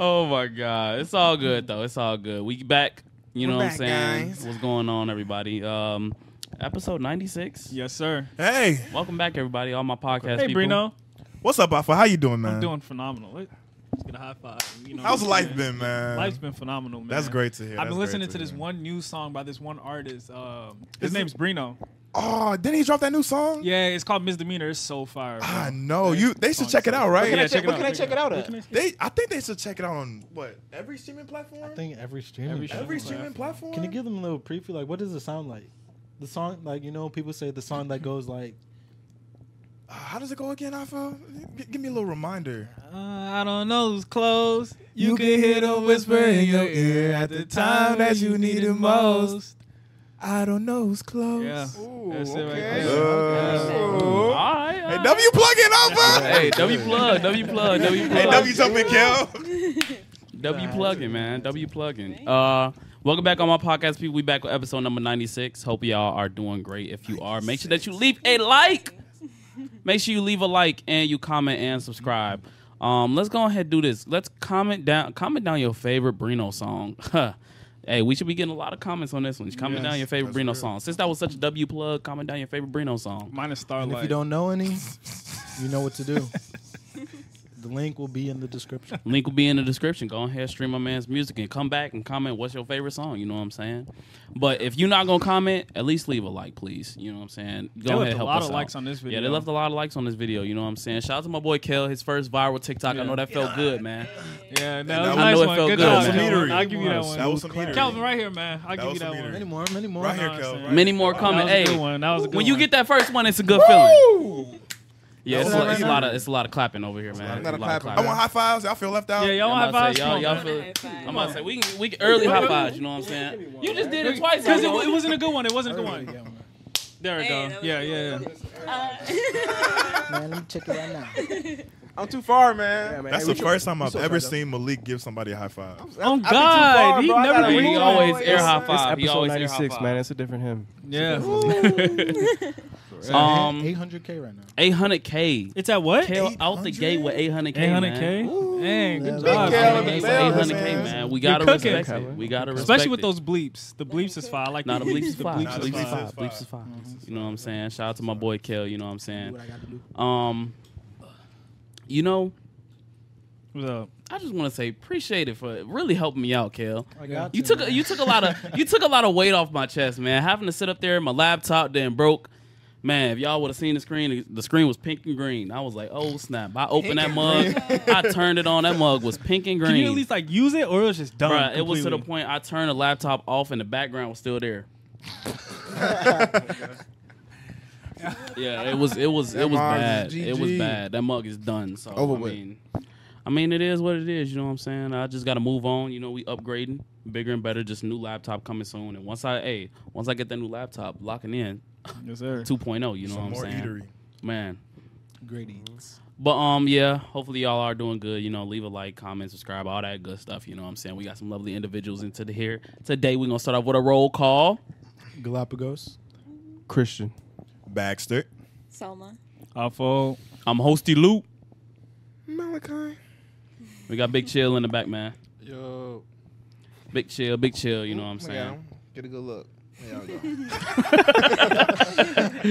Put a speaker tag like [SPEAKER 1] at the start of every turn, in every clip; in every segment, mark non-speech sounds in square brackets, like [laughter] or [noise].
[SPEAKER 1] Oh my god, it's all good though. It's all good. We back. You
[SPEAKER 2] We're
[SPEAKER 1] know what
[SPEAKER 2] back,
[SPEAKER 1] I'm saying?
[SPEAKER 2] guys.
[SPEAKER 1] What's going on, everybody? Um, episode 96.
[SPEAKER 3] Yes, sir.
[SPEAKER 4] Hey,
[SPEAKER 1] Welcome back, everybody. All my podcast.
[SPEAKER 3] Hey,
[SPEAKER 1] people.
[SPEAKER 3] Brino.
[SPEAKER 4] what's up, Alpha? How you doing, man?
[SPEAKER 3] I'm doing phenomenal. Let's get a high five. You know,
[SPEAKER 4] Uh. How's life
[SPEAKER 3] man.
[SPEAKER 4] been, man?
[SPEAKER 3] Life's been phenomenal, man.
[SPEAKER 4] That's great to hear.
[SPEAKER 3] I've
[SPEAKER 4] That's
[SPEAKER 3] been
[SPEAKER 4] great
[SPEAKER 3] listening to,
[SPEAKER 4] hear.
[SPEAKER 3] this one new song by this one artist. Um,
[SPEAKER 4] Is
[SPEAKER 3] his
[SPEAKER 4] it-
[SPEAKER 3] name's Brino.
[SPEAKER 4] Oh, didn't he drop that new song?
[SPEAKER 3] Yeah, it's called Misdemeanor. It's so fire. bro.
[SPEAKER 4] I know.
[SPEAKER 3] That
[SPEAKER 4] You they should
[SPEAKER 3] song's
[SPEAKER 4] Ah, check it
[SPEAKER 3] so-
[SPEAKER 4] out, right?
[SPEAKER 2] Where
[SPEAKER 3] Yeah,
[SPEAKER 2] can, I, check,
[SPEAKER 3] check it
[SPEAKER 2] where
[SPEAKER 3] out,
[SPEAKER 2] can I
[SPEAKER 3] check
[SPEAKER 2] check
[SPEAKER 3] it
[SPEAKER 2] it out at?
[SPEAKER 4] They, I think they should check it out on what every streaming platform.
[SPEAKER 5] I think every streaming.
[SPEAKER 3] Every
[SPEAKER 5] platform.
[SPEAKER 4] every streaming platform.
[SPEAKER 5] Can you give them a little preview? Like, what does it sound like? The song, like you know, people say the song that goes like,
[SPEAKER 4] Uh, how does it go again, Alpha? G- give me a little reminder.
[SPEAKER 3] Uh, I don't know who's close. You,
[SPEAKER 4] can
[SPEAKER 3] can
[SPEAKER 4] hear
[SPEAKER 3] hear
[SPEAKER 4] the
[SPEAKER 3] them whisper in your ear at the time that you need it most.
[SPEAKER 4] I don't know who's close.
[SPEAKER 3] Yeah.
[SPEAKER 2] Ooh,
[SPEAKER 3] That's it right
[SPEAKER 2] okay.
[SPEAKER 3] there.
[SPEAKER 1] All
[SPEAKER 4] Uh,
[SPEAKER 1] right. all
[SPEAKER 4] Hey,
[SPEAKER 1] right.
[SPEAKER 4] W plug in, Alpha.
[SPEAKER 1] Hey, W plug, W plug, W plug.
[SPEAKER 4] Hey, W jump in, Kel.
[SPEAKER 1] W plugging, man. W plugging. Uh, welcome back on my podcast, people. We back with episode number ninety six. Hope y'all are doing great. If you are, make sure that you leave a like. Make sure you leave a like and you comment and subscribe. Um, let's go ahead and do this. Let's comment down, comment down your favorite Brino song. [laughs] Huh. Hey, we should be getting a lot of comments on this one. Just Comment
[SPEAKER 4] Yes,
[SPEAKER 1] down your favorite
[SPEAKER 4] that's
[SPEAKER 1] Brino
[SPEAKER 4] real.
[SPEAKER 1] song. Since that was such a W plug, comment down your favorite Brino song.
[SPEAKER 3] Mine is
[SPEAKER 5] and
[SPEAKER 3] Starlight.
[SPEAKER 5] if you don't know any, you know what to do. [laughs] the link will be in the description.
[SPEAKER 1] Link will be in the description. Go ahead, stream my man's music, and come back and comment what's your favorite song. You know what I'm saying? But if you're not gonna comment, at least leave a like, please. You know what I'm saying? Go
[SPEAKER 3] They
[SPEAKER 1] ahead,
[SPEAKER 3] left a
[SPEAKER 1] help
[SPEAKER 3] lot
[SPEAKER 1] us
[SPEAKER 3] of
[SPEAKER 1] out.
[SPEAKER 3] likes on this
[SPEAKER 1] Yeah, they
[SPEAKER 3] video.
[SPEAKER 1] left a lot of likes on this video. You know what I'm saying? Shout out to my boy Kel, his first viral TikTok. I
[SPEAKER 3] Yeah.
[SPEAKER 1] know that felt good, man.
[SPEAKER 3] Yeah, no, that
[SPEAKER 4] that
[SPEAKER 3] was
[SPEAKER 4] was-
[SPEAKER 3] nice
[SPEAKER 1] I know it
[SPEAKER 3] one.
[SPEAKER 1] felt
[SPEAKER 3] Good
[SPEAKER 1] good,
[SPEAKER 3] job,
[SPEAKER 1] man.
[SPEAKER 3] Calvin.
[SPEAKER 4] Meatery.
[SPEAKER 3] I'll give you that
[SPEAKER 4] That
[SPEAKER 3] one.
[SPEAKER 4] was some heater.
[SPEAKER 3] Calvin, right here, man. I'll give
[SPEAKER 4] was
[SPEAKER 3] you that
[SPEAKER 4] some
[SPEAKER 3] one.
[SPEAKER 5] Many more, many more.
[SPEAKER 4] Right here, Oh,
[SPEAKER 3] I'm
[SPEAKER 4] Kel.
[SPEAKER 3] saying.
[SPEAKER 4] right
[SPEAKER 1] Many
[SPEAKER 4] here.
[SPEAKER 1] more coming.
[SPEAKER 3] That was a
[SPEAKER 1] Hey,
[SPEAKER 3] good one. That was a good
[SPEAKER 1] when you
[SPEAKER 3] one.
[SPEAKER 1] get that first one, it's a good feeling. Yeah, it's,
[SPEAKER 4] That was
[SPEAKER 1] a,
[SPEAKER 4] a
[SPEAKER 1] it's a
[SPEAKER 4] heater.
[SPEAKER 1] lot of it's a lot of clapping over here, man.
[SPEAKER 4] I'm not a
[SPEAKER 1] It's lot of
[SPEAKER 4] clapper. I want high fives. Y'all feel left out.
[SPEAKER 3] Yeah,
[SPEAKER 1] I'm
[SPEAKER 3] y'all want high
[SPEAKER 1] about
[SPEAKER 3] fives?
[SPEAKER 1] to say,
[SPEAKER 3] Come
[SPEAKER 1] y'all,
[SPEAKER 3] on,
[SPEAKER 1] y'all feel.
[SPEAKER 3] man.
[SPEAKER 6] High five.
[SPEAKER 1] I'm about to say we can, we can early high fives. You know what I'm saying? You just did it twice.
[SPEAKER 3] Because it,
[SPEAKER 1] Arnold.
[SPEAKER 3] wa- it wasn't a good one. It wasn't a good one. There we
[SPEAKER 6] Hey,
[SPEAKER 3] go.
[SPEAKER 6] that was
[SPEAKER 3] Yeah,
[SPEAKER 6] a good
[SPEAKER 3] yeah,
[SPEAKER 6] one.
[SPEAKER 3] yeah.
[SPEAKER 5] [laughs]
[SPEAKER 6] Uh,
[SPEAKER 5] Man, let me check it out now.
[SPEAKER 2] I'm too far, man.
[SPEAKER 4] That's
[SPEAKER 2] Hey,
[SPEAKER 4] the
[SPEAKER 2] we
[SPEAKER 4] first time
[SPEAKER 2] we
[SPEAKER 4] I've
[SPEAKER 2] so
[SPEAKER 4] ever
[SPEAKER 2] tight, though.
[SPEAKER 4] seen Malik give somebody a high five.
[SPEAKER 2] I've
[SPEAKER 3] Oh
[SPEAKER 2] been too far,
[SPEAKER 3] God, he
[SPEAKER 2] bro. I
[SPEAKER 3] never
[SPEAKER 2] gotta
[SPEAKER 1] He
[SPEAKER 2] move
[SPEAKER 6] It's
[SPEAKER 2] on.
[SPEAKER 1] always air
[SPEAKER 6] it's
[SPEAKER 1] high five. He
[SPEAKER 7] Episode
[SPEAKER 1] always air high
[SPEAKER 7] 96,
[SPEAKER 1] five.
[SPEAKER 7] man. It's a different him.
[SPEAKER 3] Yeah.
[SPEAKER 1] Um,
[SPEAKER 5] 800 k right now.
[SPEAKER 1] 800k.
[SPEAKER 3] It's at what?
[SPEAKER 1] Kale out the gate with 800k.
[SPEAKER 3] 800K. Dang, good
[SPEAKER 5] Big
[SPEAKER 3] job.
[SPEAKER 2] Kale in
[SPEAKER 3] man.
[SPEAKER 2] the
[SPEAKER 1] with
[SPEAKER 2] bell,
[SPEAKER 1] 800k,
[SPEAKER 2] man.
[SPEAKER 1] man. We gotta
[SPEAKER 3] You're cooking.
[SPEAKER 1] respect it. We gotta respect
[SPEAKER 3] Especially with
[SPEAKER 1] it.
[SPEAKER 3] those bleeps. The bleeps is fire. I like
[SPEAKER 1] Nah, the bleeps is
[SPEAKER 3] [laughs]
[SPEAKER 1] fire.
[SPEAKER 3] bleeps
[SPEAKER 1] Nah, the
[SPEAKER 3] is
[SPEAKER 1] bleeps is
[SPEAKER 3] fire.
[SPEAKER 1] fire. Bleeps is fire. You know what I'm saying? Shout out to my boy Kale. You know what I'm
[SPEAKER 5] Do
[SPEAKER 1] saying?
[SPEAKER 5] what I got to do.
[SPEAKER 1] Um, you know,
[SPEAKER 3] What's up?
[SPEAKER 1] I just want to say appreciate it for really helping me out, Kale.
[SPEAKER 5] I got
[SPEAKER 1] You took a, you took a lot of you took a lot
[SPEAKER 3] [laughs]
[SPEAKER 1] of weight off my chest, man. Having to sit up there, my laptop then broke. Man, if y'all would have seen the screen, the screen was pink and green. I was like, oh snap! I opened that mug, I turned it on. That mug was pink and green.
[SPEAKER 3] Can you at least like use it or it was just dumb?
[SPEAKER 1] Bruh, it was to the
[SPEAKER 3] completely?
[SPEAKER 1] point I turned the laptop off and the background was still there. yeah, it was it was it was
[SPEAKER 4] mug is
[SPEAKER 1] bad. It was
[SPEAKER 4] GG.
[SPEAKER 1] bad. That mug is done. So
[SPEAKER 4] Over
[SPEAKER 1] I
[SPEAKER 4] with.
[SPEAKER 1] mean, I mean it is what it is. You know what I'm saying? I just got to move on. You know, we upgrading, bigger and better. Just new laptop coming soon. And once I hey, once I get that new laptop locking in
[SPEAKER 3] Yes, sir.
[SPEAKER 1] 2.0, you know
[SPEAKER 4] Some
[SPEAKER 1] what
[SPEAKER 4] more
[SPEAKER 1] I'm saying?
[SPEAKER 4] eatery.
[SPEAKER 1] Man,
[SPEAKER 5] great eats.
[SPEAKER 1] but um, yeah. Hopefully y'all are doing good. You know, leave a like, comment, subscribe, all that good stuff. You know, what I'm saying we got some lovely individuals into the here today. We're gonna start off with a roll call.
[SPEAKER 5] Galapagos.
[SPEAKER 7] Christian.
[SPEAKER 4] Baxter.
[SPEAKER 6] Selma.
[SPEAKER 3] I'll fold.
[SPEAKER 1] I'm hosty Luke.
[SPEAKER 4] Malachi.
[SPEAKER 1] We got Big Chill in the back, man.
[SPEAKER 2] Yo,
[SPEAKER 1] Big Chill, Big Chill. You know what I'm saying?
[SPEAKER 2] look at 'em. Get a good look. There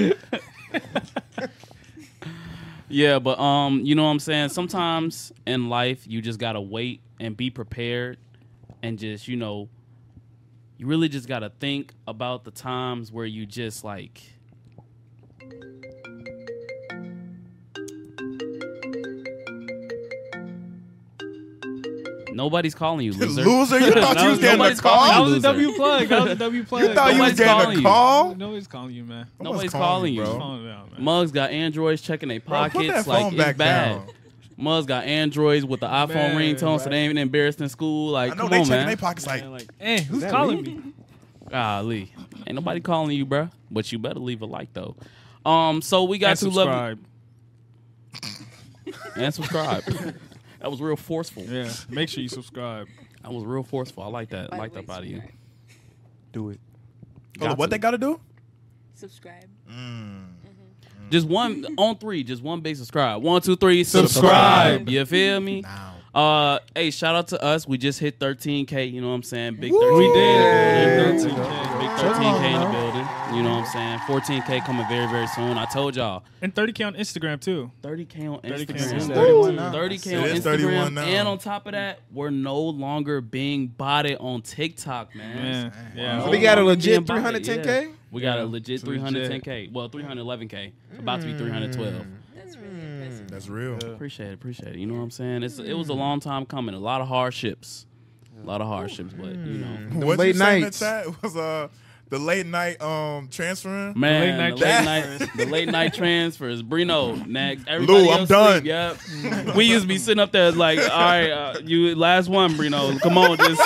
[SPEAKER 2] y'all go.
[SPEAKER 1] Yeah, but um, you know what I'm saying. Sometimes in life, you just gotta wait and be prepared, and just you know, you really just gotta think about the times where you just like. Nobody's calling
[SPEAKER 4] [laughs]
[SPEAKER 1] you, loser. [laughs]
[SPEAKER 4] Loser, you thought you was getting a
[SPEAKER 1] Nobody's calling
[SPEAKER 3] That
[SPEAKER 4] call?
[SPEAKER 1] you.
[SPEAKER 3] was a
[SPEAKER 1] Loser.
[SPEAKER 3] W plug. That was a W plug.
[SPEAKER 4] You thought you was
[SPEAKER 1] Nobody's calling
[SPEAKER 4] getting
[SPEAKER 1] you.
[SPEAKER 4] a call?
[SPEAKER 3] Nobody's calling you, man.
[SPEAKER 1] Nobody's
[SPEAKER 4] Someone's
[SPEAKER 1] calling you.
[SPEAKER 4] bro.
[SPEAKER 3] Calm down, man.
[SPEAKER 1] Mugs got androids checking their
[SPEAKER 4] Bro, put
[SPEAKER 1] pockets.
[SPEAKER 4] that
[SPEAKER 1] like
[SPEAKER 4] phone
[SPEAKER 1] it's
[SPEAKER 4] back
[SPEAKER 1] bad.
[SPEAKER 4] down.
[SPEAKER 1] Mugs got androids with the iPhone
[SPEAKER 3] Man,
[SPEAKER 1] ringtone, so they ain't embarrassed in school. Like,
[SPEAKER 4] I know
[SPEAKER 1] come
[SPEAKER 4] they
[SPEAKER 1] on,
[SPEAKER 4] checking
[SPEAKER 1] man.
[SPEAKER 4] their pockets like,
[SPEAKER 3] Man, like, hey, who's
[SPEAKER 7] that
[SPEAKER 3] calling me?
[SPEAKER 1] Golly, ain't nobody calling you, bruh. But you better leave a like though. Um, so we got
[SPEAKER 3] And
[SPEAKER 1] two lovely
[SPEAKER 3] subscribe.
[SPEAKER 1] and subscribe.
[SPEAKER 3] [laughs]
[SPEAKER 1] that was real forceful.
[SPEAKER 3] Yeah, make sure you subscribe.
[SPEAKER 1] That was real forceful. I like that. I like that about you.
[SPEAKER 7] Do it.
[SPEAKER 4] hold on,
[SPEAKER 1] Got
[SPEAKER 4] what they
[SPEAKER 1] to.
[SPEAKER 4] got to do?
[SPEAKER 6] Subscribe.
[SPEAKER 1] Just one on three. Just one big subscribe. One, two, three.
[SPEAKER 3] Subscribe.
[SPEAKER 1] You feel me?
[SPEAKER 4] Now.
[SPEAKER 1] Uh, hey, shout out to us. We just hit 13k. You know what I'm saying? Big 13.
[SPEAKER 8] We
[SPEAKER 1] Yeah,
[SPEAKER 8] did.
[SPEAKER 1] 13K, Big 13k in
[SPEAKER 2] Uh-huh.
[SPEAKER 1] the building. You know what I'm saying? 14k coming very very soon. I told y'all.
[SPEAKER 3] And 30K on Instagram too.
[SPEAKER 1] 30k on
[SPEAKER 3] 30K
[SPEAKER 1] Instagram.
[SPEAKER 3] on Instagram.
[SPEAKER 5] 31 now.
[SPEAKER 1] 30k on
[SPEAKER 4] It is 31
[SPEAKER 1] Instagram.
[SPEAKER 4] now.
[SPEAKER 1] And on top of that, we're no longer being botted on TikTok, man.
[SPEAKER 3] Yeah. yeah.
[SPEAKER 2] We got a
[SPEAKER 1] Being
[SPEAKER 2] legit
[SPEAKER 1] botted,
[SPEAKER 2] 310K?
[SPEAKER 1] yeah. We got a
[SPEAKER 3] Yeah,
[SPEAKER 1] legit
[SPEAKER 3] it's legit.
[SPEAKER 1] 310k. Well, 311k. About to be 312.
[SPEAKER 2] Mm.
[SPEAKER 6] That's really impressive.
[SPEAKER 4] That's real.
[SPEAKER 1] Appreciate it, appreciate it. You know what I'm saying? It's it was a long time coming. A lot of hardships, a lot of hardships, but you know,
[SPEAKER 4] What
[SPEAKER 2] late
[SPEAKER 4] you saying
[SPEAKER 2] nights.
[SPEAKER 4] That chat was uh the late night um
[SPEAKER 1] Mm,
[SPEAKER 4] transferring.
[SPEAKER 1] man,
[SPEAKER 3] late
[SPEAKER 1] the late
[SPEAKER 4] night
[SPEAKER 1] night, [laughs] the late night transfers. Brino next. Everybody
[SPEAKER 4] Lou, I'm
[SPEAKER 1] else
[SPEAKER 4] done.
[SPEAKER 1] sleep, Yep. we used to be sitting up there like, all right, uh, you last one, Brino. Come on, just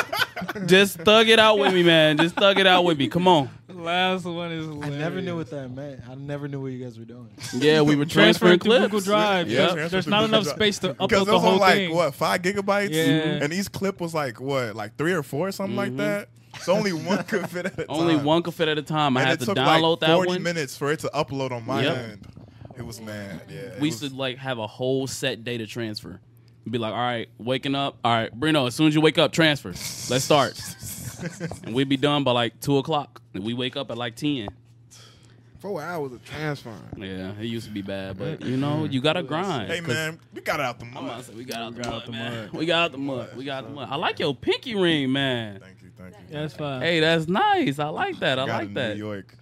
[SPEAKER 1] just thug it out with me, man. Just thug it out with me. Come on.
[SPEAKER 3] Last one is.
[SPEAKER 5] I never knew what that meant. I never knew what you guys were doing.
[SPEAKER 1] Yeah, we were
[SPEAKER 3] Transferring
[SPEAKER 1] transferring
[SPEAKER 3] to
[SPEAKER 1] clips.
[SPEAKER 3] Google Drive.
[SPEAKER 1] Yeah.
[SPEAKER 3] Yeah. There's not enough space to
[SPEAKER 4] Because
[SPEAKER 3] upload the
[SPEAKER 4] those
[SPEAKER 3] whole
[SPEAKER 4] are like
[SPEAKER 3] thing.
[SPEAKER 4] what five gigabytes,
[SPEAKER 3] Yeah.
[SPEAKER 4] and each clip was like what, like three or four, something like that. So only one [laughs] could fit at a time.
[SPEAKER 1] Mm-hmm. Only one could fit at a time. I
[SPEAKER 4] and
[SPEAKER 1] had
[SPEAKER 4] it
[SPEAKER 1] to
[SPEAKER 4] took
[SPEAKER 1] download
[SPEAKER 4] like
[SPEAKER 1] that
[SPEAKER 4] 40
[SPEAKER 1] one.
[SPEAKER 4] minutes for it to upload on my
[SPEAKER 1] Yep.
[SPEAKER 4] end. It was mad. Yeah. it
[SPEAKER 1] we
[SPEAKER 4] was-
[SPEAKER 1] used to like have a whole set day to transfer. Be like, all right, waking up. All right, Bruno, as soon as you wake up, transfer. Let's
[SPEAKER 4] [laughs]
[SPEAKER 1] start. and we'd be done by like two o'clock. And we wake up at like ten.
[SPEAKER 2] Four hours of [laughs] transferring.
[SPEAKER 1] Yeah, it used to be bad, but you know, you gotta grind.
[SPEAKER 4] Hey
[SPEAKER 1] 'cause
[SPEAKER 4] man, we got it out the
[SPEAKER 1] I'm about to
[SPEAKER 4] mud.
[SPEAKER 1] say, we got out the mud, man. We got out the mud. We got out the mud. I like your pinky ring, man.
[SPEAKER 4] Thank you, thank you.
[SPEAKER 3] Yeah, that's fine.
[SPEAKER 1] Hey, that's nice. I like that. I
[SPEAKER 4] got it
[SPEAKER 1] like
[SPEAKER 4] in
[SPEAKER 1] that.
[SPEAKER 4] New York,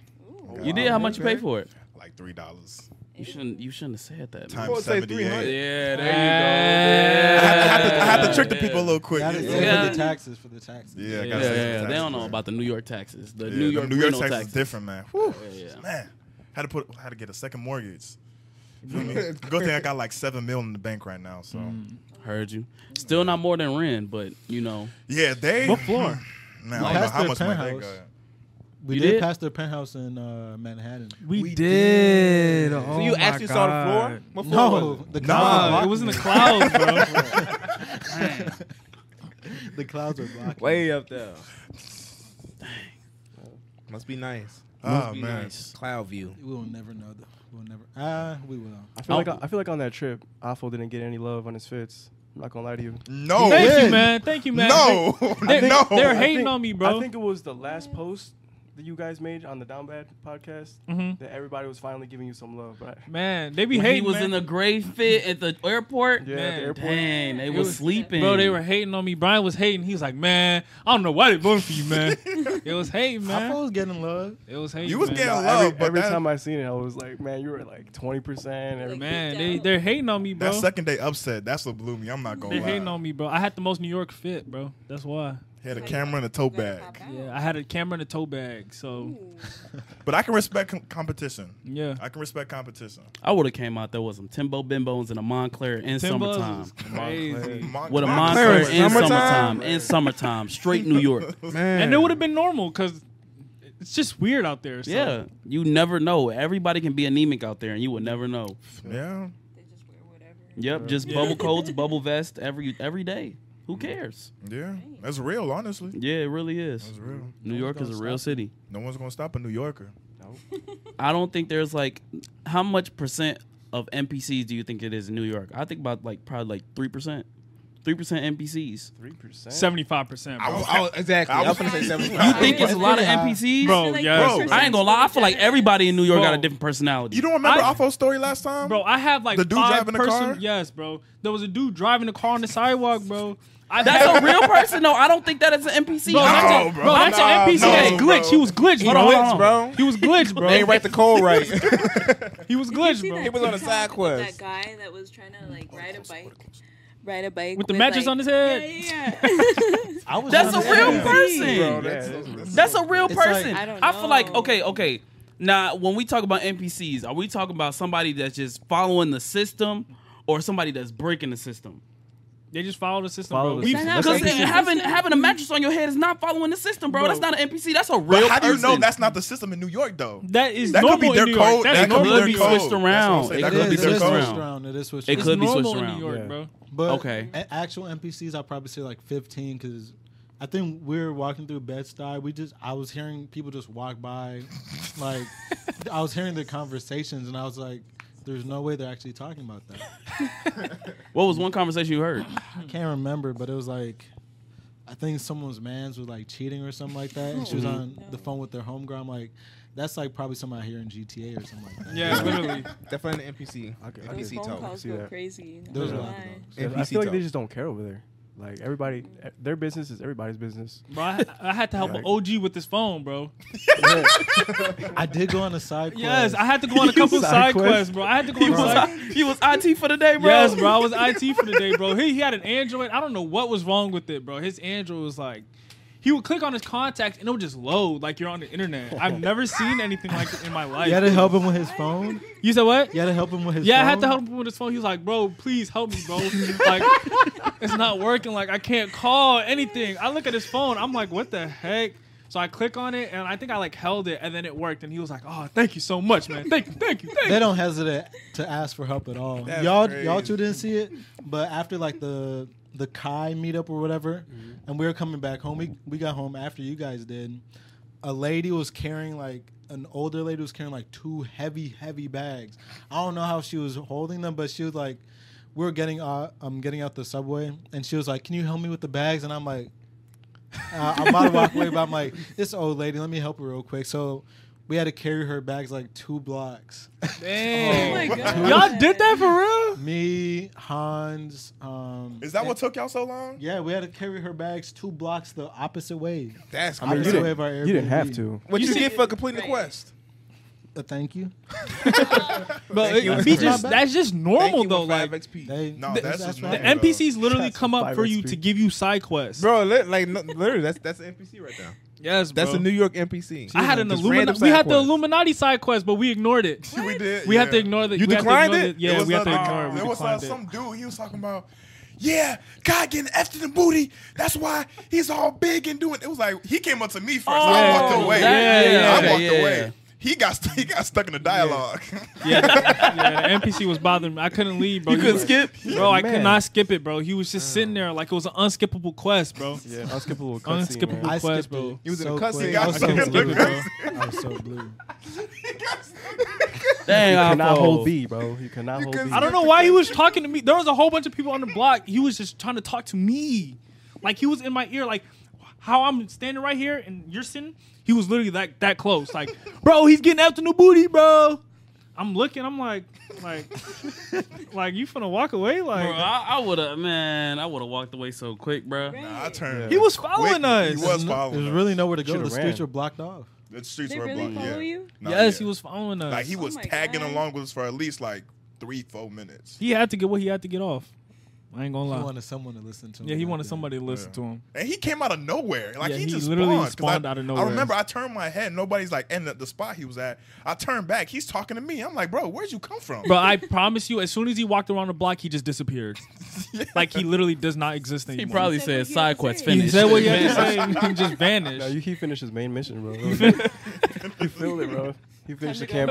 [SPEAKER 1] You did how much you pay for it?
[SPEAKER 4] like three dollars
[SPEAKER 1] You shouldn't. You shouldn't have said that. Man.
[SPEAKER 4] times
[SPEAKER 2] would say
[SPEAKER 4] seventy
[SPEAKER 2] 300.
[SPEAKER 4] eight.
[SPEAKER 1] Yeah, there you go.
[SPEAKER 4] I had, to, I, had to, I had
[SPEAKER 1] Yeah,
[SPEAKER 4] to trick the
[SPEAKER 1] yeah.
[SPEAKER 4] people a little quick.
[SPEAKER 5] That is
[SPEAKER 4] Yeah,
[SPEAKER 5] it
[SPEAKER 1] Yeah.
[SPEAKER 5] for the taxes. For the taxes.
[SPEAKER 4] yeah, I
[SPEAKER 1] Yeah, yeah,
[SPEAKER 4] gotta
[SPEAKER 1] yeah.
[SPEAKER 4] say some
[SPEAKER 1] They don't
[SPEAKER 4] taxes,
[SPEAKER 1] know
[SPEAKER 4] man.
[SPEAKER 1] about the New York taxes. The
[SPEAKER 4] Yeah,
[SPEAKER 1] New
[SPEAKER 4] them
[SPEAKER 1] York
[SPEAKER 4] New York
[SPEAKER 1] Reno
[SPEAKER 4] taxes
[SPEAKER 1] taxes.
[SPEAKER 4] is different, man. Whew.
[SPEAKER 1] Yeah, yeah.
[SPEAKER 4] Man, had to put had to get a second [laughs] mortgage.
[SPEAKER 2] [laughs]
[SPEAKER 4] Feel me? Good thing I got like seven mil in the bank right now. So
[SPEAKER 1] Mm. Heard you. Still not more than Ren, but you know.
[SPEAKER 4] yeah, they
[SPEAKER 3] What floor?
[SPEAKER 4] Man, I don't
[SPEAKER 5] Like,
[SPEAKER 4] know
[SPEAKER 5] past
[SPEAKER 4] how
[SPEAKER 5] their
[SPEAKER 4] much money they
[SPEAKER 5] penthouse.
[SPEAKER 4] got.
[SPEAKER 5] We
[SPEAKER 1] You
[SPEAKER 5] did,
[SPEAKER 1] did?
[SPEAKER 5] pass their penthouse in uh, Manhattan.
[SPEAKER 3] We, did. Oh
[SPEAKER 2] So you actually saw the floor? What floor was
[SPEAKER 5] No,
[SPEAKER 2] it?
[SPEAKER 5] the clouds.
[SPEAKER 3] Nah, it was in the clouds, bro.
[SPEAKER 5] [laughs] the clouds were blocking.
[SPEAKER 2] Way up there. Must be nice.
[SPEAKER 4] Oh
[SPEAKER 1] be
[SPEAKER 4] man,
[SPEAKER 1] nice.
[SPEAKER 2] Cloud view.
[SPEAKER 5] We will never know. Though. We'll never. Ah, we will.
[SPEAKER 9] I feel like
[SPEAKER 1] Oh.
[SPEAKER 9] I feel like on that trip, Afo didn't get any love on his fits. I'm not gonna lie to you.
[SPEAKER 4] no,
[SPEAKER 3] Thank
[SPEAKER 5] Yeah.
[SPEAKER 3] you, man. Thank you, man.
[SPEAKER 4] no, [laughs]
[SPEAKER 3] They-
[SPEAKER 4] no.
[SPEAKER 3] they're
[SPEAKER 9] I
[SPEAKER 3] hating
[SPEAKER 9] think-
[SPEAKER 3] on me, bro.
[SPEAKER 9] I think it was the last post that you guys made on the Down Bad podcast
[SPEAKER 3] Mhm.
[SPEAKER 9] that everybody was finally giving you some love. But I,
[SPEAKER 3] Man, they be
[SPEAKER 1] When
[SPEAKER 3] hating.
[SPEAKER 1] he was
[SPEAKER 3] man.
[SPEAKER 1] in the gray fit at the airport.
[SPEAKER 9] yeah, at
[SPEAKER 3] Man,
[SPEAKER 9] the airport.
[SPEAKER 1] Dang, they
[SPEAKER 6] It
[SPEAKER 1] was
[SPEAKER 6] was-
[SPEAKER 1] sleeping.
[SPEAKER 3] Bro, they were hating on me. Brian was hating. He was like, man, I don't know why they voted for
[SPEAKER 4] [laughs]
[SPEAKER 3] you, man. it was hating,
[SPEAKER 5] I
[SPEAKER 3] man.
[SPEAKER 5] was getting love.
[SPEAKER 3] It was hating.
[SPEAKER 4] You was
[SPEAKER 3] man.
[SPEAKER 4] getting love,
[SPEAKER 9] Every,
[SPEAKER 4] but
[SPEAKER 9] every
[SPEAKER 4] that,
[SPEAKER 9] time I seen it, I was like, man, you were like twenty percent. Every
[SPEAKER 3] Man, they they're hating on me, bro.
[SPEAKER 4] that second day upset, that's what blew me. I'm not
[SPEAKER 3] They're
[SPEAKER 4] gonna
[SPEAKER 3] hating
[SPEAKER 4] lie.
[SPEAKER 3] on me, bro. I had the most New York fit, bro. That's why.
[SPEAKER 4] Had a camera and a tote bag,
[SPEAKER 3] Yeah, I had a camera and a tote bag. So
[SPEAKER 4] but I can respect com- competition.
[SPEAKER 3] yeah,
[SPEAKER 4] I can respect competition.
[SPEAKER 1] I would have came out there with some Timbo Bimbones and a Montclair in
[SPEAKER 3] Timbo's
[SPEAKER 1] summertime.
[SPEAKER 3] is crazy.
[SPEAKER 4] Mon-
[SPEAKER 1] With a
[SPEAKER 4] Montclair
[SPEAKER 1] Montclair in
[SPEAKER 2] Summertime?
[SPEAKER 1] summertime. In summertime. Straight New York.
[SPEAKER 2] Man.
[SPEAKER 3] And it would have been normal because it's just weird out there. So.
[SPEAKER 1] Yeah. You never know. Everybody can be anemic out there and you would never know.
[SPEAKER 4] [laughs] Yeah,
[SPEAKER 6] They just wear whatever.
[SPEAKER 1] Yep. Just bubble coats, bubble vest every every day. Who cares?
[SPEAKER 4] yeah, that's real. Honestly,
[SPEAKER 1] Yeah, it really is.
[SPEAKER 4] that's real.
[SPEAKER 1] New York is a real city.
[SPEAKER 4] No one's gonna stop a New Yorker.
[SPEAKER 1] I don't think there's like how much percent of NPCs do you think it is in New York? I think about like probably like three percent. Three percent NPCs.
[SPEAKER 9] three percent.
[SPEAKER 3] Seventy-five percent,
[SPEAKER 4] I
[SPEAKER 3] bro.
[SPEAKER 4] was-
[SPEAKER 2] Oh, I was, exactly. I was,
[SPEAKER 4] I was-
[SPEAKER 2] gonna say seven.
[SPEAKER 1] You think it's a lot of
[SPEAKER 5] Yeah.
[SPEAKER 1] NPCs?
[SPEAKER 3] Bro, yes,
[SPEAKER 4] bro.
[SPEAKER 1] I ain't gonna lie. I feel like everybody in New York got a
[SPEAKER 3] Bro.
[SPEAKER 1] different personality.
[SPEAKER 4] You don't remember
[SPEAKER 3] I-
[SPEAKER 4] Alfo's story last time,
[SPEAKER 3] Bro, I have like
[SPEAKER 4] The dude
[SPEAKER 3] five
[SPEAKER 4] driving the
[SPEAKER 3] person.
[SPEAKER 4] car?
[SPEAKER 3] Yes, bro. There was a dude driving a car on the sidewalk,
[SPEAKER 4] [laughs]
[SPEAKER 3] bro. I
[SPEAKER 1] That's a real person though. I don't think that is an NPC.
[SPEAKER 3] Bro,
[SPEAKER 1] I
[SPEAKER 3] that's,
[SPEAKER 1] just-
[SPEAKER 3] a, bro, that's
[SPEAKER 4] no,
[SPEAKER 3] an NPC.
[SPEAKER 4] no,
[SPEAKER 3] that's
[SPEAKER 4] bro.
[SPEAKER 3] glitch. He was glitch, bro.
[SPEAKER 1] Hold on, hold on.
[SPEAKER 2] bro.
[SPEAKER 3] He was glitch,
[SPEAKER 2] They
[SPEAKER 3] bro.
[SPEAKER 2] ain't write the code right.
[SPEAKER 3] he was glitch, bro.
[SPEAKER 2] was on a side quest.
[SPEAKER 6] That guy that was trying to like ride a bike, ride a bike
[SPEAKER 3] With the mattress
[SPEAKER 6] like-
[SPEAKER 3] on his head?
[SPEAKER 6] Yeah, yeah, yeah.
[SPEAKER 1] [laughs]
[SPEAKER 5] I was
[SPEAKER 1] That's
[SPEAKER 5] on
[SPEAKER 1] a
[SPEAKER 5] the
[SPEAKER 1] real
[SPEAKER 5] internet.
[SPEAKER 1] person.
[SPEAKER 9] Yeah,
[SPEAKER 4] Oh, that's-
[SPEAKER 9] that's real.
[SPEAKER 1] That's a real
[SPEAKER 5] It's like-
[SPEAKER 1] person.
[SPEAKER 6] I don't
[SPEAKER 1] feel like
[SPEAKER 6] know.
[SPEAKER 1] okay, okay. Now, when we talk about NPCs, are we talking about somebody that's just following the system, or somebody that's breaking the system?
[SPEAKER 3] They just follow the system,
[SPEAKER 9] Follow
[SPEAKER 3] bro.
[SPEAKER 9] the
[SPEAKER 3] We-
[SPEAKER 9] system.
[SPEAKER 6] That's
[SPEAKER 1] Because
[SPEAKER 6] like-
[SPEAKER 1] having having a mattress on your head is not following the system, bro.
[SPEAKER 3] Bro.
[SPEAKER 1] That's not an NPC. That's a real.
[SPEAKER 4] But how do you know
[SPEAKER 1] person.
[SPEAKER 4] that's not the system in New York though?
[SPEAKER 3] That is
[SPEAKER 4] That
[SPEAKER 3] normal
[SPEAKER 4] could be their
[SPEAKER 3] in New York.
[SPEAKER 4] code.
[SPEAKER 3] That's
[SPEAKER 4] That could
[SPEAKER 3] normal
[SPEAKER 4] be
[SPEAKER 1] could
[SPEAKER 4] their
[SPEAKER 3] in
[SPEAKER 1] be
[SPEAKER 3] New
[SPEAKER 4] code.
[SPEAKER 3] York.
[SPEAKER 1] switched
[SPEAKER 4] That's what I'm
[SPEAKER 1] around.
[SPEAKER 4] saying.
[SPEAKER 1] It
[SPEAKER 4] That
[SPEAKER 5] It
[SPEAKER 1] could
[SPEAKER 4] could
[SPEAKER 1] be
[SPEAKER 5] is. It
[SPEAKER 4] be their
[SPEAKER 5] is
[SPEAKER 1] switched
[SPEAKER 4] code.
[SPEAKER 5] switched
[SPEAKER 1] around.
[SPEAKER 5] around. It is switched
[SPEAKER 1] It
[SPEAKER 3] It's
[SPEAKER 5] around.
[SPEAKER 1] could be
[SPEAKER 3] normal
[SPEAKER 1] switched
[SPEAKER 3] in
[SPEAKER 1] around.
[SPEAKER 3] New York,
[SPEAKER 9] Yeah.
[SPEAKER 3] bro.
[SPEAKER 5] But
[SPEAKER 1] Okay.
[SPEAKER 5] a- actual NPCs, I probably say like 15 because I think we are walking through Bed Stuy. We just, I was hearing people just walk by. like, I was hearing their conversations and I was like, There's no way they're actually talking about that.
[SPEAKER 1] What was one conversation you heard?
[SPEAKER 5] I can't remember, but it was like, I think someone's man's was like cheating or something like that, and she was on
[SPEAKER 3] Mm-hmm.
[SPEAKER 5] the phone with their home girl. I'm like, that's like probably somebody here in GTA or something like that.
[SPEAKER 3] Yeah, literally.
[SPEAKER 2] Definitely an NPC.
[SPEAKER 6] Those
[SPEAKER 2] NPC
[SPEAKER 6] phone
[SPEAKER 2] talk.
[SPEAKER 6] calls
[SPEAKER 9] see
[SPEAKER 6] go
[SPEAKER 9] that.
[SPEAKER 6] crazy.
[SPEAKER 5] There was a
[SPEAKER 6] Why?
[SPEAKER 5] lot of dogs.
[SPEAKER 2] NPC
[SPEAKER 9] I feel like
[SPEAKER 2] talk.
[SPEAKER 9] they just don't care over there. Like everybody, eh, their business is everybody's business.
[SPEAKER 3] [laughs] Bro, I, I had to help an OG with this phone, bro.
[SPEAKER 5] I did go on a side quest.
[SPEAKER 3] Yes, I had to go on a couple
[SPEAKER 9] Side
[SPEAKER 3] side
[SPEAKER 9] quest.
[SPEAKER 3] quests, bro. I had to go on
[SPEAKER 1] He
[SPEAKER 3] a side
[SPEAKER 1] was, he was IT for the day, [laughs] bro.
[SPEAKER 3] Yes, bro. I was IT for the day, bro. He, he had an Android. I don't know what was wrong with it, bro. His Android was like, he would click on his contacts and it would just load like you're on the internet. I've never seen anything like it in my life.
[SPEAKER 5] You had to help him with his phone.
[SPEAKER 3] You said what?
[SPEAKER 5] You had to help him with his.
[SPEAKER 3] Yeah, I
[SPEAKER 5] phone?
[SPEAKER 3] had to help him with his phone. He was like, "Bro, please help me, bro. like, it's not working. Like, I can't call anything." I look at his phone. I'm like, "What the heck?" So I click on it, and I think I like held it, and then it worked. And he was like, "Oh, thank you so much, man. Thank you, thank you, thank you."
[SPEAKER 5] They don't hesitate to ask for help at all.
[SPEAKER 2] That's
[SPEAKER 5] y'all,
[SPEAKER 2] crazy.
[SPEAKER 5] y'all two didn't see it, but after like the the Kai meetup or whatever,
[SPEAKER 2] Mm-hmm.
[SPEAKER 5] and we were coming back home. We we got home after you guys did. A lady was carrying like an older lady was carrying like two heavy heavy bags. I don't know how she was holding them, but she was like, we were getting uh, um getting out the subway, and she was like, "Can you help me with the bags?" And I'm like. uh, I'm about to walk away, but I'm like, this old lady, let me help her real quick. So we had to carry her bags like two blocks.
[SPEAKER 6] Oh [laughs]
[SPEAKER 3] Dang.
[SPEAKER 6] my god.
[SPEAKER 3] Y'all did that for real?
[SPEAKER 5] Me, Hans, um,
[SPEAKER 10] Is that what took y'all so long?
[SPEAKER 5] yeah, we had to carry her bags two blocks the opposite way.
[SPEAKER 2] That's
[SPEAKER 5] mean,
[SPEAKER 2] crazy.
[SPEAKER 5] you didn't- you didn't have to.
[SPEAKER 2] what you,
[SPEAKER 3] You see-
[SPEAKER 2] get for completing the
[SPEAKER 6] Right.
[SPEAKER 2] quest?
[SPEAKER 5] Uh, thank you.
[SPEAKER 3] But
[SPEAKER 2] Thank you.
[SPEAKER 3] it, be
[SPEAKER 5] It's not
[SPEAKER 3] just
[SPEAKER 5] bad.
[SPEAKER 3] that's just
[SPEAKER 2] Thank
[SPEAKER 3] normal
[SPEAKER 2] you
[SPEAKER 3] though.
[SPEAKER 2] for five
[SPEAKER 3] Like
[SPEAKER 2] XP.
[SPEAKER 5] They,
[SPEAKER 10] No,
[SPEAKER 5] th-
[SPEAKER 10] that's
[SPEAKER 5] that's
[SPEAKER 10] just
[SPEAKER 5] right.
[SPEAKER 3] the
[SPEAKER 10] normal.
[SPEAKER 3] NPCs literally
[SPEAKER 9] That's
[SPEAKER 3] come up
[SPEAKER 9] five
[SPEAKER 3] for you
[SPEAKER 9] XP.
[SPEAKER 3] to give you side quests.
[SPEAKER 2] Bro, li- like no, literally, that's that's an NPC right now.
[SPEAKER 3] yes, bro.
[SPEAKER 2] That's a New York NPC.
[SPEAKER 3] I had an
[SPEAKER 2] Just random
[SPEAKER 3] Illuminati.
[SPEAKER 2] side
[SPEAKER 3] We had the
[SPEAKER 2] quest.
[SPEAKER 3] Illuminati side quest, but we ignored it.
[SPEAKER 10] We did.
[SPEAKER 3] We have to
[SPEAKER 10] yeah.
[SPEAKER 3] ignore the.
[SPEAKER 2] You
[SPEAKER 3] we have to
[SPEAKER 2] declined
[SPEAKER 3] ignore
[SPEAKER 2] it?
[SPEAKER 3] the- Yeah,
[SPEAKER 10] was
[SPEAKER 3] we have to
[SPEAKER 10] another-
[SPEAKER 3] ignore it. We
[SPEAKER 10] There was uh,
[SPEAKER 3] declined it.
[SPEAKER 10] some dude he was talking about. Yeah, God getting after the booty. That's why he's all big and doing. It was like he came up to me first. I
[SPEAKER 3] Oh,
[SPEAKER 10] walked away.
[SPEAKER 3] that- yeah, yeah,
[SPEAKER 10] I walked
[SPEAKER 1] yeah.
[SPEAKER 10] away. He got st- he got stuck in the dialogue. [laughs]
[SPEAKER 3] Yeah, yeah, the NPC was bothering me. I couldn't leave, bro.
[SPEAKER 1] You couldn't skip.
[SPEAKER 3] Bro, I could
[SPEAKER 9] Man.
[SPEAKER 3] not skip it, bro. He was just sitting there like it was an unskippable quest, bro.
[SPEAKER 9] Yeah,
[SPEAKER 3] [laughs]
[SPEAKER 9] unskippable.
[SPEAKER 3] Unskippable
[SPEAKER 5] I
[SPEAKER 3] quest,
[SPEAKER 5] skipped
[SPEAKER 3] bro.
[SPEAKER 5] it.
[SPEAKER 2] You was in
[SPEAKER 5] so
[SPEAKER 2] a cussing
[SPEAKER 5] quick.
[SPEAKER 10] guy.
[SPEAKER 5] I was so
[SPEAKER 10] Yeah.
[SPEAKER 5] blue, bro. I was so blue.
[SPEAKER 1] Dang,
[SPEAKER 9] You cannot
[SPEAKER 1] Alfo.
[SPEAKER 9] hold B, bro. You cannot hold
[SPEAKER 10] couldn't-
[SPEAKER 9] B.
[SPEAKER 3] I don't know why he was talking to me. There was a whole bunch of people on the block. He was just trying to talk to me. Like he was in my ear, like how I'm standing right here and you're sitting. He was literally that that close.
[SPEAKER 5] [laughs]
[SPEAKER 3] Like, bro, he's getting after new booty, bro. I'm looking, I'm like, like, [laughs] like you finna walk away? Like
[SPEAKER 1] Bro, I, I would have, man, I would have walked away so quick, bro.
[SPEAKER 10] I turned.
[SPEAKER 3] he was following us.
[SPEAKER 10] He was following.
[SPEAKER 5] There's
[SPEAKER 10] us.
[SPEAKER 5] really nowhere to go.
[SPEAKER 9] Shoulda
[SPEAKER 5] The streets
[SPEAKER 9] ran.
[SPEAKER 5] were blocked off.
[SPEAKER 10] the streets
[SPEAKER 6] They
[SPEAKER 10] were
[SPEAKER 6] really
[SPEAKER 10] blocked.
[SPEAKER 6] follow
[SPEAKER 10] yeah.
[SPEAKER 6] you? Oh
[SPEAKER 10] No,
[SPEAKER 3] yes,
[SPEAKER 10] yeah.
[SPEAKER 3] he was following us.
[SPEAKER 10] Like he was
[SPEAKER 6] my
[SPEAKER 10] tagging
[SPEAKER 6] God.
[SPEAKER 10] along with us for at least like three, four minutes.
[SPEAKER 3] He had to get what he had to get off. I ain't gonna
[SPEAKER 5] He
[SPEAKER 3] lie.
[SPEAKER 5] wanted someone to listen to.
[SPEAKER 3] yeah,
[SPEAKER 5] him
[SPEAKER 3] he
[SPEAKER 5] back
[SPEAKER 3] wanted
[SPEAKER 5] then.
[SPEAKER 3] somebody to listen to him.
[SPEAKER 10] And he came out of nowhere. Like
[SPEAKER 3] Yeah,
[SPEAKER 10] he,
[SPEAKER 3] he
[SPEAKER 10] just
[SPEAKER 3] literally
[SPEAKER 10] spawned, 'cause
[SPEAKER 3] spawned
[SPEAKER 10] I,
[SPEAKER 3] out of nowhere.
[SPEAKER 10] I remember I turned my head. Nobody's like, and the, the spot he was at. I turned back. He's talking to me. I'm like, bro, where'd you come from? [laughs]
[SPEAKER 3] But I promise you, as soon as he walked around the block, he
[SPEAKER 1] [laughs]
[SPEAKER 3] just disappeared. Like he literally does not exist
[SPEAKER 1] He
[SPEAKER 3] anymore.
[SPEAKER 1] probably
[SPEAKER 6] He said
[SPEAKER 1] said
[SPEAKER 6] what he
[SPEAKER 1] side
[SPEAKER 6] had to
[SPEAKER 1] quest
[SPEAKER 6] say.
[SPEAKER 1] finish.
[SPEAKER 3] He said what you had to
[SPEAKER 1] Vanished. [laughs]
[SPEAKER 3] say and he just vanished.
[SPEAKER 9] No, you, he finished his main
[SPEAKER 3] [laughs]
[SPEAKER 9] mission, bro. you feel it, [laughs] bro. He finished the
[SPEAKER 6] to go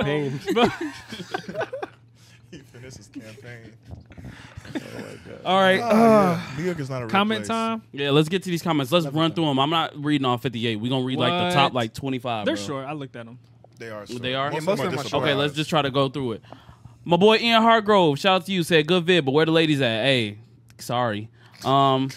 [SPEAKER 9] campaign.
[SPEAKER 10] he finished his campaign.
[SPEAKER 1] All right.
[SPEAKER 10] Ah, yeah. New York is not a real
[SPEAKER 3] Comment
[SPEAKER 10] place.
[SPEAKER 3] time?
[SPEAKER 1] Yeah, let's get to these comments. Let's run through them. I'm not reading all 58. We're going to read like the top
[SPEAKER 3] What?
[SPEAKER 1] like 25.
[SPEAKER 3] They're
[SPEAKER 1] bro.
[SPEAKER 3] short. I looked at him.
[SPEAKER 10] They are. short.
[SPEAKER 1] They are?
[SPEAKER 10] Most,
[SPEAKER 2] Yeah,
[SPEAKER 10] of them are
[SPEAKER 2] short.
[SPEAKER 10] short.
[SPEAKER 1] Okay, let's just try to go through it. My boy Ian Hargrove, shout out to you. Said good vid, but where the ladies at? Hey, sorry.
[SPEAKER 3] [laughs]
[SPEAKER 1] Um,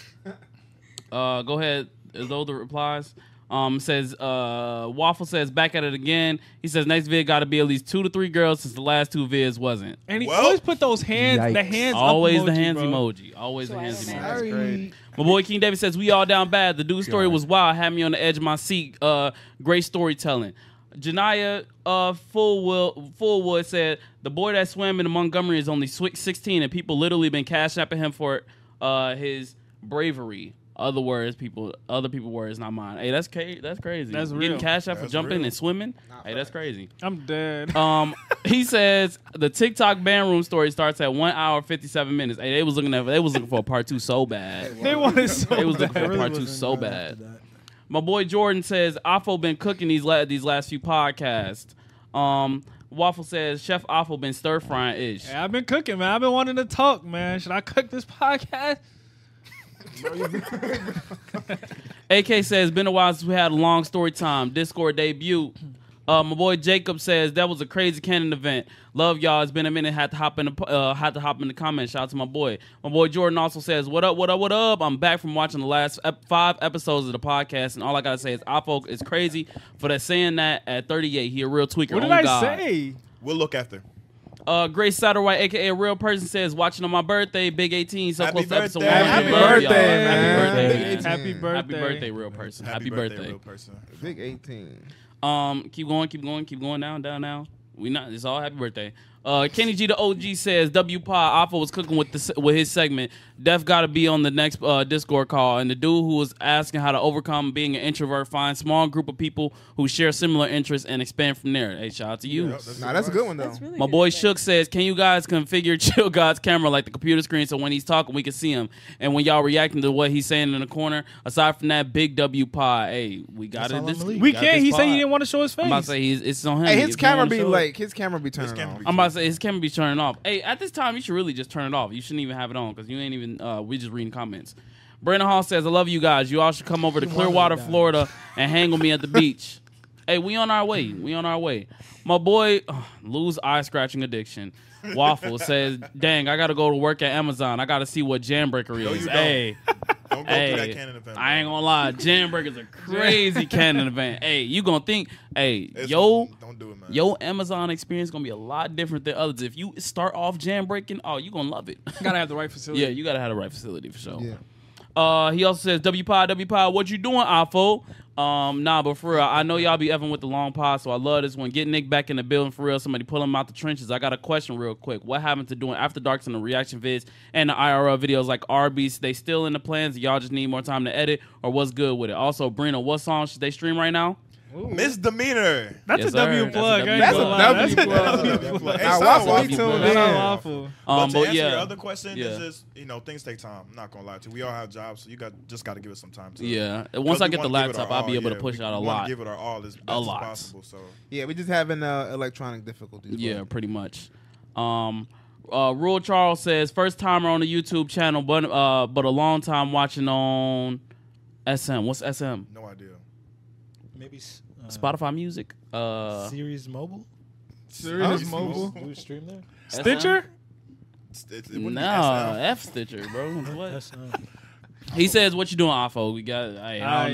[SPEAKER 1] uh, go ahead. Those the replies. Um, says uh, Waffle says back at it again. He says next vid got to be at least two to three girls since the last two vids wasn't.
[SPEAKER 3] And he
[SPEAKER 10] Well,
[SPEAKER 3] always put those hands, the
[SPEAKER 9] yikes.
[SPEAKER 3] hands, up
[SPEAKER 1] Always the
[SPEAKER 3] emoji,
[SPEAKER 1] hands
[SPEAKER 3] bro.
[SPEAKER 1] emoji. Always
[SPEAKER 6] So
[SPEAKER 1] the
[SPEAKER 6] I
[SPEAKER 1] hands
[SPEAKER 6] don't
[SPEAKER 1] emoji.
[SPEAKER 6] matter.
[SPEAKER 1] My boy King David says we all down bad. The dude's story was wild. Had me on the edge of my seat. Uh, great storytelling. Janaya uh, Fullwood, Fullwood said the boy that swam in Montgomery is only swi- 16, and people literally been kidnapping him for uh, his bravery. Other words, people, other people words, not mine. Hey, that's ca- that's crazy.
[SPEAKER 3] That's
[SPEAKER 1] Getting
[SPEAKER 3] real.
[SPEAKER 1] cashed out for
[SPEAKER 10] That's
[SPEAKER 1] jumping
[SPEAKER 10] real.
[SPEAKER 1] and swimming. Hey, that's crazy.
[SPEAKER 3] I'm dead.
[SPEAKER 1] Um, he says the TikTok band room story starts at one hour fifty seven minutes. Hey, they was looking at they was looking for a part two so bad.
[SPEAKER 3] [laughs] they wanted so
[SPEAKER 1] They was
[SPEAKER 3] bad.
[SPEAKER 1] looking for
[SPEAKER 5] Really
[SPEAKER 1] part two
[SPEAKER 5] wasn't
[SPEAKER 1] so
[SPEAKER 5] right after
[SPEAKER 1] bad.
[SPEAKER 5] that.
[SPEAKER 1] My boy Jordan says Afo been cooking these la- these last few podcasts. Um, Waffle says Chef Afo been stir frying ish.
[SPEAKER 3] Yeah, I've been cooking, man. I've been wanting to talk, man. Should I cook this podcast?
[SPEAKER 1] AK says been a while since we had a long story time. Discord debut. Uh, my boy Jacob says that was a crazy cannon event. Love y'all. It's been a minute. Had to hop in. The, uh, had to hop in the comments. Shout out to my boy. My boy Jordan also says, "What up? What up? What up?" I'm back from watching the last ep- five episodes of the podcast, and all I gotta say is, Afo is crazy for that saying that at 38. He a real tweaker.
[SPEAKER 3] What
[SPEAKER 1] on
[SPEAKER 3] did I
[SPEAKER 1] God.
[SPEAKER 3] say?
[SPEAKER 10] We'll look after.
[SPEAKER 1] Uh, Grace Satterwhite, aka a real person, says watching on my birthday, Big 18, so
[SPEAKER 10] Happy
[SPEAKER 1] close to episode
[SPEAKER 10] birthday.
[SPEAKER 1] one.
[SPEAKER 10] Happy
[SPEAKER 1] Love
[SPEAKER 2] birthday,
[SPEAKER 1] y'all.
[SPEAKER 2] man.
[SPEAKER 1] Happy birthday,
[SPEAKER 2] Big
[SPEAKER 1] man.
[SPEAKER 2] 18.
[SPEAKER 3] Happy birthday.
[SPEAKER 1] Happy birthday, real person. Happy, birthday.
[SPEAKER 10] real person.
[SPEAKER 2] Big 18.
[SPEAKER 1] Um, keep going, keep going, keep going down, down, down. We not. It's all happy birthday. Uh, Kenny G the OG says W Pod Alpha was cooking with the se- with his segment. Def got to be on the next uh, Discord call, and the dude who was asking how to overcome being an introvert, find small group of people who share similar interests and expand from there. Hey, shout out to you.
[SPEAKER 10] Yep, that's
[SPEAKER 2] Nah, that's a good one though.
[SPEAKER 6] That's really
[SPEAKER 1] My
[SPEAKER 6] good
[SPEAKER 1] boy
[SPEAKER 6] advice.
[SPEAKER 1] Shook says, "Can you guys configure [laughs] Chill God's camera like the computer screen so when he's talking we can see him, and when y'all reacting to what he's saying in the corner? Aside from that, Big W Pod, hey, we got
[SPEAKER 5] That's
[SPEAKER 1] it.
[SPEAKER 5] all
[SPEAKER 1] This
[SPEAKER 5] I'ma leave.
[SPEAKER 3] We
[SPEAKER 1] got
[SPEAKER 3] can't.
[SPEAKER 1] this
[SPEAKER 3] He said he
[SPEAKER 1] pod.
[SPEAKER 3] didn't want to show his face.
[SPEAKER 1] I'm about to say he's, it's on him.
[SPEAKER 2] Hey,
[SPEAKER 1] If
[SPEAKER 2] his
[SPEAKER 1] you
[SPEAKER 2] camera
[SPEAKER 1] wanna
[SPEAKER 2] be
[SPEAKER 1] show it.
[SPEAKER 2] like his camera be turning
[SPEAKER 10] camera
[SPEAKER 2] off.
[SPEAKER 10] be-
[SPEAKER 1] I'm about to say his camera be turning off. Hey, at this time you should really just turn it off. You shouldn't even have it on because you ain't even. Uh, we just reading comments. Brandon Hall says, "I love you guys. You all should come over to Clearwater, Florida, and hang with
[SPEAKER 10] [laughs]
[SPEAKER 1] me at the beach." Hey, we on our way. We on our way. My boy, ugh, lose eye scratching addiction. Waffle says, "Dang, I gotta go to work at Amazon. I gotta see what Jambreaker
[SPEAKER 10] No,
[SPEAKER 1] is."
[SPEAKER 10] you don't.
[SPEAKER 1] hey,
[SPEAKER 10] Don't go
[SPEAKER 1] hey,
[SPEAKER 10] through that canon event.
[SPEAKER 1] I ain't
[SPEAKER 10] bro.
[SPEAKER 1] gonna lie.
[SPEAKER 10] [laughs]
[SPEAKER 1] Jambreaker's a crazy cannon event. Hey, you gonna think? Hey,
[SPEAKER 10] It's-
[SPEAKER 1] yo,
[SPEAKER 10] don't do it, man.
[SPEAKER 1] Yo, Amazon experience gonna be a lot different than others. If you start off jam breaking, oh, you gonna love it. [laughs]
[SPEAKER 3] gotta have the right facility.
[SPEAKER 1] yeah, you gotta have the right facility for sure. Uh, he also says, "W Pod, W Pod, what you doing, Afo?" Um, nah, but for real, I know y'all be effing with the long pod, so I love this one. Get Nick back in the building for real. Somebody pull him out the trenches. I got a question real quick. What happened to doing after darks and the reaction vids and the IRL videos like Arby's? They still in the plans? Y'all just need more time to edit, or what's good with it? Also, Brina, what song should they stream right now?
[SPEAKER 10] Misdemeanor.
[SPEAKER 3] That's
[SPEAKER 1] Yes,
[SPEAKER 3] a W
[SPEAKER 1] sir. That's a
[SPEAKER 3] plug. I ain't
[SPEAKER 1] That's a
[SPEAKER 3] gonna lie.
[SPEAKER 2] W
[SPEAKER 3] That's a
[SPEAKER 2] plug.
[SPEAKER 3] W
[SPEAKER 10] Hey,
[SPEAKER 3] plug.
[SPEAKER 2] Nah,
[SPEAKER 10] shout
[SPEAKER 2] watch
[SPEAKER 10] out
[SPEAKER 2] what
[SPEAKER 10] to
[SPEAKER 2] he
[SPEAKER 1] Waffle,
[SPEAKER 2] tuned
[SPEAKER 1] man.
[SPEAKER 3] Shout out
[SPEAKER 2] in.
[SPEAKER 3] Waffle.
[SPEAKER 1] Um,
[SPEAKER 10] but to
[SPEAKER 1] but,
[SPEAKER 10] answer
[SPEAKER 1] yeah,
[SPEAKER 10] your other question,
[SPEAKER 1] Yeah.
[SPEAKER 10] it's just you know things take time. I'm not gonna lie to you. We all have jobs, so you got just got to give it some time. To
[SPEAKER 1] Yeah. Once I get the laptop, I'll be able to push out a lot.
[SPEAKER 10] Give it our all as best
[SPEAKER 1] A
[SPEAKER 10] as
[SPEAKER 1] lot.
[SPEAKER 10] possible. So
[SPEAKER 2] Yeah, we just having uh, electronic difficulties.
[SPEAKER 1] Yeah, pretty much. Um, uh, Rule Charles says first timer on the YouTube channel, but uh, but a long time watching on SM. What's SM?
[SPEAKER 10] no idea.
[SPEAKER 5] Maybe s- uh,
[SPEAKER 1] Spotify Music. Uh,
[SPEAKER 5] Series Mobile.
[SPEAKER 10] Huh?
[SPEAKER 5] Do we stream there?
[SPEAKER 3] Stitcher?
[SPEAKER 10] It's- it's- it
[SPEAKER 1] SM?
[SPEAKER 10] wouldn't be
[SPEAKER 1] Nah,
[SPEAKER 10] SL.
[SPEAKER 1] F Stitcher, bro. What?
[SPEAKER 5] That's uh,
[SPEAKER 1] He says, "What you doing, Afo? We got. I, I don't
[SPEAKER 3] Aight.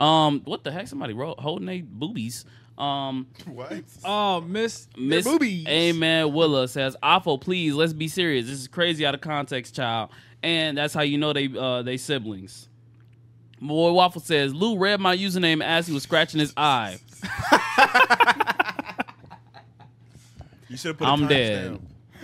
[SPEAKER 1] know. Um, what the heck? Somebody wrote holding they boobies. Um,
[SPEAKER 10] [laughs] What?
[SPEAKER 3] Oh, Miss.
[SPEAKER 1] Miss
[SPEAKER 2] boobies.
[SPEAKER 1] Amen Willa says, "Afo, please, let's be serious. This is crazy out of context, child." And that's how you know they uh, they siblings. My Boy Waffle says, "Lou read my username as he was scratching his eye."
[SPEAKER 10] You should have put. a
[SPEAKER 1] I'm
[SPEAKER 10] timestamp.
[SPEAKER 1] dead.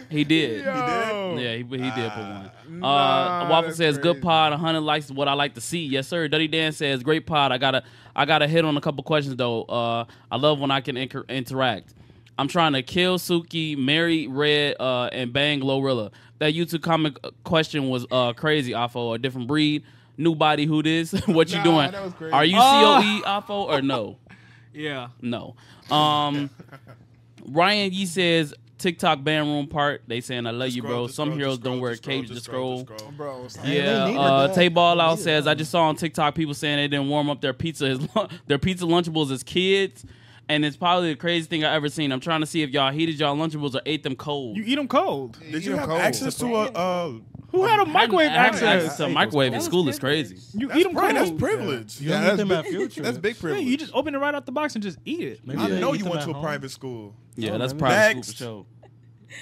[SPEAKER 1] He did.
[SPEAKER 10] Yo.
[SPEAKER 1] Yeah, he, he did put one. uh,
[SPEAKER 2] Ah, Nah,
[SPEAKER 1] Waffle
[SPEAKER 2] that's
[SPEAKER 1] says, "Good
[SPEAKER 2] crazy.
[SPEAKER 1] pod, 100 likes is what I like to see." Yes, sir. Duddy Dan says, "Great pod. I gotta, I gotta hit on a couple questions though. Uh, I love when I can inter- interact. I'm trying to kill Suki, marry Red, uh, and bang Glorilla. That YouTube comment uh, question was uh crazy. Afo, a different breed, new body. Who this? [laughs] what you
[SPEAKER 2] Nah,
[SPEAKER 1] doing?
[SPEAKER 2] that was crazy.
[SPEAKER 1] Are you
[SPEAKER 3] Oh.
[SPEAKER 1] COE Afo or no?"
[SPEAKER 3] Yeah.
[SPEAKER 1] No. Um, Ryan Yee says TikTok band room part. They saying I love you,
[SPEAKER 10] Scroll,
[SPEAKER 1] bro.
[SPEAKER 10] just
[SPEAKER 1] Some
[SPEAKER 10] scroll,
[SPEAKER 1] heroes
[SPEAKER 10] just scroll,
[SPEAKER 1] don't wear
[SPEAKER 10] just scroll,
[SPEAKER 1] capes.
[SPEAKER 10] just
[SPEAKER 1] Just scroll.
[SPEAKER 10] just scroll.
[SPEAKER 2] bro. stop.
[SPEAKER 1] Yeah.
[SPEAKER 5] They need
[SPEAKER 1] Uh,
[SPEAKER 5] that.
[SPEAKER 1] Tay Ball
[SPEAKER 5] They
[SPEAKER 1] out
[SPEAKER 5] need
[SPEAKER 1] says
[SPEAKER 5] that.
[SPEAKER 1] I just saw on TikTok people saying they didn't warm up their pizza as [laughs] lu- their pizza lunchables as kids. And it's probably the craziest thing I ever seen. I'm trying to see if y'all heated y'all lunchables or ate them cold.
[SPEAKER 3] You eat them cold.
[SPEAKER 10] Did you
[SPEAKER 2] Eat 'em
[SPEAKER 10] have
[SPEAKER 2] cold.
[SPEAKER 10] access to a? Uh,
[SPEAKER 3] Who had a microwave
[SPEAKER 1] Having
[SPEAKER 3] access?
[SPEAKER 1] to a
[SPEAKER 2] That
[SPEAKER 1] microwave in
[SPEAKER 6] was
[SPEAKER 1] school is
[SPEAKER 6] privilege.
[SPEAKER 1] crazy.
[SPEAKER 3] You
[SPEAKER 10] that's
[SPEAKER 3] eat them
[SPEAKER 10] right. That's
[SPEAKER 3] cold.
[SPEAKER 10] privilege.
[SPEAKER 5] you don't
[SPEAKER 2] Yeah,
[SPEAKER 5] need them
[SPEAKER 2] that's
[SPEAKER 5] at
[SPEAKER 2] big-
[SPEAKER 5] future.
[SPEAKER 2] That's big
[SPEAKER 3] Yeah,
[SPEAKER 2] privilege.
[SPEAKER 3] you just open it right out the box and just eat it.
[SPEAKER 5] Maybe
[SPEAKER 10] I
[SPEAKER 5] they
[SPEAKER 10] know
[SPEAKER 5] eat
[SPEAKER 10] you
[SPEAKER 5] them
[SPEAKER 10] went
[SPEAKER 5] at
[SPEAKER 10] to a
[SPEAKER 5] home.
[SPEAKER 10] private school.
[SPEAKER 1] Yeah,
[SPEAKER 5] Oh,
[SPEAKER 1] that's
[SPEAKER 5] man.
[SPEAKER 1] private
[SPEAKER 10] Next.
[SPEAKER 1] school for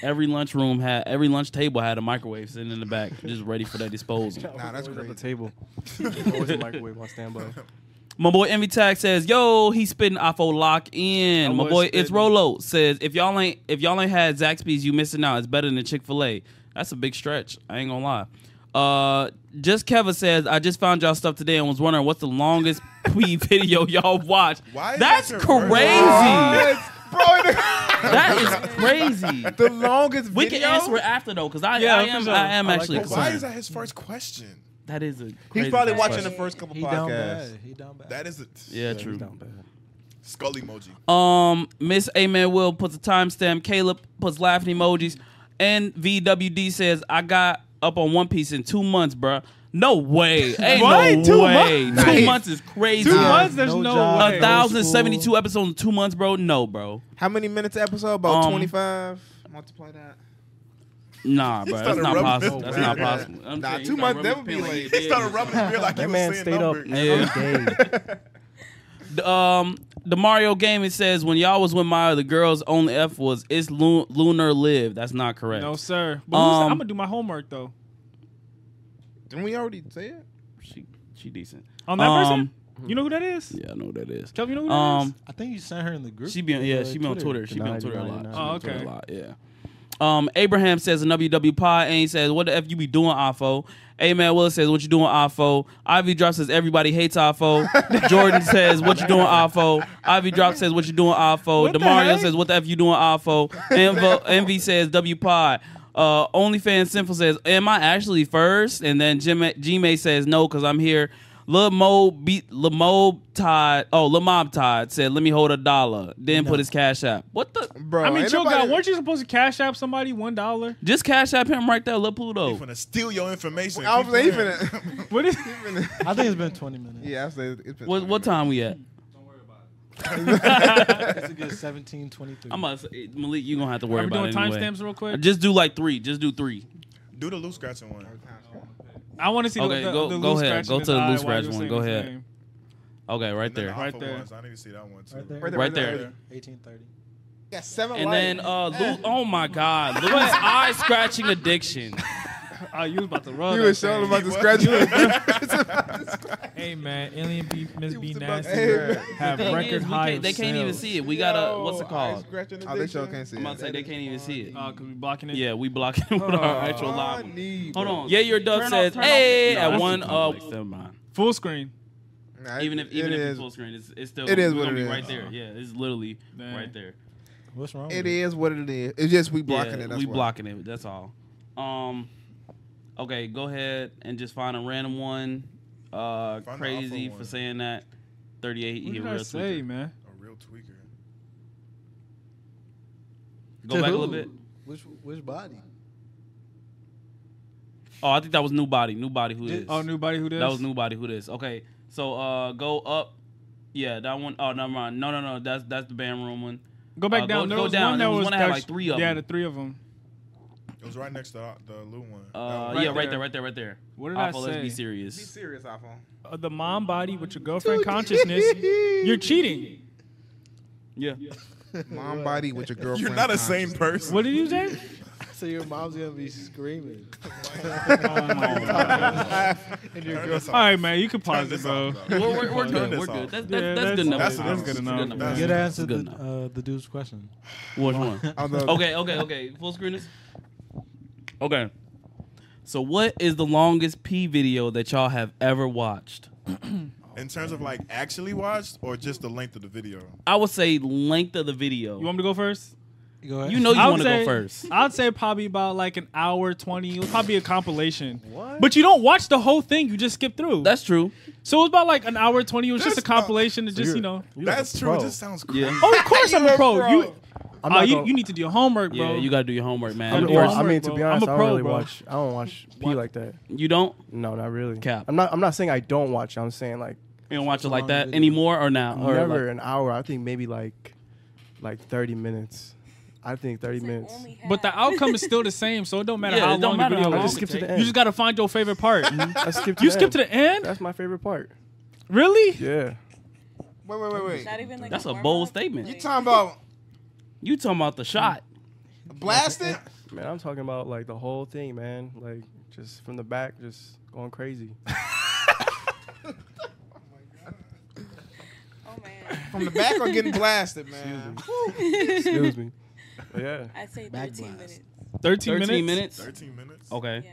[SPEAKER 1] sure. Every lunchroom had every lunch table had a microwave sitting in the back, just ready for their
[SPEAKER 5] [laughs]
[SPEAKER 1] disposal.
[SPEAKER 2] Nah, that's
[SPEAKER 9] Always at the
[SPEAKER 2] crazy.
[SPEAKER 9] table. Always [laughs] a microwave on standby.
[SPEAKER 1] My boy Envy Tag says, "Yo, he's spitting Afo lock in." My
[SPEAKER 3] was
[SPEAKER 1] boy It's
[SPEAKER 3] spitting.
[SPEAKER 1] Rolo says, "If y'all ain't if y'all ain't had Zaxby's, you missing out. It's better than Chick Fil A. That's a big stretch. I ain't gonna lie." Uh, just Keva says, "I just found y'all stuff today and was wondering what's the longest pee video y'all watched."
[SPEAKER 10] Why is
[SPEAKER 1] That's
[SPEAKER 10] that your
[SPEAKER 1] crazy.
[SPEAKER 2] Yes, bro.
[SPEAKER 1] that is crazy.
[SPEAKER 3] [laughs]
[SPEAKER 2] The, the longest
[SPEAKER 1] We
[SPEAKER 2] video.
[SPEAKER 1] can answer it after though, because I,
[SPEAKER 3] Yeah,
[SPEAKER 1] I
[SPEAKER 3] for
[SPEAKER 1] am
[SPEAKER 3] sure.
[SPEAKER 1] I am
[SPEAKER 3] I like
[SPEAKER 1] actually
[SPEAKER 10] But why
[SPEAKER 1] concerned.
[SPEAKER 10] is that his first question?
[SPEAKER 1] that is a. Crazy
[SPEAKER 2] He's probably
[SPEAKER 1] ass
[SPEAKER 2] watching
[SPEAKER 1] question.
[SPEAKER 2] the first couple
[SPEAKER 5] He down
[SPEAKER 2] podcasts.
[SPEAKER 5] bad. He down bad.
[SPEAKER 10] That is a
[SPEAKER 1] Yeah, true.
[SPEAKER 10] skull emoji.
[SPEAKER 1] Um, Miss Amen Will puts a timestamp. Caleb puts laughing emojis. And VWD says, I got up on One Piece in two months, bruh. No way. Ain't no
[SPEAKER 3] What? Two
[SPEAKER 1] way.
[SPEAKER 3] months?
[SPEAKER 1] Two
[SPEAKER 2] Nice.
[SPEAKER 1] months is crazy.
[SPEAKER 3] Two
[SPEAKER 2] Nah,
[SPEAKER 3] months? There's no,
[SPEAKER 5] no job.
[SPEAKER 3] way.
[SPEAKER 1] A thousand
[SPEAKER 5] school.
[SPEAKER 1] seventy-two episodes in two months, bro. No, bro.
[SPEAKER 2] How many minutes episode? About
[SPEAKER 1] Um,
[SPEAKER 2] 25. Multiply that.
[SPEAKER 1] Nah, bro. That's
[SPEAKER 10] started
[SPEAKER 1] not
[SPEAKER 10] rubbing
[SPEAKER 1] possible.
[SPEAKER 10] his
[SPEAKER 1] That's
[SPEAKER 10] beard.
[SPEAKER 1] not possible. I'm
[SPEAKER 2] Nah,
[SPEAKER 1] saying he
[SPEAKER 2] two
[SPEAKER 1] started
[SPEAKER 2] months, that
[SPEAKER 1] rubbing
[SPEAKER 2] would be
[SPEAKER 1] his
[SPEAKER 2] like-
[SPEAKER 1] beard
[SPEAKER 10] He started rubbing his beard like he
[SPEAKER 9] That
[SPEAKER 10] was
[SPEAKER 9] man
[SPEAKER 10] saying
[SPEAKER 9] stayed up
[SPEAKER 10] numbers.
[SPEAKER 9] every day.
[SPEAKER 1] [laughs] The, um, the Mario game it says when y'all was with Mario, the girl's only F was it's lu- lunar live. That's not correct.
[SPEAKER 3] No, sir. But who's-
[SPEAKER 1] Um,
[SPEAKER 3] I'm gonna do my homework though.
[SPEAKER 2] Didn't we already say it?
[SPEAKER 1] she she decent.
[SPEAKER 3] On that
[SPEAKER 1] Um,
[SPEAKER 3] person, you know who that is?
[SPEAKER 1] Yeah, I know what that is.
[SPEAKER 3] Kelvin, you know who that is?
[SPEAKER 1] Um,
[SPEAKER 5] I think you sent her in the group.
[SPEAKER 1] she be on, yeah,
[SPEAKER 5] uh,
[SPEAKER 1] she be on Twitter. She be on
[SPEAKER 9] Denied,
[SPEAKER 1] Twitter a
[SPEAKER 9] denied,
[SPEAKER 1] lot. She
[SPEAKER 9] denied.
[SPEAKER 1] be on
[SPEAKER 3] Oh,
[SPEAKER 1] Twitter
[SPEAKER 3] okay.
[SPEAKER 1] a lot. Yeah. Um, Abraham says in WW Pod, and he says, "What the f you be doing, Afo?" Amen. Willis says, "What you doing, Afo?" Ivy Drop says, "Everybody hates
[SPEAKER 3] [laughs]
[SPEAKER 1] Afo." Jordan says, "What you doing, Afo?" Ivy Drop says, "What you doing, Afo?"
[SPEAKER 3] What the
[SPEAKER 1] Demario
[SPEAKER 3] heck?
[SPEAKER 1] says, "What the f you doing, Afo?" Envo, Envy says, "W Pod." Uh, OnlyFans Sinful says, "Am I actually first? And then Jim Gmay says, "No, because I'm here." Lil Mo beat Lil Mo Todd. Oh, Lil Mob Todd said, "Let me hold a dollar." Then put his cash app. What the?
[SPEAKER 2] Bro,
[SPEAKER 3] I mean,
[SPEAKER 2] ain't
[SPEAKER 3] chill,
[SPEAKER 2] nobody-
[SPEAKER 3] God. Weren't you supposed to cash app somebody one dollar? [laughs]
[SPEAKER 1] Just cash app him right there, Lil Pluto.
[SPEAKER 10] He finna steal your information.
[SPEAKER 2] I was
[SPEAKER 10] Keep
[SPEAKER 2] even
[SPEAKER 10] playing.
[SPEAKER 3] What is?
[SPEAKER 5] I think it's been 20 minutes.
[SPEAKER 2] Yeah, I said it's been
[SPEAKER 1] What what time we at?
[SPEAKER 5] [laughs] It's a good 17, 23.
[SPEAKER 1] I'm about to say, Malik. You gonna have to
[SPEAKER 3] Are
[SPEAKER 1] worry
[SPEAKER 3] we
[SPEAKER 1] about
[SPEAKER 3] doing
[SPEAKER 1] it anyway.
[SPEAKER 3] timestamps real quick?
[SPEAKER 1] Just do like three. Just do three.
[SPEAKER 10] Do the loose scratching one.
[SPEAKER 3] I want to see
[SPEAKER 1] Okay,
[SPEAKER 3] the, the,
[SPEAKER 1] go-
[SPEAKER 3] the
[SPEAKER 1] go
[SPEAKER 3] loose
[SPEAKER 1] ahead.
[SPEAKER 3] scratch
[SPEAKER 1] Go to
[SPEAKER 3] in his
[SPEAKER 1] the
[SPEAKER 3] eye
[SPEAKER 1] loose
[SPEAKER 3] while
[SPEAKER 1] scratch
[SPEAKER 3] you
[SPEAKER 1] one.
[SPEAKER 3] sing
[SPEAKER 1] Go
[SPEAKER 3] his
[SPEAKER 1] ahead.
[SPEAKER 3] name.
[SPEAKER 1] Okay, right
[SPEAKER 10] And then the
[SPEAKER 1] there.
[SPEAKER 3] Right
[SPEAKER 10] alpha
[SPEAKER 3] there.
[SPEAKER 10] Ones. I need to see that one too.
[SPEAKER 5] Right there.
[SPEAKER 2] Right there.
[SPEAKER 1] Right there.
[SPEAKER 5] 1830.
[SPEAKER 2] Yeah, seven
[SPEAKER 1] And then uh, Lu- oh my God, Louis eye scratching addiction.
[SPEAKER 3] Oh, [laughs] you was about to run.
[SPEAKER 2] you was showing about to scratch [laughs]
[SPEAKER 1] [laughs]
[SPEAKER 3] Hey man, Alien B, Miss B
[SPEAKER 2] about to-
[SPEAKER 3] Nasty
[SPEAKER 2] Hey,
[SPEAKER 3] have
[SPEAKER 1] Thing
[SPEAKER 3] record
[SPEAKER 1] is, we
[SPEAKER 3] high.
[SPEAKER 1] can't- they can't even see it. We got to what's it called?
[SPEAKER 2] Oh, they sure can't see
[SPEAKER 1] I'm about
[SPEAKER 2] it.
[SPEAKER 1] to say they can't even see it.
[SPEAKER 3] Oh, cause we blocking it.
[SPEAKER 1] Yeah, we blocking it [laughs] with our actual live. one.
[SPEAKER 2] Hold
[SPEAKER 1] Hold on. Yeah, your dub says hey at one uh never mind.
[SPEAKER 3] Full screen.
[SPEAKER 1] Even if even if
[SPEAKER 2] it
[SPEAKER 1] it's
[SPEAKER 2] is,
[SPEAKER 1] full screen, it's, it's still
[SPEAKER 2] it is
[SPEAKER 1] we're
[SPEAKER 2] what
[SPEAKER 1] gonna
[SPEAKER 2] it
[SPEAKER 1] be
[SPEAKER 2] is.
[SPEAKER 1] right there. Yeah, it's literally
[SPEAKER 3] Dang.
[SPEAKER 1] right there.
[SPEAKER 5] What's wrong
[SPEAKER 2] it
[SPEAKER 5] with it?
[SPEAKER 2] is what it is. It's just we blocking
[SPEAKER 1] Yeah,
[SPEAKER 2] it. That's
[SPEAKER 1] we
[SPEAKER 2] why.
[SPEAKER 1] blocking it. That's all. Um, okay, go ahead and just find a random one. Uh,
[SPEAKER 10] Find the
[SPEAKER 1] crazy
[SPEAKER 10] awful
[SPEAKER 1] for
[SPEAKER 10] one.
[SPEAKER 1] saying that. Thirty-eight.
[SPEAKER 3] What
[SPEAKER 1] he a
[SPEAKER 3] did I
[SPEAKER 1] real
[SPEAKER 3] say,
[SPEAKER 1] tweaker.
[SPEAKER 3] man?
[SPEAKER 10] [laughs] A real tweaker.
[SPEAKER 1] Go
[SPEAKER 5] To
[SPEAKER 1] back
[SPEAKER 5] who?
[SPEAKER 1] a little bit.
[SPEAKER 5] Which, which body?
[SPEAKER 1] Oh, I think that was new body. New body. Who this?
[SPEAKER 3] Oh, new body who this?
[SPEAKER 1] That was new body. Who this? Okay, so uh, go up. Yeah, that one oh never mind. No, no, no. That's that's the band room one.
[SPEAKER 3] Go back
[SPEAKER 1] Uh,
[SPEAKER 3] down.
[SPEAKER 1] go-
[SPEAKER 3] there
[SPEAKER 1] go
[SPEAKER 3] was
[SPEAKER 1] down.
[SPEAKER 3] one that
[SPEAKER 1] There was
[SPEAKER 3] was
[SPEAKER 1] one that had,
[SPEAKER 3] actu-
[SPEAKER 1] like, three of
[SPEAKER 3] Yeah,
[SPEAKER 1] them.
[SPEAKER 3] the three of them.
[SPEAKER 10] It was right next to the, the Lou one.
[SPEAKER 1] Uh,
[SPEAKER 10] That
[SPEAKER 1] yeah,
[SPEAKER 10] one.
[SPEAKER 1] right there, right there, right there.
[SPEAKER 3] What did I
[SPEAKER 1] Alpha, Let's be
[SPEAKER 3] say?
[SPEAKER 2] Be
[SPEAKER 1] serious.
[SPEAKER 2] serious, iPhone.
[SPEAKER 3] Uh, the mom body with your girlfriend consciousness. You're cheating.
[SPEAKER 1] Yeah.
[SPEAKER 2] Mom body with your girlfriend.
[SPEAKER 10] You're not a sane
[SPEAKER 2] conscious.
[SPEAKER 10] person.
[SPEAKER 2] [laughs]
[SPEAKER 3] What did you
[SPEAKER 1] [laughs]
[SPEAKER 3] say?
[SPEAKER 5] So your mom's going to be screaming.
[SPEAKER 1] Oh,
[SPEAKER 5] and your
[SPEAKER 10] Turn
[SPEAKER 5] girl.
[SPEAKER 10] this
[SPEAKER 3] All
[SPEAKER 10] off.
[SPEAKER 3] right, man, you can
[SPEAKER 10] Turn
[SPEAKER 3] pause it,
[SPEAKER 10] this
[SPEAKER 3] bro.
[SPEAKER 10] off,
[SPEAKER 1] We're,
[SPEAKER 10] bro.
[SPEAKER 1] we're, we're
[SPEAKER 10] Turn
[SPEAKER 1] good.
[SPEAKER 10] this
[SPEAKER 1] We're
[SPEAKER 10] off.
[SPEAKER 1] good. That's, that's,
[SPEAKER 3] Yeah,
[SPEAKER 1] that's,
[SPEAKER 3] that's-
[SPEAKER 1] good enough.
[SPEAKER 10] that's- that's
[SPEAKER 1] It's
[SPEAKER 10] good
[SPEAKER 1] it's
[SPEAKER 10] enough.
[SPEAKER 1] It's
[SPEAKER 10] That's
[SPEAKER 5] Good answer
[SPEAKER 1] good
[SPEAKER 5] the,
[SPEAKER 1] enough.
[SPEAKER 5] uh, the dude's question.
[SPEAKER 1] Which one? [laughs]
[SPEAKER 2] Although-
[SPEAKER 1] Okay, okay, okay. Full screen this. Okay. So what is the longest P video that y'all have ever watched?
[SPEAKER 10] In terms of like actually watched or just the length of the video?
[SPEAKER 1] I would say length of the video.
[SPEAKER 3] You want me to go first?
[SPEAKER 5] Go ahead.
[SPEAKER 1] You know you
[SPEAKER 3] I
[SPEAKER 1] want
[SPEAKER 3] would
[SPEAKER 1] to go
[SPEAKER 3] say-
[SPEAKER 1] first.
[SPEAKER 3] I'd say probably about like an hour twenty. It was probably a compilation. What? But you don't watch the whole thing. You just skip through.
[SPEAKER 1] That's
[SPEAKER 3] [laughs]
[SPEAKER 1] true.
[SPEAKER 3] so it was about like an hour twenty. It was just a
[SPEAKER 10] That's not-
[SPEAKER 3] compilation. It just you know.
[SPEAKER 10] That's true. It just sounds crazy.
[SPEAKER 1] Yeah.
[SPEAKER 3] Oh, of course I'm a pro. You,
[SPEAKER 9] I'm
[SPEAKER 3] uh,
[SPEAKER 9] not
[SPEAKER 3] you,
[SPEAKER 9] gonna-
[SPEAKER 3] you need to do your homework, bro.
[SPEAKER 1] Yeah, you gotta do your homework, man.
[SPEAKER 3] I'm
[SPEAKER 9] I'm,
[SPEAKER 3] a
[SPEAKER 9] well,
[SPEAKER 3] pro,
[SPEAKER 9] I mean, to
[SPEAKER 3] bro.
[SPEAKER 9] be
[SPEAKER 3] I'm
[SPEAKER 9] honest,
[SPEAKER 3] a
[SPEAKER 9] I
[SPEAKER 3] pro,
[SPEAKER 9] don't really
[SPEAKER 3] bro.
[SPEAKER 9] watch. I don't watch P like that.
[SPEAKER 1] You don't
[SPEAKER 9] No, not really.
[SPEAKER 1] Cap.
[SPEAKER 9] I'm not. I'm not saying I don't watch. I'm saying like
[SPEAKER 1] you don't watch it like
[SPEAKER 5] long
[SPEAKER 1] that
[SPEAKER 5] video.
[SPEAKER 1] anymore or now or
[SPEAKER 9] never
[SPEAKER 1] like-
[SPEAKER 9] an hour. I think maybe like like 30 minutes. I think 30 minutes.
[SPEAKER 3] But the
[SPEAKER 6] [laughs]
[SPEAKER 3] outcome is still the same, so it don't matter
[SPEAKER 1] Yeah,
[SPEAKER 3] how
[SPEAKER 1] it don't
[SPEAKER 3] long
[SPEAKER 1] matter
[SPEAKER 3] the
[SPEAKER 1] how
[SPEAKER 3] video
[SPEAKER 1] long
[SPEAKER 3] is.
[SPEAKER 1] it Mm-hmm.
[SPEAKER 9] Skip to the
[SPEAKER 3] You
[SPEAKER 9] end.
[SPEAKER 3] just gotta find your favorite part.
[SPEAKER 9] I skip
[SPEAKER 3] [laughs]
[SPEAKER 9] to
[SPEAKER 3] you
[SPEAKER 9] the
[SPEAKER 3] skip to
[SPEAKER 9] end.
[SPEAKER 3] the end?
[SPEAKER 9] That's my favorite part.
[SPEAKER 3] Really?
[SPEAKER 9] Yeah.
[SPEAKER 2] Wait, wait, wait, wait.
[SPEAKER 6] Not even like
[SPEAKER 1] That's a
[SPEAKER 6] warm-up?
[SPEAKER 1] bold statement.
[SPEAKER 2] You talking about
[SPEAKER 1] you talking about the shot.
[SPEAKER 2] blasted?
[SPEAKER 9] Man, I'm talking about like the whole thing, man. Like just from the back, just going crazy.
[SPEAKER 6] Oh man,
[SPEAKER 2] From the back or getting blasted, man?
[SPEAKER 6] [laughs]
[SPEAKER 9] Excuse me. But yeah.
[SPEAKER 6] I say
[SPEAKER 5] Back
[SPEAKER 6] 13
[SPEAKER 5] blast.
[SPEAKER 6] minutes.
[SPEAKER 3] 13,
[SPEAKER 1] 13
[SPEAKER 3] minutes?
[SPEAKER 1] minutes.
[SPEAKER 10] 13 minutes.
[SPEAKER 1] Okay.
[SPEAKER 6] Yeah,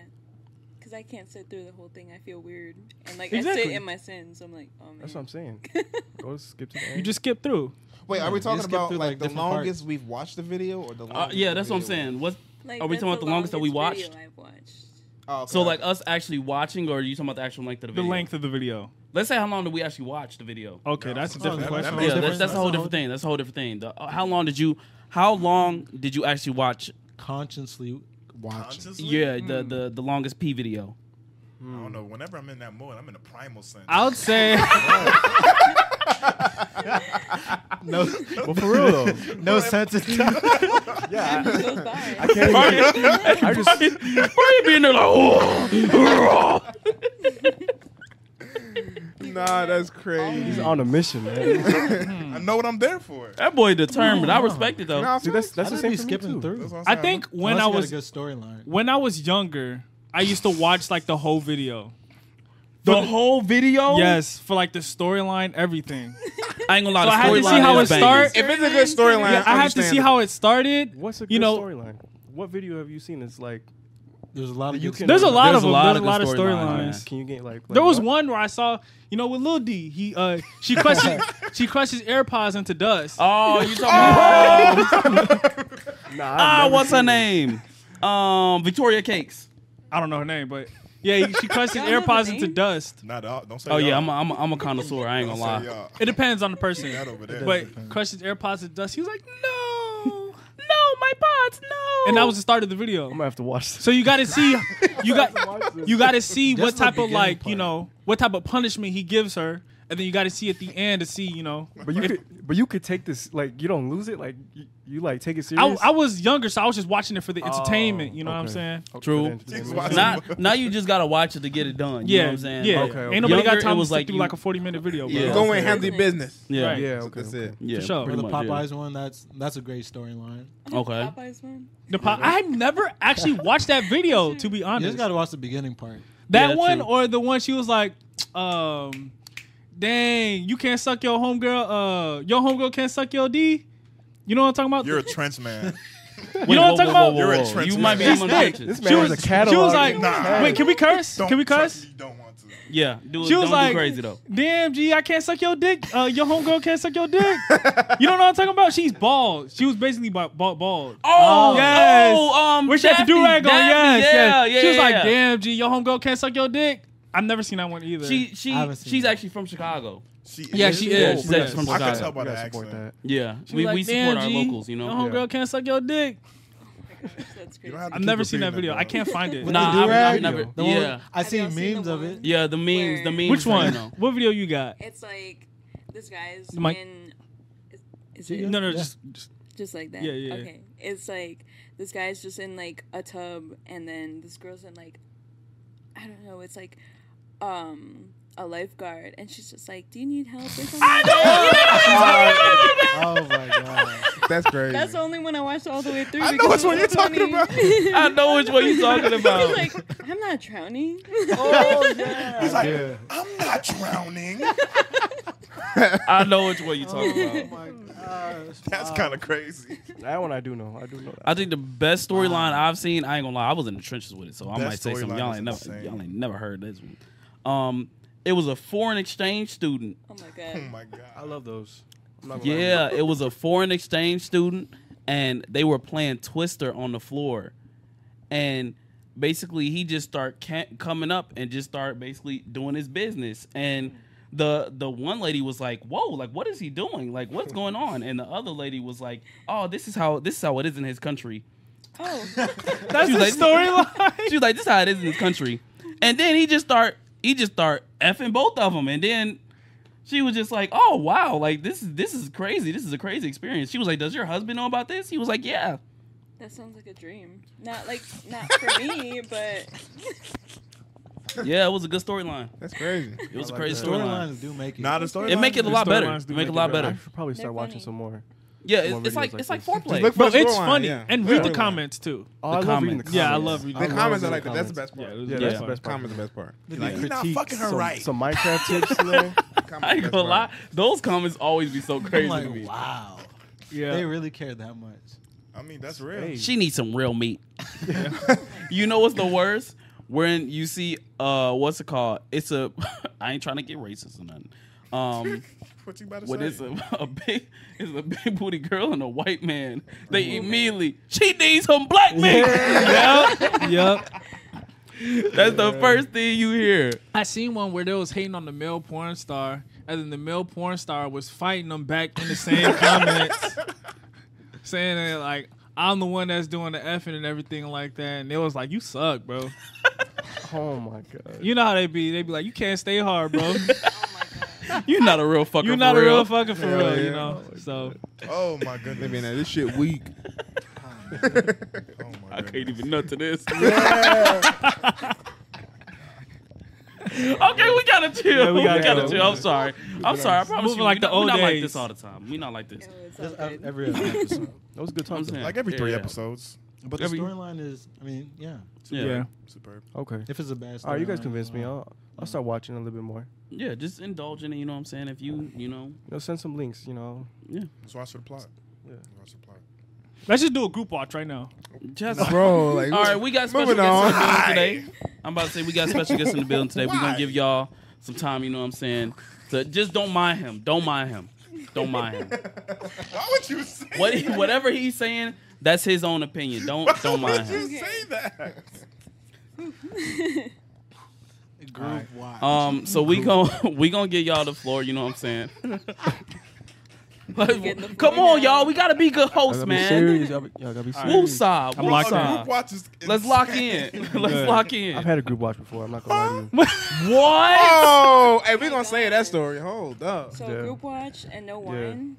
[SPEAKER 6] because I can't sit through the whole thing. I feel weird, and like I sit
[SPEAKER 3] Exactly.
[SPEAKER 6] in my sins. I'm like, oh man.
[SPEAKER 9] That's what I'm saying. Go skip to the end.
[SPEAKER 3] You just skip through.
[SPEAKER 2] Wait, are we talking
[SPEAKER 5] just skip
[SPEAKER 2] about
[SPEAKER 5] through,
[SPEAKER 2] like,
[SPEAKER 5] like,
[SPEAKER 2] the
[SPEAKER 5] different parts.
[SPEAKER 2] longest we've watched the video or the
[SPEAKER 1] Uh,
[SPEAKER 2] longest
[SPEAKER 1] yeah, that's what I'm
[SPEAKER 2] video?
[SPEAKER 1] saying. What
[SPEAKER 6] [laughs] Like,
[SPEAKER 1] are we
[SPEAKER 6] that's
[SPEAKER 1] talking about
[SPEAKER 6] the
[SPEAKER 1] the longest that we
[SPEAKER 6] longest
[SPEAKER 1] watched?
[SPEAKER 6] video I've watched.
[SPEAKER 2] Oh, okay.
[SPEAKER 1] So like uh, us actually watching, or are you talking about the actual length of the
[SPEAKER 3] The
[SPEAKER 1] video?
[SPEAKER 3] length of the video.
[SPEAKER 1] Let's say how long did we actually watch the video?
[SPEAKER 3] Okay, that's a
[SPEAKER 10] that-
[SPEAKER 3] different
[SPEAKER 10] that-
[SPEAKER 3] question.
[SPEAKER 10] that
[SPEAKER 1] yeah,
[SPEAKER 10] makes
[SPEAKER 1] that's, that's a whole different thing. That's a whole different thing. The, uh, how long did you? How long did you actually watch?
[SPEAKER 5] [laughs] Consciously watching.
[SPEAKER 10] Consciously?
[SPEAKER 1] Yeah,
[SPEAKER 3] Mm-hmm.
[SPEAKER 1] the the, the longest P video. [laughs]
[SPEAKER 10] I don't know. Whenever I'm in that mood, I'm in a primal sense.
[SPEAKER 3] I would say
[SPEAKER 5] No,
[SPEAKER 9] Well, for real though.
[SPEAKER 5] no sense in time.
[SPEAKER 9] Yeah. I-
[SPEAKER 6] Goes [laughs] by.
[SPEAKER 9] I can't even. I just.
[SPEAKER 1] Why you being there like, oh,
[SPEAKER 2] Nah, that's crazy.
[SPEAKER 9] He's on a mission, man.
[SPEAKER 10] I know what I'm there for.
[SPEAKER 1] that boy determined. I respect it though.
[SPEAKER 2] Nah,
[SPEAKER 9] See, that's that's
[SPEAKER 5] I just
[SPEAKER 9] the
[SPEAKER 5] be
[SPEAKER 9] same for me
[SPEAKER 5] skipping
[SPEAKER 9] too.
[SPEAKER 5] through.
[SPEAKER 10] That's what I'm
[SPEAKER 3] I
[SPEAKER 10] saying.
[SPEAKER 3] think when
[SPEAKER 5] Unless
[SPEAKER 3] I
[SPEAKER 5] you got
[SPEAKER 3] was
[SPEAKER 5] a good storyline.
[SPEAKER 3] when I was younger, I used to watch like the whole video.
[SPEAKER 1] The whole video.
[SPEAKER 3] Yes, for like the storyline,
[SPEAKER 1] [laughs]
[SPEAKER 3] everything.
[SPEAKER 1] I ain't gonna lie.
[SPEAKER 3] So
[SPEAKER 1] the
[SPEAKER 3] I had to see
[SPEAKER 1] storyline
[SPEAKER 3] how
[SPEAKER 1] is
[SPEAKER 3] it
[SPEAKER 1] banging.
[SPEAKER 3] start.
[SPEAKER 2] If it's a good storyline,
[SPEAKER 3] Yeah, I had to see how it started.
[SPEAKER 9] What's a good
[SPEAKER 3] You know-
[SPEAKER 9] storyline? What video have you seen that's like?
[SPEAKER 5] There's a lot of
[SPEAKER 9] You
[SPEAKER 5] good
[SPEAKER 9] can-
[SPEAKER 3] There's a
[SPEAKER 9] There's
[SPEAKER 3] lot of
[SPEAKER 1] a
[SPEAKER 3] them.
[SPEAKER 1] lot
[SPEAKER 3] There's a
[SPEAKER 1] of
[SPEAKER 3] lot of
[SPEAKER 1] good storylines.
[SPEAKER 3] storylines.
[SPEAKER 1] Yes.
[SPEAKER 9] Can you get like? like
[SPEAKER 3] There was
[SPEAKER 9] what?
[SPEAKER 3] one where I saw, you know, with Lil D, he uh,
[SPEAKER 1] [laughs]
[SPEAKER 3] she crushes she crushes AirPods into dust.
[SPEAKER 1] Oh, you talking about?
[SPEAKER 5] Oh!
[SPEAKER 9] Nah,
[SPEAKER 1] Ah,
[SPEAKER 9] I've never
[SPEAKER 1] what's her
[SPEAKER 9] seen it.
[SPEAKER 1] name? Um, Victoria Cakes.
[SPEAKER 3] I don't know her name, but yeah, he- she crushes
[SPEAKER 6] [laughs] Y'all know the
[SPEAKER 3] AirPods into
[SPEAKER 6] name?
[SPEAKER 3] dust.
[SPEAKER 10] Nah, dog, don't say.
[SPEAKER 1] Oh yeah,
[SPEAKER 10] y'all.
[SPEAKER 1] I'm a, I'm a, I'm a connoisseur. I ain't
[SPEAKER 10] Don't
[SPEAKER 1] gonna
[SPEAKER 10] say
[SPEAKER 1] lie.
[SPEAKER 10] y'all.
[SPEAKER 3] It depends on the
[SPEAKER 10] That
[SPEAKER 3] person,
[SPEAKER 10] over there.
[SPEAKER 3] but crushes AirPods into dust. He was like,
[SPEAKER 1] [laughs]
[SPEAKER 3] no,
[SPEAKER 1] No, my pods, no.
[SPEAKER 3] and that was the start of the video.
[SPEAKER 9] I'm gonna have to watch this.
[SPEAKER 3] So you got to see, you got
[SPEAKER 9] Watch this.
[SPEAKER 3] you got to see
[SPEAKER 5] Just
[SPEAKER 3] what
[SPEAKER 5] the
[SPEAKER 3] type of
[SPEAKER 5] beginning
[SPEAKER 3] like you
[SPEAKER 5] part.
[SPEAKER 3] know what type of punishment he gives her, and then you got to see at the end to see you know.
[SPEAKER 9] [laughs] But you could, but you could take this like you don't lose it. Like you, you like take it
[SPEAKER 3] I,
[SPEAKER 9] serious.
[SPEAKER 3] I was younger, so I was just watching it for
[SPEAKER 1] Oh,
[SPEAKER 3] the entertainment. You know what I'm
[SPEAKER 9] okay.
[SPEAKER 3] saying?
[SPEAKER 9] Okay,
[SPEAKER 1] True.
[SPEAKER 9] then,
[SPEAKER 10] He's
[SPEAKER 9] then.
[SPEAKER 10] watching-
[SPEAKER 1] now, now you just gotta watch it to get it done. You
[SPEAKER 3] yeah,
[SPEAKER 1] know what I'm saying?
[SPEAKER 3] yeah.
[SPEAKER 9] Okay, okay.
[SPEAKER 3] Ain't
[SPEAKER 1] Younger,
[SPEAKER 3] nobody got time
[SPEAKER 1] it
[SPEAKER 3] to
[SPEAKER 1] was
[SPEAKER 3] sit
[SPEAKER 1] like
[SPEAKER 3] through
[SPEAKER 1] you-
[SPEAKER 3] like a 40 minute video. Bro.
[SPEAKER 1] Yeah.
[SPEAKER 2] Go and handle your business.
[SPEAKER 1] yeah,
[SPEAKER 3] Right.
[SPEAKER 9] Yeah.
[SPEAKER 10] That's
[SPEAKER 9] Okay.
[SPEAKER 10] that's
[SPEAKER 9] okay.
[SPEAKER 10] it.
[SPEAKER 1] yeah.
[SPEAKER 3] For sure.
[SPEAKER 5] Or
[SPEAKER 1] pretty
[SPEAKER 5] the
[SPEAKER 1] much, yeah.
[SPEAKER 5] Popeyes one, that's that's a great storyline.
[SPEAKER 1] Okay.
[SPEAKER 6] Popeye's one.
[SPEAKER 3] The po- I've never actually watched that
[SPEAKER 1] [laughs]
[SPEAKER 3] video to be
[SPEAKER 5] You
[SPEAKER 3] honest.
[SPEAKER 5] just gotta watch the beginning part.
[SPEAKER 3] that
[SPEAKER 1] Yeah,
[SPEAKER 3] one
[SPEAKER 1] true.
[SPEAKER 3] or the one she was like, um, dang, you can't suck your homegirl. Uh, your homegirl can't suck your D. You know what I'm talking about?
[SPEAKER 10] You're a trench
[SPEAKER 1] [laughs]
[SPEAKER 10] man.
[SPEAKER 1] Wait,
[SPEAKER 3] know what I'm
[SPEAKER 1] whoa,
[SPEAKER 3] talking
[SPEAKER 1] whoa,
[SPEAKER 3] about?
[SPEAKER 1] whoa,
[SPEAKER 10] You're a
[SPEAKER 1] whoa.
[SPEAKER 10] trench
[SPEAKER 1] You
[SPEAKER 10] man.
[SPEAKER 1] might be on
[SPEAKER 3] She's
[SPEAKER 1] my
[SPEAKER 3] thick.
[SPEAKER 1] trenches.
[SPEAKER 9] This man was a catalog.
[SPEAKER 3] she was like,
[SPEAKER 10] Nah.
[SPEAKER 3] wait, can we curse?
[SPEAKER 10] Don't
[SPEAKER 3] Can we
[SPEAKER 10] try-
[SPEAKER 3] curse?
[SPEAKER 10] You don't want to.
[SPEAKER 1] Yeah, do,
[SPEAKER 3] She was
[SPEAKER 1] don't
[SPEAKER 3] like-
[SPEAKER 1] do crazy though.
[SPEAKER 3] Damn, G, I can't suck your dick. Uh, your homegirl can't suck your dick. you know what I'm talking about? She's bald. She was basically ba- ba- bald.
[SPEAKER 1] Oh,
[SPEAKER 3] yes.
[SPEAKER 1] oh, um,
[SPEAKER 3] Where she had the
[SPEAKER 1] Daphne,
[SPEAKER 3] do rag on.
[SPEAKER 1] Daphne,
[SPEAKER 3] Yes,
[SPEAKER 1] yeah,
[SPEAKER 3] yes.
[SPEAKER 1] yeah,
[SPEAKER 3] She was
[SPEAKER 1] yeah,
[SPEAKER 3] like,
[SPEAKER 1] yeah.
[SPEAKER 3] damn, G, your homegirl can't suck your dick. I've never seen that one either.
[SPEAKER 1] She
[SPEAKER 5] I
[SPEAKER 1] she
[SPEAKER 5] haven't seen
[SPEAKER 1] she's
[SPEAKER 5] that.
[SPEAKER 1] actually from Chicago.
[SPEAKER 10] She
[SPEAKER 3] Yeah, she is.
[SPEAKER 1] she's
[SPEAKER 3] Yeah.
[SPEAKER 1] actually from
[SPEAKER 10] I can tell
[SPEAKER 1] Chicago.
[SPEAKER 10] by the
[SPEAKER 9] gotta support
[SPEAKER 10] accent.
[SPEAKER 1] Yeah,
[SPEAKER 3] She was
[SPEAKER 1] we,
[SPEAKER 3] like,
[SPEAKER 1] we support
[SPEAKER 3] "Damn,
[SPEAKER 1] our
[SPEAKER 3] G, Uh-huh.
[SPEAKER 1] locals. You
[SPEAKER 3] Your
[SPEAKER 1] know.
[SPEAKER 3] homegirl can't suck your dick.
[SPEAKER 6] That's
[SPEAKER 10] You
[SPEAKER 6] crazy.
[SPEAKER 10] don't have to
[SPEAKER 3] I've
[SPEAKER 10] keep
[SPEAKER 3] never seen that
[SPEAKER 10] repeating
[SPEAKER 3] video.
[SPEAKER 10] though.
[SPEAKER 3] I can't find it.
[SPEAKER 1] [laughs]
[SPEAKER 5] With
[SPEAKER 1] Nah,
[SPEAKER 5] the
[SPEAKER 1] I've- I've
[SPEAKER 5] do-rag?
[SPEAKER 1] never-
[SPEAKER 5] The one with-
[SPEAKER 1] yeah.
[SPEAKER 5] I
[SPEAKER 6] Have y'all
[SPEAKER 5] seen
[SPEAKER 6] seen
[SPEAKER 5] memes
[SPEAKER 6] the
[SPEAKER 5] of
[SPEAKER 6] one?
[SPEAKER 5] it.
[SPEAKER 1] Yeah, the memes, the
[SPEAKER 6] Where-
[SPEAKER 1] memes.
[SPEAKER 3] Which one?
[SPEAKER 1] You know.
[SPEAKER 3] What video you got?
[SPEAKER 6] It's like this guy's
[SPEAKER 3] Mike.
[SPEAKER 6] in. Is, is it
[SPEAKER 3] No, no,
[SPEAKER 5] Yeah.
[SPEAKER 3] just, just
[SPEAKER 6] just like that?
[SPEAKER 3] Yeah, yeah, yeah.
[SPEAKER 6] Okay, it's like this guy's just in like a tub, and then this girl's in like, I don't know. It's like, um, a lifeguard, and she's just like, "Do you need help?" I
[SPEAKER 5] Oh my god.
[SPEAKER 2] [laughs] [laughs] That's crazy.
[SPEAKER 6] That's the only one I watched all the way through.
[SPEAKER 10] I know which
[SPEAKER 6] because it
[SPEAKER 10] one
[SPEAKER 6] was
[SPEAKER 10] you're talking
[SPEAKER 6] funny.
[SPEAKER 10] about.
[SPEAKER 1] [laughs] I know which one
[SPEAKER 10] [laughs]
[SPEAKER 1] you're talking about. Oh,
[SPEAKER 6] He's like, I'm not drowning.
[SPEAKER 1] [laughs]
[SPEAKER 10] He's like,
[SPEAKER 5] Yeah.
[SPEAKER 10] I'm not
[SPEAKER 1] [laughs]
[SPEAKER 10] drowning.
[SPEAKER 1] I know which one
[SPEAKER 10] [laughs]
[SPEAKER 1] you're talking about.
[SPEAKER 10] That's
[SPEAKER 1] Uh,
[SPEAKER 10] kind of crazy.
[SPEAKER 1] [laughs]
[SPEAKER 9] That one I do know. I do know.
[SPEAKER 1] I think the best storyline I've seen. I ain't gonna lie, I was in the trenches with it, so I
[SPEAKER 10] That
[SPEAKER 1] might say something.
[SPEAKER 10] storyline
[SPEAKER 1] Y'all
[SPEAKER 10] is
[SPEAKER 1] ain't never,
[SPEAKER 10] insane.
[SPEAKER 1] y'all ain't never heard this one. Um, it was a foreign exchange student.
[SPEAKER 6] [laughs] oh my
[SPEAKER 10] Oh
[SPEAKER 6] god.
[SPEAKER 10] my
[SPEAKER 9] I
[SPEAKER 10] god.
[SPEAKER 9] love those. I'm not gonna lie.
[SPEAKER 1] Yeah, it was a foreign exchange student, and they were playing Twister on the floor, and basically he just start ca- coming up and just start basically doing his business. And the the one lady was like, "Whoa, like what is he doing? Like what's going on?" And the other lady was like, "Oh, this is how this is how it is in his country."
[SPEAKER 6] Oh,
[SPEAKER 1] That's the
[SPEAKER 3] storyline.
[SPEAKER 1] [laughs] She was like, "This is how it is in this country," and then he just start he just start effing both of them, and then she was just like, "Oh wow, like this is this is crazy. This is a crazy experience." She was like, "Does your husband know about this?" He was like, "Yeah."
[SPEAKER 6] that sounds like a dream. Not like not for me, but
[SPEAKER 1] Yeah, it was a good storyline.
[SPEAKER 2] That's crazy.
[SPEAKER 1] It was a
[SPEAKER 9] I like
[SPEAKER 1] crazy
[SPEAKER 9] that.
[SPEAKER 1] storyline.
[SPEAKER 5] Storylines do make it.
[SPEAKER 10] Not a story.
[SPEAKER 1] It make it a
[SPEAKER 3] The
[SPEAKER 1] lot better.
[SPEAKER 3] storylines
[SPEAKER 1] It
[SPEAKER 3] do
[SPEAKER 1] make it
[SPEAKER 3] make
[SPEAKER 1] a
[SPEAKER 3] it
[SPEAKER 1] lot
[SPEAKER 9] I
[SPEAKER 1] better.
[SPEAKER 9] should probably
[SPEAKER 6] They're
[SPEAKER 9] start watching
[SPEAKER 6] funny.
[SPEAKER 9] some more.
[SPEAKER 1] Yeah,
[SPEAKER 9] More
[SPEAKER 1] it's, it's like
[SPEAKER 9] videos
[SPEAKER 1] it's like
[SPEAKER 9] like
[SPEAKER 1] foreplay.
[SPEAKER 2] look
[SPEAKER 3] Bro,
[SPEAKER 2] First
[SPEAKER 3] it's
[SPEAKER 2] storyline,
[SPEAKER 3] funny.
[SPEAKER 2] yeah.
[SPEAKER 3] And read the
[SPEAKER 9] Storyline.
[SPEAKER 3] comments too.
[SPEAKER 9] Oh, I love reading the
[SPEAKER 1] comments.
[SPEAKER 9] comments.
[SPEAKER 3] Yeah, I love reading
[SPEAKER 2] The comments are like
[SPEAKER 9] the
[SPEAKER 2] that. That's the best part.
[SPEAKER 9] Yeah,
[SPEAKER 3] Yeah.
[SPEAKER 9] that's the best part.
[SPEAKER 2] Comments are the best part.
[SPEAKER 10] Like, he's not
[SPEAKER 9] Critiques,
[SPEAKER 10] fucking her
[SPEAKER 9] some,
[SPEAKER 10] right.
[SPEAKER 1] [laughs]
[SPEAKER 9] Some Minecraft tips in there.
[SPEAKER 2] Comments
[SPEAKER 1] I
[SPEAKER 2] are the
[SPEAKER 1] ain't
[SPEAKER 2] best
[SPEAKER 1] gonna lie,
[SPEAKER 2] part.
[SPEAKER 1] those comments always be so
[SPEAKER 5] I'm
[SPEAKER 1] crazy to
[SPEAKER 5] like,
[SPEAKER 1] me.
[SPEAKER 5] wow.
[SPEAKER 3] Yeah.
[SPEAKER 5] They really care that much.
[SPEAKER 10] I mean, that's real.
[SPEAKER 9] Hey.
[SPEAKER 1] She needs some real meat. [laughs] you know what's the worst? When you see uh what's it called? It's a [laughs] I ain't trying to get racist or nothing.
[SPEAKER 3] [laughs]
[SPEAKER 1] Um
[SPEAKER 10] What you about to
[SPEAKER 1] when
[SPEAKER 10] say?
[SPEAKER 1] it's a, [laughs] a big it's a big booty girl and a white man, they immediately she needs some black meat. [laughs]
[SPEAKER 3] yep. Yep.
[SPEAKER 1] That's the first thing you hear.
[SPEAKER 3] I seen one where they was hating on the male porn star, and then the male porn star was fighting them back in
[SPEAKER 1] [laughs]
[SPEAKER 3] the same comments, saying that like I'm the one that's doing the effing and everything like that, and they was like, "You suck, bro."
[SPEAKER 9] Oh my god.
[SPEAKER 3] You know how they be. They be like, you can't stay
[SPEAKER 1] [laughs]
[SPEAKER 3] hard, bro.
[SPEAKER 6] oh
[SPEAKER 1] You're not a real fucker.
[SPEAKER 3] You're not
[SPEAKER 1] for
[SPEAKER 3] a
[SPEAKER 1] real.
[SPEAKER 3] real fucker for real, you
[SPEAKER 2] yeah.
[SPEAKER 3] know. So
[SPEAKER 10] Oh
[SPEAKER 1] [laughs]
[SPEAKER 10] my goodness.
[SPEAKER 2] Maybe now this shit weak.
[SPEAKER 10] Oh
[SPEAKER 1] [laughs]
[SPEAKER 10] my
[SPEAKER 1] I
[SPEAKER 10] goodness.
[SPEAKER 1] can't even nut to
[SPEAKER 10] [laughs]
[SPEAKER 1] this. [laughs] okay, we gotta chill.
[SPEAKER 3] we
[SPEAKER 1] we,
[SPEAKER 3] gotta
[SPEAKER 1] gotta
[SPEAKER 3] go.
[SPEAKER 1] chill. I'm sorry. I'm sorry. I promise
[SPEAKER 3] Moving
[SPEAKER 1] you,
[SPEAKER 3] like
[SPEAKER 1] we
[SPEAKER 3] the
[SPEAKER 1] not,
[SPEAKER 3] old
[SPEAKER 1] we not like
[SPEAKER 3] days.
[SPEAKER 1] this all the time. We not like this.
[SPEAKER 6] it's all
[SPEAKER 5] That's
[SPEAKER 9] uh,
[SPEAKER 5] ev-
[SPEAKER 6] good.
[SPEAKER 5] every other episode.
[SPEAKER 9] That was a good
[SPEAKER 1] I'm
[SPEAKER 9] time.
[SPEAKER 1] saying.
[SPEAKER 10] Like every three
[SPEAKER 1] Yeah.
[SPEAKER 10] episodes.
[SPEAKER 5] But the
[SPEAKER 1] Every-
[SPEAKER 5] storyline is, I mean, yeah.
[SPEAKER 1] Yeah. yeah,
[SPEAKER 3] yeah,
[SPEAKER 10] Superb.
[SPEAKER 9] Okay.
[SPEAKER 5] If it's a bad storyline.
[SPEAKER 9] All right, Oh, you guys convinced me.
[SPEAKER 5] uh,
[SPEAKER 9] I'll, I'll start watching a little bit more.
[SPEAKER 1] Just indulge in it. You know what I'm saying? If you, you know,
[SPEAKER 9] You know, send some links. You know,
[SPEAKER 10] Let's watch the plot.
[SPEAKER 9] Yeah.
[SPEAKER 10] Let's watch the plot.
[SPEAKER 3] let's just do a group watch right now.
[SPEAKER 1] just.
[SPEAKER 2] Bro, like
[SPEAKER 1] All right, we got special
[SPEAKER 2] Moving
[SPEAKER 1] guests in the
[SPEAKER 2] on.
[SPEAKER 1] building today. I'm about to say we got special guests in the building today. We're gonna give y'all some time. You know what I'm saying? So just don't mind him. Don't mind him. Don't mind him.
[SPEAKER 10] Why would you say
[SPEAKER 1] What he,
[SPEAKER 10] that?
[SPEAKER 1] whatever he's saying, that's his own opinion. Don't
[SPEAKER 10] Why
[SPEAKER 1] don't
[SPEAKER 10] would
[SPEAKER 1] mind
[SPEAKER 10] you
[SPEAKER 1] him.
[SPEAKER 6] him.
[SPEAKER 10] say that?
[SPEAKER 5] Group wide.
[SPEAKER 1] Um, so we gon' [laughs] we gonna get y'all the floor. You know what I'm saying?
[SPEAKER 6] [laughs]
[SPEAKER 1] But-
[SPEAKER 6] getting the floor
[SPEAKER 1] come on,
[SPEAKER 6] now.
[SPEAKER 1] y'all. We gotta be good
[SPEAKER 9] I
[SPEAKER 1] hosts,
[SPEAKER 9] gotta be
[SPEAKER 1] man.
[SPEAKER 9] serious. Y'all, be, y'all gotta be serious.
[SPEAKER 1] Woosah,
[SPEAKER 3] I'm locked
[SPEAKER 10] Bro, a
[SPEAKER 3] in.
[SPEAKER 1] woosah.
[SPEAKER 10] Group watch is
[SPEAKER 1] Let's lock in. [laughs]
[SPEAKER 6] [laughs]
[SPEAKER 1] Let's lock [laughs]
[SPEAKER 9] I've
[SPEAKER 1] in.
[SPEAKER 9] had a group watch before. I'm not gonna lie to you.
[SPEAKER 1] What?
[SPEAKER 2] Oh, hey, we gonna say that story. Hold up.
[SPEAKER 6] [laughs] So
[SPEAKER 9] Yeah.
[SPEAKER 6] group watch and no wine.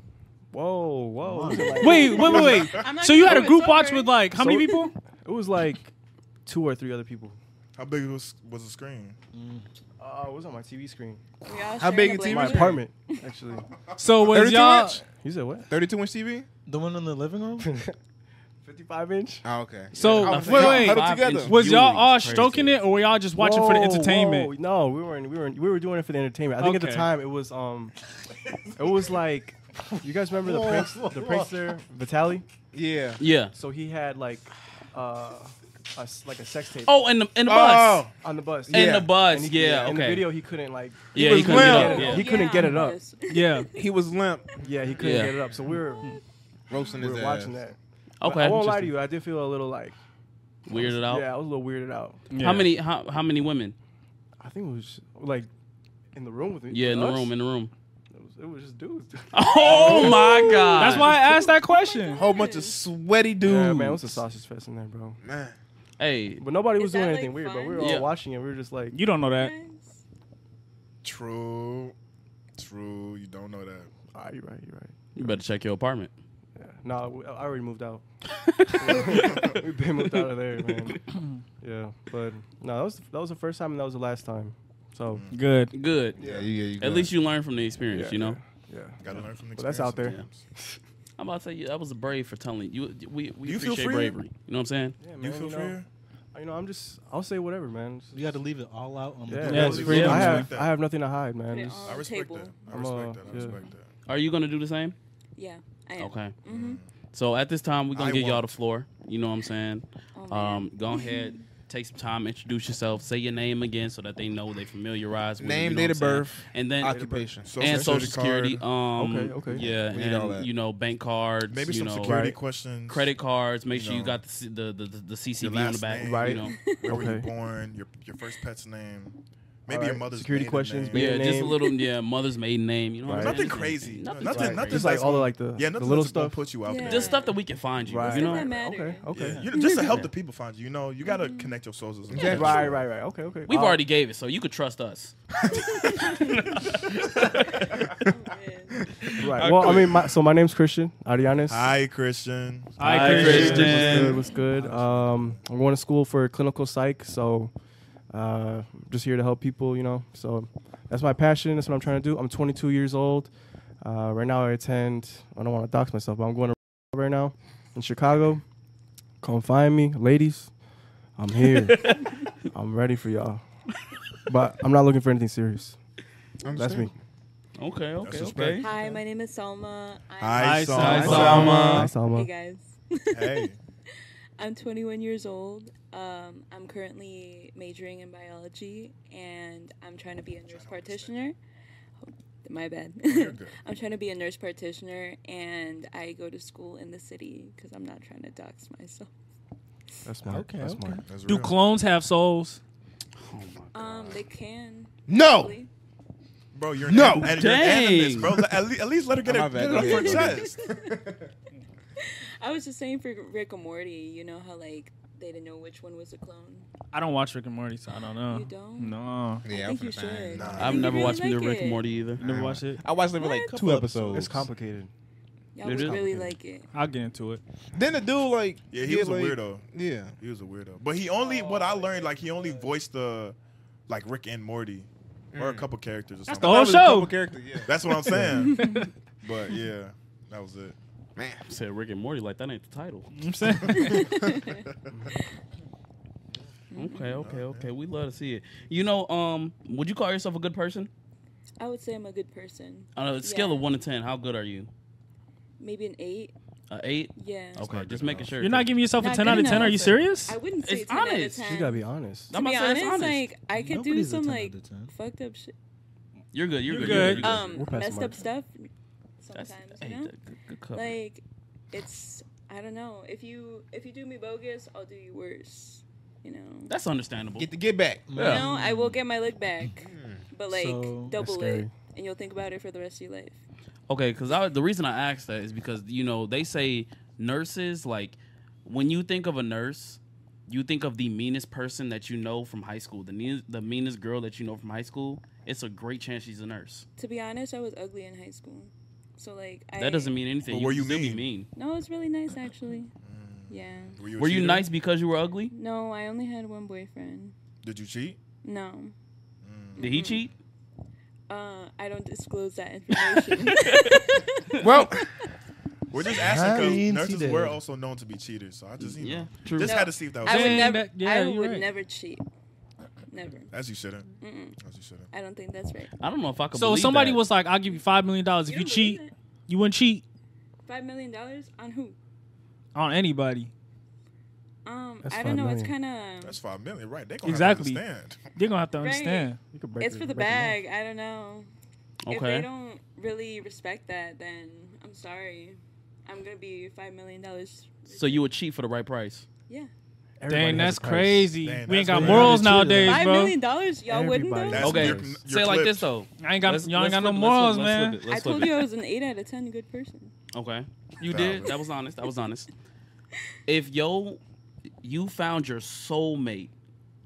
[SPEAKER 9] Whoa, whoa.
[SPEAKER 5] Wow.
[SPEAKER 9] It
[SPEAKER 3] Wait, wait, wait, wait.
[SPEAKER 6] I'm not
[SPEAKER 3] So you
[SPEAKER 6] gonna
[SPEAKER 3] had a
[SPEAKER 6] do it,
[SPEAKER 3] group watch
[SPEAKER 6] sorry.
[SPEAKER 3] with like how many
[SPEAKER 9] So-
[SPEAKER 3] people?
[SPEAKER 9] was like two or three other people.
[SPEAKER 10] How big was was the screen?
[SPEAKER 9] Uh, it was on my TV screen.
[SPEAKER 6] We all
[SPEAKER 2] How
[SPEAKER 6] sharing
[SPEAKER 2] big
[SPEAKER 6] a
[SPEAKER 2] a TV?
[SPEAKER 9] My
[SPEAKER 6] blanket.
[SPEAKER 9] apartment, actually.
[SPEAKER 3] So was
[SPEAKER 2] 32
[SPEAKER 3] y'all?
[SPEAKER 2] inch?
[SPEAKER 9] You said [laughs] what?
[SPEAKER 2] 32 inch TV?
[SPEAKER 5] The one in the living room?
[SPEAKER 9] 55 inch.
[SPEAKER 2] Oh, okay.
[SPEAKER 3] So
[SPEAKER 2] I was
[SPEAKER 3] wait,
[SPEAKER 2] like,
[SPEAKER 3] wait.
[SPEAKER 2] huddle
[SPEAKER 1] Five
[SPEAKER 2] together.
[SPEAKER 1] inches.
[SPEAKER 3] Was y'all
[SPEAKER 1] Viewing
[SPEAKER 3] all
[SPEAKER 1] is crazy.
[SPEAKER 3] stroking it, or were y'all just watching for the
[SPEAKER 9] Whoa,
[SPEAKER 3] entertainment?
[SPEAKER 9] whoa. No, we weren't. We weren't. We were doing it for the entertainment. I think at
[SPEAKER 3] Okay.
[SPEAKER 9] the time it was um, it was like, you guys remember the pranks, the prankster Vitali?
[SPEAKER 2] Yeah.
[SPEAKER 1] Yeah.
[SPEAKER 9] So he had like, uh, a s like a sex tape
[SPEAKER 1] Oh, and the and the bus.
[SPEAKER 2] Oh,
[SPEAKER 9] on the bus.
[SPEAKER 1] And
[SPEAKER 2] Yeah.
[SPEAKER 1] the bus.
[SPEAKER 9] And he-
[SPEAKER 1] Yeah.
[SPEAKER 9] In the
[SPEAKER 1] Okay.
[SPEAKER 9] video, he couldn't like.
[SPEAKER 1] Yeah.
[SPEAKER 2] was
[SPEAKER 1] He couldn't get
[SPEAKER 2] well.
[SPEAKER 1] up. Yeah.
[SPEAKER 9] He couldn't get it up.
[SPEAKER 3] Yeah.
[SPEAKER 2] he was limp
[SPEAKER 9] Yeah, he couldn't
[SPEAKER 1] Yeah.
[SPEAKER 9] get it up. So we were
[SPEAKER 2] roasting
[SPEAKER 9] we
[SPEAKER 2] his
[SPEAKER 9] were
[SPEAKER 2] ass.
[SPEAKER 9] watching that. But
[SPEAKER 1] Okay.
[SPEAKER 9] I won't lie to you. I did feel a little like.
[SPEAKER 1] Weirded out.
[SPEAKER 9] Yeah, I was a little weirded out.
[SPEAKER 1] How many how, how many women?
[SPEAKER 9] I think it was like in the room with me.
[SPEAKER 1] Yeah, in the
[SPEAKER 9] us.
[SPEAKER 1] room, in the room. [laughs]
[SPEAKER 9] It was, it was just dudes. [laughs]
[SPEAKER 1] Oh my god.
[SPEAKER 3] That's why I asked that question.
[SPEAKER 2] Whole bunch of sweaty dudes.
[SPEAKER 9] yeah, man, it was a sausage fest in there, bro.
[SPEAKER 2] Man.
[SPEAKER 1] Hey,
[SPEAKER 9] But nobody
[SPEAKER 6] Is
[SPEAKER 9] was doing
[SPEAKER 6] that,
[SPEAKER 9] anything
[SPEAKER 6] like,
[SPEAKER 9] weird, but we were
[SPEAKER 1] fun? Yeah.
[SPEAKER 9] all watching it. We were just like,
[SPEAKER 3] You don't know that.
[SPEAKER 10] True. True. You don't know that.
[SPEAKER 9] ah, you're right, you're right.
[SPEAKER 1] you better check your apartment.
[SPEAKER 9] Yeah. No, we- I already moved out. [laughs] We've been moved out of there, man. [clears throat] Yeah, but no, that was that was the first time and that was the last time. So
[SPEAKER 10] Mm.
[SPEAKER 3] Good.
[SPEAKER 1] Good.
[SPEAKER 2] Yeah, you, you
[SPEAKER 1] At least you learn from the experience,
[SPEAKER 9] Yeah,
[SPEAKER 1] you know.
[SPEAKER 9] yeah,
[SPEAKER 10] Gotta learn from the
[SPEAKER 9] Well, that's
[SPEAKER 10] experience.
[SPEAKER 9] out there.
[SPEAKER 10] sometimes.
[SPEAKER 1] I'm about to tell you that was brave for telling you. We we
[SPEAKER 10] Do you feel
[SPEAKER 1] appreciate
[SPEAKER 10] free?
[SPEAKER 1] bravery. You know what I'm saying?
[SPEAKER 9] yeah,
[SPEAKER 10] You
[SPEAKER 9] man.
[SPEAKER 10] feel
[SPEAKER 9] You know,
[SPEAKER 10] freer?
[SPEAKER 9] you know, I'm just I'll say whatever, man. It's-
[SPEAKER 5] You got to leave it all out on the
[SPEAKER 9] Yeah,
[SPEAKER 3] Yeah,
[SPEAKER 9] man.
[SPEAKER 3] it's freedom.
[SPEAKER 9] I
[SPEAKER 10] I
[SPEAKER 9] have
[SPEAKER 10] respect that.
[SPEAKER 9] I have nothing to hide, man.
[SPEAKER 6] Yeah.
[SPEAKER 9] Just-
[SPEAKER 10] I respect
[SPEAKER 6] Table.
[SPEAKER 10] that. I
[SPEAKER 9] I'm,
[SPEAKER 10] respect
[SPEAKER 9] uh,
[SPEAKER 10] that. I
[SPEAKER 9] yeah.
[SPEAKER 10] respect that.
[SPEAKER 1] Are you gonna do the same?
[SPEAKER 6] Yeah, I am.
[SPEAKER 1] Okay.
[SPEAKER 6] Mhm.
[SPEAKER 1] So at this time, we're gonna
[SPEAKER 10] I
[SPEAKER 1] give y'all
[SPEAKER 10] won't.
[SPEAKER 1] the floor. You know what I'm saying?
[SPEAKER 6] Oh, man.
[SPEAKER 1] Um, go ahead, take some time, introduce yourself, say your name again, so that they know they familiarize with
[SPEAKER 2] Name,
[SPEAKER 1] you know
[SPEAKER 2] date
[SPEAKER 1] what
[SPEAKER 2] of
[SPEAKER 1] I'm saying?
[SPEAKER 2] birth,
[SPEAKER 1] and then
[SPEAKER 2] occupation.
[SPEAKER 10] Social
[SPEAKER 1] and social
[SPEAKER 10] security
[SPEAKER 1] security.
[SPEAKER 10] card,
[SPEAKER 1] Um,
[SPEAKER 9] Okay, okay.
[SPEAKER 1] Yeah,
[SPEAKER 2] We need all
[SPEAKER 1] and
[SPEAKER 2] that.
[SPEAKER 1] you know bank cards.
[SPEAKER 10] Maybe
[SPEAKER 1] you
[SPEAKER 10] some
[SPEAKER 1] know,
[SPEAKER 10] security
[SPEAKER 9] Right.
[SPEAKER 10] questions.
[SPEAKER 1] credit cards. Make sure you
[SPEAKER 10] know.
[SPEAKER 1] got the C- the the, the, the CCV on the
[SPEAKER 10] last
[SPEAKER 1] back.
[SPEAKER 10] name.
[SPEAKER 1] You
[SPEAKER 10] [laughs]
[SPEAKER 9] Right.
[SPEAKER 1] know?
[SPEAKER 10] Where were you
[SPEAKER 9] Okay.
[SPEAKER 10] born? Your your first pet's name. Maybe
[SPEAKER 9] Alright.
[SPEAKER 10] your mother's
[SPEAKER 9] Security
[SPEAKER 10] maiden
[SPEAKER 9] questions,
[SPEAKER 10] name.
[SPEAKER 9] Maiden
[SPEAKER 1] Yeah, just a
[SPEAKER 9] name.
[SPEAKER 1] little. Yeah, mother's maiden name. You know, what I'm
[SPEAKER 9] Right.
[SPEAKER 1] saying?
[SPEAKER 10] Nothing crazy. Nothing.
[SPEAKER 1] Nothing. crazy.
[SPEAKER 10] Nothing.
[SPEAKER 9] Right. Just
[SPEAKER 10] that's
[SPEAKER 9] like all the,
[SPEAKER 10] gonna-
[SPEAKER 9] like, the-
[SPEAKER 10] yeah.
[SPEAKER 9] the
[SPEAKER 10] Nothing
[SPEAKER 9] little
[SPEAKER 10] that's gonna
[SPEAKER 9] stuff.
[SPEAKER 10] Put you out
[SPEAKER 6] Yeah.
[SPEAKER 10] there.
[SPEAKER 1] Just stuff that we can find you.
[SPEAKER 9] Right.
[SPEAKER 1] You know,
[SPEAKER 6] Doesn't
[SPEAKER 1] right.
[SPEAKER 6] matter.
[SPEAKER 9] Okay, okay.
[SPEAKER 10] Yeah. You know, just to help
[SPEAKER 1] Yeah.
[SPEAKER 10] the people find you. You know, you gotta connect your souls.
[SPEAKER 2] Yeah.
[SPEAKER 9] Right, right, right. Okay, okay.
[SPEAKER 1] we've
[SPEAKER 9] I'll-
[SPEAKER 1] already gave it, so you could trust us. Um,
[SPEAKER 6] Yeah.
[SPEAKER 9] Right. Well, I mean, my, so my name's Christian Arianes.
[SPEAKER 10] Hi, Christian.
[SPEAKER 3] Hi,
[SPEAKER 1] Christian.
[SPEAKER 9] What's good? What's good? Um, I'm going to school for clinical psych, so uh, just here to help people, you know. So that's my passion. That's what I'm trying to do. I'm 22 years old. Uh, right now, I attend. I don't want to dox myself, but I'm going to [laughs] right now in Chicago. Come find me, ladies. I'm here. I'm ready for y'all. But I'm not looking for anything serious. That's me.
[SPEAKER 1] Okay, okay,
[SPEAKER 10] That's
[SPEAKER 1] okay.
[SPEAKER 6] [laughs] Hi, my name is Salma. I'm
[SPEAKER 10] Hi,
[SPEAKER 1] Hi,
[SPEAKER 10] Salma.
[SPEAKER 1] Salma.
[SPEAKER 9] Hi, Salma.
[SPEAKER 6] Hey guys.
[SPEAKER 10] Hey.
[SPEAKER 6] [laughs] I'm 21 years old. Um, I'm currently majoring in biology, and I'm trying to be a nurse practitioner. Oh, My bad.
[SPEAKER 10] good.
[SPEAKER 6] [laughs] I'm trying to be a nurse practitioner, and I go to school in the city because I'm not trying to dox myself.
[SPEAKER 9] That's smart.
[SPEAKER 5] Okay,
[SPEAKER 9] That's
[SPEAKER 5] okay.
[SPEAKER 9] smart.
[SPEAKER 10] That's
[SPEAKER 3] Do
[SPEAKER 10] real.
[SPEAKER 3] clones have souls?
[SPEAKER 10] Oh
[SPEAKER 6] Um, they can.
[SPEAKER 2] No.
[SPEAKER 6] probably.
[SPEAKER 10] Bro, you're an
[SPEAKER 2] No.
[SPEAKER 10] an- and
[SPEAKER 1] Dang.
[SPEAKER 10] you're an animist, bro. At least, at least let her get
[SPEAKER 2] [laughs] My
[SPEAKER 10] it,
[SPEAKER 2] bad.
[SPEAKER 10] get it
[SPEAKER 2] Go
[SPEAKER 10] off her
[SPEAKER 2] ahead, go
[SPEAKER 10] chest.
[SPEAKER 6] I was just saying for Rick and Morty, you know how like they didn't know which one was a clone.
[SPEAKER 3] I don't watch Rick and Morty, so I don't know.
[SPEAKER 6] You don't?
[SPEAKER 3] No.
[SPEAKER 10] Yeah,
[SPEAKER 6] I
[SPEAKER 10] I'm
[SPEAKER 6] think you
[SPEAKER 10] finna find-
[SPEAKER 6] should.
[SPEAKER 10] Nah.
[SPEAKER 6] I
[SPEAKER 1] I've
[SPEAKER 6] think
[SPEAKER 1] never
[SPEAKER 6] you'd
[SPEAKER 1] watched
[SPEAKER 6] really
[SPEAKER 1] me
[SPEAKER 6] like
[SPEAKER 1] Rick
[SPEAKER 6] it.
[SPEAKER 1] and Morty either.
[SPEAKER 3] Never watch it.
[SPEAKER 2] I watched it for like
[SPEAKER 6] What?
[SPEAKER 2] two episodes.
[SPEAKER 9] It's complicated.
[SPEAKER 6] Y'all
[SPEAKER 1] It
[SPEAKER 6] would
[SPEAKER 1] is.
[SPEAKER 6] really like it.
[SPEAKER 3] I'll get into it.
[SPEAKER 2] Then the dude like
[SPEAKER 10] Yeah, he
[SPEAKER 2] get,
[SPEAKER 10] was a
[SPEAKER 2] like-
[SPEAKER 10] weirdo.
[SPEAKER 2] Yeah.
[SPEAKER 10] He was a weirdo. But he only what I learned, like he only voiced the like Rick and Morty. Or
[SPEAKER 1] Mm.
[SPEAKER 10] a couple characters or
[SPEAKER 3] That's the
[SPEAKER 1] Oh,
[SPEAKER 10] something.
[SPEAKER 3] whole
[SPEAKER 2] That was a couple
[SPEAKER 3] show.
[SPEAKER 2] characters, yeah.
[SPEAKER 10] That's what I'm
[SPEAKER 3] [laughs]
[SPEAKER 10] saying. but yeah, that was it.
[SPEAKER 2] Man.
[SPEAKER 1] Said Rick and Morty like that ain't the title.
[SPEAKER 3] You know what I'm
[SPEAKER 6] [laughs]
[SPEAKER 3] saying?
[SPEAKER 1] Okay, okay, okay. We love to see it. You know, um, would you call yourself a good person?
[SPEAKER 6] I would say I'm a good person.
[SPEAKER 1] On a scale
[SPEAKER 6] Yeah.
[SPEAKER 1] of one to ten, how good are you?
[SPEAKER 6] Maybe an eight.
[SPEAKER 1] A eight.
[SPEAKER 6] Yeah.
[SPEAKER 1] Okay,
[SPEAKER 10] not
[SPEAKER 1] just
[SPEAKER 10] good
[SPEAKER 1] making
[SPEAKER 10] enough.
[SPEAKER 1] sure.
[SPEAKER 3] You're not giving yourself a
[SPEAKER 6] Not
[SPEAKER 3] 10
[SPEAKER 6] good
[SPEAKER 3] out of 10.
[SPEAKER 6] enough.
[SPEAKER 3] Are you serious?
[SPEAKER 6] I wouldn't say
[SPEAKER 1] It's
[SPEAKER 6] 10
[SPEAKER 1] honest. You
[SPEAKER 6] out of 10.
[SPEAKER 9] You gotta be honest.
[SPEAKER 1] I'm
[SPEAKER 6] to be
[SPEAKER 1] about to say it's
[SPEAKER 6] honest,
[SPEAKER 1] honest.
[SPEAKER 6] like I could
[SPEAKER 5] Nobody's a
[SPEAKER 6] do some
[SPEAKER 5] 10 out
[SPEAKER 6] like
[SPEAKER 5] of 10.
[SPEAKER 6] fucked up shit,
[SPEAKER 1] You're good. You're,
[SPEAKER 3] You're
[SPEAKER 1] good.
[SPEAKER 3] good.
[SPEAKER 1] You're
[SPEAKER 6] um,
[SPEAKER 9] We're
[SPEAKER 6] messed
[SPEAKER 9] past the
[SPEAKER 6] up
[SPEAKER 9] mark.
[SPEAKER 6] stuff.
[SPEAKER 1] That's
[SPEAKER 6] Sometimes,
[SPEAKER 1] hey,
[SPEAKER 6] you know,
[SPEAKER 1] that- good, good cover.
[SPEAKER 6] like it's I don't know. If you if you do me bogus, I'll do you worse. You know.
[SPEAKER 1] That's understandable.
[SPEAKER 2] Get the get back.
[SPEAKER 6] you
[SPEAKER 1] yeah.
[SPEAKER 6] know, I will get my lick back,
[SPEAKER 1] Mm.
[SPEAKER 6] but like
[SPEAKER 5] So- That's
[SPEAKER 6] double it,
[SPEAKER 9] scary.
[SPEAKER 6] and you'll think about it for the rest of your life.
[SPEAKER 1] Okay, because the reason I asked that is because you know they say nurses like when you think of a nurse, you think of the meanest person that you know from high school, the meanest, the meanest girl that you know from high school. It's a great chance she's a nurse.
[SPEAKER 6] To be honest, I was ugly in high school, so like I,
[SPEAKER 1] That doesn't mean anything.
[SPEAKER 10] But were
[SPEAKER 1] can
[SPEAKER 10] you
[SPEAKER 1] still be
[SPEAKER 10] mean?
[SPEAKER 1] mean?
[SPEAKER 6] No, it's really nice actually.
[SPEAKER 1] Mm.
[SPEAKER 6] Yeah.
[SPEAKER 10] a
[SPEAKER 1] Were you
[SPEAKER 10] cheater?
[SPEAKER 1] nice because you were ugly?
[SPEAKER 6] No, I only had one boyfriend.
[SPEAKER 10] Did you cheat?
[SPEAKER 6] No.
[SPEAKER 1] Did
[SPEAKER 10] Mm-hmm.
[SPEAKER 1] he cheat?
[SPEAKER 6] Uh, I don't disclose that information. [laughs]
[SPEAKER 2] Well,
[SPEAKER 10] We're just
[SPEAKER 5] I
[SPEAKER 10] asking because
[SPEAKER 5] ain't see
[SPEAKER 10] nurses
[SPEAKER 5] that.
[SPEAKER 10] were also known to be cheaters. So I just you
[SPEAKER 1] Yeah,
[SPEAKER 10] know
[SPEAKER 1] [laughs] true.
[SPEAKER 10] just
[SPEAKER 6] No,
[SPEAKER 10] had to see if that was
[SPEAKER 6] I would
[SPEAKER 3] Dang,
[SPEAKER 6] never.
[SPEAKER 3] that- yeah,
[SPEAKER 6] I
[SPEAKER 3] you're
[SPEAKER 6] would
[SPEAKER 3] right.
[SPEAKER 6] never cheat. Never.
[SPEAKER 10] as you shouldn't.
[SPEAKER 6] Mm-mm.
[SPEAKER 10] As you shouldn't.
[SPEAKER 6] I don't think that's right.
[SPEAKER 1] I don't know if I could.
[SPEAKER 3] So if
[SPEAKER 1] believe
[SPEAKER 3] somebody
[SPEAKER 1] that.
[SPEAKER 3] was like, I'll give you $5 million if you,
[SPEAKER 6] don't believe
[SPEAKER 3] cheat,
[SPEAKER 6] that?
[SPEAKER 3] you wouldn't cheat
[SPEAKER 6] Five million dollars on who?
[SPEAKER 3] on anybody.
[SPEAKER 6] Um,
[SPEAKER 9] That's
[SPEAKER 6] I don't
[SPEAKER 9] five
[SPEAKER 6] know. It's
[SPEAKER 9] million.
[SPEAKER 6] kind of
[SPEAKER 10] That's five million, right? They gonna
[SPEAKER 3] Exactly.
[SPEAKER 10] have to understand.
[SPEAKER 3] They're going to have to
[SPEAKER 6] Right.
[SPEAKER 3] understand.
[SPEAKER 9] You could break
[SPEAKER 6] it's
[SPEAKER 9] it-
[SPEAKER 6] for the
[SPEAKER 9] break it down.
[SPEAKER 6] bag. I don't know. If
[SPEAKER 1] Okay.
[SPEAKER 6] they don't really respect that, then I'm sorry. I'm gonna be five million dollars.
[SPEAKER 1] so you would cheat for the right price.
[SPEAKER 6] Yeah,
[SPEAKER 9] Everybody
[SPEAKER 3] Dang,
[SPEAKER 9] has
[SPEAKER 3] that's
[SPEAKER 9] a price.
[SPEAKER 3] crazy.
[SPEAKER 10] Dang,
[SPEAKER 3] we
[SPEAKER 10] that's
[SPEAKER 3] ain't got
[SPEAKER 10] crazy.
[SPEAKER 3] morals
[SPEAKER 5] Everybody cheated.
[SPEAKER 3] nowadays,
[SPEAKER 6] five
[SPEAKER 3] bro.
[SPEAKER 6] million dollars. Y'all wouldn't
[SPEAKER 9] Everybody.
[SPEAKER 6] though.
[SPEAKER 10] That's
[SPEAKER 1] Okay,
[SPEAKER 10] you're-
[SPEAKER 9] Yes.
[SPEAKER 10] you're
[SPEAKER 1] say it like
[SPEAKER 10] clipped.
[SPEAKER 1] this though.
[SPEAKER 3] I ain't got,
[SPEAKER 1] Let's-
[SPEAKER 3] y'all ain't
[SPEAKER 1] let's
[SPEAKER 3] got no
[SPEAKER 1] flip it, let's flip
[SPEAKER 3] morals,
[SPEAKER 1] it, let's
[SPEAKER 3] man.
[SPEAKER 1] flip it,
[SPEAKER 6] I
[SPEAKER 1] let's flip
[SPEAKER 6] told
[SPEAKER 1] it.
[SPEAKER 6] you I was an eight out of ten good person.
[SPEAKER 1] Okay. You
[SPEAKER 10] Nah,
[SPEAKER 1] did.
[SPEAKER 10] but-
[SPEAKER 1] That was honest. That was honest. If yo you found your soulmate,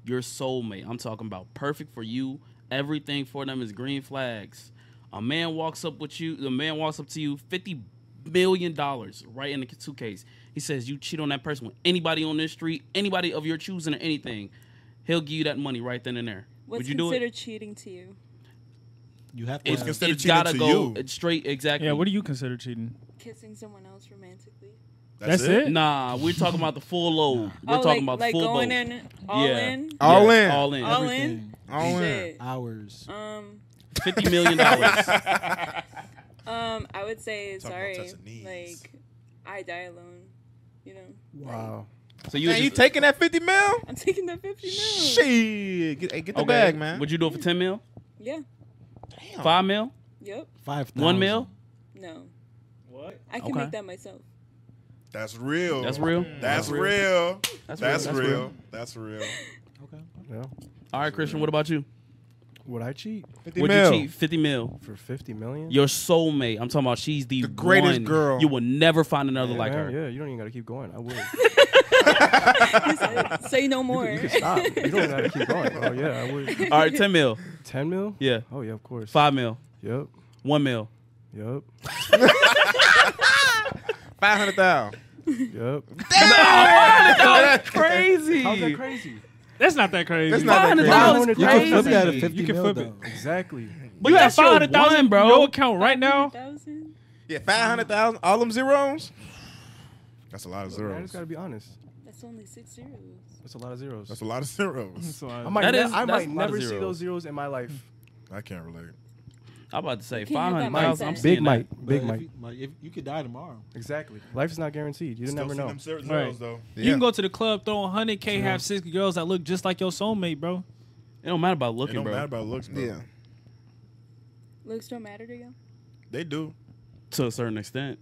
[SPEAKER 1] your soulmate, I'm talking about perfect for you, everything for them is green flags. A man walks up with you, the man walks up to you, fifty million dollars right in the suitcase. He says you cheat on that person with anybody on this street, anybody of your choosing or anything, he'll give you that money right then and there.
[SPEAKER 6] What's
[SPEAKER 1] Would you do
[SPEAKER 6] considered
[SPEAKER 1] it?
[SPEAKER 6] cheating to you?
[SPEAKER 5] You have to.
[SPEAKER 1] It's,
[SPEAKER 5] have-
[SPEAKER 10] What's considered
[SPEAKER 1] it's
[SPEAKER 10] cheating
[SPEAKER 1] gotta
[SPEAKER 10] to
[SPEAKER 1] go
[SPEAKER 10] you?
[SPEAKER 1] it's straight exactly.
[SPEAKER 3] Yeah, what do you consider cheating?
[SPEAKER 6] Kissing someone else romantically?
[SPEAKER 3] That's it?
[SPEAKER 1] Nah, we're talking about the full load. We're
[SPEAKER 6] oh,
[SPEAKER 1] talking
[SPEAKER 6] like,
[SPEAKER 1] about the
[SPEAKER 6] like
[SPEAKER 1] full
[SPEAKER 6] going
[SPEAKER 1] load.
[SPEAKER 6] in, Oh. all
[SPEAKER 1] Yeah.
[SPEAKER 6] in,
[SPEAKER 2] All
[SPEAKER 1] Yes,
[SPEAKER 2] in.
[SPEAKER 1] All in.
[SPEAKER 6] all in.
[SPEAKER 5] Everything.
[SPEAKER 2] all in.
[SPEAKER 6] Shit.
[SPEAKER 5] Hours.
[SPEAKER 6] Um,
[SPEAKER 1] Fifty million
[SPEAKER 6] [laughs]
[SPEAKER 1] dollars.
[SPEAKER 6] um, I would say
[SPEAKER 10] Talking about
[SPEAKER 6] sorry.
[SPEAKER 10] touching knees.
[SPEAKER 6] Like, I die alone. You know,
[SPEAKER 9] Wow.
[SPEAKER 1] So you,
[SPEAKER 2] Man, you taking that 50 mil?
[SPEAKER 6] I'm taking that fifty mil.
[SPEAKER 2] Shit. Get, hey, get the bag, man. Oh.
[SPEAKER 1] Would you do it for ten mil?
[SPEAKER 6] Yeah.
[SPEAKER 2] Damn.
[SPEAKER 1] Five mil?
[SPEAKER 6] Yep.
[SPEAKER 5] Five.
[SPEAKER 1] One mil?
[SPEAKER 6] No.
[SPEAKER 3] What?
[SPEAKER 6] I can
[SPEAKER 1] Okay.
[SPEAKER 6] make that myself.
[SPEAKER 10] That's real.
[SPEAKER 1] That's real.
[SPEAKER 10] That's real.
[SPEAKER 1] That's real.
[SPEAKER 10] That's
[SPEAKER 1] That's
[SPEAKER 10] real. That's real.
[SPEAKER 5] Okay.
[SPEAKER 9] Yeah.
[SPEAKER 1] All right, Christian. What about you?
[SPEAKER 9] Would I cheat
[SPEAKER 2] 50
[SPEAKER 1] Would you
[SPEAKER 2] mil.
[SPEAKER 1] cheat fifty mil?
[SPEAKER 9] for 50 million?
[SPEAKER 1] Your soulmate. I'm talking about. She's the,
[SPEAKER 2] The greatest
[SPEAKER 1] one.
[SPEAKER 2] girl.
[SPEAKER 1] You will never find another
[SPEAKER 9] Yeah,
[SPEAKER 1] like
[SPEAKER 9] man,
[SPEAKER 1] her.
[SPEAKER 9] Yeah, you don't even got to keep going. I would.
[SPEAKER 6] [laughs] Say no more.
[SPEAKER 9] you can stop.
[SPEAKER 6] [laughs]
[SPEAKER 9] You don't got to keep going. Oh yeah, I would.
[SPEAKER 1] All right, ten mil.
[SPEAKER 9] 10 mil?
[SPEAKER 1] Yeah.
[SPEAKER 9] Oh yeah, of course.
[SPEAKER 1] Five mil.
[SPEAKER 9] Yep.
[SPEAKER 1] One mil.
[SPEAKER 9] Yep.
[SPEAKER 2] 500,000.
[SPEAKER 1] [laughs]
[SPEAKER 9] Yep.
[SPEAKER 1] Crazy.
[SPEAKER 9] How's that crazy?
[SPEAKER 3] That's not that crazy.
[SPEAKER 2] That's not that
[SPEAKER 1] That
[SPEAKER 2] crazy.
[SPEAKER 1] was
[SPEAKER 5] You can flip
[SPEAKER 9] You
[SPEAKER 1] crazy.
[SPEAKER 5] that at
[SPEAKER 9] You
[SPEAKER 5] fifty
[SPEAKER 9] can
[SPEAKER 5] mil
[SPEAKER 9] flip
[SPEAKER 5] though.
[SPEAKER 9] Exactly.
[SPEAKER 1] But you have
[SPEAKER 3] five hundred thousand,
[SPEAKER 1] bro.
[SPEAKER 3] bro. Your account right now.
[SPEAKER 6] 100,000?
[SPEAKER 2] Yeah, 500,000. All them zeros.
[SPEAKER 10] That's a lot of
[SPEAKER 9] I
[SPEAKER 10] zeros.
[SPEAKER 9] just got to be honest.
[SPEAKER 6] That's only six zeros.
[SPEAKER 9] That's a lot of zeros.
[SPEAKER 10] That's a lot of
[SPEAKER 9] [laughs]
[SPEAKER 10] zeros.
[SPEAKER 9] I might,
[SPEAKER 1] That
[SPEAKER 9] ne-
[SPEAKER 1] is-
[SPEAKER 9] I
[SPEAKER 1] that's
[SPEAKER 9] might
[SPEAKER 1] a lot of
[SPEAKER 9] never see
[SPEAKER 1] zeros.
[SPEAKER 9] those zeros in my life.
[SPEAKER 10] I can't relate.
[SPEAKER 1] I'm about to say
[SPEAKER 6] You can't
[SPEAKER 1] five
[SPEAKER 6] have
[SPEAKER 1] hundred
[SPEAKER 6] that
[SPEAKER 1] thousand. I'm
[SPEAKER 6] mindset.
[SPEAKER 1] seeing that.
[SPEAKER 9] Big Mike. Big
[SPEAKER 5] But if
[SPEAKER 9] Mike.
[SPEAKER 5] you- Like if you could die tomorrow.
[SPEAKER 9] Exactly. Life is not guaranteed. You never
[SPEAKER 10] Still
[SPEAKER 9] know.
[SPEAKER 10] see them zeros
[SPEAKER 3] Right.
[SPEAKER 10] though.
[SPEAKER 3] You can go to the club, throw 100K, have six girls that look just like your soulmate, bro.
[SPEAKER 1] It don't matter about
[SPEAKER 10] It
[SPEAKER 1] looking,
[SPEAKER 10] don't matter
[SPEAKER 1] bro.
[SPEAKER 10] about looks, bro.
[SPEAKER 2] Yeah.
[SPEAKER 6] Looks don't matter to y'all.
[SPEAKER 10] They do.
[SPEAKER 1] To a certain extent.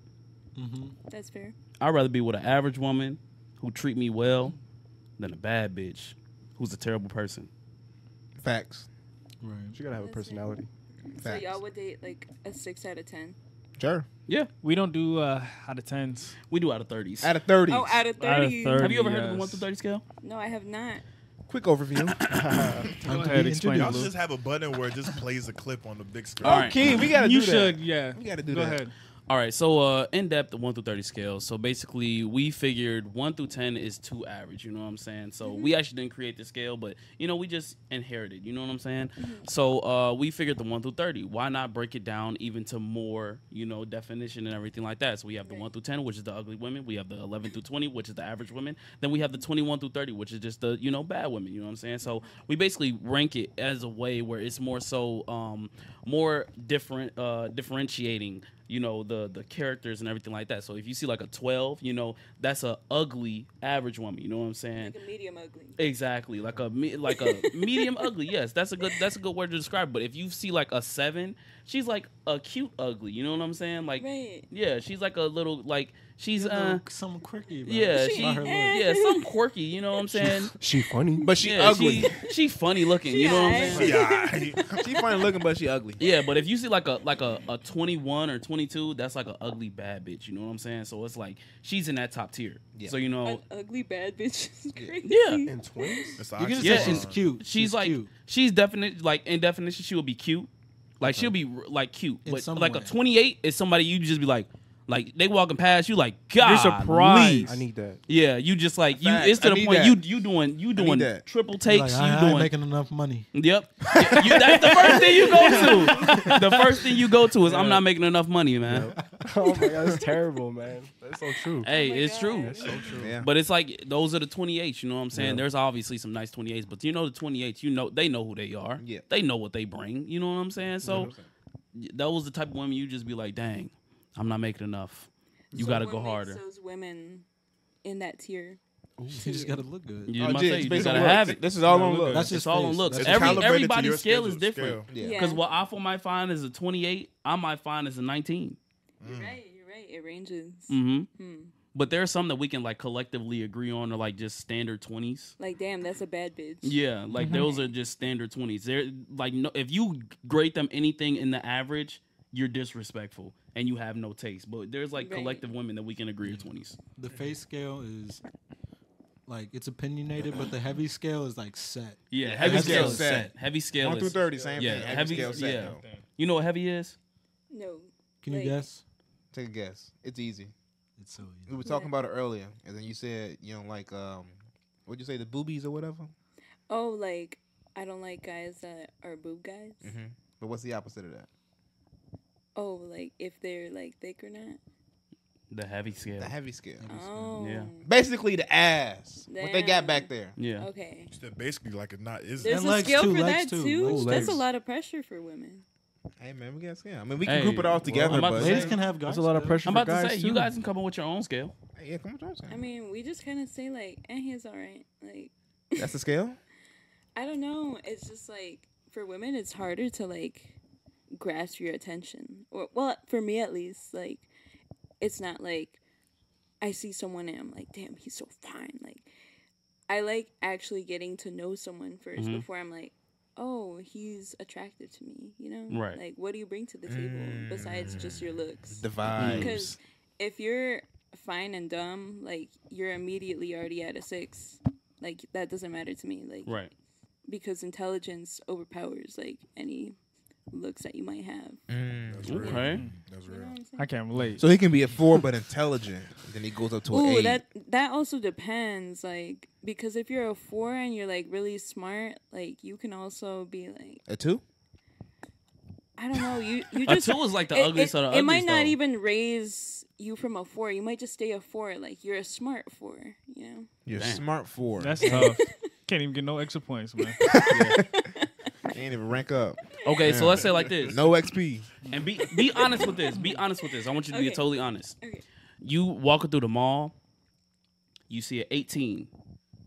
[SPEAKER 6] That's fair.
[SPEAKER 1] I'd rather be with an average woman who treat me well than a bad bitch who's a terrible person.
[SPEAKER 2] Facts.
[SPEAKER 5] Right.
[SPEAKER 9] You got to have a personality.
[SPEAKER 6] So
[SPEAKER 2] Facts.
[SPEAKER 6] y'all would date like a six out of ten.
[SPEAKER 2] Sure.
[SPEAKER 1] Yeah,
[SPEAKER 3] We don't do uh, out of tens.
[SPEAKER 1] we do out of thirties.
[SPEAKER 2] Out of 30s.
[SPEAKER 6] Oh, out of
[SPEAKER 3] Out of
[SPEAKER 6] 30.
[SPEAKER 3] 30.
[SPEAKER 1] Have you ever heard of the
[SPEAKER 3] Yes.
[SPEAKER 1] one through thirty scale?
[SPEAKER 6] No, I have not.
[SPEAKER 1] [laughs]
[SPEAKER 2] Quick overview.
[SPEAKER 5] Time to
[SPEAKER 3] ahead,
[SPEAKER 5] be
[SPEAKER 3] explain
[SPEAKER 10] Y'all
[SPEAKER 3] Lou.
[SPEAKER 5] introduced.
[SPEAKER 10] should just have a button where it just plays a clip on the big screen.
[SPEAKER 1] All right.
[SPEAKER 2] Key, we gotta
[SPEAKER 3] you
[SPEAKER 2] do
[SPEAKER 3] should,
[SPEAKER 2] that.
[SPEAKER 3] yeah.
[SPEAKER 2] We gotta do
[SPEAKER 3] Go
[SPEAKER 2] that.
[SPEAKER 3] ahead.
[SPEAKER 1] All right, so uh, in depth one through thirty scale. So basically, we figured one through ten is too average. You know what I'm saying? So we actually didn't create the scale, but you know we just inherited. You know what I'm saying? So uh, we figured the one through thirty. Why not break it down even to more, you know, definition and everything like that? So we have the
[SPEAKER 6] Right.
[SPEAKER 1] one through ten, which is the ugly women. We have the eleven through twenty, which is the average women. Then we have the twenty-one through thirty, which is just the you know bad women. You know what I'm saying? So we basically rank it as a way where it's more so um, more different uh, differentiating you know the the characters and everything like that. So if you see like a twelve, you know that's a ugly average woman. You know what I'm saying?
[SPEAKER 6] Like a medium ugly.
[SPEAKER 1] Exactly, like a me- like
[SPEAKER 6] [laughs]
[SPEAKER 1] a medium ugly. Yes, that's a good that's a good word to describe. it. But if you see like a seven, she's like a cute ugly. You know what I'm saying? Like
[SPEAKER 6] Right.
[SPEAKER 1] yeah, she's like a little like she's
[SPEAKER 5] She's
[SPEAKER 1] uh
[SPEAKER 5] something quirky. Bro.
[SPEAKER 1] yeah
[SPEAKER 5] It's
[SPEAKER 1] she
[SPEAKER 5] not her look.
[SPEAKER 6] eh.
[SPEAKER 1] yeah some quirky. You know what I'm saying?
[SPEAKER 9] She funny.
[SPEAKER 2] But she
[SPEAKER 1] yeah,
[SPEAKER 2] ugly.
[SPEAKER 1] she she funny looking. you know what I'm
[SPEAKER 6] She
[SPEAKER 1] saying?
[SPEAKER 6] alright.
[SPEAKER 10] [laughs] Yeah.
[SPEAKER 2] She funny looking, but she ugly.
[SPEAKER 1] Yeah, but if you see like a like a, a twenty one or twenty two, that's like an ugly bad bitch. You know what I'm saying? So it's like she's in that top tier.
[SPEAKER 2] Yeah.
[SPEAKER 1] So you know,
[SPEAKER 6] An ugly bad bitch is crazy.
[SPEAKER 1] Oh.
[SPEAKER 6] Oh
[SPEAKER 1] Yeah.
[SPEAKER 9] in twenties.
[SPEAKER 10] It's
[SPEAKER 5] You can just
[SPEAKER 1] Yeah,
[SPEAKER 5] say she's
[SPEAKER 10] oxymoron.
[SPEAKER 5] cute.
[SPEAKER 1] she's, like
[SPEAKER 5] cute.
[SPEAKER 1] she's definite like in definition she will be cute, like she'll be like cute,
[SPEAKER 5] In
[SPEAKER 1] but
[SPEAKER 5] some
[SPEAKER 1] like a
[SPEAKER 5] way.
[SPEAKER 1] twenty eight is somebody you just be like like they walking past you like God.
[SPEAKER 3] surprised.
[SPEAKER 9] I need that.
[SPEAKER 1] Yeah, you just like you.
[SPEAKER 2] Facts.
[SPEAKER 1] It's to
[SPEAKER 2] I
[SPEAKER 1] the
[SPEAKER 2] need
[SPEAKER 1] point
[SPEAKER 2] that.
[SPEAKER 1] you you doing you doing
[SPEAKER 2] that.
[SPEAKER 1] triple
[SPEAKER 5] Like,
[SPEAKER 1] takes.
[SPEAKER 5] I, I
[SPEAKER 1] you
[SPEAKER 5] ain't
[SPEAKER 1] doing
[SPEAKER 5] making enough money. [laughs]
[SPEAKER 1] Yep. Yeah, you, that's the first thing you go to. The first thing you go to is I'm not making enough money, man.
[SPEAKER 9] [laughs] oh my god, that's terrible, man. That's so
[SPEAKER 1] [laughs]
[SPEAKER 9] true.
[SPEAKER 1] Hey,
[SPEAKER 6] Oh my
[SPEAKER 1] it's
[SPEAKER 6] God.
[SPEAKER 1] true.
[SPEAKER 6] That's so
[SPEAKER 2] true. Yeah.
[SPEAKER 1] But it's like those are the 28s, you know what I'm saying? There's obviously some nice 28s, but you know the 28s, you know they know who they are.
[SPEAKER 2] Yeah.
[SPEAKER 1] They know what they bring, you know what I'm saying? So y- that was the type of women you just be like, "Dang, I'm not making enough. You
[SPEAKER 6] So
[SPEAKER 1] got to
[SPEAKER 6] what
[SPEAKER 1] go
[SPEAKER 6] makes
[SPEAKER 1] harder."
[SPEAKER 6] Those women in that tier.
[SPEAKER 5] You just gotta look good.
[SPEAKER 1] You
[SPEAKER 2] Oh,
[SPEAKER 1] must
[SPEAKER 2] yeah,
[SPEAKER 1] say,
[SPEAKER 2] it's
[SPEAKER 1] you just
[SPEAKER 2] based
[SPEAKER 1] got
[SPEAKER 2] on
[SPEAKER 1] to
[SPEAKER 2] looks.
[SPEAKER 1] have it.
[SPEAKER 2] This is all on
[SPEAKER 5] Look,
[SPEAKER 2] looks.
[SPEAKER 5] that's
[SPEAKER 1] It's
[SPEAKER 5] just
[SPEAKER 1] all
[SPEAKER 5] face.
[SPEAKER 1] on looks.
[SPEAKER 5] That's
[SPEAKER 10] It's
[SPEAKER 5] just
[SPEAKER 1] Every
[SPEAKER 10] calibrated to
[SPEAKER 1] everybody's
[SPEAKER 10] your
[SPEAKER 1] scale is
[SPEAKER 10] schedule,
[SPEAKER 1] different.
[SPEAKER 10] scale.
[SPEAKER 2] Yeah.
[SPEAKER 1] Because what I for might find is a 28, I might find is a 19.
[SPEAKER 6] You're right. You're right. It ranges.
[SPEAKER 1] hmm
[SPEAKER 6] Hmm.
[SPEAKER 1] But there are some that we can like collectively agree on are like just standard 20s.
[SPEAKER 6] Like, damn, that's a bad bitch.
[SPEAKER 1] Yeah, like those are just standard twenties. They're like no, if you grade them anything in the average, you're disrespectful and you have no taste. But there's like
[SPEAKER 6] Right.
[SPEAKER 1] collective women that we can agree are twenties.
[SPEAKER 5] The face scale is like it's opinionated, but the heavy scale is like set.
[SPEAKER 1] Yeah, heavy
[SPEAKER 5] heavy
[SPEAKER 1] scale
[SPEAKER 5] scale
[SPEAKER 1] is
[SPEAKER 5] set.
[SPEAKER 1] set. Heavy scale
[SPEAKER 2] 1 through
[SPEAKER 1] is
[SPEAKER 2] 30, same
[SPEAKER 1] Yeah,
[SPEAKER 2] thing. Heavy,
[SPEAKER 1] heavy-
[SPEAKER 2] scale set,
[SPEAKER 1] yeah.
[SPEAKER 2] though.
[SPEAKER 1] You know what heavy is?
[SPEAKER 6] No.
[SPEAKER 5] Can you
[SPEAKER 6] Like-
[SPEAKER 5] guess?
[SPEAKER 2] Take a guess. It's easy.
[SPEAKER 5] It's so easy.
[SPEAKER 2] We were talking about it earlier, and then you said you don't like um, what'd you say, the boobies or whatever?
[SPEAKER 6] Oh, like I don't like guys that are boob guys.
[SPEAKER 2] Mm-hmm. But what's the opposite of that?
[SPEAKER 6] Oh, like if they're like thick or not.
[SPEAKER 1] The heavy scale.
[SPEAKER 2] The heavy scale.
[SPEAKER 6] Oh.
[SPEAKER 1] Yeah.
[SPEAKER 2] Basically, the ass. What they got
[SPEAKER 6] Damn.
[SPEAKER 2] back there.
[SPEAKER 1] yeah.
[SPEAKER 6] Okay.
[SPEAKER 10] It's basically like a not is
[SPEAKER 6] There's
[SPEAKER 5] And
[SPEAKER 6] a
[SPEAKER 5] legs
[SPEAKER 6] skill
[SPEAKER 5] too,
[SPEAKER 6] for
[SPEAKER 5] legs
[SPEAKER 6] that
[SPEAKER 5] too.
[SPEAKER 6] too.
[SPEAKER 5] Ooh,
[SPEAKER 6] That's
[SPEAKER 5] legs.
[SPEAKER 6] a lot of pressure for women.
[SPEAKER 2] Hey man, we got scale. I mean, we can
[SPEAKER 1] Hey,
[SPEAKER 2] group it all together,
[SPEAKER 1] I'm about
[SPEAKER 2] but
[SPEAKER 1] to
[SPEAKER 5] Ladies
[SPEAKER 1] say-
[SPEAKER 5] can have guys. uh,
[SPEAKER 9] That's a lot of
[SPEAKER 5] though.
[SPEAKER 9] pressure
[SPEAKER 1] I'm
[SPEAKER 9] for
[SPEAKER 1] about to
[SPEAKER 9] guys
[SPEAKER 1] say
[SPEAKER 9] too.
[SPEAKER 1] you guys can come up with your own scale.
[SPEAKER 2] Hey, yeah, come on, Johnson.
[SPEAKER 1] Mm-hmm.
[SPEAKER 6] I mean, we just kind of say like, eh, he's all right. Like,
[SPEAKER 2] that's the scale. [laughs]
[SPEAKER 6] I don't know. It's just like for women, it's harder to like grasp your attention. Or well, for me at least, like it's not like I see someone and I'm like, damn, he's so fine. Like I like actually getting to know someone 1st
[SPEAKER 1] Mhm.
[SPEAKER 6] before I'm like, oh, he's attractive to me. You know,
[SPEAKER 1] Right.
[SPEAKER 6] Like, what do you bring to the table besides just your looks?
[SPEAKER 2] The vibes.
[SPEAKER 6] Because if you're fine and dumb, like you're immediately already at a six. Like that doesn't matter to me. Like
[SPEAKER 1] Right.
[SPEAKER 6] because intelligence overpowers like any looks that you might have.
[SPEAKER 10] That's real.
[SPEAKER 1] Okay.
[SPEAKER 10] That's
[SPEAKER 6] You know
[SPEAKER 10] real.
[SPEAKER 6] what I'm saying?
[SPEAKER 3] I can't relate.
[SPEAKER 2] So he can be a four but intelligent. Then he goes up to an
[SPEAKER 6] Ooh,
[SPEAKER 2] eight.
[SPEAKER 6] that that also depends, like because if you're a four and you're like really smart, like you can also be like
[SPEAKER 2] a two.
[SPEAKER 6] I don't know, you
[SPEAKER 1] [laughs]
[SPEAKER 6] you
[SPEAKER 1] A
[SPEAKER 6] just
[SPEAKER 1] two is like the
[SPEAKER 6] it,
[SPEAKER 1] ugliest
[SPEAKER 6] it,
[SPEAKER 1] of the
[SPEAKER 6] it might
[SPEAKER 1] ugliest,
[SPEAKER 6] not
[SPEAKER 1] though.
[SPEAKER 6] even raise you from a four. You might just stay a four, like you're a smart four, you know.
[SPEAKER 2] You're
[SPEAKER 1] Damn.
[SPEAKER 2] smart
[SPEAKER 3] [laughs]
[SPEAKER 2] four.
[SPEAKER 3] That's tough. Can't even get no extra points, [laughs] man.
[SPEAKER 2] You ain't even rank up.
[SPEAKER 1] Okay, so
[SPEAKER 2] Yeah.
[SPEAKER 1] let's say like this.
[SPEAKER 2] No XP.
[SPEAKER 1] And be be honest with this. Be honest with this. I want you to be
[SPEAKER 6] Okay.
[SPEAKER 1] totally honest.
[SPEAKER 6] Okay.
[SPEAKER 1] You walking through the mall, you see an 18.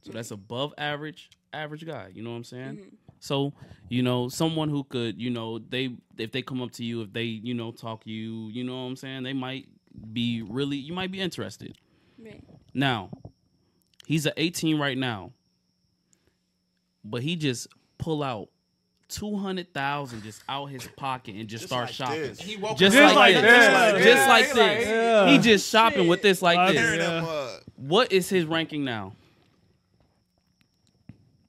[SPEAKER 1] So that's
[SPEAKER 6] Mm-hmm.
[SPEAKER 1] above average average guy, you know what I'm saying? So, you know, someone who could, you know, they if they come up to you, if they, you know, talk you, you know what I'm saying? They might be really you might be interested.
[SPEAKER 6] Right.
[SPEAKER 1] Now, he's an 18 right now, but he just pull out two hundred thousand just out his pocket and just,
[SPEAKER 10] Just
[SPEAKER 1] start
[SPEAKER 10] like
[SPEAKER 1] shopping.
[SPEAKER 10] this.
[SPEAKER 2] He woke
[SPEAKER 1] Just
[SPEAKER 2] up-
[SPEAKER 1] like, this.
[SPEAKER 3] like that.
[SPEAKER 1] Just
[SPEAKER 3] Yeah,
[SPEAKER 1] like
[SPEAKER 2] he
[SPEAKER 1] this.
[SPEAKER 3] Yeah.
[SPEAKER 1] He just shopping with this like
[SPEAKER 3] Shit.
[SPEAKER 1] this.
[SPEAKER 2] Tearing
[SPEAKER 3] Yeah.
[SPEAKER 2] that mug.
[SPEAKER 1] What is his ranking now?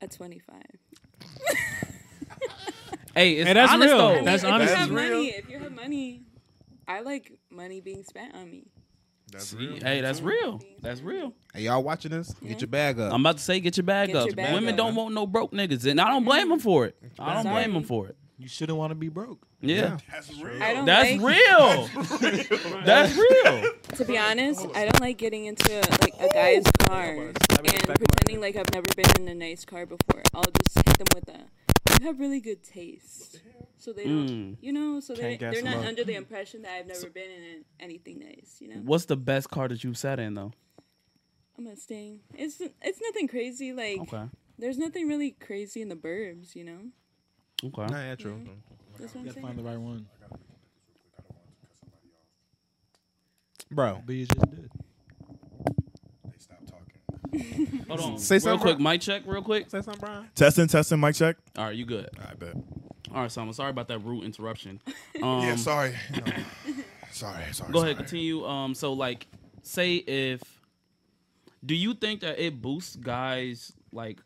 [SPEAKER 6] A 25.
[SPEAKER 1] Hey, it's
[SPEAKER 3] Hey, that's
[SPEAKER 1] honest
[SPEAKER 3] real.
[SPEAKER 1] though.
[SPEAKER 6] I mean,
[SPEAKER 3] That's
[SPEAKER 6] if
[SPEAKER 3] honest.
[SPEAKER 6] you have
[SPEAKER 10] That's real.
[SPEAKER 6] money, if you have money, I like money being spent on me.
[SPEAKER 10] That's real.
[SPEAKER 1] Hey, that's real. That's real.
[SPEAKER 2] Hey, y'all watching this? Get your bag up.
[SPEAKER 1] I'm about to say, get your bag
[SPEAKER 6] Get
[SPEAKER 1] up.
[SPEAKER 6] your bag
[SPEAKER 1] Women
[SPEAKER 6] up.
[SPEAKER 1] don't want no broke niggas, and I don't blame them for it. I don't blame them for it.
[SPEAKER 5] You shouldn't want to be broke.
[SPEAKER 1] Yeah,
[SPEAKER 10] That's real.
[SPEAKER 6] I don't
[SPEAKER 1] that's
[SPEAKER 6] like,
[SPEAKER 1] real. that's real.
[SPEAKER 6] To be honest, I don't like getting into like a guy's car and pretending like I've never been in a nice car before. I'll just hit them with a. You have really good taste, so they don't.
[SPEAKER 1] Hmm.
[SPEAKER 6] You know, so they
[SPEAKER 9] Can't gas
[SPEAKER 6] they're
[SPEAKER 9] them
[SPEAKER 6] not
[SPEAKER 9] up.
[SPEAKER 6] under the impression that I've never been in anything nice. You know,
[SPEAKER 1] What's the best car that you sat in though?
[SPEAKER 6] I'm not staying. It's it's nothing crazy. Like
[SPEAKER 1] Okay,
[SPEAKER 6] there's nothing really crazy in the burbs. You know,
[SPEAKER 1] okay.
[SPEAKER 2] Nah, yeah, true.
[SPEAKER 6] that's what
[SPEAKER 5] You
[SPEAKER 6] I'm
[SPEAKER 5] gotta find
[SPEAKER 6] saying.
[SPEAKER 5] the right one.
[SPEAKER 2] Bro,
[SPEAKER 5] But you just did.
[SPEAKER 10] They stop talking.
[SPEAKER 1] Hold on.
[SPEAKER 2] Say
[SPEAKER 1] real
[SPEAKER 2] something,
[SPEAKER 1] quick. Mic check, real quick.
[SPEAKER 2] say something, Brian.
[SPEAKER 4] Testing, testing, mic check.
[SPEAKER 1] All right, you good?
[SPEAKER 10] I bet.
[SPEAKER 1] All right, Simon. Sorry about that rude interruption. Um,
[SPEAKER 10] yeah, [laughs] sorry. No. sorry, sorry.
[SPEAKER 1] go
[SPEAKER 10] sorry.
[SPEAKER 1] ahead, continue. Um, so like, say if do you think that it boosts guys like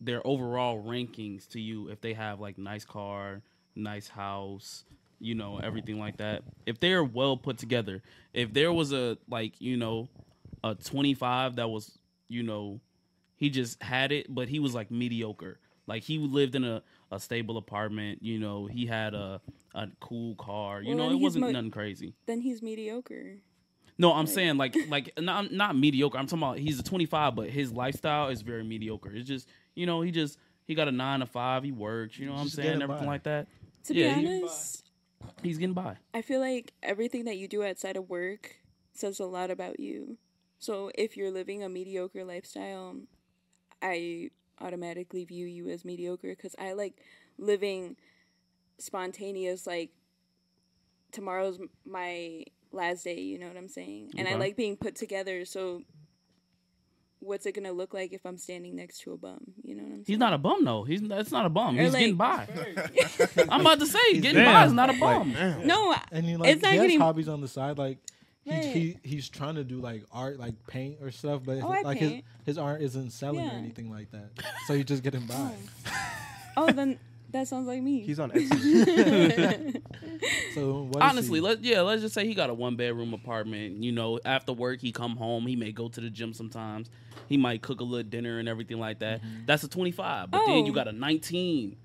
[SPEAKER 1] their overall rankings to you if they have like nice car, nice house, you know, everything like that? If they're well put together, if there was a like you know a twenty five that was you know he just had it, but he was like mediocre. Like he lived in a, a stable apartment, you know. He had a a cool car, you
[SPEAKER 6] Well,
[SPEAKER 1] know.
[SPEAKER 6] then
[SPEAKER 1] It
[SPEAKER 6] he's
[SPEAKER 1] wasn't
[SPEAKER 6] mo-
[SPEAKER 1] nothing crazy.
[SPEAKER 6] Then he's mediocre.
[SPEAKER 1] No, I'm saying like like [laughs] not not mediocre. I'm talking about he's a 25, but his lifestyle is very mediocre. It's just you know he just he got a nine to five. He works. You know what I'm
[SPEAKER 5] Just
[SPEAKER 1] saying
[SPEAKER 5] getting
[SPEAKER 1] everything
[SPEAKER 5] by.
[SPEAKER 1] like that.
[SPEAKER 6] To
[SPEAKER 1] Yeah,
[SPEAKER 6] be
[SPEAKER 1] you-
[SPEAKER 6] honest,
[SPEAKER 1] He's getting by.
[SPEAKER 6] I feel like everything that you do outside of work says a lot about you. So if you're living a mediocre lifestyle, I automatically view you as mediocre because I like living spontaneous, like tomorrow's m- my last day, you know what I'm saying? And I
[SPEAKER 1] Okay.
[SPEAKER 6] like being put together. So what's it going to look like if I'm standing next to a bum? You know what I'm saying?
[SPEAKER 1] He's not a bum though. He's that's not a bum.
[SPEAKER 6] Or,
[SPEAKER 1] He's
[SPEAKER 6] like-
[SPEAKER 1] getting by. [laughs] I'm about to say getting by
[SPEAKER 3] Damn.
[SPEAKER 1] is not a bum.
[SPEAKER 6] no,
[SPEAKER 5] And he like
[SPEAKER 6] It's not
[SPEAKER 5] he has
[SPEAKER 6] getting-
[SPEAKER 5] hobbies on the side. Like he,
[SPEAKER 6] Right.
[SPEAKER 5] he he's trying to do like art, like paint or stuff. But it's,
[SPEAKER 6] Oh, I
[SPEAKER 5] like
[SPEAKER 6] paint.
[SPEAKER 5] his his art isn't selling
[SPEAKER 6] Yeah.
[SPEAKER 5] or anything like that. So you just
[SPEAKER 6] [laughs]
[SPEAKER 5] getting by.
[SPEAKER 6] oh, then that sounds like me.
[SPEAKER 9] He's
[SPEAKER 1] [laughs]
[SPEAKER 9] on Etsy.
[SPEAKER 5] So what is
[SPEAKER 1] Honestly,
[SPEAKER 5] he?
[SPEAKER 1] let yeah, let's just say he got a one bedroom apartment. You know, after work he come home. He may go to the gym sometimes. He might cook a little dinner and everything like that. That's a twenty five. But then
[SPEAKER 6] Oh.
[SPEAKER 1] you got a nineteen.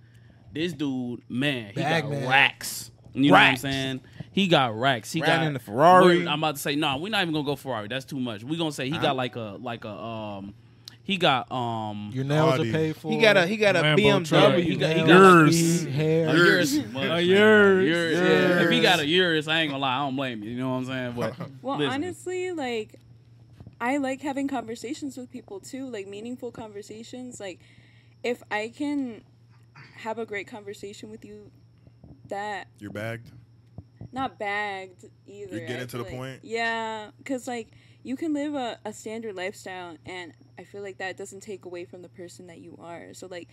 [SPEAKER 1] This dude, man, he
[SPEAKER 5] Bag
[SPEAKER 1] got
[SPEAKER 5] man.
[SPEAKER 1] racks. You
[SPEAKER 2] Racks.
[SPEAKER 1] know what I'm saying? He got racks. He
[SPEAKER 2] Riding
[SPEAKER 1] got
[SPEAKER 2] in the Ferrari.
[SPEAKER 1] We're- I'm about to say, nah, we're not even gonna go Ferrari. That's too much. We're gonna say he got like a like a um he got um
[SPEAKER 5] your nails
[SPEAKER 4] Audi.
[SPEAKER 5] are paid for.
[SPEAKER 2] He got a he got a
[SPEAKER 3] Lambo
[SPEAKER 2] BMW.
[SPEAKER 3] truck.
[SPEAKER 1] he got, he got like,
[SPEAKER 4] Yours.
[SPEAKER 5] feet, hair.
[SPEAKER 1] a Urus.
[SPEAKER 3] A
[SPEAKER 1] A
[SPEAKER 3] Urus.
[SPEAKER 1] yeah. If he got a Urus, I ain't gonna lie, I don't blame you. You know what I'm saying? But
[SPEAKER 6] Well,
[SPEAKER 1] Listen.
[SPEAKER 6] honestly, like I like having conversations with people too, like meaningful conversations. Like if I can have a great conversation with you that
[SPEAKER 4] You're bagged.
[SPEAKER 6] not bagged either.
[SPEAKER 4] You're getting
[SPEAKER 6] I
[SPEAKER 4] to
[SPEAKER 6] feel
[SPEAKER 4] the
[SPEAKER 6] like-
[SPEAKER 4] point?
[SPEAKER 6] Yeah, cuz like you can live a, a standard lifestyle and I feel like that doesn't take away from the person that you are. So like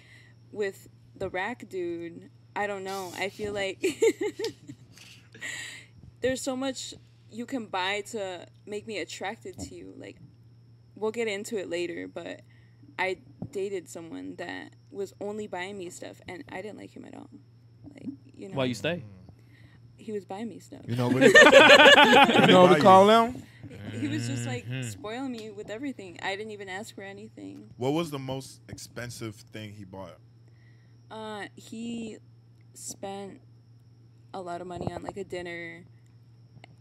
[SPEAKER 6] with the rack dude, I don't know. I feel like [laughs] there's so much you can buy to make me attracted to you. Like we'll get into it later, but I dated someone that was only buying me stuff and I didn't like him at all. Like, you know,
[SPEAKER 1] while you stay.
[SPEAKER 6] he was buying me stuff.
[SPEAKER 2] You know what? you
[SPEAKER 1] [laughs]
[SPEAKER 2] know what to call him?
[SPEAKER 6] He was just like spoiling me with everything. I didn't even ask for anything.
[SPEAKER 4] What was the most expensive thing he bought?
[SPEAKER 6] Uh, he spent a lot of money on like a dinner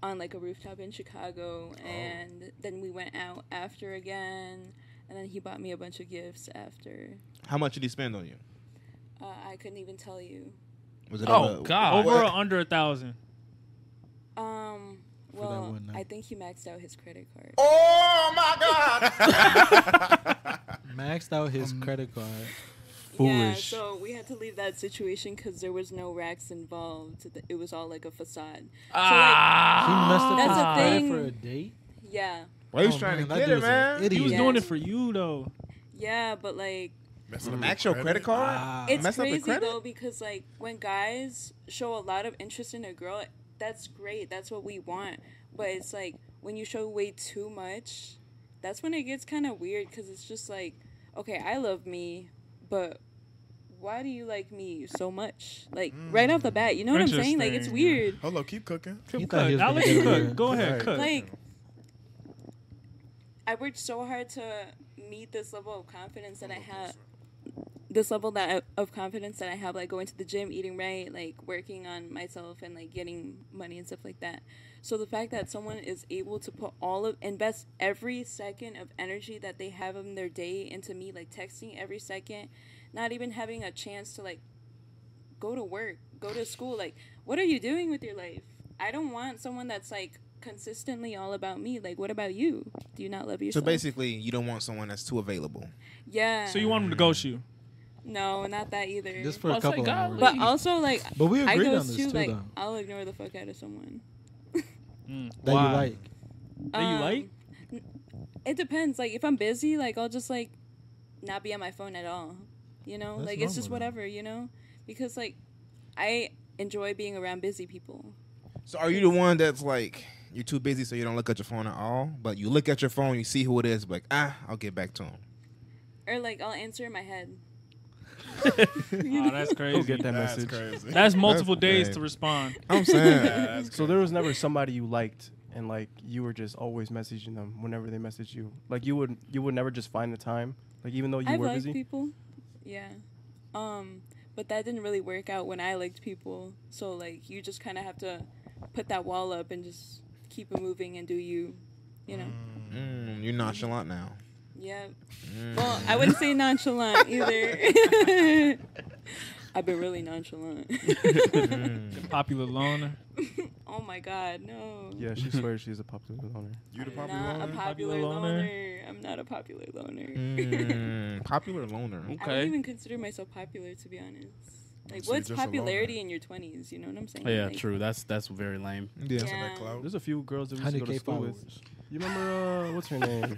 [SPEAKER 6] on like a rooftop in Chicago, and then we went out after again, and then he bought me a bunch of gifts after.
[SPEAKER 2] How much did he spend on you?
[SPEAKER 6] Uh, I couldn't even tell you.
[SPEAKER 2] Was it uh,
[SPEAKER 1] Oh,
[SPEAKER 2] on a-
[SPEAKER 1] God.
[SPEAKER 3] Over or under a thousand.
[SPEAKER 6] Um,
[SPEAKER 5] that
[SPEAKER 6] well,
[SPEAKER 5] one night.
[SPEAKER 6] I think he maxed out his credit card.
[SPEAKER 4] Oh my God!
[SPEAKER 5] maxed out
[SPEAKER 2] Um,
[SPEAKER 5] his credit card.
[SPEAKER 6] Yeah,
[SPEAKER 5] Foolish.
[SPEAKER 6] so we had to leave that situation because there was no racks involved. Th- It was all like a
[SPEAKER 5] He
[SPEAKER 6] facade.
[SPEAKER 5] messed up
[SPEAKER 6] Ah, That's
[SPEAKER 5] his
[SPEAKER 6] a
[SPEAKER 5] credit
[SPEAKER 6] thing.
[SPEAKER 5] for a date.
[SPEAKER 6] So like, yeah,
[SPEAKER 2] Well, he was
[SPEAKER 5] Oh,
[SPEAKER 2] trying
[SPEAKER 5] man,
[SPEAKER 2] to
[SPEAKER 5] that
[SPEAKER 2] get
[SPEAKER 5] dude's
[SPEAKER 2] it,
[SPEAKER 5] an
[SPEAKER 2] man.
[SPEAKER 5] idiot.
[SPEAKER 3] He was
[SPEAKER 6] Yeah.
[SPEAKER 3] doing it for you though.
[SPEAKER 6] yeah, but like
[SPEAKER 10] Messing up your
[SPEAKER 2] Actual credit Ah. card?
[SPEAKER 6] It's
[SPEAKER 2] Mess up the
[SPEAKER 6] crazy
[SPEAKER 2] credit?
[SPEAKER 6] though because like when guys show a lot of interest in a girl, that's great. That's what we want. But it's like when you show way too much, that's when it gets kind of weird because it's just like, okay, I love me, but why do you like me so much? Like right off the bat, you know what I'm saying? Like it's
[SPEAKER 3] Interesting.
[SPEAKER 6] weird.
[SPEAKER 10] Hello, keep cooking.
[SPEAKER 5] He thought he
[SPEAKER 3] Cook.
[SPEAKER 5] was
[SPEAKER 3] I'll
[SPEAKER 5] gonna
[SPEAKER 3] let you
[SPEAKER 5] do it.
[SPEAKER 3] cook. Go ahead, [laughs] cook.
[SPEAKER 6] Like I worked so hard to meet this level of confidence that I have this level that I- of confidence that I have, like going to the gym, eating right, like working on myself and like getting money and stuff like that. So the fact that someone is able to put all of invest every second of energy that they have in their day into me, like texting every second, not even having a chance to like go to work, go to school, like what are you doing with your life? I don't want someone that's like consistently all about me. Like what about you? Do you not love
[SPEAKER 2] So
[SPEAKER 6] yourself?
[SPEAKER 2] basically, you don't want someone that's too available.
[SPEAKER 6] yeah.
[SPEAKER 3] so you want him to ghost you?
[SPEAKER 6] No, not that either.
[SPEAKER 5] Just for a
[SPEAKER 1] Well, say
[SPEAKER 5] couple
[SPEAKER 1] God, look.
[SPEAKER 5] hours.
[SPEAKER 6] But also,
[SPEAKER 5] [laughs]
[SPEAKER 6] like,
[SPEAKER 5] But we
[SPEAKER 6] I
[SPEAKER 5] agreed on
[SPEAKER 6] goes
[SPEAKER 5] this
[SPEAKER 6] too,
[SPEAKER 5] too,
[SPEAKER 6] like,
[SPEAKER 5] though.
[SPEAKER 6] I'll ignore the fuck out of someone.
[SPEAKER 5] That
[SPEAKER 3] Why?
[SPEAKER 5] you like.
[SPEAKER 3] That you
[SPEAKER 6] Um,
[SPEAKER 3] like?
[SPEAKER 6] It depends. Like, if I'm busy, like, I'll just like not be on my phone at all. You know,
[SPEAKER 5] That's
[SPEAKER 6] like it's just
[SPEAKER 5] normal, though.
[SPEAKER 6] whatever. You know, because like I enjoy being around busy people.
[SPEAKER 2] So are you the one that's like you're too busy, so you don't look at your phone at all? But you look at your phone, you see who it is, like ah, I'll get back to him.
[SPEAKER 6] Or like I'll answer in my
[SPEAKER 9] [laughs]
[SPEAKER 6] head.
[SPEAKER 3] Oh, that's
[SPEAKER 9] You'll
[SPEAKER 3] crazy.
[SPEAKER 9] get that
[SPEAKER 10] That's
[SPEAKER 9] message.
[SPEAKER 10] crazy.
[SPEAKER 3] [laughs] That's multiple
[SPEAKER 2] That's
[SPEAKER 3] days
[SPEAKER 2] bad.
[SPEAKER 3] to respond.
[SPEAKER 2] I'm saying
[SPEAKER 10] Yeah, that's
[SPEAKER 9] So there was never somebody you liked and like you were just always messaging them whenever they messaged you. Like you would you would never just find the time. Like even though you
[SPEAKER 6] I've
[SPEAKER 9] were
[SPEAKER 6] liked
[SPEAKER 9] busy.
[SPEAKER 6] people. Yeah. Um, but that didn't really work out when I liked people. So like you just kind of have to put that wall up and just keep it moving and do you, you know.
[SPEAKER 2] mm, you're nonchalant now. Mm,
[SPEAKER 6] Yeah. Well, I wouldn't say nonchalant either. [laughs] I've been really
[SPEAKER 9] [laughs]
[SPEAKER 6] nonchalant.
[SPEAKER 2] mm,
[SPEAKER 3] Popular loner.
[SPEAKER 6] oh my god, no.
[SPEAKER 9] Yeah,
[SPEAKER 1] [laughs]
[SPEAKER 9] she swears she's a popular loner.
[SPEAKER 10] you the
[SPEAKER 6] I'm
[SPEAKER 10] popular
[SPEAKER 6] not
[SPEAKER 10] loner?
[SPEAKER 6] a popular
[SPEAKER 3] Popular loner?
[SPEAKER 6] loner. I'm not a popular loner.
[SPEAKER 2] Mm, popular loner.
[SPEAKER 6] I don't
[SPEAKER 1] Okay.
[SPEAKER 6] even consider myself popular to be honest. Like,
[SPEAKER 10] So you're
[SPEAKER 6] what's
[SPEAKER 10] just a loner.
[SPEAKER 6] popularity in your 20s? You know what I'm saying?
[SPEAKER 1] Yeah,
[SPEAKER 6] Like,
[SPEAKER 1] true. That's that's very lame. [laughs]
[SPEAKER 2] Yeah.
[SPEAKER 10] That's in that
[SPEAKER 6] Yeah. [laughs]
[SPEAKER 9] [laughs]
[SPEAKER 10] clout.
[SPEAKER 9] There's a few girls that we used to go to
[SPEAKER 5] 100K
[SPEAKER 9] school with.
[SPEAKER 5] followers.
[SPEAKER 9] You remember uh, what's
[SPEAKER 1] [laughs]
[SPEAKER 9] her name?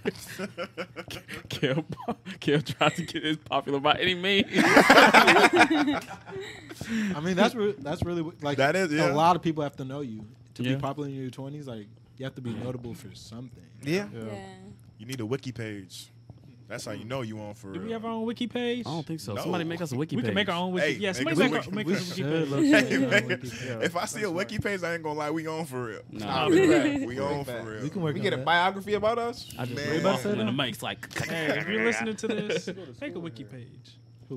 [SPEAKER 1] Kale, Kale tried to get as popular by any [laughs] means.
[SPEAKER 5] I mean, that's re- that's really what- like
[SPEAKER 10] That is, yeah.
[SPEAKER 5] a lot of people have to know you to
[SPEAKER 1] Yeah.
[SPEAKER 5] be popular in your twenties. Like you have to be notable for something.
[SPEAKER 2] Yeah.
[SPEAKER 6] Yeah.
[SPEAKER 10] You need a wiki page. That's how you know you on for
[SPEAKER 3] Do
[SPEAKER 10] real.
[SPEAKER 3] we have our own wiki page?
[SPEAKER 1] I don't think so.
[SPEAKER 10] No.
[SPEAKER 1] Somebody make us a wiki
[SPEAKER 3] we
[SPEAKER 1] page.
[SPEAKER 3] can make our own wiki.
[SPEAKER 10] Hey,
[SPEAKER 3] yeah,
[SPEAKER 10] make us
[SPEAKER 3] somebody
[SPEAKER 10] a
[SPEAKER 3] make, our,
[SPEAKER 10] wiki-
[SPEAKER 3] make us a wiki
[SPEAKER 10] [laughs]
[SPEAKER 3] page.
[SPEAKER 10] Hey, man.
[SPEAKER 5] Yeah.
[SPEAKER 10] If I see a wiki page, I ain't gonna lie. We on for real.
[SPEAKER 1] Nah.
[SPEAKER 10] we
[SPEAKER 4] [laughs]
[SPEAKER 2] [laughs]
[SPEAKER 10] on for
[SPEAKER 2] Fact.
[SPEAKER 10] real.
[SPEAKER 5] We can work.
[SPEAKER 2] We
[SPEAKER 5] on
[SPEAKER 2] get a
[SPEAKER 5] that.
[SPEAKER 2] biography about us.
[SPEAKER 1] I
[SPEAKER 10] Man.
[SPEAKER 1] just read
[SPEAKER 10] Everybody
[SPEAKER 1] off
[SPEAKER 10] said
[SPEAKER 1] and the
[SPEAKER 5] that?
[SPEAKER 1] mic's like. [laughs]
[SPEAKER 3] Hey, if you're listening to this, make a wiki page.
[SPEAKER 9] [laughs]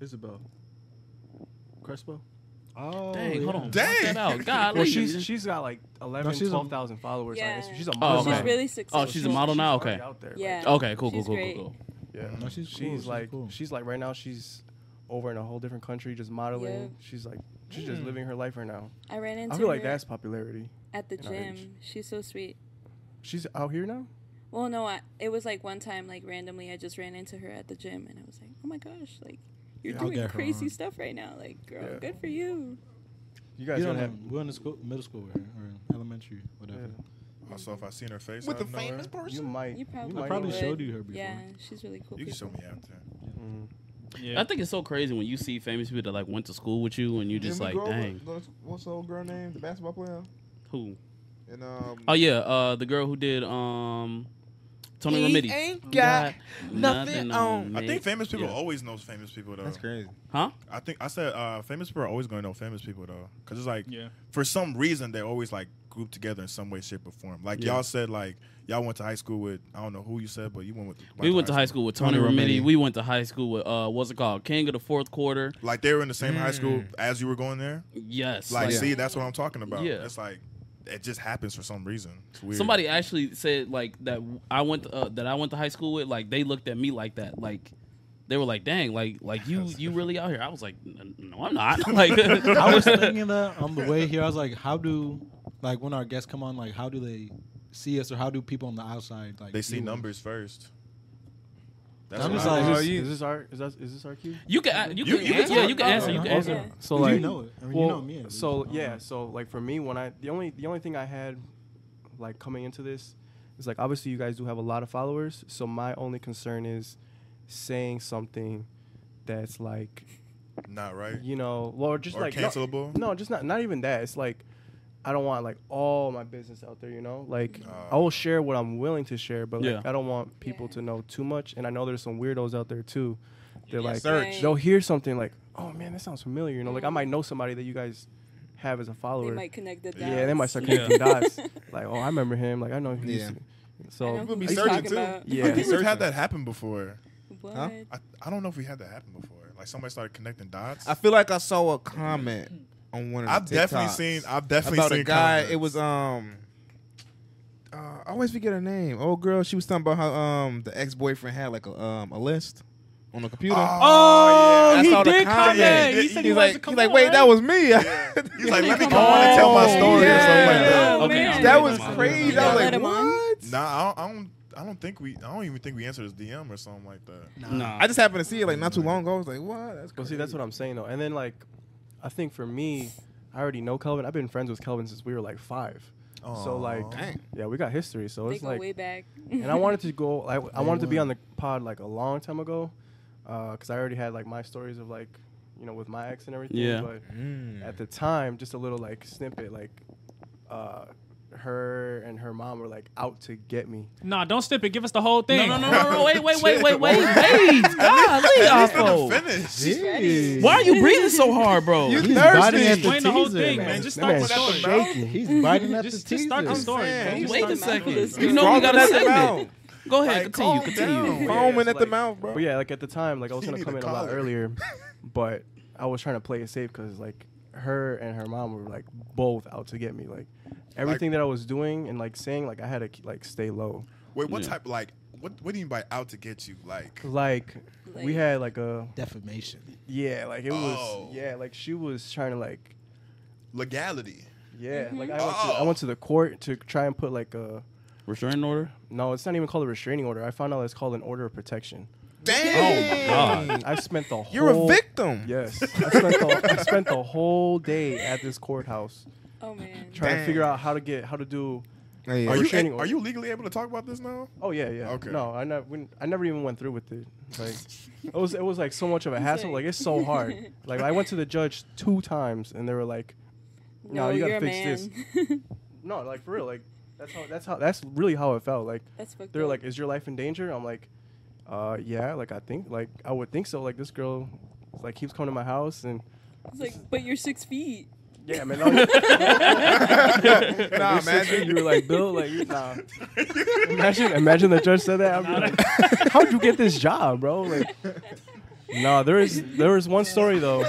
[SPEAKER 9] Isabel. Crespo?
[SPEAKER 5] Oh,
[SPEAKER 1] Dang, hold on.
[SPEAKER 10] Dang.
[SPEAKER 1] Block that [laughs] out. God,
[SPEAKER 9] Well,
[SPEAKER 1] look.
[SPEAKER 9] she's she's got like 11,
[SPEAKER 5] she's a-
[SPEAKER 9] 12,000 followers on
[SPEAKER 6] Yeah.
[SPEAKER 9] Instagram. She's a
[SPEAKER 1] Oh,
[SPEAKER 9] model.
[SPEAKER 1] okay.
[SPEAKER 6] She's really successful.
[SPEAKER 1] oh, she's a model now. Okay.
[SPEAKER 9] already out there.
[SPEAKER 6] Yeah.
[SPEAKER 1] Okay. Cool. Cool.
[SPEAKER 6] She's
[SPEAKER 1] Cool. Cool.
[SPEAKER 6] great.
[SPEAKER 1] Cool.
[SPEAKER 9] Yeah.
[SPEAKER 5] No, she's cool,
[SPEAKER 9] she's
[SPEAKER 5] she's
[SPEAKER 9] like
[SPEAKER 5] cool.
[SPEAKER 9] she's like right now she's over in a whole different country just modeling.
[SPEAKER 6] Yeah.
[SPEAKER 9] She's like she's just living her life right now.
[SPEAKER 6] I ran into
[SPEAKER 9] I feel like
[SPEAKER 6] her
[SPEAKER 9] that's popularity.
[SPEAKER 6] at the
[SPEAKER 9] in our age.
[SPEAKER 6] gym. She's so sweet.
[SPEAKER 9] She's out here now?
[SPEAKER 6] Well, no, I, it was like one time, like randomly, I just ran into her at the gym, and I was like, "Oh my gosh, like you're
[SPEAKER 5] Yeah, I'll
[SPEAKER 6] doing
[SPEAKER 5] get her
[SPEAKER 6] crazy
[SPEAKER 5] on.
[SPEAKER 6] stuff right now, like girl,
[SPEAKER 9] Yeah.
[SPEAKER 6] good for you."
[SPEAKER 9] You
[SPEAKER 5] You
[SPEAKER 9] guys
[SPEAKER 5] don't
[SPEAKER 9] don't
[SPEAKER 5] know,
[SPEAKER 9] have
[SPEAKER 5] we're in the school, middle school with her or elementary, whatever.
[SPEAKER 9] yeah.
[SPEAKER 10] Also, if I seen her face,
[SPEAKER 2] With
[SPEAKER 10] I'd
[SPEAKER 2] the
[SPEAKER 10] know her.
[SPEAKER 2] famous
[SPEAKER 9] you
[SPEAKER 2] person.
[SPEAKER 9] might
[SPEAKER 6] You probably,
[SPEAKER 9] might
[SPEAKER 5] probably
[SPEAKER 9] know.
[SPEAKER 6] would.
[SPEAKER 5] showed you her before.
[SPEAKER 6] Yeah, she's really cool.
[SPEAKER 10] You can show
[SPEAKER 6] people.
[SPEAKER 10] me after.
[SPEAKER 9] Mhm.
[SPEAKER 1] I think it's so crazy when you see famous people that like went to school with you, and you just like, dang,
[SPEAKER 2] What's the old girl name? The basketball player.
[SPEAKER 1] who?
[SPEAKER 2] And um.
[SPEAKER 1] Oh yeah, uh, the girl who did um, Tony
[SPEAKER 2] He
[SPEAKER 1] Romiti.
[SPEAKER 2] ain't got nothing on.
[SPEAKER 1] me.
[SPEAKER 10] I think famous people
[SPEAKER 1] Yeah.
[SPEAKER 10] always know famous people though.
[SPEAKER 2] That's crazy.
[SPEAKER 1] Huh?
[SPEAKER 10] I think I said uh, famous people are always going to know famous people though, because it's like
[SPEAKER 3] Yeah.
[SPEAKER 10] for some reason they're always like grouped together in some way, shape, or form. Like
[SPEAKER 1] Yeah.
[SPEAKER 10] y'all said, like y'all went to high school with I don't know who you said, but you went with
[SPEAKER 1] We went to high school with Tony,
[SPEAKER 2] Tony
[SPEAKER 1] Romiti.
[SPEAKER 2] Romiti.
[SPEAKER 1] We went to high school with uh, what's it called? King of the Fourth Quarter.
[SPEAKER 10] Like they were in the same high school
[SPEAKER 1] Mm.
[SPEAKER 10] as you were going there.
[SPEAKER 1] Yes.
[SPEAKER 10] Like,
[SPEAKER 1] like-
[SPEAKER 10] see, that's what I'm talking about.
[SPEAKER 1] Yeah.
[SPEAKER 10] It's like it just happens for some reason. It's weird.
[SPEAKER 1] Somebody actually said like that I went to, uh, that I went to high school with like they looked at me like that like they were like dang like like you you really out here I was like "N- no I'm not [laughs] like
[SPEAKER 5] I was thinking that on the way here. I was like, how do like when our guests come on, like how do they see us or how do people on the outside like
[SPEAKER 10] they see
[SPEAKER 5] view us?
[SPEAKER 10] numbers first. That's
[SPEAKER 5] I'm
[SPEAKER 10] what
[SPEAKER 5] just
[SPEAKER 10] I-
[SPEAKER 5] like-
[SPEAKER 9] Is,
[SPEAKER 5] Oh,
[SPEAKER 9] this,
[SPEAKER 5] you-
[SPEAKER 9] is this our is that is this our cue?
[SPEAKER 1] [laughs] you can a- you can
[SPEAKER 10] You- you can
[SPEAKER 1] an- yeah
[SPEAKER 10] talk.
[SPEAKER 1] you can answer
[SPEAKER 5] Oh,
[SPEAKER 1] you can
[SPEAKER 5] okay.
[SPEAKER 1] answer
[SPEAKER 6] Yeah.
[SPEAKER 9] So
[SPEAKER 5] Did
[SPEAKER 9] like
[SPEAKER 5] you know it. I mean, you know me. uh-huh. at least. I
[SPEAKER 9] So
[SPEAKER 5] don't
[SPEAKER 9] yeah,
[SPEAKER 5] know.
[SPEAKER 9] so like for me, when I the only the only thing I had, like coming into this, is like obviously you guys do have a lot of followers. So my only concern is, saying something that's like
[SPEAKER 4] Not right.
[SPEAKER 9] you know, well, or just
[SPEAKER 4] Or
[SPEAKER 9] like no-
[SPEAKER 4] cancelable?
[SPEAKER 9] No, just not not even that. It's like I don't want like all my business out there, you know? Like I will share what I'm willing to share, but like
[SPEAKER 1] Yeah.
[SPEAKER 9] I don't want people to know too much. And I know there's some weirdos out there too. They're like
[SPEAKER 6] search.
[SPEAKER 9] they'll hear something like, Oh man, that sounds familiar, you know, like I might know somebody that you guys have as a
[SPEAKER 6] They
[SPEAKER 9] follower.
[SPEAKER 6] might connect the dots.
[SPEAKER 9] yeah, they might start
[SPEAKER 1] Yeah.
[SPEAKER 6] [laughs]
[SPEAKER 9] connecting dots. Like, oh, I remember him. Like, I know who.
[SPEAKER 2] Yeah.
[SPEAKER 9] Yeah.
[SPEAKER 6] I
[SPEAKER 9] So
[SPEAKER 6] know who
[SPEAKER 4] be
[SPEAKER 6] he's
[SPEAKER 4] searching
[SPEAKER 6] talking
[SPEAKER 4] too.
[SPEAKER 6] about. [laughs]
[SPEAKER 9] Yeah.
[SPEAKER 4] I think we've
[SPEAKER 2] Searching.
[SPEAKER 4] had that happen before.
[SPEAKER 6] What?
[SPEAKER 4] I, I don't know if we had that happen before. Like somebody started connecting dots.
[SPEAKER 2] I feel like I saw a comment on one of the
[SPEAKER 4] I've definitely
[SPEAKER 2] TikToks
[SPEAKER 4] seen. I've definitely
[SPEAKER 2] about
[SPEAKER 4] seen
[SPEAKER 2] a guy.
[SPEAKER 4] comments.
[SPEAKER 2] It was um. Uh, I always forget her name. Old girl. She was talking about how um the ex boyfriend had like a um a list on the
[SPEAKER 4] Oh.
[SPEAKER 2] computer.
[SPEAKER 3] Oh,
[SPEAKER 2] I
[SPEAKER 3] he
[SPEAKER 2] saw the
[SPEAKER 3] did comment.
[SPEAKER 2] comment.
[SPEAKER 3] He said he wanted
[SPEAKER 2] he's like,
[SPEAKER 3] to come
[SPEAKER 2] he's like,
[SPEAKER 3] on,
[SPEAKER 2] wait,
[SPEAKER 3] right?
[SPEAKER 2] that was me. [laughs]
[SPEAKER 4] He's like, let me
[SPEAKER 6] Oh,
[SPEAKER 4] come on and tell my story or something like
[SPEAKER 2] yeah.
[SPEAKER 4] that.
[SPEAKER 6] Oh,
[SPEAKER 1] Okay,
[SPEAKER 6] man.
[SPEAKER 1] I'm
[SPEAKER 2] that
[SPEAKER 1] with
[SPEAKER 2] was
[SPEAKER 1] him, I'm with
[SPEAKER 2] crazy.
[SPEAKER 1] him.
[SPEAKER 2] I was
[SPEAKER 6] Let
[SPEAKER 2] like,
[SPEAKER 6] him on.
[SPEAKER 2] what?
[SPEAKER 4] Nah, I don't, I don't. I don't think we. I don't even think we answered his DM or something like that.
[SPEAKER 1] Nah.
[SPEAKER 2] I just happened to see it like not too long ago. I was like, what? That's
[SPEAKER 9] Well,
[SPEAKER 2] crazy.
[SPEAKER 9] see, that's what I'm saying though. And then like, I think for me, I already know Kelvin. I've been friends with Kelvin since we were like five. So
[SPEAKER 4] Aw.
[SPEAKER 9] like,
[SPEAKER 2] Dang.
[SPEAKER 9] yeah, we got history. So
[SPEAKER 6] They
[SPEAKER 9] it's
[SPEAKER 6] go
[SPEAKER 9] like,
[SPEAKER 6] way back.
[SPEAKER 9] [laughs] and I wanted to go. I, I wanted to be on the pod like a long time ago, because I already had like my stories of like, you know, with my ex and everything.
[SPEAKER 1] Yeah.
[SPEAKER 9] But at the time, just a little like snippet, like, uh, her and her mom were like out to get me.
[SPEAKER 3] Nah, don't snip it. Give us the whole
[SPEAKER 1] No,
[SPEAKER 3] thing.
[SPEAKER 1] no, no, no, no, wait, wait, wait, wait, wait, wait. Golly,
[SPEAKER 4] Oh.
[SPEAKER 1] Oppo.
[SPEAKER 4] Finish.
[SPEAKER 6] Ready?
[SPEAKER 1] Why are you breathing so hard, bro?
[SPEAKER 2] You
[SPEAKER 1] You
[SPEAKER 5] He's
[SPEAKER 2] thirsty.
[SPEAKER 5] biting at the
[SPEAKER 3] Explain the whole
[SPEAKER 5] teaser,
[SPEAKER 3] thing,
[SPEAKER 5] man.
[SPEAKER 3] man. Just
[SPEAKER 9] That
[SPEAKER 3] start
[SPEAKER 9] man's
[SPEAKER 3] with that one, bro.
[SPEAKER 9] shaking. He's biting at
[SPEAKER 3] [laughs] Just,
[SPEAKER 5] the
[SPEAKER 3] just
[SPEAKER 5] teaser.
[SPEAKER 3] start the story, bro.
[SPEAKER 2] saying,
[SPEAKER 3] Just
[SPEAKER 2] he's
[SPEAKER 3] start
[SPEAKER 1] Wait
[SPEAKER 3] the
[SPEAKER 1] a
[SPEAKER 3] story.
[SPEAKER 1] second.
[SPEAKER 6] Just
[SPEAKER 1] You know we got
[SPEAKER 2] Frothing at
[SPEAKER 1] a
[SPEAKER 2] the
[SPEAKER 1] segment.
[SPEAKER 2] mouth.
[SPEAKER 1] Go ahead,
[SPEAKER 4] Like,
[SPEAKER 1] continue,
[SPEAKER 4] calm
[SPEAKER 1] continue.
[SPEAKER 4] down.
[SPEAKER 2] Foaming
[SPEAKER 9] it's
[SPEAKER 2] at the
[SPEAKER 9] like-
[SPEAKER 2] mouth, bro.
[SPEAKER 9] But yeah, like at the time, like I was
[SPEAKER 4] You
[SPEAKER 9] gonna
[SPEAKER 4] need
[SPEAKER 9] come
[SPEAKER 4] a
[SPEAKER 9] in a lot
[SPEAKER 4] collar.
[SPEAKER 2] [laughs]
[SPEAKER 9] earlier, but I was trying to play it safe because like her and her mom were like both out to get me. Like everything that I was doing and like saying, like I had to ke- like stay low.
[SPEAKER 4] Wait, what
[SPEAKER 1] Yeah.
[SPEAKER 4] type? Like, what? What do you mean by out to get you? Like,
[SPEAKER 9] Like we
[SPEAKER 6] Like-
[SPEAKER 9] had like a
[SPEAKER 5] Defamation.
[SPEAKER 9] yeah, like it
[SPEAKER 4] Oh.
[SPEAKER 9] was yeah, like she was trying to like
[SPEAKER 4] legality.
[SPEAKER 9] yeah, like I went, to, I
[SPEAKER 4] Oh.
[SPEAKER 9] went to the court to try and put like a
[SPEAKER 1] Restraining order?
[SPEAKER 9] no, it's not even called a restraining order. I found out it's called an order of protection.
[SPEAKER 2] Damn.
[SPEAKER 1] God.
[SPEAKER 9] I spent the
[SPEAKER 2] Ah. You're a
[SPEAKER 9] Oh, whole
[SPEAKER 2] victim.
[SPEAKER 9] Yes, [laughs] I spent, the, I spent the whole day at this courthouse
[SPEAKER 6] [laughs]
[SPEAKER 9] [laughs]
[SPEAKER 6] Oh man.
[SPEAKER 9] trying to
[SPEAKER 2] Damn.
[SPEAKER 9] figured out how to get how to do.
[SPEAKER 2] Yeah, yeah.
[SPEAKER 4] Are
[SPEAKER 9] you
[SPEAKER 4] you,
[SPEAKER 9] training-
[SPEAKER 4] are you legally able to talk about this now?
[SPEAKER 9] Oh yeah, yeah.
[SPEAKER 4] Okay.
[SPEAKER 9] No, I never. we- I never even went through with it. Like, it was it was like so much of a hassle. Like it's so [laughs] hard. Like I went to the judge two times, and they were like, No, you gotta
[SPEAKER 6] are
[SPEAKER 9] fix
[SPEAKER 6] this.
[SPEAKER 9] No, like for real. Like that's how that's how that's really how it felt. Like
[SPEAKER 6] [laughs] That's fucked
[SPEAKER 9] they're
[SPEAKER 6] up.
[SPEAKER 9] like, Is your life in danger? I'm like, Uh, yeah. Like I think like I would think so. Like this girl, like keeps coming to my house and.
[SPEAKER 6] It's
[SPEAKER 9] [laughs]
[SPEAKER 6] like, but you're six feet.
[SPEAKER 9] Oh, Yeah, man.
[SPEAKER 6] [laughs]
[SPEAKER 9] [laughs]
[SPEAKER 2] [laughs]
[SPEAKER 9] Nah,
[SPEAKER 2] Nah,
[SPEAKER 9] imagine
[SPEAKER 2] imagine.
[SPEAKER 9] you were like Bill, like you- [laughs] nah. Imagine, imagine the judge said that. I'd be like, How'd you get this job, bro? Like, no, there is there was one story though.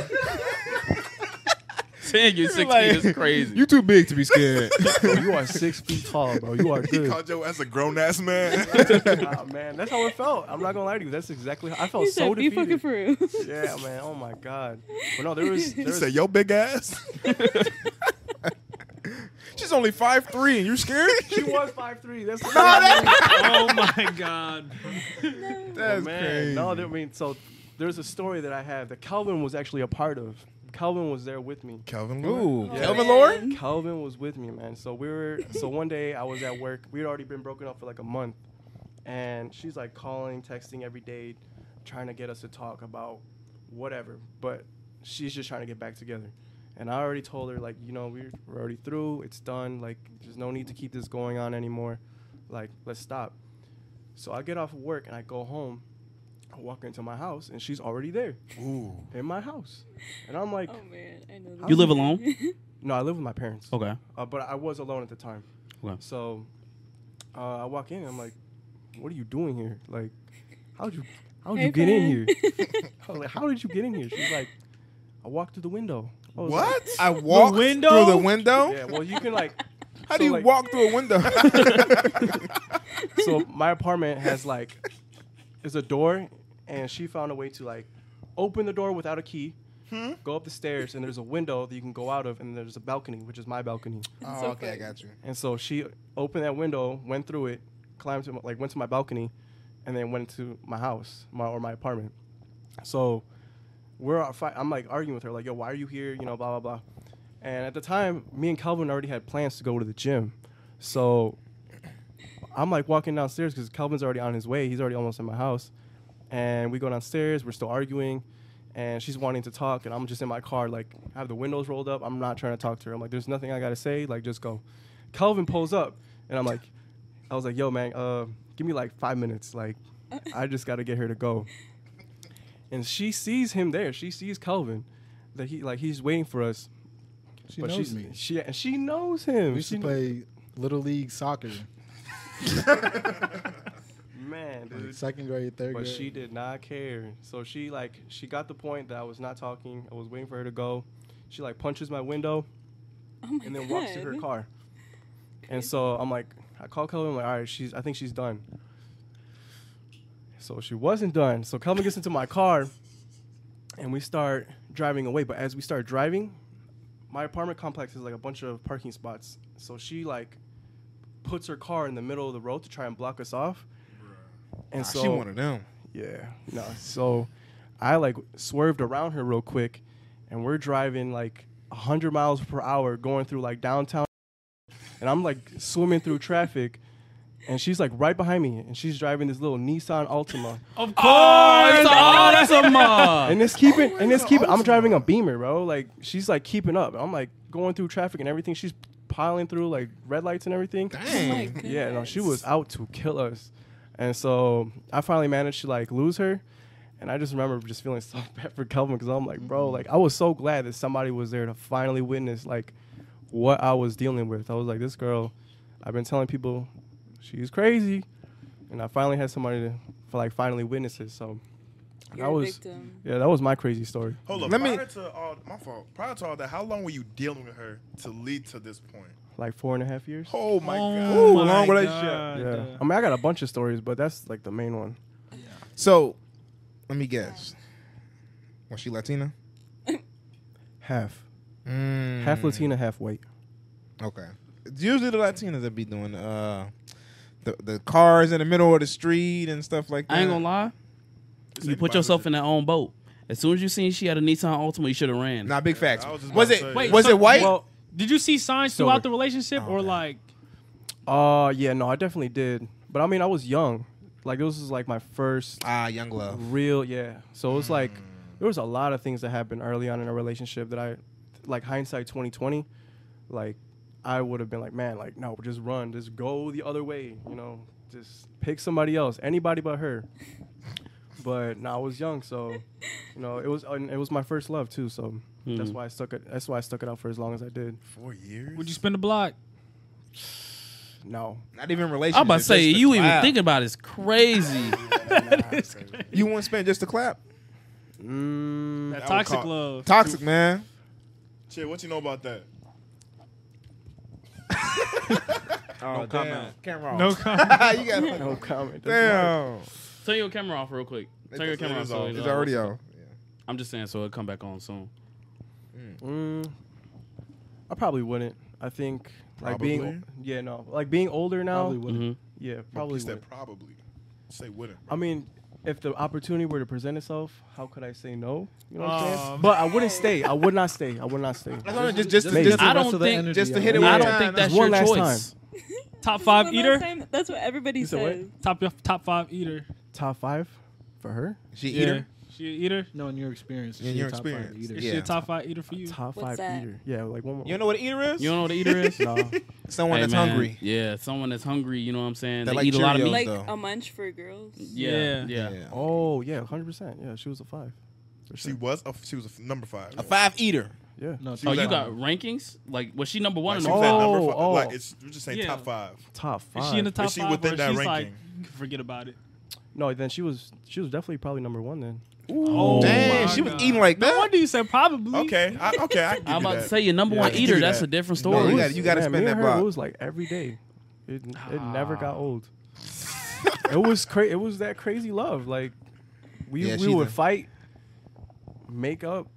[SPEAKER 1] Saying you're 16 is crazy.
[SPEAKER 2] You too big to be scared.
[SPEAKER 9] Bro, you are six feet tall, bro. [laughs] You are
[SPEAKER 4] He
[SPEAKER 9] good.
[SPEAKER 4] called Joe as a grown ass man. [laughs]
[SPEAKER 9] [laughs] Nah, man, that's how it felt. I'm not gonna lie to you. That's exactly how I felt.
[SPEAKER 6] He
[SPEAKER 9] so
[SPEAKER 6] said, be fucking
[SPEAKER 9] defeated.
[SPEAKER 6] for real.
[SPEAKER 9] [laughs] Yeah, man. Oh my god. But no, there was. There
[SPEAKER 4] he
[SPEAKER 9] was
[SPEAKER 4] said, "Yo, big ass."
[SPEAKER 2] [laughs] She's only five three, and
[SPEAKER 4] [laughs]
[SPEAKER 2] you're scared.
[SPEAKER 9] she was five three.
[SPEAKER 6] [laughs]
[SPEAKER 9] That's
[SPEAKER 3] [laughs] Oh my god.
[SPEAKER 2] That's
[SPEAKER 9] man, no, there- I mean, so there's a story that I have that Calvin was actually a part of. Calvin was there with me.
[SPEAKER 4] Calvin Lou.
[SPEAKER 2] Ooh,
[SPEAKER 9] Yeah.
[SPEAKER 2] Kelvin Lord.
[SPEAKER 9] Calvin was with me, man. So we were, so one day I was at work. We'd already been broken up for like a month, and she's like calling, texting every day, trying to get us to talk about whatever. But she's just trying to get back together. And I already told her like, you know, we're, we're already through. It's done. Like, there's no need to keep this going on anymore. Like, let's stop. So I get off of work and I go home. I walk into my house and she's already there
[SPEAKER 4] Ooh.
[SPEAKER 9] in my house, and I'm like,
[SPEAKER 6] [laughs] Oh man, I know. This
[SPEAKER 1] You live alone?
[SPEAKER 9] no, I live with my parents
[SPEAKER 1] Okay.
[SPEAKER 9] uh, but I was alone at the time.
[SPEAKER 1] Okay.
[SPEAKER 9] So uh, I walk in. I'm like, "What are you doing here? Like, how'd you how'd you
[SPEAKER 6] Hey,
[SPEAKER 9] get in
[SPEAKER 6] friend.
[SPEAKER 9] here?
[SPEAKER 6] [laughs]
[SPEAKER 9] I was like, how did you get in here?" She's like, "I walked through the window." I was like,
[SPEAKER 2] What? I walked
[SPEAKER 3] window?
[SPEAKER 2] through the window.
[SPEAKER 9] yeah. Well, you
[SPEAKER 2] [laughs]
[SPEAKER 9] can like.
[SPEAKER 2] How
[SPEAKER 9] so,
[SPEAKER 2] do you
[SPEAKER 9] like-
[SPEAKER 2] walk through a
[SPEAKER 4] [laughs]
[SPEAKER 6] [laughs]
[SPEAKER 9] [laughs]
[SPEAKER 2] window? [laughs]
[SPEAKER 9] So my apartment has like, it's a door, and she found a way to like, open the door without a key. Go up the stairs, and there's a window that you can go out of, and there's a balcony, which is my balcony.
[SPEAKER 2] oh, okay, I got you.
[SPEAKER 9] And so she opened that window, went through it, climbed to my, like went to my balcony, and then went to my house, my or my apartment. So we're all fi- I'm like arguing with her, like, "Yo, why are you here?" You know, blah blah blah. And at the time, me and Calvin already had plans to go to the gym, so I'm like walking downstairs because Calvin's already on his way. He's already almost in my house, and we go downstairs. We're still arguing, and she's wanting to talk, and I'm just in my car, like I have the windows rolled up. I'm not trying to talk to her. I'm like, there's nothing I gotta say. Like, just go. Calvin pulls up, and I'm like, I was like, yo, man, uh, give me like five minutes. Like, I just gotta get her to go. And she sees him there. She sees Calvin, that he like he's waiting for us.
[SPEAKER 5] She
[SPEAKER 9] but
[SPEAKER 5] knows
[SPEAKER 9] she's,
[SPEAKER 5] me.
[SPEAKER 9] She and she knows him.
[SPEAKER 5] We
[SPEAKER 9] she
[SPEAKER 5] should play little league soccer,
[SPEAKER 9] man,
[SPEAKER 5] like
[SPEAKER 9] dude.
[SPEAKER 5] second grade, third
[SPEAKER 9] But
[SPEAKER 5] grade.
[SPEAKER 9] she did not care. So she like she got the point that I was not talking. I was waiting for her to go. She like punches my window
[SPEAKER 6] Oh my
[SPEAKER 9] and then
[SPEAKER 6] god.
[SPEAKER 9] walks to her car. And so I'm like, I call Kelvin. I'm like, all right, she's. I think she's done. So she wasn't done. So Kelvin gets into my car, and we start driving away. But as we start driving, my apartment complex is like a bunch of parking spots. So she like puts her car in the middle of the road to try and block us off. And
[SPEAKER 2] Ah,
[SPEAKER 9] so
[SPEAKER 2] she one of them.
[SPEAKER 9] yeah. No. So I like swerved around her real quick and we're driving like 100 miles per hour going through like downtown and I'm like swimming through traffic and she's like right behind me and she's driving this little Nissan Altima.
[SPEAKER 3] Of course,
[SPEAKER 1] Oh, it's an
[SPEAKER 9] and
[SPEAKER 1] Altima.
[SPEAKER 9] it's keeping and it's keeping I'm driving a Beamer, bro. Like she's like keeping up. I'm like going through traffic and everything. She's piling through like red lights and everything.
[SPEAKER 6] Oh my
[SPEAKER 2] Dang.
[SPEAKER 6] goodness.
[SPEAKER 9] Yeah, no, she was out to kill us. And so I finally managed to like lose her. And I just remember just feeling so [laughs] bad for Kelvin because I'm like,
[SPEAKER 3] Mm-hmm.
[SPEAKER 9] bro, like I was so glad that somebody was there to finally witness like what I was dealing with. I was like, this girl, I've been telling people she's crazy. And I finally had somebody to for, like finally witness it. So
[SPEAKER 6] You're
[SPEAKER 9] I
[SPEAKER 6] a
[SPEAKER 9] was
[SPEAKER 6] victim.
[SPEAKER 9] yeah, that was my crazy story.
[SPEAKER 4] Hold up.
[SPEAKER 2] Let me-
[SPEAKER 4] prior to all my fault. Prior to all that, how long were you dealing with her to lead to this point?
[SPEAKER 9] Like four and a half years.
[SPEAKER 4] Oh my god.
[SPEAKER 3] Oh my
[SPEAKER 2] long relationship.
[SPEAKER 3] God.
[SPEAKER 9] yeah. I mean I got a bunch of stories, but that's like the main one.
[SPEAKER 2] So, let me guess. Was she Latina?
[SPEAKER 9] Half.
[SPEAKER 2] Mm.
[SPEAKER 9] Half Latina, half white.
[SPEAKER 2] Okay. It's usually the Latinas that be doing uh, the the cars in the middle of the street and stuff like that.
[SPEAKER 1] I ain't gonna lie. You put yourself in that own boat. As soon as you seen she had a Nissan Altima, you should have ran.
[SPEAKER 2] Nah, big facts.
[SPEAKER 4] I was just
[SPEAKER 2] Was
[SPEAKER 4] about
[SPEAKER 2] it
[SPEAKER 4] to say.
[SPEAKER 3] Wait,
[SPEAKER 2] was
[SPEAKER 3] so-
[SPEAKER 2] it white?
[SPEAKER 9] Well,
[SPEAKER 3] Did you see signs
[SPEAKER 9] Silver.
[SPEAKER 3] throughout the relationship, or like
[SPEAKER 9] Uh yeah, no, I definitely did. But I mean, I was young. Like this was like my first
[SPEAKER 2] ah, young love.
[SPEAKER 9] real, yeah. So it was like there was a lot of things that happened early on in a relationship that I like hindsight 2020, like I would have been like, man, like no, just run, just go the other way, you know, just pick somebody else, anybody but her. But no, I was young, so you know, it was and it was my first love too, so that's why I stuck it that's why I stuck it out for as long as I did.
[SPEAKER 4] Four years.
[SPEAKER 3] would you spin the block?
[SPEAKER 9] No.
[SPEAKER 2] Not even relationship.
[SPEAKER 1] I'm about to say
[SPEAKER 2] just the
[SPEAKER 1] you even
[SPEAKER 2] clap.
[SPEAKER 1] thinking about it's
[SPEAKER 2] [laughs]
[SPEAKER 1] crazy.
[SPEAKER 2] you want to spend just a clap?
[SPEAKER 9] Mm,
[SPEAKER 3] That
[SPEAKER 4] would
[SPEAKER 3] toxic
[SPEAKER 4] call-
[SPEAKER 3] love.
[SPEAKER 2] Toxic
[SPEAKER 1] [laughs]
[SPEAKER 2] man. [laughs]
[SPEAKER 4] Shit, what you know about that?
[SPEAKER 2] Oh, no comment. Camera off. [laughs]
[SPEAKER 3] No comment.
[SPEAKER 2] you got
[SPEAKER 9] no comment. That's
[SPEAKER 2] Damn.
[SPEAKER 1] Turn your camera off real quick. Turn your
[SPEAKER 4] It
[SPEAKER 1] camera off.
[SPEAKER 4] is
[SPEAKER 1] so
[SPEAKER 4] off.
[SPEAKER 1] it
[SPEAKER 2] It's
[SPEAKER 1] don't-
[SPEAKER 2] already out.
[SPEAKER 1] I'm just saying, so it'll come back on soon.
[SPEAKER 9] why- Mm, I probably wouldn't. I think like being yeah no like being older now
[SPEAKER 5] Probably wouldn't.
[SPEAKER 1] hmm
[SPEAKER 9] yeah
[SPEAKER 4] You
[SPEAKER 9] probably
[SPEAKER 4] said
[SPEAKER 9] would.
[SPEAKER 4] probably. Say wouldn't.
[SPEAKER 9] I mean, if the opportunity were to present itself, how could I say no? You know what I'm
[SPEAKER 3] Oh,
[SPEAKER 9] saying? But I wouldn't stay. I would not stay. I would not stay.
[SPEAKER 2] Just, just,
[SPEAKER 9] Maybe.
[SPEAKER 2] just,
[SPEAKER 1] I
[SPEAKER 5] The rest
[SPEAKER 1] don't
[SPEAKER 5] of the
[SPEAKER 1] think-
[SPEAKER 5] energy
[SPEAKER 2] just to
[SPEAKER 5] out
[SPEAKER 2] hit
[SPEAKER 5] of
[SPEAKER 2] it
[SPEAKER 1] Mm-hmm.
[SPEAKER 5] it.
[SPEAKER 1] I
[SPEAKER 2] one
[SPEAKER 1] don't
[SPEAKER 2] time,
[SPEAKER 1] think
[SPEAKER 2] that's
[SPEAKER 1] that's
[SPEAKER 9] one
[SPEAKER 1] your choice.
[SPEAKER 9] last
[SPEAKER 3] Top
[SPEAKER 6] That's
[SPEAKER 3] five
[SPEAKER 6] what
[SPEAKER 3] eater.
[SPEAKER 6] last time- That's what everybody
[SPEAKER 9] said
[SPEAKER 6] says.
[SPEAKER 3] Top top five eater.
[SPEAKER 9] Top five for her.
[SPEAKER 2] She eat her.
[SPEAKER 3] She a eater.
[SPEAKER 5] No, in your experience.
[SPEAKER 2] In
[SPEAKER 5] she
[SPEAKER 2] your
[SPEAKER 5] a top five
[SPEAKER 2] experience.
[SPEAKER 5] eater.
[SPEAKER 3] Is
[SPEAKER 2] Yeah.
[SPEAKER 3] she a top five eater for you?
[SPEAKER 9] Top
[SPEAKER 6] What's
[SPEAKER 9] five
[SPEAKER 6] that?
[SPEAKER 9] eater. Yeah, like one more. [laughs]
[SPEAKER 2] You don't know what an eater is?
[SPEAKER 1] You don't know what the eater
[SPEAKER 2] [laughs]
[SPEAKER 1] is?
[SPEAKER 9] No.
[SPEAKER 2] Someone
[SPEAKER 1] Hey,
[SPEAKER 2] that's
[SPEAKER 1] man.
[SPEAKER 2] hungry.
[SPEAKER 1] Yeah, someone that's hungry. You know what I'm saying?
[SPEAKER 2] That
[SPEAKER 1] They
[SPEAKER 2] like
[SPEAKER 1] eat a lot of
[SPEAKER 2] Cheerios.
[SPEAKER 1] meat.
[SPEAKER 6] Like
[SPEAKER 2] though.
[SPEAKER 6] a munch for girls.
[SPEAKER 1] Yeah, yeah.
[SPEAKER 9] Oh yeah, hundred percent. Yeah, she was a five. For
[SPEAKER 4] She
[SPEAKER 9] sure.
[SPEAKER 4] was a, she was a f- number five.
[SPEAKER 2] A five eater.
[SPEAKER 9] Yeah.
[SPEAKER 5] No,
[SPEAKER 1] Oh,
[SPEAKER 5] top
[SPEAKER 1] you
[SPEAKER 5] five.
[SPEAKER 1] got rankings? Like, was she number one?
[SPEAKER 4] Like,
[SPEAKER 1] or
[SPEAKER 4] she
[SPEAKER 1] number
[SPEAKER 4] was at
[SPEAKER 1] five?
[SPEAKER 4] number
[SPEAKER 9] Oh,
[SPEAKER 4] five.
[SPEAKER 9] oh.
[SPEAKER 4] Like it's we're just saying
[SPEAKER 3] Yeah.
[SPEAKER 4] top five.
[SPEAKER 9] Top five.
[SPEAKER 3] Is she in the top
[SPEAKER 4] she
[SPEAKER 3] five?
[SPEAKER 4] within
[SPEAKER 3] or
[SPEAKER 4] that
[SPEAKER 3] she's like,
[SPEAKER 4] ranking?
[SPEAKER 3] you can forget about it.
[SPEAKER 9] no, then she was. She was definitely probably number one then.
[SPEAKER 3] Oh,
[SPEAKER 2] Damn,
[SPEAKER 3] my
[SPEAKER 2] she was
[SPEAKER 3] God.
[SPEAKER 2] eating like that.
[SPEAKER 3] No
[SPEAKER 2] [laughs]
[SPEAKER 3] wonder you said probably.
[SPEAKER 4] Okay, I, okay, I can give
[SPEAKER 1] I'm
[SPEAKER 4] you
[SPEAKER 1] about
[SPEAKER 4] that.
[SPEAKER 1] to say your number
[SPEAKER 4] Yeah, I
[SPEAKER 1] one
[SPEAKER 4] can
[SPEAKER 1] eater.
[SPEAKER 4] do
[SPEAKER 1] That's
[SPEAKER 4] that.
[SPEAKER 1] a different
[SPEAKER 2] No,
[SPEAKER 1] story.
[SPEAKER 2] you gotta- you gotta
[SPEAKER 9] Man,
[SPEAKER 2] spend
[SPEAKER 9] me
[SPEAKER 2] that
[SPEAKER 9] and her,
[SPEAKER 2] block.
[SPEAKER 9] It was like every day. It it never
[SPEAKER 3] Ah.
[SPEAKER 9] got old. it was crazy. It was that crazy love. Like we
[SPEAKER 2] Yeah,
[SPEAKER 9] we
[SPEAKER 2] she's
[SPEAKER 9] would
[SPEAKER 2] a-
[SPEAKER 9] fight, make up,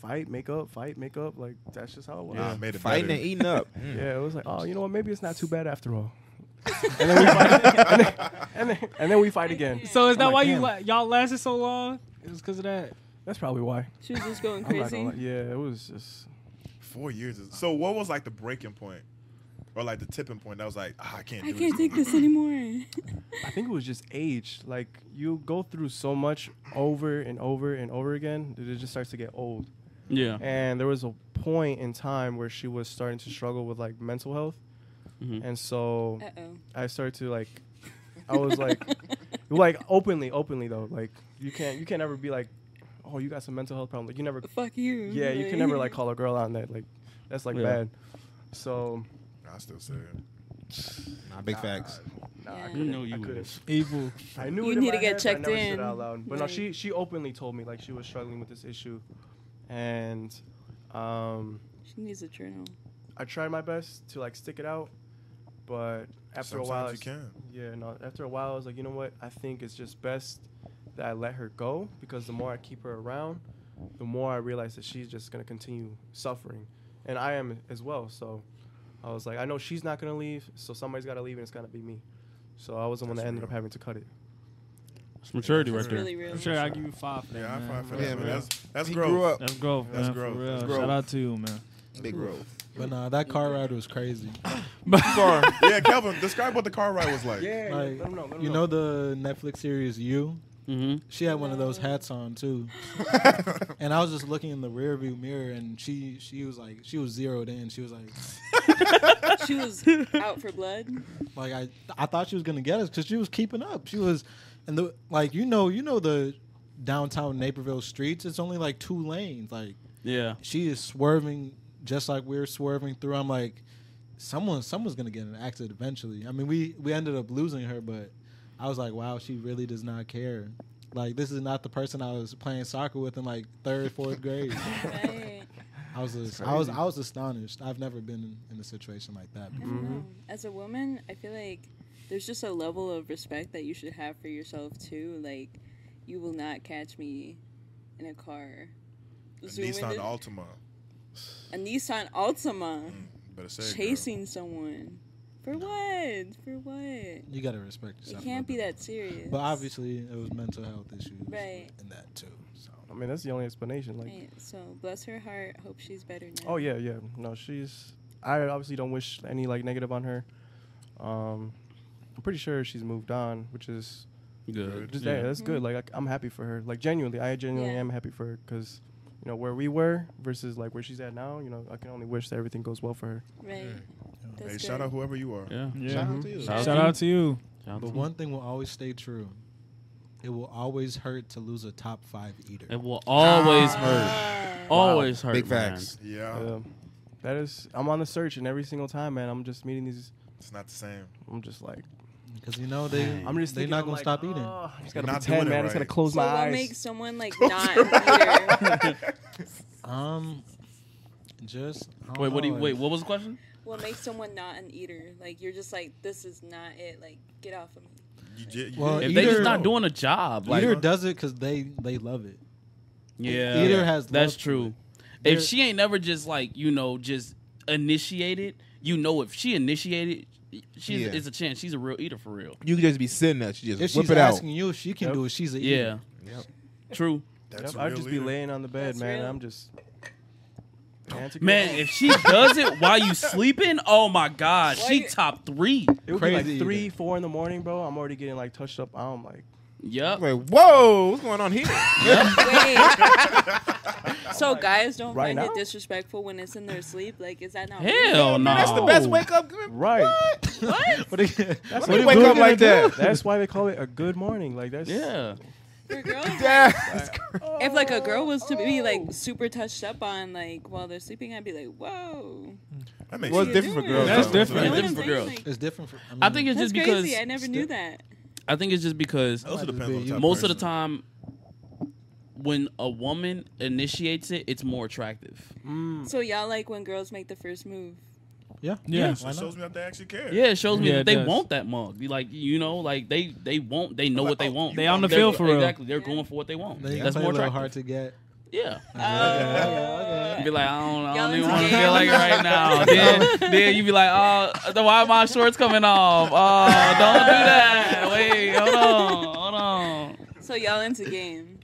[SPEAKER 9] fight, make up, fight, make up. Like that's just how it was.
[SPEAKER 4] Nah,
[SPEAKER 9] Yeah.
[SPEAKER 4] I made it
[SPEAKER 2] Fighting and
[SPEAKER 4] better.
[SPEAKER 2] eating up.
[SPEAKER 9] it was like oh, you know what? Maybe it's not too bad after all. and, then we fight, and, then, and then and then we fight again.
[SPEAKER 3] So is
[SPEAKER 9] I'm
[SPEAKER 3] that
[SPEAKER 9] like,
[SPEAKER 3] why you
[SPEAKER 9] damn,
[SPEAKER 3] la- y'all lasted so long? It was because of that.
[SPEAKER 9] That's probably why.
[SPEAKER 6] She was
[SPEAKER 9] [laughs]
[SPEAKER 6] just going
[SPEAKER 9] I'm not gonna
[SPEAKER 6] crazy.
[SPEAKER 9] lie. Yeah, it was just
[SPEAKER 4] Four years. Is, so what was like the breaking point? or like the tipping point? That was like, ah, I can't.
[SPEAKER 6] I
[SPEAKER 4] do
[SPEAKER 6] can't
[SPEAKER 4] this
[SPEAKER 6] take
[SPEAKER 4] anymore.
[SPEAKER 6] this anymore. [laughs]
[SPEAKER 9] I think it was just age. Like you go through so much over and over and over again, that it just starts to get old.
[SPEAKER 1] Yeah.
[SPEAKER 9] And there was a point in time where she was starting to struggle with like mental health,
[SPEAKER 1] Mm-hmm.
[SPEAKER 9] and so
[SPEAKER 6] uh oh.
[SPEAKER 9] I started to like, I was like, like openly, openly though. Like you can't, you can't ever be like, oh, you got some mental health problem. Like you never,
[SPEAKER 6] Fuck you.
[SPEAKER 9] yeah, you can never like
[SPEAKER 6] Mm-hmm.
[SPEAKER 9] call a girl out on that. Like that's like
[SPEAKER 1] Yeah.
[SPEAKER 9] bad. So
[SPEAKER 4] I still say it.
[SPEAKER 2] Nah, big facts.
[SPEAKER 9] nah,
[SPEAKER 6] Yeah.
[SPEAKER 9] I
[SPEAKER 1] You
[SPEAKER 9] couldn't.
[SPEAKER 1] know
[SPEAKER 9] I
[SPEAKER 1] you
[SPEAKER 9] couldn't.
[SPEAKER 1] would.
[SPEAKER 5] Evil.
[SPEAKER 9] I knew
[SPEAKER 6] You
[SPEAKER 9] it in
[SPEAKER 6] need
[SPEAKER 9] my
[SPEAKER 6] to get
[SPEAKER 9] head, but I
[SPEAKER 6] checked
[SPEAKER 9] never said it
[SPEAKER 6] in.
[SPEAKER 9] out loud. But no,
[SPEAKER 6] Like-
[SPEAKER 9] she she openly told me like she was struggling with this issue, and um,
[SPEAKER 6] She needs a journal.
[SPEAKER 9] I tried my best to like stick it out, but after
[SPEAKER 4] Sometimes
[SPEAKER 9] a while,
[SPEAKER 4] you
[SPEAKER 9] it's-
[SPEAKER 4] can.
[SPEAKER 9] yeah, no. After a while, I was like, you know what? I think it's just best that I let her go because the more I keep her around, the more I realize that she's just gonna continue suffering, and I am as well. So I was like, I know she's not gonna leave, so somebody's gotta leave, and it's gonna be me. So I was the one that ended up having to cut it.
[SPEAKER 1] It's maturity right
[SPEAKER 6] It's
[SPEAKER 1] there.
[SPEAKER 6] really real.
[SPEAKER 3] I'm sure I'll give you five. For that,
[SPEAKER 4] Yeah, I
[SPEAKER 3] man.
[SPEAKER 4] fight for
[SPEAKER 2] Yeah,
[SPEAKER 4] that.
[SPEAKER 2] man.
[SPEAKER 4] man. That's that's
[SPEAKER 2] he
[SPEAKER 4] growth. [laughs]
[SPEAKER 2] grew up.
[SPEAKER 3] That's growth.
[SPEAKER 4] That's
[SPEAKER 3] man,
[SPEAKER 4] growth.
[SPEAKER 3] For real.
[SPEAKER 4] That's
[SPEAKER 3] Shout
[SPEAKER 2] growth.
[SPEAKER 3] out to you, [laughs] man.
[SPEAKER 2] Big growth.
[SPEAKER 5] But nah, that car ride was crazy.
[SPEAKER 4] Sorry. yeah, Kelvin, describe what the car ride was like.
[SPEAKER 9] Yeah,
[SPEAKER 5] Like, you know the Netflix series You?
[SPEAKER 1] Mm-hmm.
[SPEAKER 5] She had one of those hats on too, [laughs] and I was just looking in the rearview mirror, and she she was like she was zeroed in. She was like
[SPEAKER 6] She was out for blood.
[SPEAKER 9] [laughs]
[SPEAKER 5] like I I thought she was gonna get us because she was keeping up. She was, and the like you know you know the downtown Naperville streets. It's only like two lanes. Like
[SPEAKER 1] Yeah.
[SPEAKER 5] she is swerving just like we're swerving through. I'm like, someone someone's gonna get in an accident eventually. I mean, we we ended up losing her, but I was like, wow, she really does not care. Like this is not the person I was playing soccer with in like third, fourth grade.
[SPEAKER 6] [laughs] Right.
[SPEAKER 5] I was I was I was astonished. I've never been in a situation like that.
[SPEAKER 6] I
[SPEAKER 9] Mm-hmm.
[SPEAKER 6] don't know. As a woman, I feel like there's just a level of respect that you should have for yourself too. Like, you will not catch me in a car.
[SPEAKER 4] A
[SPEAKER 6] zooming
[SPEAKER 4] Nissan Mm,
[SPEAKER 6] in-
[SPEAKER 4] Altima.
[SPEAKER 6] a Nissan Altima
[SPEAKER 4] Better say it, girl.
[SPEAKER 6] chasing someone. For what? For what?
[SPEAKER 5] You gotta respect
[SPEAKER 6] It
[SPEAKER 5] yourself.
[SPEAKER 6] can't be that serious.
[SPEAKER 5] But obviously, it was mental health issues
[SPEAKER 6] Right.
[SPEAKER 5] and that too. So
[SPEAKER 9] I mean, that's the only explanation. Like,
[SPEAKER 6] Right, so bless her heart. Hope she's better now.
[SPEAKER 9] oh yeah, yeah. No, she's. I obviously don't wish any like negative on her. Um, I'm pretty sure she's moved on, which is
[SPEAKER 1] Good.
[SPEAKER 9] just
[SPEAKER 1] yeah.
[SPEAKER 9] yeah, that's good. Like, I, I'm happy for her. Like, genuinely, I genuinely
[SPEAKER 6] Yeah.
[SPEAKER 9] am happy for her because, you know, where we were versus like where she's at now. You know, I can only wish that everything goes well for her.
[SPEAKER 6] Right. That's
[SPEAKER 4] Hey,
[SPEAKER 6] good.
[SPEAKER 4] shout out whoever you are.
[SPEAKER 1] Yeah. Mm-hmm.
[SPEAKER 3] Yeah.
[SPEAKER 5] shout out to you.
[SPEAKER 1] Shout out
[SPEAKER 3] Shout
[SPEAKER 1] to
[SPEAKER 3] out to you.
[SPEAKER 1] Shout
[SPEAKER 5] But
[SPEAKER 1] out to-
[SPEAKER 5] one thing will always stay true. It will always hurt to lose a top five eater.
[SPEAKER 1] It will always hurt.
[SPEAKER 6] Ah,
[SPEAKER 1] Always hurt.
[SPEAKER 2] Big
[SPEAKER 1] man.
[SPEAKER 2] facts.
[SPEAKER 4] Yeah,
[SPEAKER 9] Um, that is, I'm on the search, and every single time, man, I'm just meeting these.
[SPEAKER 4] it's not the same.
[SPEAKER 9] I'm just like,
[SPEAKER 5] Because you know they,
[SPEAKER 9] I'm just.
[SPEAKER 5] they're
[SPEAKER 9] thinking,
[SPEAKER 5] not
[SPEAKER 9] I'm
[SPEAKER 5] gonna
[SPEAKER 9] like,
[SPEAKER 5] stop eating.
[SPEAKER 9] "Oh, I just gotta
[SPEAKER 4] Not doing
[SPEAKER 9] pretend,
[SPEAKER 4] it
[SPEAKER 9] man. I just gotta
[SPEAKER 4] right."
[SPEAKER 9] close
[SPEAKER 6] So
[SPEAKER 9] my
[SPEAKER 6] what
[SPEAKER 9] eyes.
[SPEAKER 6] makes someone like not an eater?
[SPEAKER 5] Um, just I don't
[SPEAKER 1] Wait, what do you,
[SPEAKER 5] know,
[SPEAKER 1] wait,
[SPEAKER 5] like,
[SPEAKER 1] what was the question?
[SPEAKER 6] [laughs] what makes someone not an eater? Like you're just like this is not it. Like get off
[SPEAKER 9] [laughs]
[SPEAKER 6] of me.
[SPEAKER 4] You, ju- you-
[SPEAKER 5] Well,
[SPEAKER 1] If
[SPEAKER 5] Either-
[SPEAKER 1] they just not doing a job, like
[SPEAKER 5] eater does it because they they love it.
[SPEAKER 1] yeah,
[SPEAKER 5] Either has
[SPEAKER 1] that's
[SPEAKER 5] love
[SPEAKER 1] true.
[SPEAKER 5] They're-
[SPEAKER 1] If she ain't never just like you know just initiated, you know if she initiated, she's
[SPEAKER 2] Yeah.
[SPEAKER 1] it's a chance. She's a real eater for real.
[SPEAKER 2] You can just be sitting there. She just
[SPEAKER 5] If
[SPEAKER 2] whip
[SPEAKER 5] she's
[SPEAKER 2] it out.
[SPEAKER 5] asking you if she can
[SPEAKER 9] Yep.
[SPEAKER 5] do it, she's a
[SPEAKER 1] Yeah, [laughs]
[SPEAKER 5] eater.
[SPEAKER 1] true.
[SPEAKER 4] that's
[SPEAKER 9] Yep,
[SPEAKER 4] a
[SPEAKER 9] I'd
[SPEAKER 4] real
[SPEAKER 9] just be
[SPEAKER 4] leader.
[SPEAKER 9] laying on the bed,
[SPEAKER 6] That's
[SPEAKER 9] man.
[SPEAKER 6] real.
[SPEAKER 9] I'm just. Man, take your
[SPEAKER 1] Man,
[SPEAKER 9] phone.
[SPEAKER 1] if she does it while you sleeping, oh my god,
[SPEAKER 6] Why
[SPEAKER 1] she
[SPEAKER 6] you-
[SPEAKER 1] top three.
[SPEAKER 9] it would be like
[SPEAKER 5] Crazy.
[SPEAKER 9] three, four in the morning, bro. I'm already getting like touched up. I'm like,
[SPEAKER 1] Yep.
[SPEAKER 2] Like, whoa, what's going on here?
[SPEAKER 6] Wait. so guys don't
[SPEAKER 9] Right
[SPEAKER 6] find
[SPEAKER 9] now?
[SPEAKER 6] it disrespectful when it's in their sleep. Like is that not weird?
[SPEAKER 1] Hell no.
[SPEAKER 2] That's the best wake up.
[SPEAKER 9] right.
[SPEAKER 5] What do-
[SPEAKER 9] That's
[SPEAKER 2] Let me
[SPEAKER 9] what
[SPEAKER 2] wake
[SPEAKER 9] you
[SPEAKER 2] up
[SPEAKER 9] do.
[SPEAKER 2] like that.
[SPEAKER 9] That's why they call it a good morning. Like that's
[SPEAKER 1] Yeah.
[SPEAKER 6] For girls,
[SPEAKER 2] [laughs] That's
[SPEAKER 6] if like a girl was to be
[SPEAKER 9] Oh.
[SPEAKER 6] like super touched up on like while they're sleeping, I'd be like, whoa.
[SPEAKER 4] That makes
[SPEAKER 2] Well,
[SPEAKER 4] sense.
[SPEAKER 2] it's different for girls.
[SPEAKER 3] That's
[SPEAKER 2] though.
[SPEAKER 3] different.
[SPEAKER 6] You know what
[SPEAKER 1] different
[SPEAKER 6] I'm
[SPEAKER 1] for
[SPEAKER 6] saying?
[SPEAKER 1] girls.
[SPEAKER 6] Like,
[SPEAKER 5] It's different. For, I, mean,
[SPEAKER 1] I think it's
[SPEAKER 6] that's
[SPEAKER 1] just because
[SPEAKER 6] crazy. I never knew that.
[SPEAKER 1] I think it's just because
[SPEAKER 4] Also
[SPEAKER 5] Might
[SPEAKER 4] depends
[SPEAKER 5] be
[SPEAKER 4] on the
[SPEAKER 5] you.
[SPEAKER 4] type
[SPEAKER 1] most of the
[SPEAKER 4] person.
[SPEAKER 1] time when a woman initiates it, it's more attractive.
[SPEAKER 6] So y'all like when girls make the first move.
[SPEAKER 5] yeah,
[SPEAKER 3] Yeah.
[SPEAKER 4] So
[SPEAKER 5] Why
[SPEAKER 4] it
[SPEAKER 5] not?
[SPEAKER 4] shows me that they actually care.
[SPEAKER 1] Yeah, it shows me
[SPEAKER 3] Yeah,
[SPEAKER 1] that
[SPEAKER 3] it
[SPEAKER 1] they
[SPEAKER 3] does.
[SPEAKER 1] want that mug. You Like you know, like they they want they know
[SPEAKER 4] Like,
[SPEAKER 1] what they
[SPEAKER 4] oh,
[SPEAKER 1] want.
[SPEAKER 3] They on the
[SPEAKER 1] They're-
[SPEAKER 3] field for real.
[SPEAKER 1] Exactly, they're
[SPEAKER 6] Yeah.
[SPEAKER 1] going for what they want.
[SPEAKER 5] They
[SPEAKER 1] That's
[SPEAKER 5] play
[SPEAKER 1] more
[SPEAKER 5] a little hard
[SPEAKER 1] attractive.
[SPEAKER 5] to get.
[SPEAKER 1] Yeah.
[SPEAKER 6] Oh.
[SPEAKER 1] Be like, I don't, I
[SPEAKER 6] Y'all
[SPEAKER 1] don't even
[SPEAKER 6] into
[SPEAKER 1] want to
[SPEAKER 6] games?
[SPEAKER 1] feel like it right now. then, then you be like, oh, then why are my shorts coming off? Oh, don't do that. Wait, hold on, hold on.
[SPEAKER 6] So y'all into games.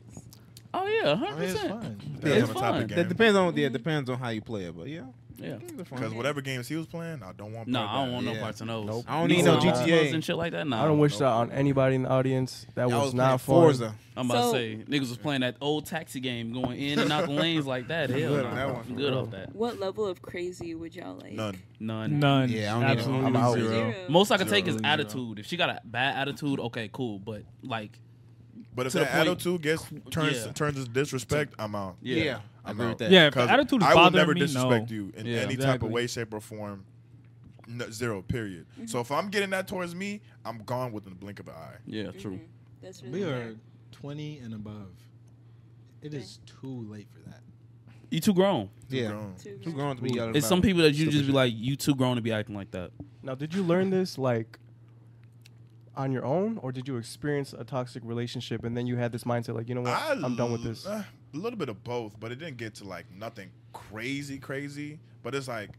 [SPEAKER 1] Oh yeah,
[SPEAKER 5] I
[SPEAKER 1] hundred
[SPEAKER 5] mean, it's
[SPEAKER 1] percent.
[SPEAKER 5] fine.
[SPEAKER 4] Depends
[SPEAKER 1] It's
[SPEAKER 4] on the type
[SPEAKER 1] fun.
[SPEAKER 4] of game.
[SPEAKER 2] That depends on yeah, it depends on how you play it, but yeah.
[SPEAKER 1] Yeah.
[SPEAKER 4] Because whatever games he was playing, I don't want.
[SPEAKER 1] No,
[SPEAKER 4] part of
[SPEAKER 1] I don't
[SPEAKER 4] that.
[SPEAKER 1] want no
[SPEAKER 2] Yeah.
[SPEAKER 1] parts of those.
[SPEAKER 2] Nope. I don't
[SPEAKER 1] You
[SPEAKER 2] need
[SPEAKER 1] know,
[SPEAKER 2] no
[SPEAKER 1] Forza
[SPEAKER 2] GTA.
[SPEAKER 1] and shit like that. Nah,
[SPEAKER 9] I don't wish
[SPEAKER 1] nope.
[SPEAKER 9] that on anybody in the audience. That
[SPEAKER 2] Y'all
[SPEAKER 9] was,
[SPEAKER 2] was
[SPEAKER 9] not
[SPEAKER 2] playing
[SPEAKER 9] fun.
[SPEAKER 2] Forza.
[SPEAKER 1] I'm about
[SPEAKER 6] So-
[SPEAKER 1] to say niggas was playing that old taxi game, going in and
[SPEAKER 2] [laughs]
[SPEAKER 1] out the lanes like that. Hell,
[SPEAKER 2] good
[SPEAKER 1] nah,
[SPEAKER 2] on that
[SPEAKER 1] bro.
[SPEAKER 2] one,
[SPEAKER 1] I'm good off that.
[SPEAKER 6] What level of crazy would y'all like?
[SPEAKER 4] None.
[SPEAKER 1] None.
[SPEAKER 3] None.
[SPEAKER 2] Yeah, I don't need
[SPEAKER 3] Absolutely
[SPEAKER 2] them. I'm out.
[SPEAKER 3] zero.
[SPEAKER 6] Zero.
[SPEAKER 1] Most I can take is
[SPEAKER 4] Zero.
[SPEAKER 1] attitude. If she got a bad attitude, okay, cool. But like,
[SPEAKER 4] But if
[SPEAKER 1] To the
[SPEAKER 4] that
[SPEAKER 1] point-
[SPEAKER 4] attitude gets turns
[SPEAKER 1] yeah.
[SPEAKER 4] turns as disrespect, I'm out.
[SPEAKER 1] yeah,
[SPEAKER 2] I
[SPEAKER 4] I'm
[SPEAKER 2] agree with
[SPEAKER 4] out.
[SPEAKER 2] that.
[SPEAKER 3] Yeah, if the
[SPEAKER 4] 'Cause
[SPEAKER 3] attitude is
[SPEAKER 4] I will
[SPEAKER 3] bothering
[SPEAKER 4] never
[SPEAKER 3] me,
[SPEAKER 4] disrespect
[SPEAKER 3] no.
[SPEAKER 4] you in
[SPEAKER 1] Yeah,
[SPEAKER 4] any type
[SPEAKER 3] exactly.
[SPEAKER 4] of way, shape, or form. No, zero. Period. So if I'm getting that towards me, I'm gone within the blink of an eye.
[SPEAKER 1] yeah, true.
[SPEAKER 2] Mm-hmm.
[SPEAKER 6] That's really
[SPEAKER 5] We are
[SPEAKER 6] bad.
[SPEAKER 5] 20 and above. It is too late for that.
[SPEAKER 1] You too grown.
[SPEAKER 2] Yeah.
[SPEAKER 4] Grown.
[SPEAKER 6] Too
[SPEAKER 2] Who's
[SPEAKER 6] bad.
[SPEAKER 2] going to be yelling
[SPEAKER 1] It's some people that you just be like, you too grown to be acting like that.
[SPEAKER 9] Now, did you learn this like on your own, or did you experience a toxic relationship and then you had this mindset like, you know what,
[SPEAKER 4] I
[SPEAKER 9] I'm done with this?
[SPEAKER 4] l- uh, a little bit of both, but it didn't get to like nothing crazy, crazy. But it's like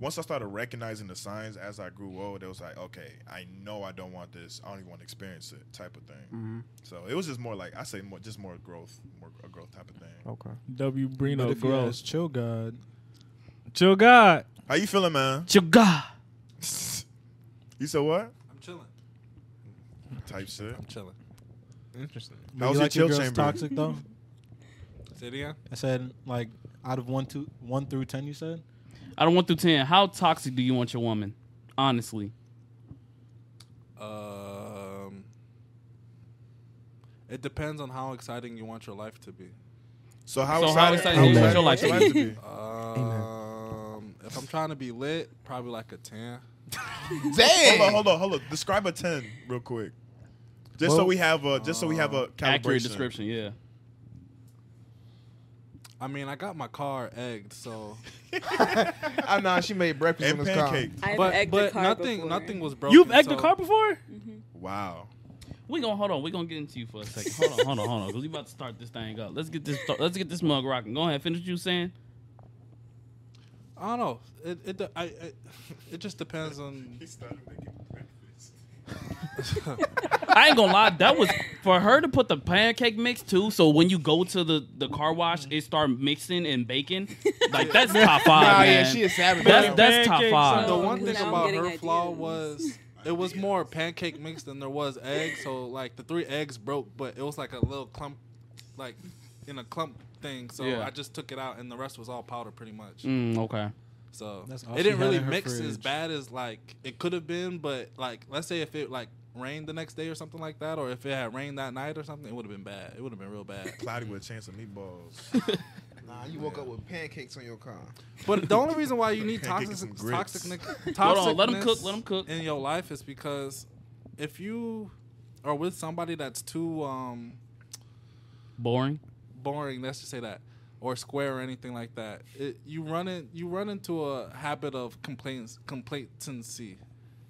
[SPEAKER 4] once I started recognizing the signs as I grew old, it was like, okay, I know I don't want this. I don't even want to experience it, type of thing.
[SPEAKER 9] Mm-hmm.
[SPEAKER 4] So it was just more like I say, more just more growth, more a growth type of thing.
[SPEAKER 9] Okay.
[SPEAKER 3] W.
[SPEAKER 5] but
[SPEAKER 3] Brino
[SPEAKER 5] if you
[SPEAKER 3] gross.
[SPEAKER 5] ask Chill God,
[SPEAKER 3] Chill God.
[SPEAKER 4] How you feeling, man? [laughs]
[SPEAKER 1] Chugga.
[SPEAKER 4] You said what?
[SPEAKER 11] I'm chilling.
[SPEAKER 4] Type shit.
[SPEAKER 11] I'm chilling.
[SPEAKER 2] Interesting.
[SPEAKER 4] That
[SPEAKER 5] but you
[SPEAKER 4] was your
[SPEAKER 5] like your
[SPEAKER 4] chill
[SPEAKER 5] girls
[SPEAKER 4] chamber.
[SPEAKER 5] toxic though?
[SPEAKER 11] Say it again.
[SPEAKER 5] I said, like, out of one, to, one through 10, you said?
[SPEAKER 1] I don't want through ten. How toxic do you want your woman? Honestly,
[SPEAKER 11] Um, it depends on how exciting you want your life to be.
[SPEAKER 4] So how
[SPEAKER 1] So how
[SPEAKER 4] excited,
[SPEAKER 1] excited
[SPEAKER 4] how
[SPEAKER 5] is
[SPEAKER 4] excited
[SPEAKER 1] your
[SPEAKER 4] would you
[SPEAKER 1] life?
[SPEAKER 4] like to be?
[SPEAKER 11] Um, if I'm trying to be lit, probably like
[SPEAKER 2] [laughs]
[SPEAKER 11] a tan.
[SPEAKER 4] Hold on, hold on, hold on. Describe a ten real quick, just so
[SPEAKER 5] Well,
[SPEAKER 4] we have a just so we have a calibration.
[SPEAKER 1] accurate description. Yeah.
[SPEAKER 11] I mean, I got my car egged, so
[SPEAKER 2] I know Ah, she made breakfast
[SPEAKER 4] and
[SPEAKER 2] in this car.
[SPEAKER 4] pancake.
[SPEAKER 6] I've
[SPEAKER 11] but
[SPEAKER 6] egged a
[SPEAKER 11] but
[SPEAKER 6] car
[SPEAKER 11] nothing
[SPEAKER 6] before.
[SPEAKER 11] nothing was broken.
[SPEAKER 3] You've egged
[SPEAKER 11] so
[SPEAKER 3] a car before?
[SPEAKER 4] Wow.
[SPEAKER 1] We gonna hold on. We gonna get into you for a second. Hold on, hold on, hold on. Because we about to start this thing up. Let's get this. Let's get this mug rocking. Go ahead. Finish what you was saying.
[SPEAKER 11] I don't know. It it de- I, it, it just depends on.
[SPEAKER 1] I ain't gonna lie. That was for her to put the pancake mix too. So when you go to the the car wash, it start mixing and baking. Like that's top five,
[SPEAKER 2] Nah,
[SPEAKER 1] man.
[SPEAKER 2] yeah, she a savage.
[SPEAKER 1] that's that's top
[SPEAKER 3] Pancakes
[SPEAKER 1] five.
[SPEAKER 11] The
[SPEAKER 6] Oh,
[SPEAKER 11] one thing
[SPEAKER 6] now I'm
[SPEAKER 11] about
[SPEAKER 6] getting
[SPEAKER 11] her flaw
[SPEAKER 6] ideas. [laughs]
[SPEAKER 11] was it was more pancake mix than there was egg. So like the three eggs broke, but it was like a little clump, like in a clump thing. So
[SPEAKER 1] Yeah.
[SPEAKER 11] I just took it out, and the rest was all powder pretty much.
[SPEAKER 1] Mm, okay.
[SPEAKER 11] So
[SPEAKER 5] That's all
[SPEAKER 11] it
[SPEAKER 5] she
[SPEAKER 11] didn't
[SPEAKER 5] had
[SPEAKER 11] really
[SPEAKER 5] in her
[SPEAKER 11] mix as
[SPEAKER 5] fridge.
[SPEAKER 11] bad as like it could have been, but like let's say if it like rained the next day or something like that, or if it had rained that night or something, it would have been bad. It would have been
[SPEAKER 5] [laughs]
[SPEAKER 11] real bad.
[SPEAKER 4] Cloudy with a chance of meatballs.
[SPEAKER 2] Nah, you woke up with pancakes on your car.
[SPEAKER 11] But the only reason why
[SPEAKER 5] [laughs]
[SPEAKER 11] you need
[SPEAKER 4] Pancake and
[SPEAKER 11] toxic,
[SPEAKER 4] some grits.
[SPEAKER 11] toxic, nic-
[SPEAKER 1] Hold on, let 'em cook,
[SPEAKER 11] toxicness
[SPEAKER 1] let 'em cook.
[SPEAKER 11] in your life is because if you are with somebody that's too um,
[SPEAKER 1] Boring.
[SPEAKER 11] boring, let's just say that, or square or anything like that, it, you run in, you run into a habit of complaints, complacency.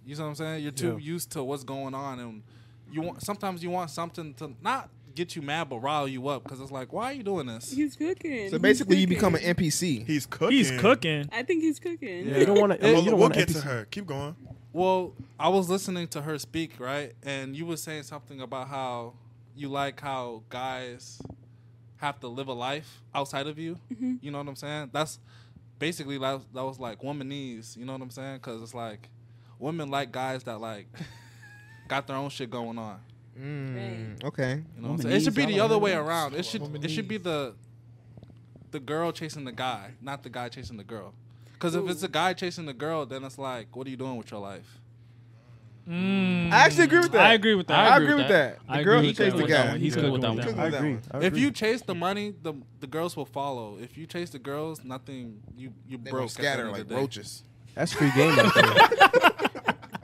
[SPEAKER 11] You know what I'm saying? You're too used to what's going on, and you want sometimes you want something to not get you mad, but rile you up because it's like, why are you doing this?
[SPEAKER 6] He's cooking.
[SPEAKER 2] So basically,
[SPEAKER 6] He's
[SPEAKER 2] you become an
[SPEAKER 6] cooking.
[SPEAKER 2] NPC.
[SPEAKER 4] He's cooking.
[SPEAKER 3] He's cooking.
[SPEAKER 6] I think he's cooking. [laughs]
[SPEAKER 9] Yeah, you don't want to.
[SPEAKER 4] Well,
[SPEAKER 9] you don't
[SPEAKER 4] we'll
[SPEAKER 9] want
[SPEAKER 4] get to her. Keep going.
[SPEAKER 11] Well, I was listening to her speak, right? And you were saying something about how you like how guys have to live a life outside of you. You know what I'm saying? That's basically that, that was like womanese. You know what I'm saying? Because it's like women like guys that like got their own shit going on.
[SPEAKER 2] Mm, okay.
[SPEAKER 11] You know what I'm saying? It should be the other way around. It should it should be the the girl chasing the guy, not the guy chasing the girl. Because if it's a guy chasing the girl, then it's like, what are you doing with your life?
[SPEAKER 3] Mm.
[SPEAKER 2] I actually agree with that.
[SPEAKER 3] I agree with that.
[SPEAKER 2] I agree with that. The
[SPEAKER 3] I
[SPEAKER 2] girl
[SPEAKER 3] agree
[SPEAKER 2] who
[SPEAKER 3] with that
[SPEAKER 2] chased the
[SPEAKER 3] one. That
[SPEAKER 2] guy.
[SPEAKER 3] one. He's
[SPEAKER 1] Yeah.
[SPEAKER 3] cooking with
[SPEAKER 1] Good
[SPEAKER 3] that
[SPEAKER 1] with
[SPEAKER 3] one.
[SPEAKER 1] that
[SPEAKER 2] I
[SPEAKER 9] I agree.
[SPEAKER 2] agree.
[SPEAKER 9] I
[SPEAKER 11] If
[SPEAKER 9] agree.
[SPEAKER 11] you chase the money, the the girls will follow. If you chase the girls, nothing. You you
[SPEAKER 2] They
[SPEAKER 11] broke.
[SPEAKER 2] gonna
[SPEAKER 11] at the
[SPEAKER 2] scatter
[SPEAKER 11] end of the
[SPEAKER 2] like
[SPEAKER 11] day.
[SPEAKER 2] roaches.
[SPEAKER 9] that's free game. Right there.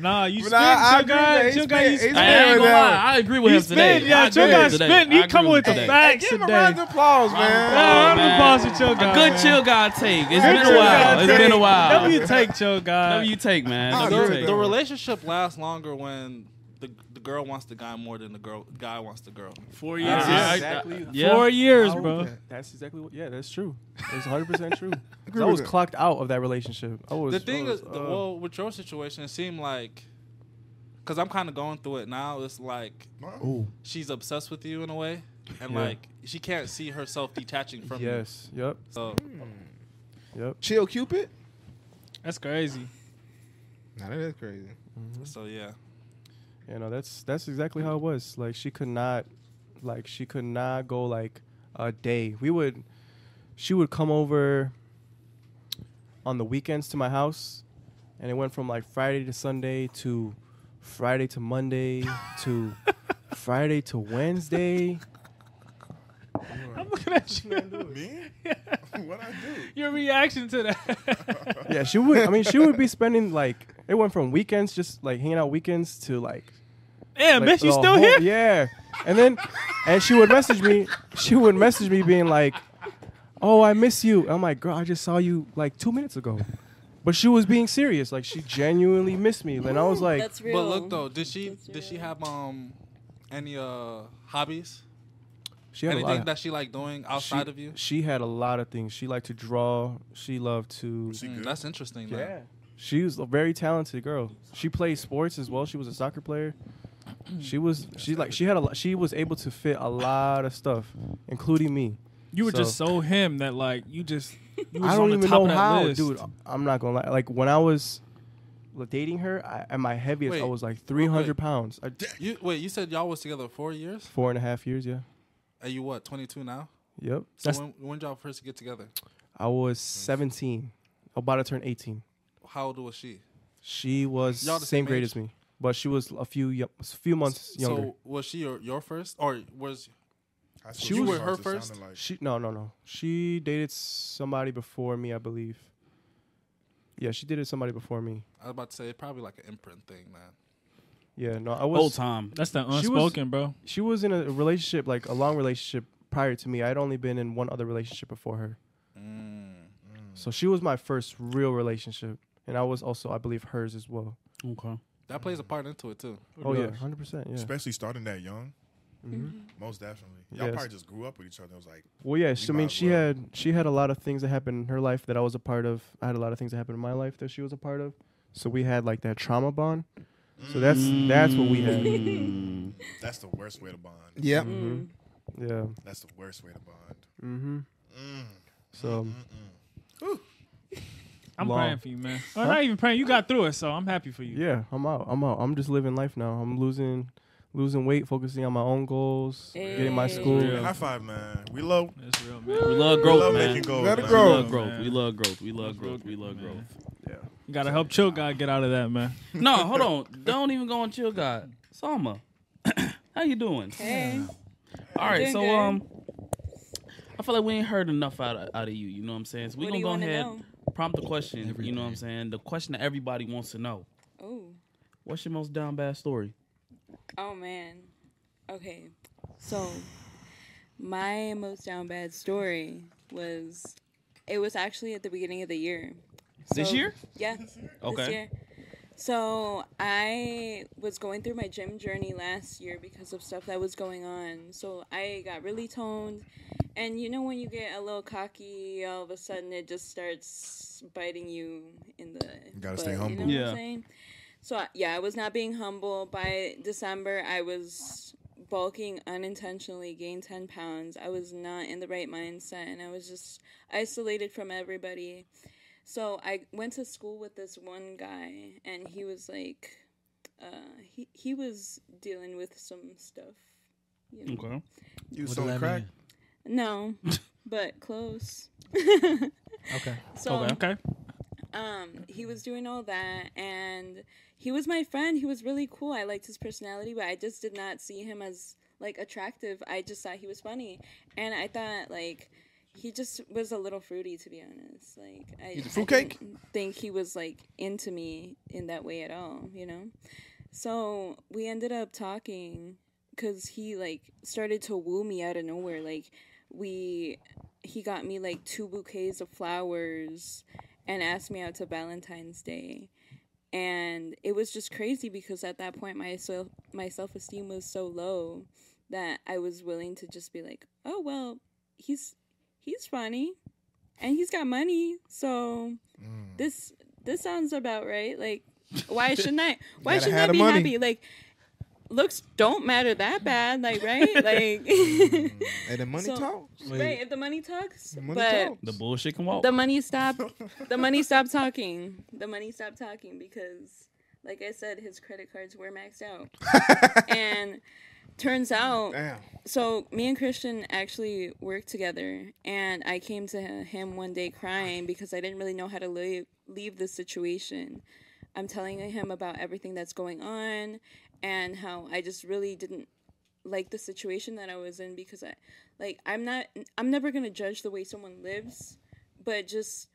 [SPEAKER 3] Nah, you spin,
[SPEAKER 2] Nah, I
[SPEAKER 3] chill
[SPEAKER 2] agree with that.
[SPEAKER 3] guy.
[SPEAKER 2] He
[SPEAKER 3] Chill guy, you
[SPEAKER 2] spit. He
[SPEAKER 3] spin.
[SPEAKER 1] I
[SPEAKER 2] Yeah,
[SPEAKER 1] ain't gonna lie.
[SPEAKER 2] that
[SPEAKER 1] I agree with
[SPEAKER 3] He
[SPEAKER 1] him today.
[SPEAKER 3] spin, yeah.
[SPEAKER 1] I agree
[SPEAKER 3] Chill guy
[SPEAKER 1] with today.
[SPEAKER 3] spin.
[SPEAKER 1] I
[SPEAKER 3] He
[SPEAKER 1] agree
[SPEAKER 3] come with the
[SPEAKER 1] today.
[SPEAKER 3] facts
[SPEAKER 2] Give him a round
[SPEAKER 3] today.
[SPEAKER 2] of applause, man.
[SPEAKER 3] Round of
[SPEAKER 1] man.
[SPEAKER 3] applause to chill guy.
[SPEAKER 1] A good
[SPEAKER 3] man.
[SPEAKER 1] chill guy take. It's
[SPEAKER 3] Good
[SPEAKER 1] been
[SPEAKER 3] chill
[SPEAKER 1] a while.
[SPEAKER 3] guy
[SPEAKER 1] It's been a
[SPEAKER 3] take.
[SPEAKER 1] while. [laughs]
[SPEAKER 3] W take chill guy.
[SPEAKER 1] W take, man.
[SPEAKER 2] I
[SPEAKER 1] W
[SPEAKER 2] agree
[SPEAKER 1] take.
[SPEAKER 2] with
[SPEAKER 11] The
[SPEAKER 2] that.
[SPEAKER 11] relationship lasts longer when the the girl wants the guy more than the girl guy wants the girl.
[SPEAKER 3] Four
[SPEAKER 1] Yeah,
[SPEAKER 3] years.
[SPEAKER 1] I-
[SPEAKER 9] exactly.
[SPEAKER 1] I- yeah.
[SPEAKER 3] Four years,
[SPEAKER 9] How-
[SPEAKER 3] bro.
[SPEAKER 9] That's exactly what. Yeah, that's true. It's 100 percent true. 'Cause
[SPEAKER 2] Agree
[SPEAKER 9] I
[SPEAKER 2] with
[SPEAKER 9] was
[SPEAKER 2] that.
[SPEAKER 9] clocked out of that relationship. I was.
[SPEAKER 11] The thing
[SPEAKER 9] I
[SPEAKER 11] is,
[SPEAKER 9] was,
[SPEAKER 11] the,
[SPEAKER 9] uh,
[SPEAKER 11] well, with your situation, it seemed like, cause I'm kind of going through it now. It's like she's obsessed with you in a way, and
[SPEAKER 9] Yeah.
[SPEAKER 11] like she can't see herself detaching from
[SPEAKER 9] yes. Yep.
[SPEAKER 2] Mm.
[SPEAKER 11] you. So
[SPEAKER 9] Yep.
[SPEAKER 2] Chill Cupid?
[SPEAKER 3] That's crazy.
[SPEAKER 2] Nah, that is crazy.
[SPEAKER 11] So yeah,
[SPEAKER 9] You know, that's that's exactly how it was. Like she could not like she could not go like a day. We would she would come over on the weekends to my house and it went from like Friday to Sunday to Friday to Monday to Friday to Wednesday.
[SPEAKER 3] [laughs] I'm looking at you.
[SPEAKER 4] Me? what I do?
[SPEAKER 3] Your reaction to that.
[SPEAKER 9] Yeah, she would I mean she would be spending like it went from weekends just like hanging out weekends to like
[SPEAKER 3] [laughs] Damn,
[SPEAKER 9] Like,
[SPEAKER 3] bitch, you
[SPEAKER 9] the
[SPEAKER 3] still here?
[SPEAKER 9] whole- Yeah. And then, and she would message me. She would message me being like, "Oh, I miss you." I'm like, "Girl, I just saw you like two minutes ago," but she was being serious. Like she genuinely missed me. And I was like,
[SPEAKER 6] That's real.
[SPEAKER 11] but look though, did she
[SPEAKER 6] That's
[SPEAKER 11] did she
[SPEAKER 6] real.
[SPEAKER 11] have um any uh hobbies?
[SPEAKER 9] "She had a lot
[SPEAKER 11] Anything
[SPEAKER 9] of-
[SPEAKER 11] that she like doing
[SPEAKER 9] she-
[SPEAKER 11] outside of you?
[SPEAKER 9] She had a lot of things. She liked to draw. She loved to.
[SPEAKER 4] She
[SPEAKER 11] Mm,
[SPEAKER 4] good.
[SPEAKER 11] that's interesting. man.
[SPEAKER 9] yeah. She was a very talented girl. She played sports as well. She was a soccer player. She was she like she had a lot, she was able to fit a lot of stuff, including me.
[SPEAKER 3] You were
[SPEAKER 9] So-
[SPEAKER 3] just so him that like you just you was
[SPEAKER 9] I
[SPEAKER 3] on
[SPEAKER 9] don't
[SPEAKER 3] the
[SPEAKER 9] even
[SPEAKER 3] top
[SPEAKER 9] know
[SPEAKER 3] of that
[SPEAKER 9] how,
[SPEAKER 3] list.
[SPEAKER 9] dude. I'm not gonna lie. Like when I was dating her, I, at my heaviest, I
[SPEAKER 11] Wait,
[SPEAKER 9] was like 300
[SPEAKER 11] quick.
[SPEAKER 9] pounds. I,
[SPEAKER 11] You wait, you said y'all was together four years?
[SPEAKER 9] four and a half years, yeah.
[SPEAKER 11] Are you what, twenty two now?
[SPEAKER 9] Yep.
[SPEAKER 11] So
[SPEAKER 3] That's-
[SPEAKER 11] when when did y'all first get together?
[SPEAKER 9] I was 17, about to turn 18.
[SPEAKER 11] How old was she?
[SPEAKER 9] She was
[SPEAKER 11] Y'all
[SPEAKER 9] same,
[SPEAKER 11] the same
[SPEAKER 9] grade
[SPEAKER 11] age?
[SPEAKER 9] as me, but she was a few yo- a few months younger.
[SPEAKER 11] So was she your, your first or was
[SPEAKER 4] I
[SPEAKER 9] She
[SPEAKER 4] saw
[SPEAKER 9] was-
[SPEAKER 4] it
[SPEAKER 11] her
[SPEAKER 4] sounded
[SPEAKER 11] first?
[SPEAKER 4] like-
[SPEAKER 9] she no no no. She dated somebody before me, I believe. Yeah, she dated somebody before me.
[SPEAKER 11] I was about to say probably like an imprint thing, man.
[SPEAKER 9] Yeah, no, I
[SPEAKER 1] Old
[SPEAKER 9] was.
[SPEAKER 1] time.
[SPEAKER 3] That's the
[SPEAKER 9] She was-
[SPEAKER 3] unspoken, bro.
[SPEAKER 9] She was in a relationship, like a long relationship prior to me. I'd only been in one other relationship before her. So she was my first real relationship, and I was also, I believe, hers as well.
[SPEAKER 1] Okay.
[SPEAKER 11] That plays a part into it too.
[SPEAKER 9] Oh yeah, hundred percent. Yeah. Mm-hmm.
[SPEAKER 4] Especially starting that young.
[SPEAKER 6] Mm-hmm.
[SPEAKER 4] Most definitely. Y'all
[SPEAKER 9] Yes.
[SPEAKER 4] probably just grew up with each other. It was like,
[SPEAKER 9] Well, yeah. She, I
[SPEAKER 4] might
[SPEAKER 9] mean,
[SPEAKER 4] as
[SPEAKER 9] she
[SPEAKER 4] well.
[SPEAKER 9] had she had a lot of things that happened in her life that I was a part of. I had a lot of things that happened in my life that she was a part of. So we had like that trauma bond. So that's that's what we had.
[SPEAKER 1] Mm.
[SPEAKER 4] that's the worst way to bond.
[SPEAKER 2] Yep.
[SPEAKER 9] Mm-hmm.
[SPEAKER 6] Mm-hmm.
[SPEAKER 9] Yeah.
[SPEAKER 4] That's the worst way to bond.
[SPEAKER 9] Mm-hmm.
[SPEAKER 4] Mm.
[SPEAKER 9] So
[SPEAKER 3] I'm
[SPEAKER 9] Long.
[SPEAKER 3] praying for you, man. I'm not even praying. You got through it, so I'm happy for you.
[SPEAKER 9] yeah, I'm out. I'm out. I'm just living life now. I'm losing losing weight, focusing on my own goals, getting my
[SPEAKER 6] Hey.
[SPEAKER 9] school.
[SPEAKER 3] Yeah.
[SPEAKER 4] High five, man. We love,
[SPEAKER 3] That's real, man.
[SPEAKER 1] We love
[SPEAKER 4] we
[SPEAKER 1] growth,
[SPEAKER 4] love
[SPEAKER 1] man.
[SPEAKER 4] making goals.
[SPEAKER 2] Let it
[SPEAKER 4] man.
[SPEAKER 1] We
[SPEAKER 2] grow.
[SPEAKER 1] love growth.
[SPEAKER 3] man.
[SPEAKER 1] We love growth. We love growth. We love growth.
[SPEAKER 3] You gotta help Chill God get out of that, man.
[SPEAKER 1] [laughs] No, hold on. Don't even go on chill, God. Salma, [clears throat] how you doing?
[SPEAKER 6] Hey.
[SPEAKER 1] All right,
[SPEAKER 6] Doing
[SPEAKER 1] so
[SPEAKER 6] good.
[SPEAKER 1] um, I feel like we ain't heard enough out of, out of you. You know what I'm saying? So we
[SPEAKER 6] What do
[SPEAKER 1] gonna
[SPEAKER 6] you
[SPEAKER 1] go
[SPEAKER 6] wanna
[SPEAKER 1] ahead,
[SPEAKER 6] know?
[SPEAKER 1] prompt the question. You know what I'm saying? The question that everybody wants to know:
[SPEAKER 6] Oh.
[SPEAKER 1] What's your most down bad story?
[SPEAKER 6] Oh man. Okay. So my most down bad story was it was actually at the beginning of the year.
[SPEAKER 1] This
[SPEAKER 6] So-
[SPEAKER 1] year?
[SPEAKER 6] Yeah. This
[SPEAKER 1] Okay.
[SPEAKER 6] year. So I was going through my gym journey last year because of stuff that was going on. So I got really toned and you know when you get a little cocky, all of a sudden it just starts biting you in the
[SPEAKER 4] gotta
[SPEAKER 6] butt,
[SPEAKER 4] stay humble.
[SPEAKER 6] You know what
[SPEAKER 1] Yeah.
[SPEAKER 6] I'm saying? So I- yeah, I was not being humble. By December, I was bulking unintentionally, gained ten pounds. I was not in the right mindset, and I was just isolated from everybody. So I went to school with this one guy, and he was like, uh, he he was dealing with some stuff. You know?
[SPEAKER 1] Okay.
[SPEAKER 4] You
[SPEAKER 5] What
[SPEAKER 4] so
[SPEAKER 5] does that
[SPEAKER 4] crack.
[SPEAKER 5] mean?
[SPEAKER 6] No, but close. [laughs]
[SPEAKER 5] Okay.
[SPEAKER 6] So
[SPEAKER 3] Okay.
[SPEAKER 6] um he was doing all that and he was my friend he was really cool i liked his personality but i just did not see him as like attractive i just thought he was funny and i thought like he just was a little fruity to be honest like i,
[SPEAKER 2] He's a
[SPEAKER 6] I
[SPEAKER 2] fruitcake?
[SPEAKER 6] didn't think he was like into me in that way at all you know so we ended up talking because he like started to woo me out of nowhere like we he got me like two bouquets of flowers and asked me out to Valentine's Day. And it was just crazy because at that point my self my self esteem was so low that I was willing to just be like, "Oh well, he's he's funny and he's got money. So
[SPEAKER 2] Mm.
[SPEAKER 6] this this sounds about right. Like why shouldn't I why
[SPEAKER 2] [laughs] Gotta
[SPEAKER 6] shouldn't
[SPEAKER 2] have
[SPEAKER 6] I
[SPEAKER 2] the
[SPEAKER 6] be
[SPEAKER 2] money.
[SPEAKER 6] happy? Like looks don't matter that bad, like
[SPEAKER 2] [laughs]
[SPEAKER 6] right,
[SPEAKER 2] Mm.
[SPEAKER 6] like
[SPEAKER 2] And then money
[SPEAKER 6] So-
[SPEAKER 2] talks.
[SPEAKER 6] right. If the money talks,
[SPEAKER 2] Money
[SPEAKER 6] but
[SPEAKER 2] talks.
[SPEAKER 1] The bullshit can walk.
[SPEAKER 6] the money
[SPEAKER 2] [laughs]
[SPEAKER 6] stopped. The money stopped talking. The money stopped talking because, like I said, his credit cards were maxed
[SPEAKER 2] [laughs]
[SPEAKER 6] out, and turns out
[SPEAKER 2] Damn.
[SPEAKER 6] so me and Christian actually worked together, and I came to him one day crying because I didn't really know how to leave leave the situation. I'm telling him about everything that's going on, and how I just really didn't like the situation that I was in because I, like, I'm not, I'm never gonna judge the way someone lives, but just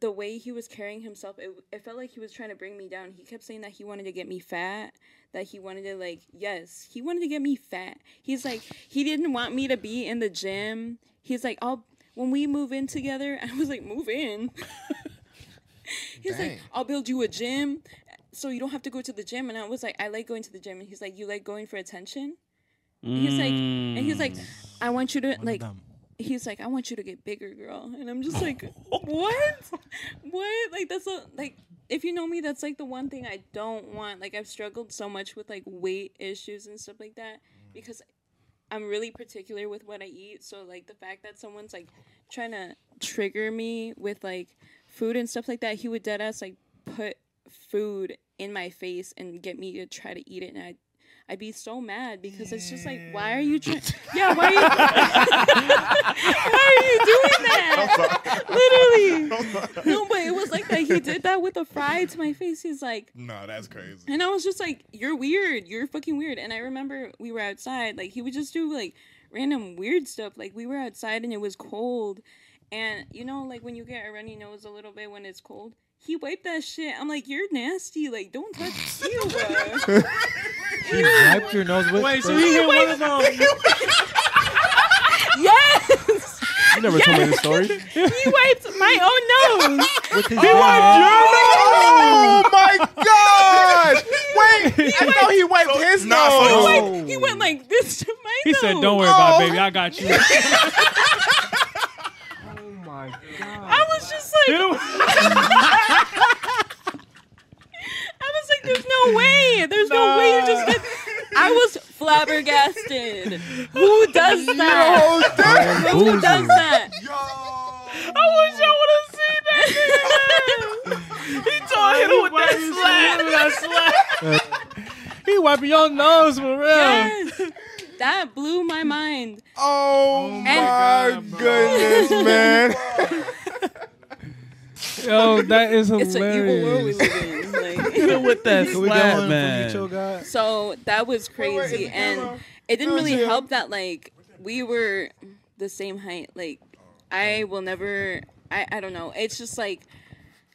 [SPEAKER 6] the way he was carrying himself, it, it felt like he was trying to bring me down. He kept saying that he wanted to get me fat, that he wanted to, like, yes, he wanted to get me fat. He's like, he didn't want me to be in the gym. He's like, I'll, when we move in together, [laughs] I was like, move in. [laughs] He's like,
[SPEAKER 2] Dang.
[SPEAKER 6] I'll build you a gym so you don't have to go to the gym. And I was like, I like going to the gym. And he's like, You like going for attention? He's like, and he's like, I want you to, like, he's like, I want you to get bigger, girl. And I'm just like, what? What? Like, that's a, like, if you know me, that's like the one thing I don't want. Like, I've struggled so much with like weight issues and stuff like that because I'm really particular with what I eat. So, like, the fact that someone's like trying to trigger me with like food and stuff like that, he would dead ass like put food in my face and get me to try to eat it. And I, I'd be so mad because it's just like, why are you trying? Yeah, why are you? [laughs] why are you doing that? Literally. No, but it was like that. He did that with a fry to my face. He's like,
[SPEAKER 4] No, that's crazy.
[SPEAKER 6] and I was just like, "You're weird. You're fucking weird." And I remember we were outside. Like he would just do like random weird stuff. Like we were outside and it was cold, and you know, like when you get a runny nose a little bit when it's cold, he wiped that shit. I'm like, "You're nasty. Like don't touch you." bro."
[SPEAKER 5] He wiped your nose with.
[SPEAKER 3] Wait, so he hit one of them.
[SPEAKER 6] yes,
[SPEAKER 9] You never told me this story.
[SPEAKER 6] [laughs] he wiped my own nose.
[SPEAKER 5] with his
[SPEAKER 2] Oh my
[SPEAKER 6] [laughs]
[SPEAKER 2] gosh! Wait, I thought he wiped his
[SPEAKER 4] nah, so
[SPEAKER 2] nose.
[SPEAKER 4] he
[SPEAKER 6] Like, he went like this to my
[SPEAKER 3] He
[SPEAKER 6] nose.
[SPEAKER 3] said, "Don't worry about it, baby. I got you."
[SPEAKER 9] Oh my god.
[SPEAKER 6] I was just like, [laughs] I was like, there's no way. There's no way you just did. I was flabbergasted. Who does that? Who does that?
[SPEAKER 3] he wiping your nose for real.
[SPEAKER 6] Yes. That blew my mind.
[SPEAKER 2] Oh my
[SPEAKER 3] God,
[SPEAKER 2] goodness, man! [laughs]
[SPEAKER 3] Yo, that is
[SPEAKER 6] It's
[SPEAKER 3] hilarious.
[SPEAKER 6] an evil world we live in. Like,
[SPEAKER 1] Mm. Even with
[SPEAKER 6] [laughs]
[SPEAKER 1] that
[SPEAKER 5] Can we get
[SPEAKER 1] slap,
[SPEAKER 5] one
[SPEAKER 1] man.
[SPEAKER 5] from each guy?
[SPEAKER 6] so that was crazy, and it
[SPEAKER 2] Oh,
[SPEAKER 6] didn't really help that like we were the same height. Like I will never. I I don't know. It's just like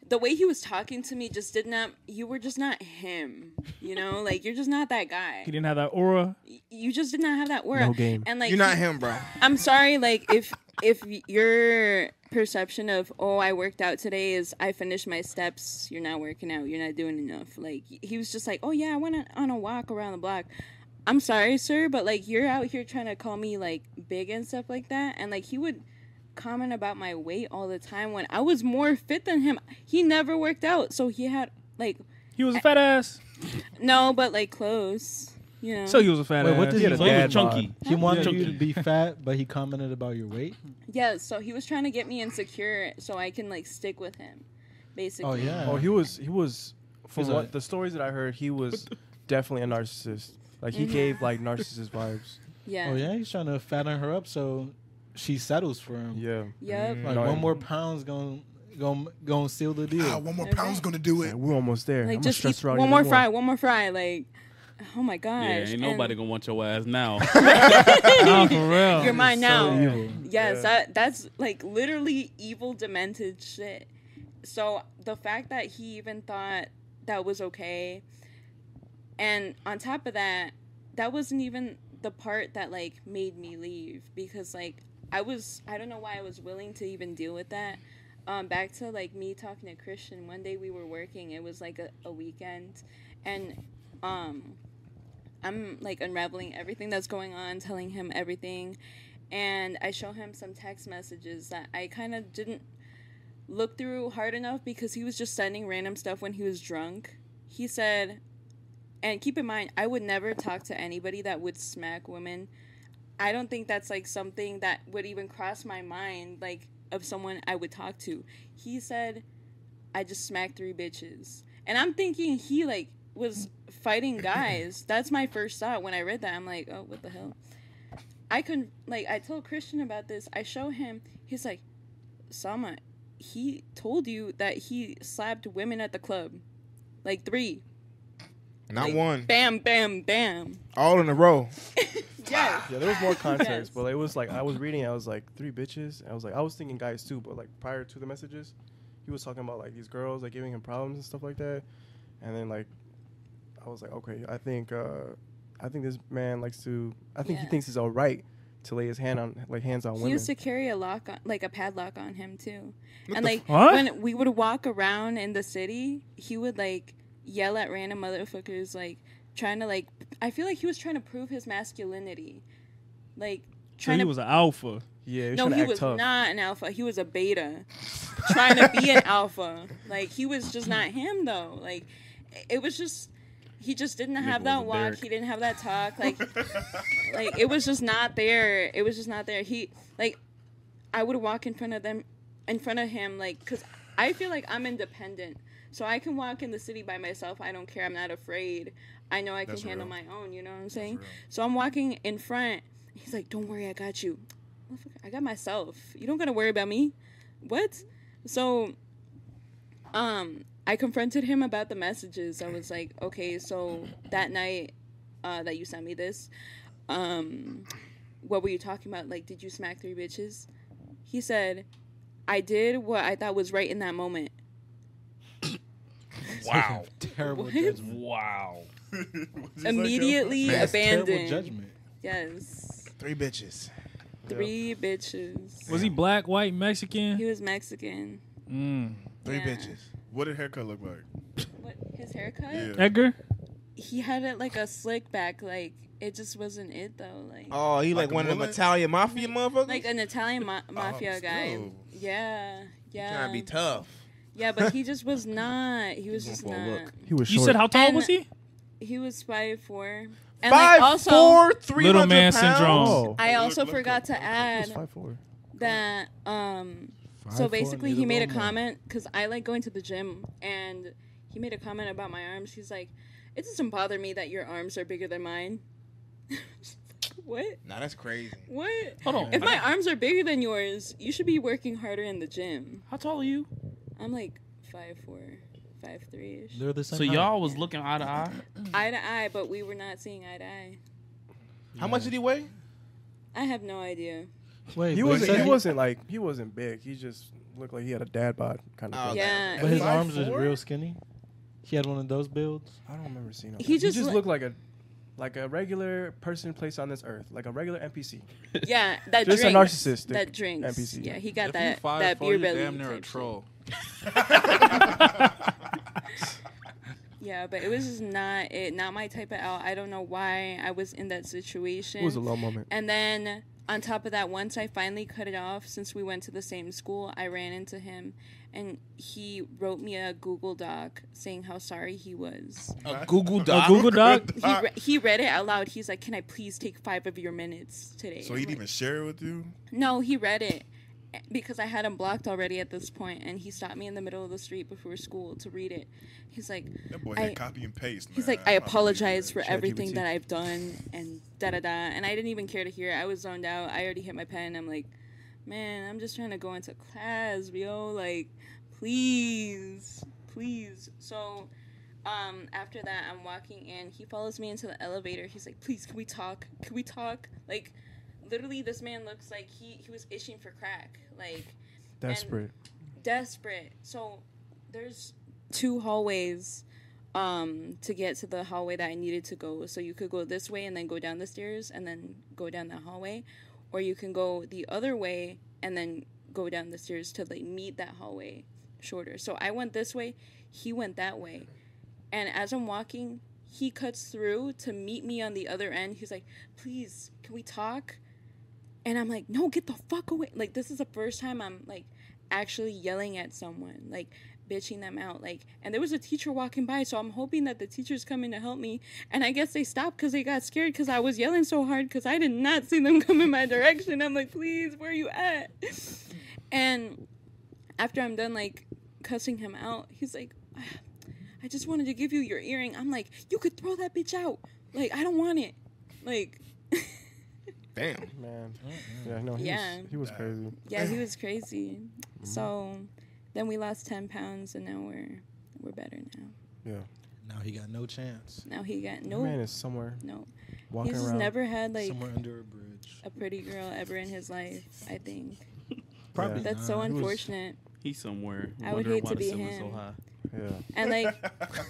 [SPEAKER 6] the way he was talking to me just did not. You were just not him. You know, like you're just not that guy.
[SPEAKER 3] He didn't have that aura.
[SPEAKER 6] you just did not have that word.
[SPEAKER 9] No game.
[SPEAKER 6] And like
[SPEAKER 2] You're not him, bro.
[SPEAKER 6] I'm sorry, like if if your perception of oh I worked out today is I finished my steps, you're not working out, you're not doing enough. Like he was just like, Oh yeah, I went on- on a walk around the block. I'm sorry, sir, but like you're out here trying to call me like big and stuff like that and like he would comment about my weight all the time when I was more fit than him. He never worked out, so he had like
[SPEAKER 3] He was a fat ass.
[SPEAKER 6] no, but like close. You know.
[SPEAKER 3] So he was a fat
[SPEAKER 9] Wait,
[SPEAKER 3] ass.
[SPEAKER 9] what did
[SPEAKER 3] he
[SPEAKER 9] he
[SPEAKER 1] So
[SPEAKER 3] was
[SPEAKER 1] he
[SPEAKER 9] dad
[SPEAKER 1] was chunky.
[SPEAKER 9] bod.
[SPEAKER 5] He wanted
[SPEAKER 1] Yeah.
[SPEAKER 5] you to be fat, but he commented about your weight.
[SPEAKER 6] Yeah, so he was trying to get me insecure so I can like stick with him, basically.
[SPEAKER 5] Oh yeah.
[SPEAKER 9] Oh, he was he was from
[SPEAKER 5] He's
[SPEAKER 9] what
[SPEAKER 5] a-
[SPEAKER 9] the stories that I heard, he was definitely a narcissist. Like
[SPEAKER 6] Mm.
[SPEAKER 9] he gave like narcissist vibes.
[SPEAKER 6] Yeah.
[SPEAKER 5] Oh yeah, he's trying to fatten her up so she settles for him.
[SPEAKER 9] Yeah.
[SPEAKER 6] Yep.
[SPEAKER 1] Mm.
[SPEAKER 5] Like
[SPEAKER 9] No,
[SPEAKER 5] one
[SPEAKER 9] I-
[SPEAKER 5] more pound's gonna gonna gonna seal the
[SPEAKER 10] Ah,
[SPEAKER 5] deal.
[SPEAKER 10] one more pound's gonna do it.
[SPEAKER 9] Man, we're almost there.
[SPEAKER 6] Like
[SPEAKER 9] I'm
[SPEAKER 6] just
[SPEAKER 9] gonna stress
[SPEAKER 6] eat
[SPEAKER 9] her out
[SPEAKER 6] one
[SPEAKER 9] even
[SPEAKER 6] more fry, one more fry. Like, oh my gosh.
[SPEAKER 1] Yeah, ain't
[SPEAKER 6] and
[SPEAKER 1] nobody gonna want your ass now.
[SPEAKER 3] [laughs] nah, for real.
[SPEAKER 6] You're mine now.
[SPEAKER 5] evil.
[SPEAKER 6] Yes,
[SPEAKER 9] Yeah.
[SPEAKER 6] that that's like literally evil, demented shit. So the fact that he even thought that was okay, and on top of that, that wasn't even the part that like made me leave because like I was I don't know why I was willing to even deal with that. Um, back to like me talking to Christian. One day we were working. It was like a, a weekend, and um, I'm like unraveling everything that's going on, telling him everything, and I show him some text messages that I kind of didn't look through hard enough because he was just sending random stuff when he was drunk. He said, And keep in mind, I would never talk to anybody that would smack women. I don't think that's like something that would even cross my mind, like of someone I would talk to. He said, I just smacked three bitches. And I'm thinking he like was fighting guys. That's my first thought when I read that. I'm like, oh, what the hell? I couldn't like I told Christian about this. I show him. He's like, Sama, he told you that he slapped women at the club, like three.
[SPEAKER 2] Not
[SPEAKER 6] Like,
[SPEAKER 2] one.
[SPEAKER 6] Bam, bam, bam.
[SPEAKER 2] All in a row.
[SPEAKER 6] Yes.
[SPEAKER 9] Yeah, there was more context,
[SPEAKER 6] Yes.
[SPEAKER 9] but it was like I was reading, I was like three bitches. and I was like I was thinking guys too, but like prior to the messages, he was talking about like these girls like giving him problems and stuff like that, and then like I was like okay, I think uh I think this man likes to I think he
[SPEAKER 6] Yeah.
[SPEAKER 9] thinks it's all right to lay his hand on like hands on
[SPEAKER 6] He
[SPEAKER 9] women.
[SPEAKER 6] used to carry a lock on, like a padlock on him too. and
[SPEAKER 2] the
[SPEAKER 6] like
[SPEAKER 3] fuck?
[SPEAKER 6] when we would walk around in the city, he would like yell at random motherfuckers, like trying to like. I feel like he was trying to prove his masculinity, like
[SPEAKER 3] So
[SPEAKER 6] trying
[SPEAKER 3] he
[SPEAKER 6] to
[SPEAKER 3] was an alpha.
[SPEAKER 9] yeah, he was
[SPEAKER 6] No,
[SPEAKER 9] trying to
[SPEAKER 6] he
[SPEAKER 9] act
[SPEAKER 6] was
[SPEAKER 9] tough.
[SPEAKER 6] not an alpha. He was a beta, trying to be an alpha. Like he was just not him though. Like it was just he just didn't have that walk. He didn't have that talk. Like like it was just not there. It was just not there. He like I would walk in front of them, in front of him, like because I feel like I'm independent. So I can walk in the city by myself. I don't care. I'm not afraid. I know I can
[SPEAKER 4] That's
[SPEAKER 6] handle
[SPEAKER 4] real.
[SPEAKER 6] my own. You know what I'm saying?
[SPEAKER 4] real.
[SPEAKER 6] So I'm walking in front. He's like, "Don't worry, I got you." Motherfucker, I got myself. You don't gotta worry about me. What? So, um, I confronted him about the messages. I was like, okay, so that night, uh, that you sent me this, um, what were you talking about? Like, did you smack three bitches? He said, I did what I thought was right in that moment.
[SPEAKER 10] Wow.
[SPEAKER 5] [laughs] Terrible
[SPEAKER 6] What?
[SPEAKER 5] judgment.
[SPEAKER 10] wow.
[SPEAKER 6] Immediately
[SPEAKER 2] That's
[SPEAKER 5] Terrible
[SPEAKER 6] abandoned.
[SPEAKER 5] judgment.
[SPEAKER 6] Yes.
[SPEAKER 2] Three bitches.
[SPEAKER 6] Three bitches.
[SPEAKER 3] Was he black, white, Mexican?
[SPEAKER 6] He was Mexican.
[SPEAKER 3] Mm.
[SPEAKER 2] Three
[SPEAKER 6] Yeah.
[SPEAKER 2] bitches.
[SPEAKER 4] What did haircut look like?
[SPEAKER 6] What his haircut?
[SPEAKER 4] Yeah.
[SPEAKER 3] Edgar?
[SPEAKER 6] He had it like a slick back, like it just wasn't it though. Like
[SPEAKER 2] Oh, he like,
[SPEAKER 4] Like a
[SPEAKER 2] one of them
[SPEAKER 4] mullet?
[SPEAKER 2] Italian mafia motherfuckers.
[SPEAKER 6] like an Italian ma- mafia guy.
[SPEAKER 4] still.
[SPEAKER 6] Yeah, yeah,
[SPEAKER 2] Trying to be tough.
[SPEAKER 6] yeah. But he just was not. He was just
[SPEAKER 2] for
[SPEAKER 6] not.
[SPEAKER 2] a look.
[SPEAKER 9] He was
[SPEAKER 3] You
[SPEAKER 9] short.
[SPEAKER 3] said how tall
[SPEAKER 6] And-
[SPEAKER 3] was he?
[SPEAKER 6] He was five four. And
[SPEAKER 2] Five,
[SPEAKER 6] like also,
[SPEAKER 2] four, three
[SPEAKER 3] Little man
[SPEAKER 2] pounds?
[SPEAKER 3] syndrome.
[SPEAKER 9] oh,
[SPEAKER 6] I
[SPEAKER 4] Look,
[SPEAKER 6] also
[SPEAKER 4] look,
[SPEAKER 6] forgot to
[SPEAKER 9] he was
[SPEAKER 6] add
[SPEAKER 9] five four.
[SPEAKER 6] that. Um, so
[SPEAKER 5] Five, four,
[SPEAKER 6] basically,
[SPEAKER 5] need
[SPEAKER 6] he
[SPEAKER 5] a
[SPEAKER 6] made a
[SPEAKER 5] little more.
[SPEAKER 6] comment because I like going to the gym, and he made a comment about my arms. He's like, "It doesn't bother me that your arms are bigger than mine." [laughs] what?
[SPEAKER 2] Nah, that's crazy.
[SPEAKER 6] What?
[SPEAKER 3] Hold on.
[SPEAKER 6] If my arms are bigger than yours, you should be working harder in the gym.
[SPEAKER 3] How tall are you?
[SPEAKER 6] I'm like five four, five three ish.
[SPEAKER 5] They're the same.
[SPEAKER 1] So
[SPEAKER 5] height.
[SPEAKER 1] y'all was looking eye to eye.
[SPEAKER 11] Mm.
[SPEAKER 6] Eye to eye, but we were not seeing eye to eye.
[SPEAKER 2] How much did he weigh?
[SPEAKER 6] I have no idea.
[SPEAKER 5] Wait,
[SPEAKER 9] He
[SPEAKER 5] but
[SPEAKER 9] wasn't.
[SPEAKER 5] said
[SPEAKER 9] He wasn't like he wasn't big. He just looked like he had a dad bod kind of
[SPEAKER 2] Oh,
[SPEAKER 9] thing.
[SPEAKER 6] yeah.
[SPEAKER 5] But his
[SPEAKER 4] Five,
[SPEAKER 5] arms are
[SPEAKER 4] four?
[SPEAKER 5] real skinny. He had one of those builds.
[SPEAKER 9] I don't remember seeing him.
[SPEAKER 6] He just
[SPEAKER 9] just
[SPEAKER 6] look-
[SPEAKER 9] looked like a like a regular person placed on this earth, like a regular NPC.
[SPEAKER 6] Yeah, that
[SPEAKER 9] Just a
[SPEAKER 6] drinks.
[SPEAKER 9] narcissistic
[SPEAKER 6] That drinks.
[SPEAKER 9] NPC.
[SPEAKER 6] Yeah, he got
[SPEAKER 11] If you
[SPEAKER 6] that
[SPEAKER 11] five
[SPEAKER 6] that
[SPEAKER 11] four,
[SPEAKER 6] beer
[SPEAKER 11] you
[SPEAKER 6] belly.
[SPEAKER 11] damn near a
[SPEAKER 6] type shit.
[SPEAKER 11] troll.
[SPEAKER 6] Yeah, but it was just not it, not my type of out. I don't know why I was in that situation.
[SPEAKER 9] It was a low moment.
[SPEAKER 6] And then on top of that, once I finally cut it off, since we went to the same school, I ran into him and he wrote me a Google Doc saying how sorry he was.
[SPEAKER 2] A Google Doc.
[SPEAKER 3] Google Doc?
[SPEAKER 6] He, re- he read it out loud. He's like, Can I please take five of your minutes today?
[SPEAKER 4] So
[SPEAKER 6] I'm
[SPEAKER 4] he'd
[SPEAKER 6] like,
[SPEAKER 4] even share it with you?
[SPEAKER 6] No, he read it eh, because I had him blocked already at this point and he stopped me in the middle of the street before school to read it. He's like,
[SPEAKER 4] That boy
[SPEAKER 6] I-
[SPEAKER 4] hit copy and paste.
[SPEAKER 6] He's
[SPEAKER 4] man.
[SPEAKER 6] like, I
[SPEAKER 4] I'm not believing
[SPEAKER 6] apologize
[SPEAKER 4] that
[SPEAKER 6] for
[SPEAKER 4] shit.
[SPEAKER 6] everything
[SPEAKER 9] ChatGPT.
[SPEAKER 6] that I've done and da da da. And I didn't even care to hear it. I was zoned out. I already hit my pen. I'm like, man, I'm just trying to go into class, yo. Like, please, please. So, um, after that, I'm walking in. He follows me into the elevator. He's like, please, can we talk? Can we talk? Like, literally, this man looks like he he was itching for crack. Like,
[SPEAKER 9] Desperate.
[SPEAKER 6] desperate. So there's two hallways um to get to the hallway that I needed to go. So you could go this way and then go down the stairs and then go down that hallway or you can go the other way and then go down the stairs to like meet that hallway shorter. So I went this way, he went that way. And as I'm walking, he cuts through to meet me on the other end. He's like, "Please, can we talk?" And I'm like, "No, get the fuck away." Like this is the first time I'm like actually yelling at someone. Like bitching them out. Like, and there was a teacher walking by, so I'm hoping that the teacher's coming to help me. And I guess they stopped because they got scared because I was yelling so hard because I did not see them [laughs] come in my direction. I'm like, please, where you at? And after I'm done like cussing him out, he's like, I just wanted to give you your earring. I'm like, you could throw that bitch out. Like, I don't want it. Like, [laughs]
[SPEAKER 2] Damn.
[SPEAKER 9] Man. Yeah, no, he
[SPEAKER 6] Yeah.
[SPEAKER 9] was, he was crazy.
[SPEAKER 6] yeah, he was crazy. So then we lost ten pounds, and now we're we're better now.
[SPEAKER 9] Yeah.
[SPEAKER 5] Now he got no chance.
[SPEAKER 6] Now he got
[SPEAKER 9] That Man
[SPEAKER 6] no
[SPEAKER 9] is somewhere
[SPEAKER 6] no.
[SPEAKER 9] walking
[SPEAKER 6] He's just
[SPEAKER 9] around.
[SPEAKER 6] never had like
[SPEAKER 5] Somewhere under a bridge.
[SPEAKER 6] a pretty girl ever in his life. I think
[SPEAKER 5] Probably
[SPEAKER 6] that's so
[SPEAKER 5] not.
[SPEAKER 9] He was-
[SPEAKER 6] unfortunate.
[SPEAKER 1] He's somewhere.
[SPEAKER 6] I would
[SPEAKER 1] wondering
[SPEAKER 6] hate
[SPEAKER 1] why
[SPEAKER 6] to
[SPEAKER 1] the
[SPEAKER 6] be
[SPEAKER 1] ceiling's so
[SPEAKER 6] him.
[SPEAKER 1] high.
[SPEAKER 9] yeah.
[SPEAKER 6] And like,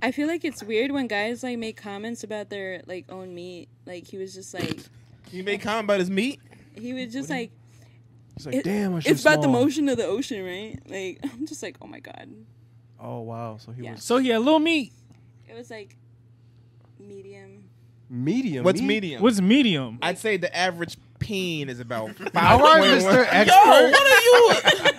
[SPEAKER 6] I feel like it's weird when guys like make comments about their like own meat. Like he was just like
[SPEAKER 2] You made comment about his meat?
[SPEAKER 6] he was just like
[SPEAKER 9] He's like,
[SPEAKER 6] It-
[SPEAKER 9] damn, I
[SPEAKER 6] it's about the motion of the ocean, right? Like [laughs] I'm just like oh my god.
[SPEAKER 9] Oh wow, so he
[SPEAKER 6] Yeah.
[SPEAKER 9] was
[SPEAKER 3] So yeah, little meat.
[SPEAKER 6] It was like medium. [laughs]
[SPEAKER 9] medium.
[SPEAKER 2] What's
[SPEAKER 9] meat?
[SPEAKER 2] medium?
[SPEAKER 3] What's medium?
[SPEAKER 2] I'd say the average peen is about
[SPEAKER 6] [laughs]
[SPEAKER 2] five.
[SPEAKER 9] Expert.
[SPEAKER 6] It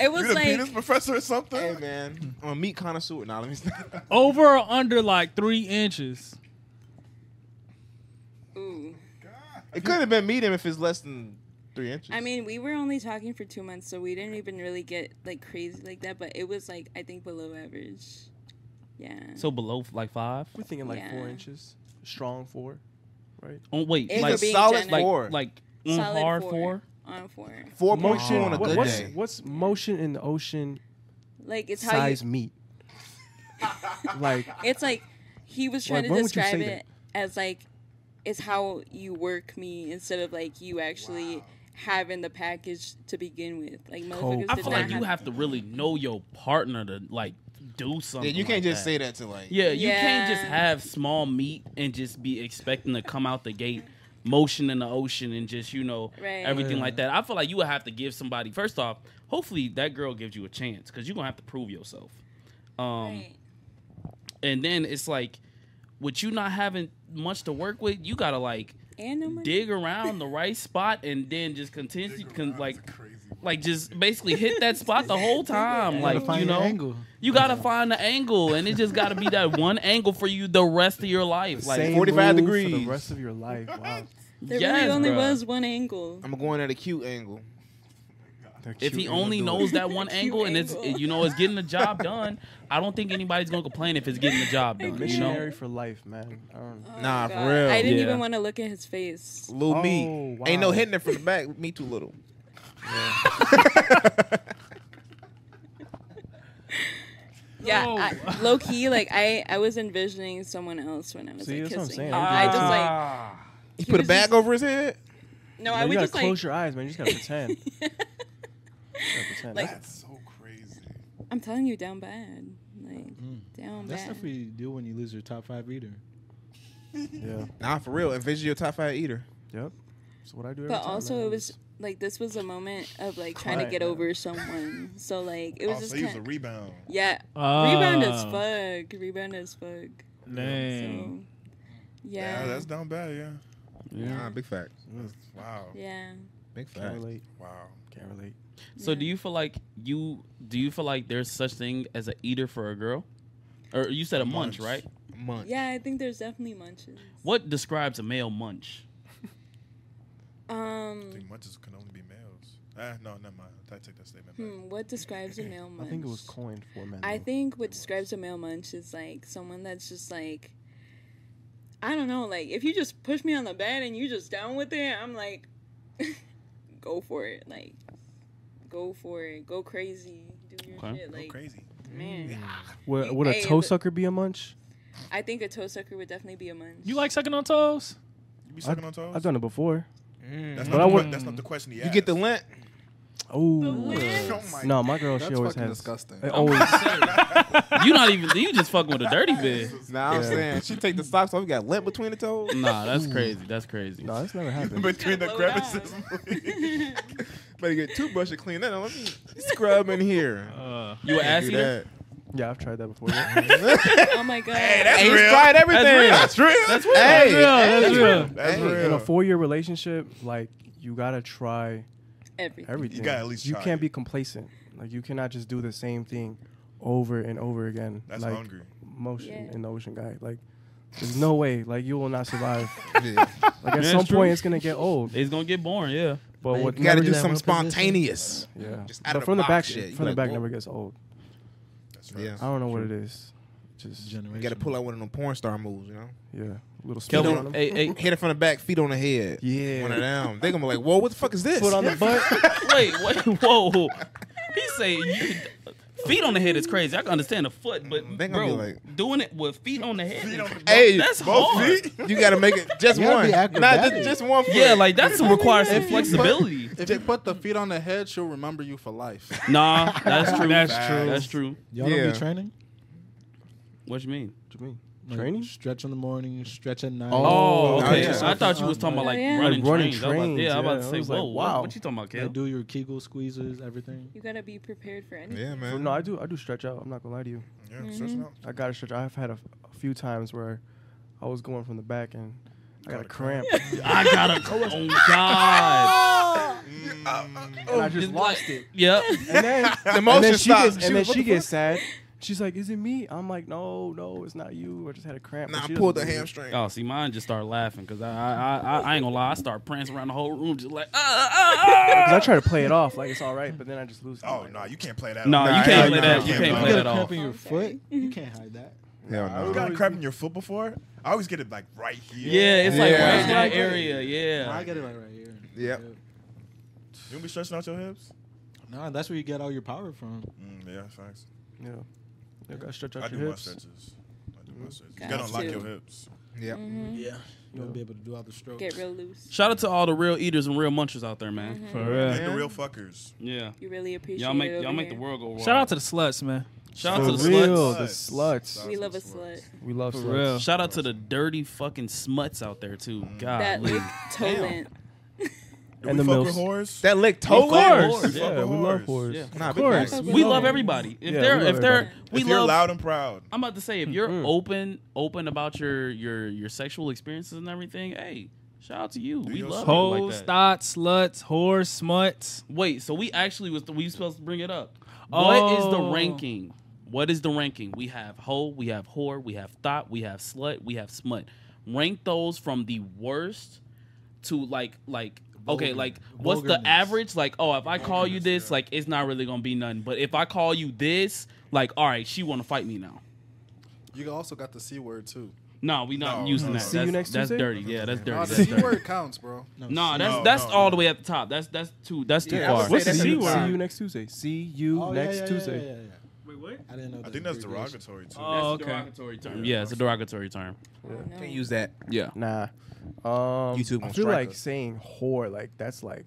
[SPEAKER 4] You
[SPEAKER 6] was
[SPEAKER 4] the
[SPEAKER 6] like
[SPEAKER 4] penis professor or something?
[SPEAKER 2] Hey [laughs] man, I'm a meat connoisseur. Nah, let me [laughs] stop.
[SPEAKER 3] Over or under like three inches?
[SPEAKER 6] ooh.
[SPEAKER 2] It could have been medium if it's less than three inches.
[SPEAKER 6] I mean, we were only talking for two months, so we didn't even really get like crazy like that. But it was like I think below average. Yeah.
[SPEAKER 1] So below like five.
[SPEAKER 9] We're thinking like four
[SPEAKER 6] Yeah.
[SPEAKER 9] inches, strong four, right?
[SPEAKER 1] Oh wait,
[SPEAKER 6] It
[SPEAKER 1] like
[SPEAKER 6] could be
[SPEAKER 2] solid
[SPEAKER 6] generous.
[SPEAKER 1] like
[SPEAKER 2] four,
[SPEAKER 1] like on
[SPEAKER 6] Solid
[SPEAKER 1] hard
[SPEAKER 6] four.
[SPEAKER 1] four.
[SPEAKER 6] on four.
[SPEAKER 2] four point two on a
[SPEAKER 9] What-
[SPEAKER 2] good
[SPEAKER 9] what's,
[SPEAKER 2] day.
[SPEAKER 9] what's motion in the ocean
[SPEAKER 6] Like it's how you, [laughs]
[SPEAKER 9] size meat? like
[SPEAKER 6] it's like he was trying
[SPEAKER 9] Like,
[SPEAKER 6] to
[SPEAKER 9] when would you
[SPEAKER 6] describe
[SPEAKER 9] say
[SPEAKER 6] it as like it's how you work me instead of like you actually having the package to begin with. Like motherfuckers
[SPEAKER 1] I
[SPEAKER 6] did
[SPEAKER 1] feel
[SPEAKER 6] not
[SPEAKER 1] like you have to really know your partner to like do something.
[SPEAKER 2] Yeah, you can't
[SPEAKER 1] like
[SPEAKER 2] just
[SPEAKER 1] that.
[SPEAKER 2] say that to like.
[SPEAKER 1] Yeah, you can't
[SPEAKER 6] Yeah.
[SPEAKER 1] just have small meat and just be expecting to come out the gate motion in the ocean and just you know
[SPEAKER 6] Right.
[SPEAKER 1] everything like that. I feel like you would have to give somebody first off. Hopefully that girl gives you a chance because you're gonna have to prove yourself. Um,
[SPEAKER 6] Right.
[SPEAKER 1] and then it's like with you not having much to work with, you gotta like
[SPEAKER 6] And no money.
[SPEAKER 1] dig around the right spot and then just continue
[SPEAKER 4] Nigga,
[SPEAKER 1] con-
[SPEAKER 4] that's
[SPEAKER 1] like
[SPEAKER 4] a crazy
[SPEAKER 1] like just basically hit that spot the whole time
[SPEAKER 5] Gotta
[SPEAKER 1] like
[SPEAKER 5] find
[SPEAKER 1] you
[SPEAKER 5] your
[SPEAKER 1] know
[SPEAKER 5] angle.
[SPEAKER 1] you gotta find the angle and it just gotta be that [laughs] one angle for you the rest of your life like
[SPEAKER 9] same
[SPEAKER 2] 45
[SPEAKER 9] move for
[SPEAKER 2] degrees.
[SPEAKER 9] the rest of your life.
[SPEAKER 6] [laughs]
[SPEAKER 9] Wow.
[SPEAKER 6] There
[SPEAKER 1] yes,
[SPEAKER 6] really only
[SPEAKER 1] bruh.
[SPEAKER 6] was one angle.
[SPEAKER 2] I'm going at a cute angle.
[SPEAKER 1] if he only knows that
[SPEAKER 6] [laughs]
[SPEAKER 1] one
[SPEAKER 6] Cute
[SPEAKER 1] angle and it's
[SPEAKER 6] angle.
[SPEAKER 1] you know it's getting the job done i don't think anybody's gonna complain if it's getting the job done you
[SPEAKER 9] missionary
[SPEAKER 1] know
[SPEAKER 9] for life, man. I don't know.
[SPEAKER 6] Oh,
[SPEAKER 2] Nah,
[SPEAKER 6] God.
[SPEAKER 2] for real.
[SPEAKER 6] I didn't
[SPEAKER 1] Yeah.
[SPEAKER 6] even want to look at his face.
[SPEAKER 2] [laughs] Little
[SPEAKER 9] Oh,
[SPEAKER 2] meat.
[SPEAKER 9] wow.
[SPEAKER 2] Ain't no hitting it from the back. Me too little. [laughs]
[SPEAKER 6] Yeah,
[SPEAKER 3] No.
[SPEAKER 6] I, low key, like I, I was envisioning someone else when I was
[SPEAKER 9] See,
[SPEAKER 6] like,
[SPEAKER 9] that's what I'm
[SPEAKER 6] kissing.
[SPEAKER 9] saying.
[SPEAKER 6] I just like He
[SPEAKER 2] You put a
[SPEAKER 6] was
[SPEAKER 2] bag
[SPEAKER 6] just-
[SPEAKER 2] over his head.
[SPEAKER 6] no, I
[SPEAKER 9] Man, you
[SPEAKER 6] would
[SPEAKER 9] gotta
[SPEAKER 6] just
[SPEAKER 9] close
[SPEAKER 6] like
[SPEAKER 9] your eyes, man. You just gotta pretend.
[SPEAKER 6] [laughs]
[SPEAKER 9] You gotta pretend.
[SPEAKER 6] Like-
[SPEAKER 4] That's so crazy.
[SPEAKER 6] I'm telling you, down bad, like
[SPEAKER 9] Mm.
[SPEAKER 6] down
[SPEAKER 5] That's
[SPEAKER 6] bad.
[SPEAKER 5] stuff we do when you lose your top five eater.
[SPEAKER 9] yeah.
[SPEAKER 2] Nah, for real. Envision your top five eater.
[SPEAKER 9] Yep. So what I do. Every
[SPEAKER 6] But
[SPEAKER 9] time,
[SPEAKER 6] also,
[SPEAKER 9] man.
[SPEAKER 6] it was like this was a moment of like trying to
[SPEAKER 9] Right,
[SPEAKER 6] get
[SPEAKER 9] man.
[SPEAKER 6] over someone. So like it was
[SPEAKER 4] Oh,
[SPEAKER 6] just
[SPEAKER 4] so he was a
[SPEAKER 6] kind
[SPEAKER 4] rebound.
[SPEAKER 6] yeah,
[SPEAKER 3] Uh,
[SPEAKER 6] rebound
[SPEAKER 9] Oh.
[SPEAKER 6] as fuck, rebound as fuck.
[SPEAKER 3] Dang.
[SPEAKER 6] So
[SPEAKER 4] Yeah,
[SPEAKER 6] yeah,
[SPEAKER 4] that's down bad. Yeah.
[SPEAKER 2] Nah, big fact.
[SPEAKER 4] Wow.
[SPEAKER 6] yeah.
[SPEAKER 2] Big
[SPEAKER 9] Can't
[SPEAKER 2] fact.
[SPEAKER 9] relate.
[SPEAKER 4] Wow.
[SPEAKER 9] Can't relate.
[SPEAKER 1] so do you feel like you do you feel like there's such thing as an eater for a girl or you said a munch
[SPEAKER 4] munch.
[SPEAKER 1] right
[SPEAKER 2] Month.
[SPEAKER 6] Yeah, I think there's definitely munches.
[SPEAKER 1] what describes a male munch
[SPEAKER 4] I
[SPEAKER 6] Um,
[SPEAKER 4] think munches can only be males. Ah, no, never mind. I take that statement back.
[SPEAKER 6] hmm, what describes a male munch?
[SPEAKER 9] I think it was coined for men.
[SPEAKER 6] I
[SPEAKER 9] though.
[SPEAKER 6] think what describes a male munch is like someone that's just like, I don't know, like if you just push me on the bed and you just down with it, I'm like, [laughs] go for it, like, go for it, go crazy, do your
[SPEAKER 1] Okay.
[SPEAKER 6] shit,
[SPEAKER 4] Go
[SPEAKER 6] like,
[SPEAKER 4] crazy. Mm.
[SPEAKER 6] man.
[SPEAKER 9] Would, would a
[SPEAKER 6] Hey,
[SPEAKER 9] toe
[SPEAKER 6] but-
[SPEAKER 9] sucker be a munch?
[SPEAKER 6] I think a toe sucker would definitely be a munch.
[SPEAKER 3] You like sucking on toes?
[SPEAKER 4] You be sucking on toes?
[SPEAKER 9] I've done it before.
[SPEAKER 4] That's
[SPEAKER 9] But
[SPEAKER 4] not,
[SPEAKER 9] I
[SPEAKER 4] the, que-
[SPEAKER 9] wouldn't-
[SPEAKER 4] that's not the question he
[SPEAKER 2] You get the lint.
[SPEAKER 9] Oh.
[SPEAKER 6] Lint.
[SPEAKER 4] Oh my
[SPEAKER 9] No, my girl, she
[SPEAKER 5] That's
[SPEAKER 9] always
[SPEAKER 5] fucking
[SPEAKER 9] has.
[SPEAKER 5] disgusting.
[SPEAKER 4] [laughs]
[SPEAKER 9] It always.
[SPEAKER 1] you not even you just fucking with a [laughs] dirty bit
[SPEAKER 2] Nah, I'm saying she take the socks off. You got lint between the toes.
[SPEAKER 1] nah that's crazy that's crazy
[SPEAKER 9] no, that's
[SPEAKER 4] [laughs]
[SPEAKER 9] never happened.
[SPEAKER 4] Between the
[SPEAKER 6] Blow it out.
[SPEAKER 4] crevices.
[SPEAKER 2] [laughs] Better get a toothbrush to clean that. up. Let me scrub in here.
[SPEAKER 3] Uh,
[SPEAKER 1] you an ass
[SPEAKER 2] Do
[SPEAKER 1] eater
[SPEAKER 2] that.
[SPEAKER 9] Yeah, I've tried that before. yeah.
[SPEAKER 6] [laughs] oh my god.
[SPEAKER 2] [laughs] Hey, he's
[SPEAKER 4] real.
[SPEAKER 2] tried everything.
[SPEAKER 1] That's
[SPEAKER 2] real.
[SPEAKER 1] That's real.
[SPEAKER 2] Hey,
[SPEAKER 3] That's real, that's
[SPEAKER 2] hey,
[SPEAKER 3] real.
[SPEAKER 4] That's
[SPEAKER 2] Hey,
[SPEAKER 4] real.
[SPEAKER 9] In a four-year relationship, like you gotta try
[SPEAKER 6] Everything.
[SPEAKER 9] everything.
[SPEAKER 4] gotta at least
[SPEAKER 9] You
[SPEAKER 4] try
[SPEAKER 9] can't
[SPEAKER 4] it.
[SPEAKER 9] be complacent. Like you cannot just do the same thing over and over again.
[SPEAKER 4] That's
[SPEAKER 9] like,
[SPEAKER 4] hungry.
[SPEAKER 9] Motion
[SPEAKER 6] Yeah.
[SPEAKER 9] in the ocean, guy. Like there's no way. Like you will not survive.
[SPEAKER 2] Yeah.
[SPEAKER 9] Like at
[SPEAKER 1] Yeah,
[SPEAKER 9] some
[SPEAKER 1] it's true.
[SPEAKER 9] point, it's gonna get old.
[SPEAKER 1] It's gonna get boring, yeah.
[SPEAKER 9] But what
[SPEAKER 2] You got to
[SPEAKER 5] Remember
[SPEAKER 2] do
[SPEAKER 5] that
[SPEAKER 2] something
[SPEAKER 5] one position?
[SPEAKER 2] spontaneous.
[SPEAKER 9] Yeah.
[SPEAKER 2] Just out
[SPEAKER 9] But
[SPEAKER 2] of the
[SPEAKER 9] from the
[SPEAKER 2] box
[SPEAKER 9] back,
[SPEAKER 2] shit. You
[SPEAKER 9] from the
[SPEAKER 2] like,
[SPEAKER 9] back
[SPEAKER 2] whoa.
[SPEAKER 9] never gets old.
[SPEAKER 4] That's right.
[SPEAKER 2] Yeah.
[SPEAKER 9] I don't know what it is. Just
[SPEAKER 5] generation.
[SPEAKER 2] You got to pull out one of them porn star moves, you know?
[SPEAKER 9] yeah, little speed on
[SPEAKER 1] Kelvin,
[SPEAKER 9] them.
[SPEAKER 1] hey, hey,
[SPEAKER 2] Hit it from the back, feet on the head.
[SPEAKER 9] Yeah.
[SPEAKER 2] One of them. They're going to be like, whoa, what the fuck is this? [laughs]
[SPEAKER 9] Foot on the butt.
[SPEAKER 1] wait, wait, [laughs] whoa. He say you, feet on the head is crazy. I can understand the foot, but
[SPEAKER 2] They gonna
[SPEAKER 1] bro,
[SPEAKER 2] be like-
[SPEAKER 1] doing it with feet on the head,
[SPEAKER 2] Hey,
[SPEAKER 1] that's
[SPEAKER 4] both
[SPEAKER 1] hard.
[SPEAKER 4] feet?
[SPEAKER 2] you got to make it just
[SPEAKER 5] You gotta
[SPEAKER 2] one.
[SPEAKER 5] be
[SPEAKER 2] Nah,
[SPEAKER 5] acrobatic.
[SPEAKER 2] just, just one foot.
[SPEAKER 1] Yeah, like that's requires [laughs] some flexibility.
[SPEAKER 11] If you put the feet on the head, she'll remember you for life.
[SPEAKER 1] Nah, that's true.
[SPEAKER 3] That's
[SPEAKER 1] true. That's true.
[SPEAKER 5] Y'all
[SPEAKER 2] Yeah.
[SPEAKER 5] don't be training?
[SPEAKER 1] What you mean?
[SPEAKER 9] What you mean?
[SPEAKER 5] Like,
[SPEAKER 9] Training?
[SPEAKER 5] Stretch in the morning, stretch at night.
[SPEAKER 1] Oh,
[SPEAKER 2] Oh,
[SPEAKER 1] okay.
[SPEAKER 2] yeah.
[SPEAKER 1] I thought you was talking about like
[SPEAKER 6] Oh, yeah.
[SPEAKER 1] running,
[SPEAKER 9] Like running
[SPEAKER 1] trains. I was about-
[SPEAKER 9] trains,
[SPEAKER 1] yeah, I was
[SPEAKER 9] yeah.
[SPEAKER 1] about
[SPEAKER 9] I
[SPEAKER 1] to
[SPEAKER 9] was
[SPEAKER 1] say,
[SPEAKER 9] like,
[SPEAKER 1] whoa, wow.
[SPEAKER 9] wow.
[SPEAKER 1] What you talking about,
[SPEAKER 5] Like,
[SPEAKER 1] Kel?
[SPEAKER 5] do your Kegel squeezes, everything.
[SPEAKER 6] You gotta be prepared for anything.
[SPEAKER 2] [laughs] Yeah,
[SPEAKER 9] So,
[SPEAKER 2] man.
[SPEAKER 9] no, I do. I do stretch out. I'm not gonna lie to you.
[SPEAKER 4] Yeah,
[SPEAKER 6] Mm-hmm.
[SPEAKER 4] stretching out.
[SPEAKER 9] I gotta stretch. I've had a, a few times where I was going from the back and I got a
[SPEAKER 4] Got a
[SPEAKER 9] cramp.
[SPEAKER 1] I gotta. Oh
[SPEAKER 9] [laughs]
[SPEAKER 1] God.
[SPEAKER 9] and I [laughs] just lost it.
[SPEAKER 1] Yep.
[SPEAKER 9] And [laughs] then,
[SPEAKER 2] The
[SPEAKER 9] and
[SPEAKER 2] motion
[SPEAKER 9] then she gets,
[SPEAKER 2] stops.
[SPEAKER 9] and then she gets sad. She's like, "Is it me?" I'm like, "No, no, it's not you. I just had a cramp."
[SPEAKER 2] Nah,
[SPEAKER 9] But
[SPEAKER 2] I
[SPEAKER 9] she
[SPEAKER 2] pulled the
[SPEAKER 9] doesn't believe
[SPEAKER 2] hamstring.
[SPEAKER 1] Oh, see, mine just start laughing because I, I, I, I ain't gonna lie. I start prancing around the whole room, just like, ah,
[SPEAKER 9] it.
[SPEAKER 1] ah,
[SPEAKER 9] [laughs] 'Cause I try to play it off like it's all right, but then I just lose. it.
[SPEAKER 4] Oh
[SPEAKER 9] Like,
[SPEAKER 4] no, you can't play that.
[SPEAKER 1] No,
[SPEAKER 4] out.
[SPEAKER 1] you
[SPEAKER 4] Nah,
[SPEAKER 1] can't
[SPEAKER 4] nah,
[SPEAKER 1] play
[SPEAKER 4] nah,
[SPEAKER 1] that.
[SPEAKER 4] nah,
[SPEAKER 1] You can't
[SPEAKER 4] nah.
[SPEAKER 1] play
[SPEAKER 5] you
[SPEAKER 1] that
[SPEAKER 5] got a
[SPEAKER 1] off.
[SPEAKER 5] cramp in your
[SPEAKER 6] I'm
[SPEAKER 5] foot?
[SPEAKER 6] sorry.
[SPEAKER 5] You can't hide that.
[SPEAKER 2] Hell
[SPEAKER 4] I
[SPEAKER 2] no.
[SPEAKER 4] always got a crap in your foot before. I always get it like right here.
[SPEAKER 1] Yeah, it's like
[SPEAKER 2] Yeah.
[SPEAKER 1] right in that
[SPEAKER 5] Yeah.
[SPEAKER 1] area. Yeah.
[SPEAKER 5] I got it like right here.
[SPEAKER 2] Yep.
[SPEAKER 4] You don't be stretching out your hips.
[SPEAKER 5] No, that's where you get all your power from.
[SPEAKER 4] Mm, yeah, thanks.
[SPEAKER 9] Yeah, you gotta stretch out
[SPEAKER 4] I do
[SPEAKER 9] your
[SPEAKER 4] my
[SPEAKER 9] hips.
[SPEAKER 4] stretches. I do my stretches. Mm. You
[SPEAKER 6] Got
[SPEAKER 4] gotta unlock
[SPEAKER 6] to.
[SPEAKER 4] your hips.
[SPEAKER 2] Yep.
[SPEAKER 5] Yeah. You won't be able to do all the strokes.
[SPEAKER 6] Mm-hmm. Get real loose.
[SPEAKER 1] Shout out to all the real eaters and real munchers out there, man.
[SPEAKER 3] For
[SPEAKER 4] And
[SPEAKER 3] real.
[SPEAKER 4] the real fuckers.
[SPEAKER 1] Yeah.
[SPEAKER 6] You really Mm-hmm. appreciate
[SPEAKER 1] Y'all
[SPEAKER 6] it.
[SPEAKER 1] make
[SPEAKER 6] over
[SPEAKER 1] y'all make the
[SPEAKER 6] here.
[SPEAKER 1] world go round.
[SPEAKER 3] Shout out to the sluts, man.
[SPEAKER 1] shout out
[SPEAKER 9] For
[SPEAKER 1] to the
[SPEAKER 9] real,
[SPEAKER 1] sluts.
[SPEAKER 9] the sluts.
[SPEAKER 4] Shout out
[SPEAKER 6] We
[SPEAKER 4] to
[SPEAKER 6] love
[SPEAKER 4] the
[SPEAKER 6] a
[SPEAKER 4] sluts.
[SPEAKER 6] slut.
[SPEAKER 9] We love
[SPEAKER 3] For
[SPEAKER 9] sluts.
[SPEAKER 3] real.
[SPEAKER 1] Shout out to the dirty fucking smuts out there too. God,
[SPEAKER 6] That [laughs] lick Toland.
[SPEAKER 4] Do
[SPEAKER 9] And
[SPEAKER 4] we
[SPEAKER 9] the
[SPEAKER 4] fuck
[SPEAKER 9] milfs.
[SPEAKER 4] with whores?
[SPEAKER 2] That lick
[SPEAKER 1] Of course.
[SPEAKER 4] Fuck
[SPEAKER 9] Yeah,
[SPEAKER 4] with
[SPEAKER 9] we love
[SPEAKER 4] whores.
[SPEAKER 9] whores.
[SPEAKER 1] Yeah.
[SPEAKER 2] Nah,
[SPEAKER 5] Of
[SPEAKER 2] big facts.
[SPEAKER 5] course.
[SPEAKER 1] we love everybody. If
[SPEAKER 9] Yeah,
[SPEAKER 1] they're
[SPEAKER 9] we love
[SPEAKER 1] if they're
[SPEAKER 9] everybody.
[SPEAKER 1] we
[SPEAKER 4] if you're
[SPEAKER 1] love.
[SPEAKER 4] loud and proud.
[SPEAKER 1] I'm about to say if you're
[SPEAKER 9] Mhm.
[SPEAKER 1] open open about your your your sexual experiences and everything, hey, shout out to you. we
[SPEAKER 4] your
[SPEAKER 1] love
[SPEAKER 4] shit.
[SPEAKER 1] people like
[SPEAKER 3] Hoes,
[SPEAKER 1] that.
[SPEAKER 3] thoughts, sluts, whores, smuts.
[SPEAKER 1] Wait, so we actually was we supposed to bring it up. What is the
[SPEAKER 3] Oh.
[SPEAKER 1] ranking? What is the ranking? We have hoe, we have whore, we have thought, we have slut, we have smut. Rank those from the worst to like like okay,
[SPEAKER 5] Vulgar-
[SPEAKER 1] like what's the
[SPEAKER 5] vulgarness.
[SPEAKER 1] average? Like, oh, if I call you this, like it's not really gonna be nothing. But if I call you this, like all right, she wanna fight me now.
[SPEAKER 11] You also got the c word too.
[SPEAKER 1] No, we not
[SPEAKER 4] No,
[SPEAKER 1] using
[SPEAKER 4] no,
[SPEAKER 1] that.
[SPEAKER 4] no.
[SPEAKER 1] That's,
[SPEAKER 9] See you next
[SPEAKER 1] that's
[SPEAKER 9] Tuesday?
[SPEAKER 1] dirty. Yeah, that's dirty.
[SPEAKER 11] Nah, the
[SPEAKER 1] That's
[SPEAKER 11] c
[SPEAKER 1] dirty.
[SPEAKER 11] word counts, bro.
[SPEAKER 1] No, that's
[SPEAKER 4] No,
[SPEAKER 1] that's
[SPEAKER 4] no,
[SPEAKER 1] all
[SPEAKER 4] no.
[SPEAKER 1] the way at the top. That's that's too that's too
[SPEAKER 2] Yeah,
[SPEAKER 1] far.
[SPEAKER 2] I would say
[SPEAKER 9] What's the
[SPEAKER 2] that's
[SPEAKER 9] C
[SPEAKER 2] a
[SPEAKER 9] word?
[SPEAKER 2] good
[SPEAKER 9] See you
[SPEAKER 2] time.
[SPEAKER 9] next Tuesday. See you
[SPEAKER 5] Oh, yeah,
[SPEAKER 9] next
[SPEAKER 5] yeah, yeah,
[SPEAKER 9] Tuesday.
[SPEAKER 5] yeah, yeah, yeah.
[SPEAKER 3] Wait, what?
[SPEAKER 5] I didn't know.
[SPEAKER 4] I
[SPEAKER 5] that
[SPEAKER 4] think
[SPEAKER 5] was
[SPEAKER 4] that's
[SPEAKER 5] abbreviation.
[SPEAKER 4] derogatory too.
[SPEAKER 3] Oh, okay.
[SPEAKER 1] derogatory term. Yeah, it's a derogatory term.
[SPEAKER 6] Oh, no.
[SPEAKER 2] Can't use that.
[SPEAKER 1] Yeah.
[SPEAKER 9] Nah. Um,
[SPEAKER 2] YouTube
[SPEAKER 9] I
[SPEAKER 2] on
[SPEAKER 9] feel
[SPEAKER 2] Striker.
[SPEAKER 9] like saying whore, like that's like,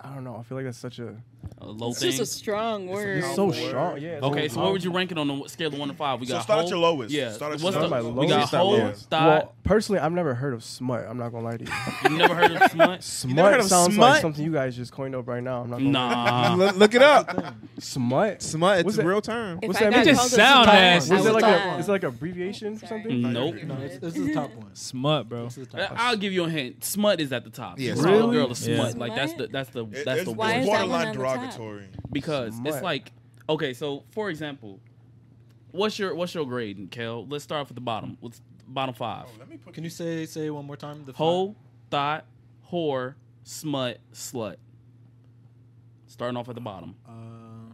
[SPEAKER 9] I don't know. I feel like that's such a
[SPEAKER 1] A low
[SPEAKER 6] It's
[SPEAKER 1] thing.
[SPEAKER 6] just a strong word.
[SPEAKER 9] it's so strong. Yeah. it's
[SPEAKER 1] Okay,
[SPEAKER 9] like-
[SPEAKER 1] so what would you rank it on the scale of one to five? We
[SPEAKER 4] So
[SPEAKER 1] got
[SPEAKER 4] start at
[SPEAKER 1] hoe-
[SPEAKER 4] your lowest.
[SPEAKER 1] Yeah,
[SPEAKER 4] Start at
[SPEAKER 1] what's
[SPEAKER 4] your
[SPEAKER 1] the-
[SPEAKER 9] lowest.
[SPEAKER 1] we got
[SPEAKER 9] Start at
[SPEAKER 1] whole
[SPEAKER 4] your lowest.
[SPEAKER 1] thought.
[SPEAKER 9] Well, personally, I've never heard of smut. I'm not gonna lie to you.
[SPEAKER 1] [laughs] you never heard of smut?
[SPEAKER 9] Smut
[SPEAKER 2] heard of
[SPEAKER 9] sounds
[SPEAKER 2] smut?
[SPEAKER 9] like something you guys just coined up right now. I'm not [laughs] gonna lie.
[SPEAKER 1] [laughs] Nah.
[SPEAKER 2] Look, look it up.
[SPEAKER 9] Smut.
[SPEAKER 2] Smut. It's
[SPEAKER 9] What's
[SPEAKER 2] a
[SPEAKER 9] that?
[SPEAKER 2] real term.
[SPEAKER 6] If
[SPEAKER 9] What's
[SPEAKER 6] I
[SPEAKER 9] that
[SPEAKER 6] got
[SPEAKER 9] mean? It
[SPEAKER 3] just
[SPEAKER 6] called
[SPEAKER 3] sound
[SPEAKER 6] this
[SPEAKER 3] ass.
[SPEAKER 6] I
[SPEAKER 9] Is it
[SPEAKER 6] would
[SPEAKER 9] like
[SPEAKER 6] die.
[SPEAKER 9] a is it like abbreviation or
[SPEAKER 6] Sorry.
[SPEAKER 9] something?
[SPEAKER 1] nope.
[SPEAKER 5] No, it's, this is the top one.
[SPEAKER 3] Smut, bro.
[SPEAKER 5] This is the top one.
[SPEAKER 1] I'll give you a hint. Smut is at the top.
[SPEAKER 2] Yeah,
[SPEAKER 1] You
[SPEAKER 2] smut.
[SPEAKER 1] call a girl
[SPEAKER 9] Really?
[SPEAKER 1] a smut.
[SPEAKER 6] Yeah.
[SPEAKER 1] Like that's the
[SPEAKER 6] Smut?
[SPEAKER 1] that's the
[SPEAKER 4] It-
[SPEAKER 1] that's
[SPEAKER 4] it's,
[SPEAKER 1] the
[SPEAKER 6] Why
[SPEAKER 4] it's
[SPEAKER 1] worst
[SPEAKER 6] is that one
[SPEAKER 4] borderline
[SPEAKER 6] on the top?
[SPEAKER 4] derogatory.
[SPEAKER 1] because it's
[SPEAKER 9] Smut.
[SPEAKER 1] like okay. So for example, what's your what's your grade, Kel? Let's start off at the bottom. What's bottom five?
[SPEAKER 4] Oh, let me put
[SPEAKER 5] Can you say say it one more time? The
[SPEAKER 1] Hoe, thought, whore, smut, slut. Starting off at the bottom.
[SPEAKER 5] Uh,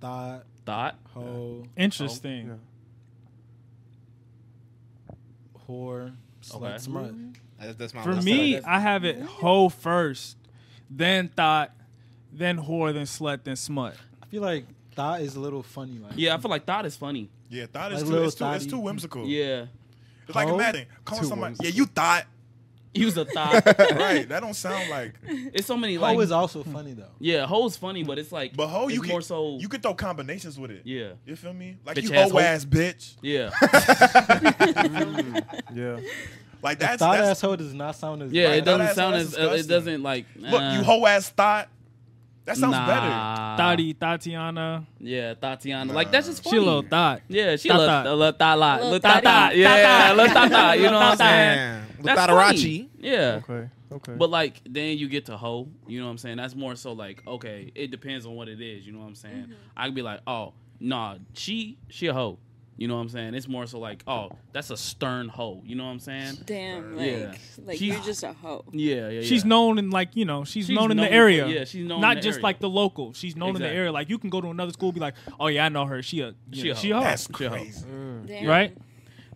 [SPEAKER 5] thought,
[SPEAKER 1] Thought,
[SPEAKER 5] hoe,
[SPEAKER 1] Oh,
[SPEAKER 3] Interesting.
[SPEAKER 5] whore, slut,
[SPEAKER 1] Okay.
[SPEAKER 5] smut.
[SPEAKER 2] That's, that's my
[SPEAKER 1] Oh,
[SPEAKER 3] For
[SPEAKER 2] list.
[SPEAKER 3] me, I have it hoe first, then thought, then whore, then slut, then smut.
[SPEAKER 5] I feel like thought is a little funny. Like
[SPEAKER 1] Yeah, I feel like thought is funny.
[SPEAKER 4] Yeah, thought is
[SPEAKER 5] Like
[SPEAKER 4] too,
[SPEAKER 5] little
[SPEAKER 4] it's too, it's
[SPEAKER 5] thotty.
[SPEAKER 4] too whimsical. [laughs]
[SPEAKER 1] Yeah.
[SPEAKER 4] It's like
[SPEAKER 5] Hoe?
[SPEAKER 4] imagine calling
[SPEAKER 9] Too
[SPEAKER 4] somebody, yeah,
[SPEAKER 9] whimsical.
[SPEAKER 4] you thought. [laughs]
[SPEAKER 1] Use a thought.
[SPEAKER 4] right, that don't sound like.
[SPEAKER 1] it's so many
[SPEAKER 5] hoe
[SPEAKER 1] like
[SPEAKER 5] is also funny though.
[SPEAKER 1] Yeah, hoe's funny, but it's like
[SPEAKER 4] But hoe,
[SPEAKER 1] it's
[SPEAKER 4] you can
[SPEAKER 1] more so
[SPEAKER 4] you can throw combinations with it.
[SPEAKER 1] Yeah.
[SPEAKER 4] You feel me? Like
[SPEAKER 1] Bitch
[SPEAKER 4] you
[SPEAKER 1] ass
[SPEAKER 4] hoe
[SPEAKER 1] hoe.
[SPEAKER 4] ass bitch. [laughs]
[SPEAKER 1] Yeah.
[SPEAKER 9] Yeah.
[SPEAKER 4] Like that's
[SPEAKER 5] thought
[SPEAKER 4] that's
[SPEAKER 5] asshole does not sound as
[SPEAKER 1] Yeah,
[SPEAKER 5] bad.
[SPEAKER 1] it doesn't
[SPEAKER 4] that's-
[SPEAKER 1] sound
[SPEAKER 4] that's
[SPEAKER 1] as uh, it
[SPEAKER 4] disgusting.
[SPEAKER 1] doesn't like
[SPEAKER 4] look
[SPEAKER 1] nah.
[SPEAKER 4] you hoe ass thought. That sounds better.
[SPEAKER 1] Nah.
[SPEAKER 3] Thotty, Tatiana.
[SPEAKER 1] Yeah, Tatiana. Like that's just
[SPEAKER 3] She
[SPEAKER 1] funny.
[SPEAKER 3] a little thought.
[SPEAKER 1] Yeah, she
[SPEAKER 3] Thot
[SPEAKER 1] love
[SPEAKER 3] thot.
[SPEAKER 1] love thot lot.
[SPEAKER 6] Lil
[SPEAKER 1] Lil thot
[SPEAKER 6] thotty.
[SPEAKER 1] thot. Yeah, love thot thot. You know what I'm saying?
[SPEAKER 2] Damn.
[SPEAKER 1] That's funny.
[SPEAKER 2] Lotarachi.
[SPEAKER 1] Yeah.
[SPEAKER 9] Okay. Okay.
[SPEAKER 1] But like then you get to hoe, you know what I'm saying? That's more so like, okay, it depends on what it is, you know what I'm saying?
[SPEAKER 2] Mm-hmm.
[SPEAKER 1] I could be like, oh, nah, she she a hoe. You know what I'm saying? It's more so like, oh, that's a stern hoe, you know what I'm saying?
[SPEAKER 6] Damn, like,
[SPEAKER 1] Yeah.
[SPEAKER 6] like
[SPEAKER 1] She's-
[SPEAKER 6] you're just a hoe.
[SPEAKER 1] Yeah, yeah, yeah.
[SPEAKER 3] She's known in like you know she's,
[SPEAKER 1] She's
[SPEAKER 3] known in
[SPEAKER 1] known
[SPEAKER 3] the
[SPEAKER 1] for-
[SPEAKER 3] area.
[SPEAKER 1] yeah, she's known in
[SPEAKER 3] Not
[SPEAKER 1] the
[SPEAKER 3] just
[SPEAKER 1] area.
[SPEAKER 3] like the local. She's known in
[SPEAKER 1] Exactly.
[SPEAKER 3] the area. Like you can go to another school, be like, oh yeah, I know her. She a
[SPEAKER 1] She
[SPEAKER 3] she,
[SPEAKER 1] a
[SPEAKER 3] she
[SPEAKER 1] hoe.
[SPEAKER 3] a hoe.
[SPEAKER 4] That's
[SPEAKER 1] She a hoe.
[SPEAKER 4] crazy.
[SPEAKER 6] Damn.
[SPEAKER 3] Right?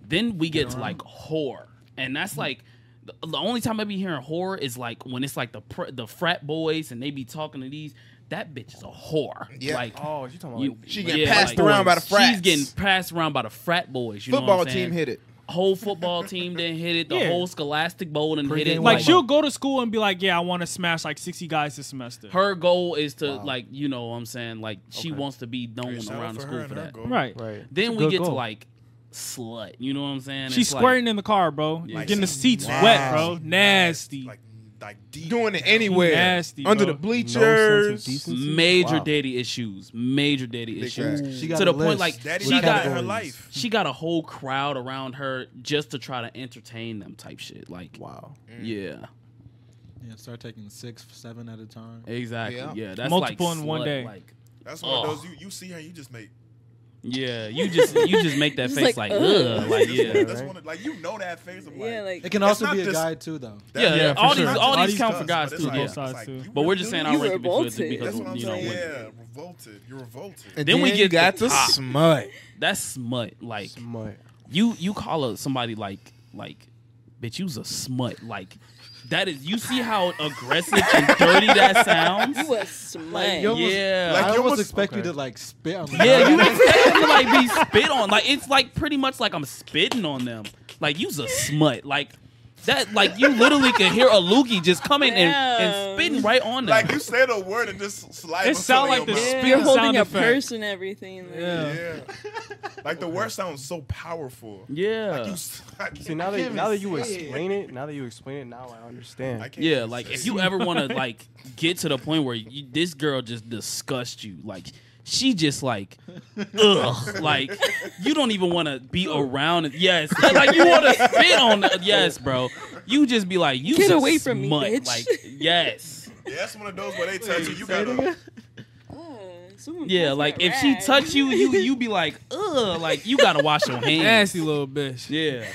[SPEAKER 1] Then we get to like whore, and that's like the, the only time I be hearing whore is like when it's like the pr- the frat boys and they be talking to these. That bitch is a whore.
[SPEAKER 2] Yeah.
[SPEAKER 1] Like
[SPEAKER 9] oh, you talking about?
[SPEAKER 1] you,
[SPEAKER 9] like-
[SPEAKER 2] She getting passed around by the
[SPEAKER 1] She's
[SPEAKER 2] frats.
[SPEAKER 1] getting passed around by the frat boys. You know
[SPEAKER 2] Football
[SPEAKER 1] what I'm
[SPEAKER 2] team
[SPEAKER 1] saying?
[SPEAKER 2] hit it.
[SPEAKER 1] Whole football team didn't hit it. The
[SPEAKER 3] Yeah.
[SPEAKER 1] whole Scholastic Bowl didn't hit
[SPEAKER 5] Pre-game
[SPEAKER 1] it.
[SPEAKER 3] Like
[SPEAKER 5] Like-
[SPEAKER 3] she'll go to school and be like, yeah, I want to smash like sixty guys this semester.
[SPEAKER 1] her goal is to like you know what I'm saying like she
[SPEAKER 9] Okay.
[SPEAKER 1] wants to be known
[SPEAKER 4] Shout out
[SPEAKER 1] around the
[SPEAKER 4] for her
[SPEAKER 1] school
[SPEAKER 4] and
[SPEAKER 1] for
[SPEAKER 4] her
[SPEAKER 1] that.
[SPEAKER 4] goal.
[SPEAKER 3] right.
[SPEAKER 9] right.
[SPEAKER 1] Then
[SPEAKER 9] It's a
[SPEAKER 1] we
[SPEAKER 9] good
[SPEAKER 1] get to
[SPEAKER 9] goal.
[SPEAKER 1] like slut. You know what I'm saying?
[SPEAKER 3] She's
[SPEAKER 1] It's like-
[SPEAKER 3] squaring in the car, bro.
[SPEAKER 1] Yeah.
[SPEAKER 3] Getting the seats
[SPEAKER 4] Wow.
[SPEAKER 3] wet, bro. Nasty.
[SPEAKER 4] Like, like deep.
[SPEAKER 2] Doing it anywhere.
[SPEAKER 3] Nasty,
[SPEAKER 2] Under
[SPEAKER 3] bro.
[SPEAKER 2] the
[SPEAKER 9] No sense of
[SPEAKER 2] bleachers.
[SPEAKER 9] decency?
[SPEAKER 1] major
[SPEAKER 9] Wow.
[SPEAKER 1] daddy issues, major daddy
[SPEAKER 2] Big
[SPEAKER 1] issues.
[SPEAKER 2] facts.
[SPEAKER 5] She got
[SPEAKER 1] to
[SPEAKER 5] a
[SPEAKER 1] the point
[SPEAKER 5] list.
[SPEAKER 1] like
[SPEAKER 4] Daddy's
[SPEAKER 1] she
[SPEAKER 4] not
[SPEAKER 1] got
[SPEAKER 4] out of her life.
[SPEAKER 1] she got a whole crowd around her just to try to entertain them type shit. Like
[SPEAKER 9] Wow.
[SPEAKER 1] yeah,
[SPEAKER 5] Yeah, start taking six, seven at a time.
[SPEAKER 1] exactly. Yeah,
[SPEAKER 2] Yeah.
[SPEAKER 1] that's
[SPEAKER 3] Multiple
[SPEAKER 1] like
[SPEAKER 3] in one
[SPEAKER 1] slut,
[SPEAKER 3] day.
[SPEAKER 1] Like,
[SPEAKER 4] That's one
[SPEAKER 1] Ugh.
[SPEAKER 4] of those you, you see her, you just make.
[SPEAKER 1] yeah, you just you just make that
[SPEAKER 6] [laughs] Just
[SPEAKER 1] face like,
[SPEAKER 6] like,
[SPEAKER 1] ugh,
[SPEAKER 6] ugh.
[SPEAKER 1] like
[SPEAKER 4] Yeah,
[SPEAKER 1] yeah.
[SPEAKER 4] that's one of, like you know that face. I'm
[SPEAKER 6] Yeah,
[SPEAKER 4] like,
[SPEAKER 6] like
[SPEAKER 5] It can
[SPEAKER 4] It's
[SPEAKER 5] also
[SPEAKER 4] not
[SPEAKER 5] be a
[SPEAKER 4] just-
[SPEAKER 5] guy too, though.
[SPEAKER 4] that-
[SPEAKER 1] Yeah,
[SPEAKER 9] yeah, for
[SPEAKER 1] all
[SPEAKER 9] sure.
[SPEAKER 1] these all
[SPEAKER 3] All
[SPEAKER 1] these
[SPEAKER 3] these
[SPEAKER 1] count for
[SPEAKER 4] does,
[SPEAKER 1] guys too.
[SPEAKER 4] but it's like-
[SPEAKER 1] yeah.
[SPEAKER 4] it's like,
[SPEAKER 3] Sides,
[SPEAKER 4] you
[SPEAKER 3] too.
[SPEAKER 1] but we're
[SPEAKER 4] really
[SPEAKER 1] just
[SPEAKER 4] do
[SPEAKER 1] saying
[SPEAKER 4] that?
[SPEAKER 1] our
[SPEAKER 6] You
[SPEAKER 1] record because
[SPEAKER 6] revolted.
[SPEAKER 1] because
[SPEAKER 4] That's what I'm
[SPEAKER 1] you know
[SPEAKER 4] saying.
[SPEAKER 1] women.
[SPEAKER 4] Yeah, revolted. You're revolted.
[SPEAKER 2] And
[SPEAKER 1] Then we get
[SPEAKER 2] got
[SPEAKER 1] the
[SPEAKER 2] to
[SPEAKER 1] top.
[SPEAKER 2] smut.
[SPEAKER 1] that's smut. Like
[SPEAKER 9] Smut.
[SPEAKER 1] you you call a, somebody like like bitch you's a smut like that is you see how aggressive and dirty that sounds
[SPEAKER 6] you a slut.
[SPEAKER 9] Like, yo-
[SPEAKER 1] yeah
[SPEAKER 4] Like,
[SPEAKER 5] I
[SPEAKER 4] you
[SPEAKER 5] almost
[SPEAKER 4] almost-
[SPEAKER 5] expect you
[SPEAKER 9] okay.
[SPEAKER 5] to like spit. on
[SPEAKER 1] yeah you expect to like be spit on like it's like pretty much like i'm spitting on them like you's a smut like that like you literally could hear a loogie just coming and, and
[SPEAKER 6] Damn.
[SPEAKER 1] spitting right on them
[SPEAKER 4] Like you said a word and just slide.
[SPEAKER 3] It sound like the
[SPEAKER 4] this.
[SPEAKER 3] spit
[SPEAKER 6] you're
[SPEAKER 3] sound
[SPEAKER 6] holding a
[SPEAKER 3] effect.
[SPEAKER 6] purse and everything. Like,
[SPEAKER 3] Yeah.
[SPEAKER 4] Yeah, like the word sounds so powerful.
[SPEAKER 1] yeah
[SPEAKER 4] You s- [laughs]
[SPEAKER 9] See now that now that you
[SPEAKER 5] say it.
[SPEAKER 9] explain it, now that you explain it, now I understand.
[SPEAKER 4] I can't
[SPEAKER 1] yeah
[SPEAKER 4] even
[SPEAKER 1] like
[SPEAKER 4] say
[SPEAKER 1] if
[SPEAKER 4] it.
[SPEAKER 1] you ever want
[SPEAKER 3] [laughs]
[SPEAKER 1] to like get to the point where you, this girl just disgusts you like she just like ugh like you don't even want to be around it. yes [laughs] like you want to spit on it. yes bro you just be like you
[SPEAKER 6] Get
[SPEAKER 1] just
[SPEAKER 6] away from me,
[SPEAKER 1] smut.
[SPEAKER 6] bitch.
[SPEAKER 1] like
[SPEAKER 6] [laughs]
[SPEAKER 1] yes
[SPEAKER 4] yeah, that's one of those where they tell you you gotta. [laughs]
[SPEAKER 6] Ugh, someone
[SPEAKER 1] yeah
[SPEAKER 6] passed
[SPEAKER 1] like
[SPEAKER 6] that
[SPEAKER 1] if she
[SPEAKER 6] rag.
[SPEAKER 1] touch you
[SPEAKER 6] [laughs]
[SPEAKER 1] you you be like ugh like you gotta wash your hands
[SPEAKER 3] Nasty little bitch.
[SPEAKER 1] yeah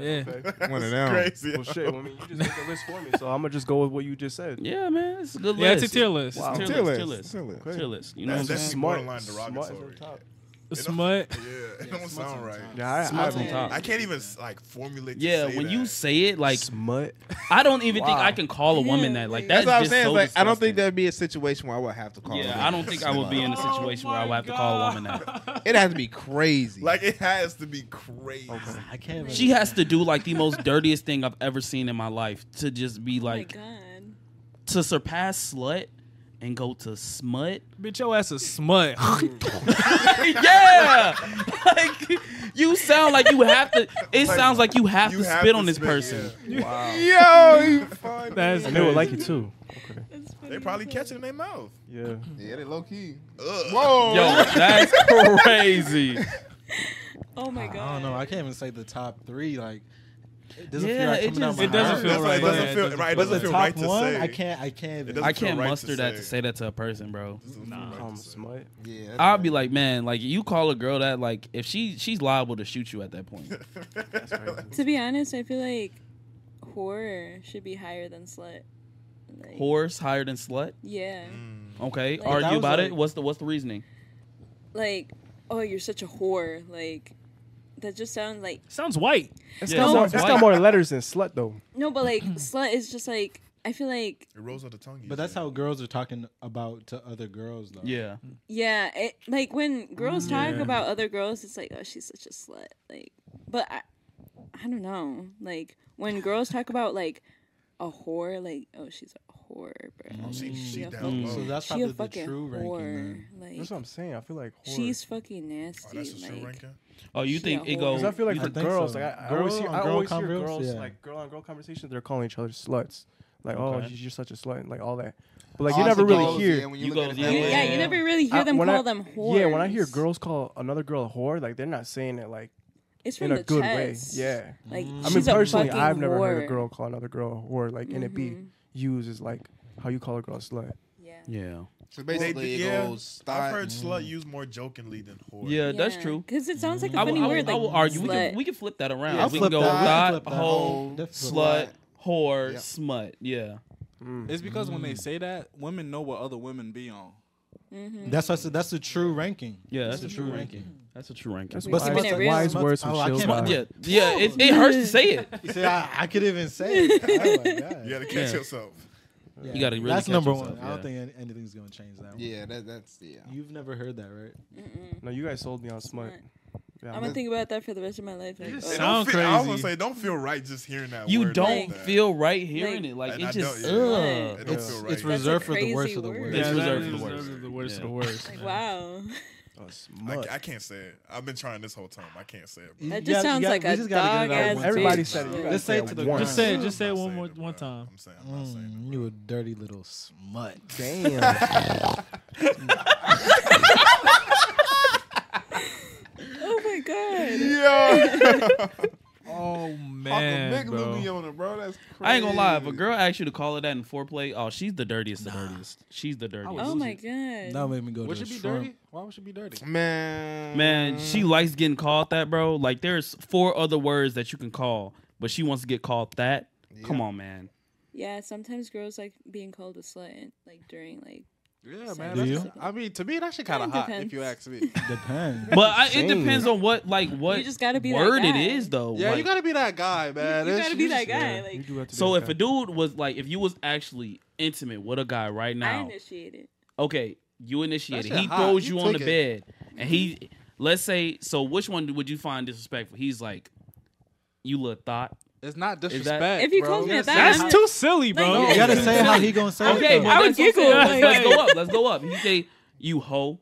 [SPEAKER 3] Yeah.
[SPEAKER 2] One
[SPEAKER 4] It's
[SPEAKER 2] of them.
[SPEAKER 4] crazy.
[SPEAKER 9] [laughs] Well, shit. Well, I mean, you just made the list for me, so I'm gonna just go with what you just said.
[SPEAKER 1] yeah man it's a good
[SPEAKER 3] Yeah,
[SPEAKER 1] list
[SPEAKER 3] it's a tier list.
[SPEAKER 9] Wow.
[SPEAKER 1] tier
[SPEAKER 2] Tier
[SPEAKER 1] list,
[SPEAKER 2] list,
[SPEAKER 1] tier list
[SPEAKER 2] tier list.
[SPEAKER 1] tier list you know what
[SPEAKER 4] That's
[SPEAKER 1] I'm saying?
[SPEAKER 4] definitely borderline
[SPEAKER 9] smart is on
[SPEAKER 4] derogatory.
[SPEAKER 9] top.
[SPEAKER 3] Smut.
[SPEAKER 4] [laughs] Yeah, it don't sound right.
[SPEAKER 9] Yeah, I,
[SPEAKER 1] Smut's
[SPEAKER 9] I,
[SPEAKER 1] on top.
[SPEAKER 4] I can't even like formulate. to
[SPEAKER 1] yeah
[SPEAKER 4] say
[SPEAKER 1] when you
[SPEAKER 4] that.
[SPEAKER 1] say it like
[SPEAKER 9] smut.
[SPEAKER 1] I don't even think
[SPEAKER 9] Wow.
[SPEAKER 1] I can call a woman
[SPEAKER 6] Yeah,
[SPEAKER 1] that. Like
[SPEAKER 6] like-
[SPEAKER 1] that's,
[SPEAKER 2] That's what I'm
[SPEAKER 1] just
[SPEAKER 2] saying.
[SPEAKER 1] so
[SPEAKER 2] It's like, I don't
[SPEAKER 1] disgusting.
[SPEAKER 2] think that'd be a situation where I would have to call. a woman
[SPEAKER 1] Yeah, I don't think I would be in a
[SPEAKER 2] smut.
[SPEAKER 1] situation where I would have to call a woman that.
[SPEAKER 2] It has to be crazy.
[SPEAKER 4] like it has to be crazy.
[SPEAKER 5] I can't. Even [laughs]
[SPEAKER 1] She has to do like the
[SPEAKER 4] [laughs]
[SPEAKER 1] most dirtiest thing I've ever seen in my life to just be
[SPEAKER 6] Oh
[SPEAKER 1] like
[SPEAKER 6] my god.
[SPEAKER 1] to surpass slut and go to
[SPEAKER 4] [laughs]
[SPEAKER 1] smut.
[SPEAKER 3] [laughs]
[SPEAKER 1] [laughs]
[SPEAKER 3] Bitch, your ass a smut.
[SPEAKER 1] yeah, like you sound like you have to. It
[SPEAKER 4] Like,
[SPEAKER 1] sounds like you have
[SPEAKER 4] you
[SPEAKER 1] to
[SPEAKER 4] have
[SPEAKER 1] spit
[SPEAKER 4] to
[SPEAKER 1] on this
[SPEAKER 4] spit,
[SPEAKER 1] person.
[SPEAKER 9] Wow.
[SPEAKER 1] [laughs]
[SPEAKER 2] yo, you
[SPEAKER 4] Oh
[SPEAKER 2] fun.
[SPEAKER 3] That's
[SPEAKER 9] And they would like you too. Okay.
[SPEAKER 6] That's funny
[SPEAKER 4] They
[SPEAKER 6] as
[SPEAKER 4] probably
[SPEAKER 6] hell.
[SPEAKER 4] catch it in their mouth.
[SPEAKER 9] Yeah.
[SPEAKER 2] Yeah, they low key.
[SPEAKER 4] Ugh.
[SPEAKER 2] Whoa.
[SPEAKER 4] Oh.
[SPEAKER 1] Yo,
[SPEAKER 4] [laughs]
[SPEAKER 1] that's crazy.
[SPEAKER 6] Oh my
[SPEAKER 5] I
[SPEAKER 6] god.
[SPEAKER 5] don't know. I can't even say the top three. Like, it doesn't
[SPEAKER 1] Yeah,
[SPEAKER 5] feel like
[SPEAKER 1] it
[SPEAKER 5] coming out
[SPEAKER 1] just-
[SPEAKER 5] my
[SPEAKER 3] It doesn't
[SPEAKER 5] heart.
[SPEAKER 3] feel
[SPEAKER 4] That's why
[SPEAKER 3] right.
[SPEAKER 4] It
[SPEAKER 3] Yeah,
[SPEAKER 4] doesn't
[SPEAKER 3] it
[SPEAKER 4] feel
[SPEAKER 3] doesn't
[SPEAKER 4] right. It
[SPEAKER 5] But
[SPEAKER 4] doesn't
[SPEAKER 5] the
[SPEAKER 4] feel
[SPEAKER 5] top
[SPEAKER 4] right to
[SPEAKER 5] one,
[SPEAKER 4] say.
[SPEAKER 5] I can't. I can't.
[SPEAKER 4] It
[SPEAKER 5] Even.
[SPEAKER 4] doesn't
[SPEAKER 1] I
[SPEAKER 4] feel
[SPEAKER 1] can't
[SPEAKER 4] right to
[SPEAKER 1] muster that to
[SPEAKER 4] say.
[SPEAKER 1] say that to a person, bro.
[SPEAKER 4] Doesn't feel right to
[SPEAKER 9] Um,
[SPEAKER 4] say.
[SPEAKER 9] smut.
[SPEAKER 2] Yeah,
[SPEAKER 1] I'll be like, man, like you call a girl that, like if she she's liable to shoot you at that
[SPEAKER 4] [laughs]
[SPEAKER 1] point.
[SPEAKER 6] To be honest, I feel like horror should be higher than slut. Like,
[SPEAKER 1] Horse higher than slut.
[SPEAKER 6] Yeah.
[SPEAKER 4] Mm.
[SPEAKER 1] Okay,
[SPEAKER 6] Like,
[SPEAKER 1] argue
[SPEAKER 5] that was
[SPEAKER 1] about
[SPEAKER 5] like-
[SPEAKER 1] it. What's the what's the reasoning?
[SPEAKER 6] Like, oh, you're such a whore. Like, that just sounds like
[SPEAKER 3] Sounds white.
[SPEAKER 9] It's
[SPEAKER 1] Yeah,
[SPEAKER 9] got
[SPEAKER 1] it
[SPEAKER 9] more.
[SPEAKER 1] sounds
[SPEAKER 9] It's
[SPEAKER 1] white.
[SPEAKER 9] got more letters than slut though.
[SPEAKER 6] no, but
[SPEAKER 9] [clears throat]
[SPEAKER 6] like slut is just like I feel like
[SPEAKER 4] It rolls on the tongue.
[SPEAKER 5] But that's how girls are talking about to other girls, though.
[SPEAKER 1] Yeah,
[SPEAKER 6] yeah, it like when girls
[SPEAKER 4] Mm.
[SPEAKER 1] Yeah.
[SPEAKER 6] talk about other girls, it's like oh, she's such a slut. Like, but I, I don't know. Like when girls talk about like a whore, like oh, she's a whore, bro.
[SPEAKER 4] Oh, she-
[SPEAKER 6] Like,
[SPEAKER 4] she
[SPEAKER 6] a
[SPEAKER 4] down
[SPEAKER 6] fucking-
[SPEAKER 4] low.
[SPEAKER 5] So that's
[SPEAKER 6] she a
[SPEAKER 5] probably the
[SPEAKER 6] fucking
[SPEAKER 5] true ranking.
[SPEAKER 6] whore.
[SPEAKER 5] Then.
[SPEAKER 9] That's what
[SPEAKER 6] Like
[SPEAKER 9] I'm saying. I feel like whore.
[SPEAKER 6] she's fucking
[SPEAKER 4] Oh,
[SPEAKER 6] nasty.
[SPEAKER 4] that's a true
[SPEAKER 6] like
[SPEAKER 4] ranking.
[SPEAKER 1] Oh, you
[SPEAKER 6] She
[SPEAKER 1] think
[SPEAKER 6] a
[SPEAKER 1] it
[SPEAKER 6] whore.
[SPEAKER 1] goes?
[SPEAKER 9] Because I feel like
[SPEAKER 1] you
[SPEAKER 9] for
[SPEAKER 5] think
[SPEAKER 9] girls,
[SPEAKER 5] so.
[SPEAKER 9] like I, I
[SPEAKER 5] Girl
[SPEAKER 9] always hear,
[SPEAKER 5] on
[SPEAKER 9] I
[SPEAKER 5] girl
[SPEAKER 9] always hear
[SPEAKER 5] convos?
[SPEAKER 9] girls
[SPEAKER 5] Yeah.
[SPEAKER 9] like girl on girl conversations. They're calling each other sluts. like oh
[SPEAKER 1] Okay.
[SPEAKER 9] you- you're such a slut, and, like all that. But like you never really hear.
[SPEAKER 1] You go-
[SPEAKER 6] You-
[SPEAKER 1] Yeah,
[SPEAKER 6] yeah,
[SPEAKER 1] yeah.
[SPEAKER 6] you never really hear
[SPEAKER 9] I-
[SPEAKER 6] them
[SPEAKER 9] when I-
[SPEAKER 6] call them whores.
[SPEAKER 9] Yeah, when I hear girls call another girl a whore, like they're not saying it like
[SPEAKER 6] it's
[SPEAKER 9] in
[SPEAKER 6] from
[SPEAKER 9] a
[SPEAKER 6] the
[SPEAKER 9] good
[SPEAKER 6] chest.
[SPEAKER 9] way. Yeah.
[SPEAKER 6] Like
[SPEAKER 9] I mean,
[SPEAKER 6] she's a
[SPEAKER 9] personally,
[SPEAKER 6] fucking
[SPEAKER 9] I've never heard a
[SPEAKER 6] whore. Mm-hmm.
[SPEAKER 9] girl call another girl a whore, like, and it be used as like how you call a girl a slut.
[SPEAKER 6] Yeah.
[SPEAKER 1] Yeah.
[SPEAKER 5] So
[SPEAKER 4] They,
[SPEAKER 5] basically,
[SPEAKER 4] did-
[SPEAKER 5] it
[SPEAKER 4] yeah,
[SPEAKER 5] goes.
[SPEAKER 4] I've
[SPEAKER 5] thought-
[SPEAKER 4] heard slut used more jokingly than whore.
[SPEAKER 1] Yeah, that's true.
[SPEAKER 6] Because it sounds like a
[SPEAKER 1] I will,
[SPEAKER 6] funny
[SPEAKER 1] I will-
[SPEAKER 6] word.
[SPEAKER 1] I
[SPEAKER 6] like
[SPEAKER 1] will argue. We
[SPEAKER 6] slut.
[SPEAKER 1] can, we can flip that around.
[SPEAKER 5] Yeah,
[SPEAKER 1] we can
[SPEAKER 5] flip
[SPEAKER 1] go
[SPEAKER 5] that.
[SPEAKER 1] thought,
[SPEAKER 5] Flip that.
[SPEAKER 1] hoe,
[SPEAKER 5] Flip
[SPEAKER 1] slut,
[SPEAKER 5] that.
[SPEAKER 1] whore,
[SPEAKER 5] Yeah.
[SPEAKER 1] smut. Yeah.
[SPEAKER 11] It's because when they say that, women know what other women be on.
[SPEAKER 5] That's what I said, that's the true ranking.
[SPEAKER 1] Yeah, that's,
[SPEAKER 5] the
[SPEAKER 1] a true ranking. That's a true ranking.
[SPEAKER 9] That's
[SPEAKER 6] But
[SPEAKER 9] wise,
[SPEAKER 6] keeping it real.
[SPEAKER 9] wise words from
[SPEAKER 5] Oh, I
[SPEAKER 9] Shield
[SPEAKER 5] can't-
[SPEAKER 9] Guy.
[SPEAKER 1] yeah, yeah. It, it hurts to say it.
[SPEAKER 5] You see, I, I could even say. It. Oh
[SPEAKER 4] [laughs]
[SPEAKER 5] my God.
[SPEAKER 4] You gotta catch
[SPEAKER 1] Yeah.
[SPEAKER 4] yourself.
[SPEAKER 6] Uh,
[SPEAKER 5] Yeah.
[SPEAKER 1] You gotta really
[SPEAKER 5] That's
[SPEAKER 1] catch
[SPEAKER 5] number
[SPEAKER 1] yourself,
[SPEAKER 5] one. I
[SPEAKER 1] yeah.
[SPEAKER 5] don't think any- anything's gonna change that. One.
[SPEAKER 12] Yeah, that, that's yeah.
[SPEAKER 5] You've never heard that, right?
[SPEAKER 9] No, you guys sold me on smut.
[SPEAKER 6] Smut.
[SPEAKER 9] Yeah,
[SPEAKER 6] I'm gonna think about that for the rest of my life. Like,
[SPEAKER 4] It
[SPEAKER 6] oh,
[SPEAKER 4] don't
[SPEAKER 3] Sound
[SPEAKER 4] feel- I was gonna
[SPEAKER 3] crazy.
[SPEAKER 4] say, don't feel right just hearing that.
[SPEAKER 1] You
[SPEAKER 4] word
[SPEAKER 1] don't
[SPEAKER 4] like that.
[SPEAKER 1] feel right hearing
[SPEAKER 6] Like-
[SPEAKER 1] it. Like
[SPEAKER 4] And I
[SPEAKER 1] it just
[SPEAKER 4] don't-
[SPEAKER 6] yeah.
[SPEAKER 4] It
[SPEAKER 1] ugh.
[SPEAKER 4] don't
[SPEAKER 9] It's-
[SPEAKER 4] feel right.
[SPEAKER 5] uh, It's
[SPEAKER 6] That's a
[SPEAKER 5] reserved for the
[SPEAKER 6] crazy
[SPEAKER 5] worst of the
[SPEAKER 6] word.
[SPEAKER 5] worst.
[SPEAKER 1] It's
[SPEAKER 3] Yeah,
[SPEAKER 1] reserved
[SPEAKER 3] that
[SPEAKER 1] for the
[SPEAKER 3] is-
[SPEAKER 1] worst.
[SPEAKER 3] that is The worst of the
[SPEAKER 1] Yeah.
[SPEAKER 3] worst.
[SPEAKER 6] like
[SPEAKER 3] man.
[SPEAKER 6] wow.
[SPEAKER 9] oh, smut.
[SPEAKER 4] I, I can't say it. I've been trying this whole time. I can't say it. bro.
[SPEAKER 5] You
[SPEAKER 6] That just
[SPEAKER 5] gotta- you
[SPEAKER 6] sounds
[SPEAKER 5] gotta-
[SPEAKER 6] like
[SPEAKER 5] we
[SPEAKER 6] a
[SPEAKER 5] just gotta get it out
[SPEAKER 6] dog-ass
[SPEAKER 5] one
[SPEAKER 6] bitch.
[SPEAKER 9] Everybody
[SPEAKER 6] Nah.
[SPEAKER 9] said it. You
[SPEAKER 6] Just
[SPEAKER 9] gotta
[SPEAKER 5] say it to the
[SPEAKER 9] once.
[SPEAKER 3] Just say it.
[SPEAKER 4] I'm
[SPEAKER 3] Just
[SPEAKER 4] not
[SPEAKER 3] say it one
[SPEAKER 4] saying
[SPEAKER 3] more
[SPEAKER 4] bro.
[SPEAKER 3] one time.
[SPEAKER 4] I'm saying. I'm not saying.
[SPEAKER 5] Mm, you a dirty little smut. [laughs]
[SPEAKER 9] Damn.
[SPEAKER 6] Oh my god.
[SPEAKER 3] Oh man, bro.
[SPEAKER 2] on it, bro. That's
[SPEAKER 1] I ain't gonna lie. If a girl asks you to call her that in foreplay, oh, she's the dirtiest. of The dirtiest. She's the dirtiest.
[SPEAKER 6] Oh my god.
[SPEAKER 5] That made me go
[SPEAKER 11] Would
[SPEAKER 5] to
[SPEAKER 11] she
[SPEAKER 5] the
[SPEAKER 11] be
[SPEAKER 5] shrimp.
[SPEAKER 11] dirty? Why would she be dirty?
[SPEAKER 2] man.
[SPEAKER 1] Man, she likes getting called that, bro. Like there's four other words that you can call, but she wants to get called that. Come on, man.
[SPEAKER 6] Yeah, sometimes girls like being called a slut like during like
[SPEAKER 11] Yeah,
[SPEAKER 6] Same.
[SPEAKER 11] man.
[SPEAKER 5] Do
[SPEAKER 11] that's-
[SPEAKER 5] you?
[SPEAKER 11] I mean, to me, that shit kind of
[SPEAKER 6] Kinda
[SPEAKER 11] hot.
[SPEAKER 6] depends.
[SPEAKER 11] If you ask
[SPEAKER 1] [laughs]
[SPEAKER 11] me.
[SPEAKER 5] Depends.
[SPEAKER 1] But I, it
[SPEAKER 9] Shame.
[SPEAKER 1] depends on what, like, what
[SPEAKER 6] You just gotta be that
[SPEAKER 1] word it
[SPEAKER 6] guy.
[SPEAKER 1] is, though.
[SPEAKER 11] Yeah,
[SPEAKER 1] Like,
[SPEAKER 11] you gotta be that guy, man.
[SPEAKER 6] you
[SPEAKER 11] It's-
[SPEAKER 6] gotta be
[SPEAKER 11] just-
[SPEAKER 6] that guy.
[SPEAKER 9] You
[SPEAKER 6] Like
[SPEAKER 9] do have to be
[SPEAKER 1] So
[SPEAKER 9] a
[SPEAKER 1] if
[SPEAKER 9] guy.
[SPEAKER 1] a dude was like, if you was actually intimate with a guy right
[SPEAKER 6] I
[SPEAKER 1] now,
[SPEAKER 6] initiated.
[SPEAKER 1] okay, you initiate
[SPEAKER 11] That
[SPEAKER 1] it.
[SPEAKER 11] shit
[SPEAKER 1] He
[SPEAKER 11] hot.
[SPEAKER 1] throws
[SPEAKER 11] You
[SPEAKER 1] you, on the
[SPEAKER 11] took
[SPEAKER 1] bed, and he, let's say, so which one would you find disrespectful? He's like, you little thought.
[SPEAKER 11] It's not
[SPEAKER 1] that-
[SPEAKER 11] disrespect.
[SPEAKER 6] If you
[SPEAKER 11] bro.
[SPEAKER 6] called me a thought,
[SPEAKER 3] That's
[SPEAKER 6] I'm-
[SPEAKER 3] too silly, bro.
[SPEAKER 6] Like,
[SPEAKER 5] you gotta say how he gonna say
[SPEAKER 1] Okay,
[SPEAKER 5] it.
[SPEAKER 1] I would
[SPEAKER 6] That's what
[SPEAKER 1] giggle.
[SPEAKER 6] I'm
[SPEAKER 1] [laughs] Let's,
[SPEAKER 6] saying.
[SPEAKER 1] let's go up. Let's go up. He say, you hoe.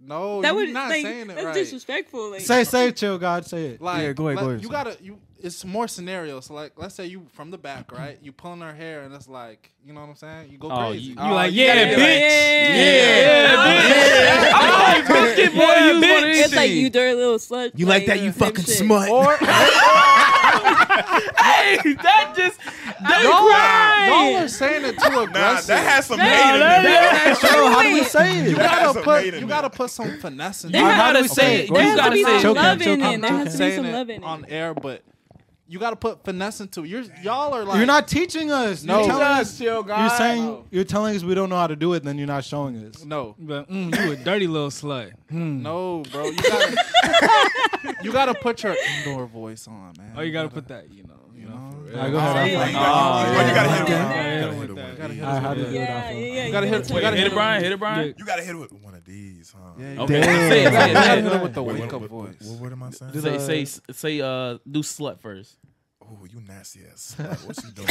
[SPEAKER 11] No,
[SPEAKER 6] that
[SPEAKER 11] you're
[SPEAKER 6] would
[SPEAKER 11] not
[SPEAKER 6] like
[SPEAKER 11] saying it
[SPEAKER 6] that's
[SPEAKER 11] right.
[SPEAKER 6] disrespectful. Like
[SPEAKER 5] Say, say, it, chill, God, say it.
[SPEAKER 11] Like,
[SPEAKER 9] Yeah, go ahead,
[SPEAKER 11] let-
[SPEAKER 9] go ahead,
[SPEAKER 11] You
[SPEAKER 9] sir.
[SPEAKER 11] gotta. You. It's more scenarios. So like, let's say you from the back, right? You pulling her hair, and it's like, you know what I'm saying? You go
[SPEAKER 1] Oh,
[SPEAKER 11] crazy.
[SPEAKER 1] you-
[SPEAKER 11] Oh,
[SPEAKER 3] You like,
[SPEAKER 11] you gotta
[SPEAKER 3] yeah,
[SPEAKER 11] be
[SPEAKER 3] bitch.
[SPEAKER 1] I'm always biscuit more than you doing
[SPEAKER 6] it's like you
[SPEAKER 1] anything.
[SPEAKER 6] dirty little slut.
[SPEAKER 2] You like that? You
[SPEAKER 6] type
[SPEAKER 2] fucking
[SPEAKER 6] shit.
[SPEAKER 2] smut.
[SPEAKER 1] Hey, that just that
[SPEAKER 11] Y'all
[SPEAKER 1] right.
[SPEAKER 11] are saying
[SPEAKER 6] [laughs]
[SPEAKER 11] it too aggressive.
[SPEAKER 4] Nah, that has some hate in
[SPEAKER 1] that-
[SPEAKER 4] it.
[SPEAKER 5] Chill, how do we say it?
[SPEAKER 11] you
[SPEAKER 4] that has
[SPEAKER 11] gotta
[SPEAKER 4] some
[SPEAKER 11] put.
[SPEAKER 4] hate in
[SPEAKER 11] You
[SPEAKER 4] it.
[SPEAKER 11] gotta put some finesse in
[SPEAKER 1] You
[SPEAKER 11] it.
[SPEAKER 5] Alright, how do
[SPEAKER 1] gotta
[SPEAKER 5] we
[SPEAKER 1] say
[SPEAKER 5] say
[SPEAKER 1] it.
[SPEAKER 5] it?
[SPEAKER 1] You
[SPEAKER 5] Go
[SPEAKER 6] There
[SPEAKER 5] ahead.
[SPEAKER 1] gotta
[SPEAKER 6] has to be
[SPEAKER 1] say
[SPEAKER 6] some
[SPEAKER 1] it.
[SPEAKER 5] Choke him,
[SPEAKER 6] love
[SPEAKER 5] choke
[SPEAKER 6] in it.
[SPEAKER 5] him,
[SPEAKER 6] There
[SPEAKER 5] choke
[SPEAKER 6] has to be
[SPEAKER 11] saying
[SPEAKER 6] some
[SPEAKER 11] it
[SPEAKER 6] love in it.
[SPEAKER 11] on air, but you gotta put finesse into it. You're y'all are like
[SPEAKER 5] You're not teaching us.
[SPEAKER 11] No.
[SPEAKER 5] you're, telling
[SPEAKER 11] Teach
[SPEAKER 5] us you're saying you're telling us we don't know how to do it, then you're not showing us.
[SPEAKER 11] No,
[SPEAKER 3] But mm, you a dirty little slut. Mm.
[SPEAKER 11] no, bro. You gotta.
[SPEAKER 2] [laughs]
[SPEAKER 11] you gotta put your indoor voice on, man.
[SPEAKER 3] Oh, you gotta put that. You know. You
[SPEAKER 2] [laughs]
[SPEAKER 3] know. for real.
[SPEAKER 5] Alright, go ahead.
[SPEAKER 6] yeah.
[SPEAKER 5] Alpha.
[SPEAKER 4] Oh, you gotta hit it.
[SPEAKER 3] Yeah,
[SPEAKER 4] Gotta
[SPEAKER 3] with
[SPEAKER 4] hit it
[SPEAKER 3] that.
[SPEAKER 4] with
[SPEAKER 11] gotta
[SPEAKER 4] one of these.
[SPEAKER 5] Alright,
[SPEAKER 11] hit it.
[SPEAKER 5] how do we do it,
[SPEAKER 6] Yeah, yeah,
[SPEAKER 5] Alpha?
[SPEAKER 6] yeah.
[SPEAKER 11] gotta hit-
[SPEAKER 6] tell
[SPEAKER 11] you gotta
[SPEAKER 6] me.
[SPEAKER 1] Hit
[SPEAKER 11] hit
[SPEAKER 1] it, Brian. Hit it, Brian.
[SPEAKER 4] You gotta hit it with one of these, huh?
[SPEAKER 11] Yeah, you
[SPEAKER 1] Okay,
[SPEAKER 5] Damn.
[SPEAKER 1] say it. Say
[SPEAKER 11] gotta- you gotta
[SPEAKER 1] it.
[SPEAKER 11] hit it with the
[SPEAKER 4] Wait,
[SPEAKER 11] wake
[SPEAKER 4] what- what-
[SPEAKER 11] up voice.
[SPEAKER 4] What word am I saying?
[SPEAKER 11] [laughs]
[SPEAKER 1] Say, say, say, say, uh, do slut first.
[SPEAKER 4] Oh, you nasty ass. slut. What you doing?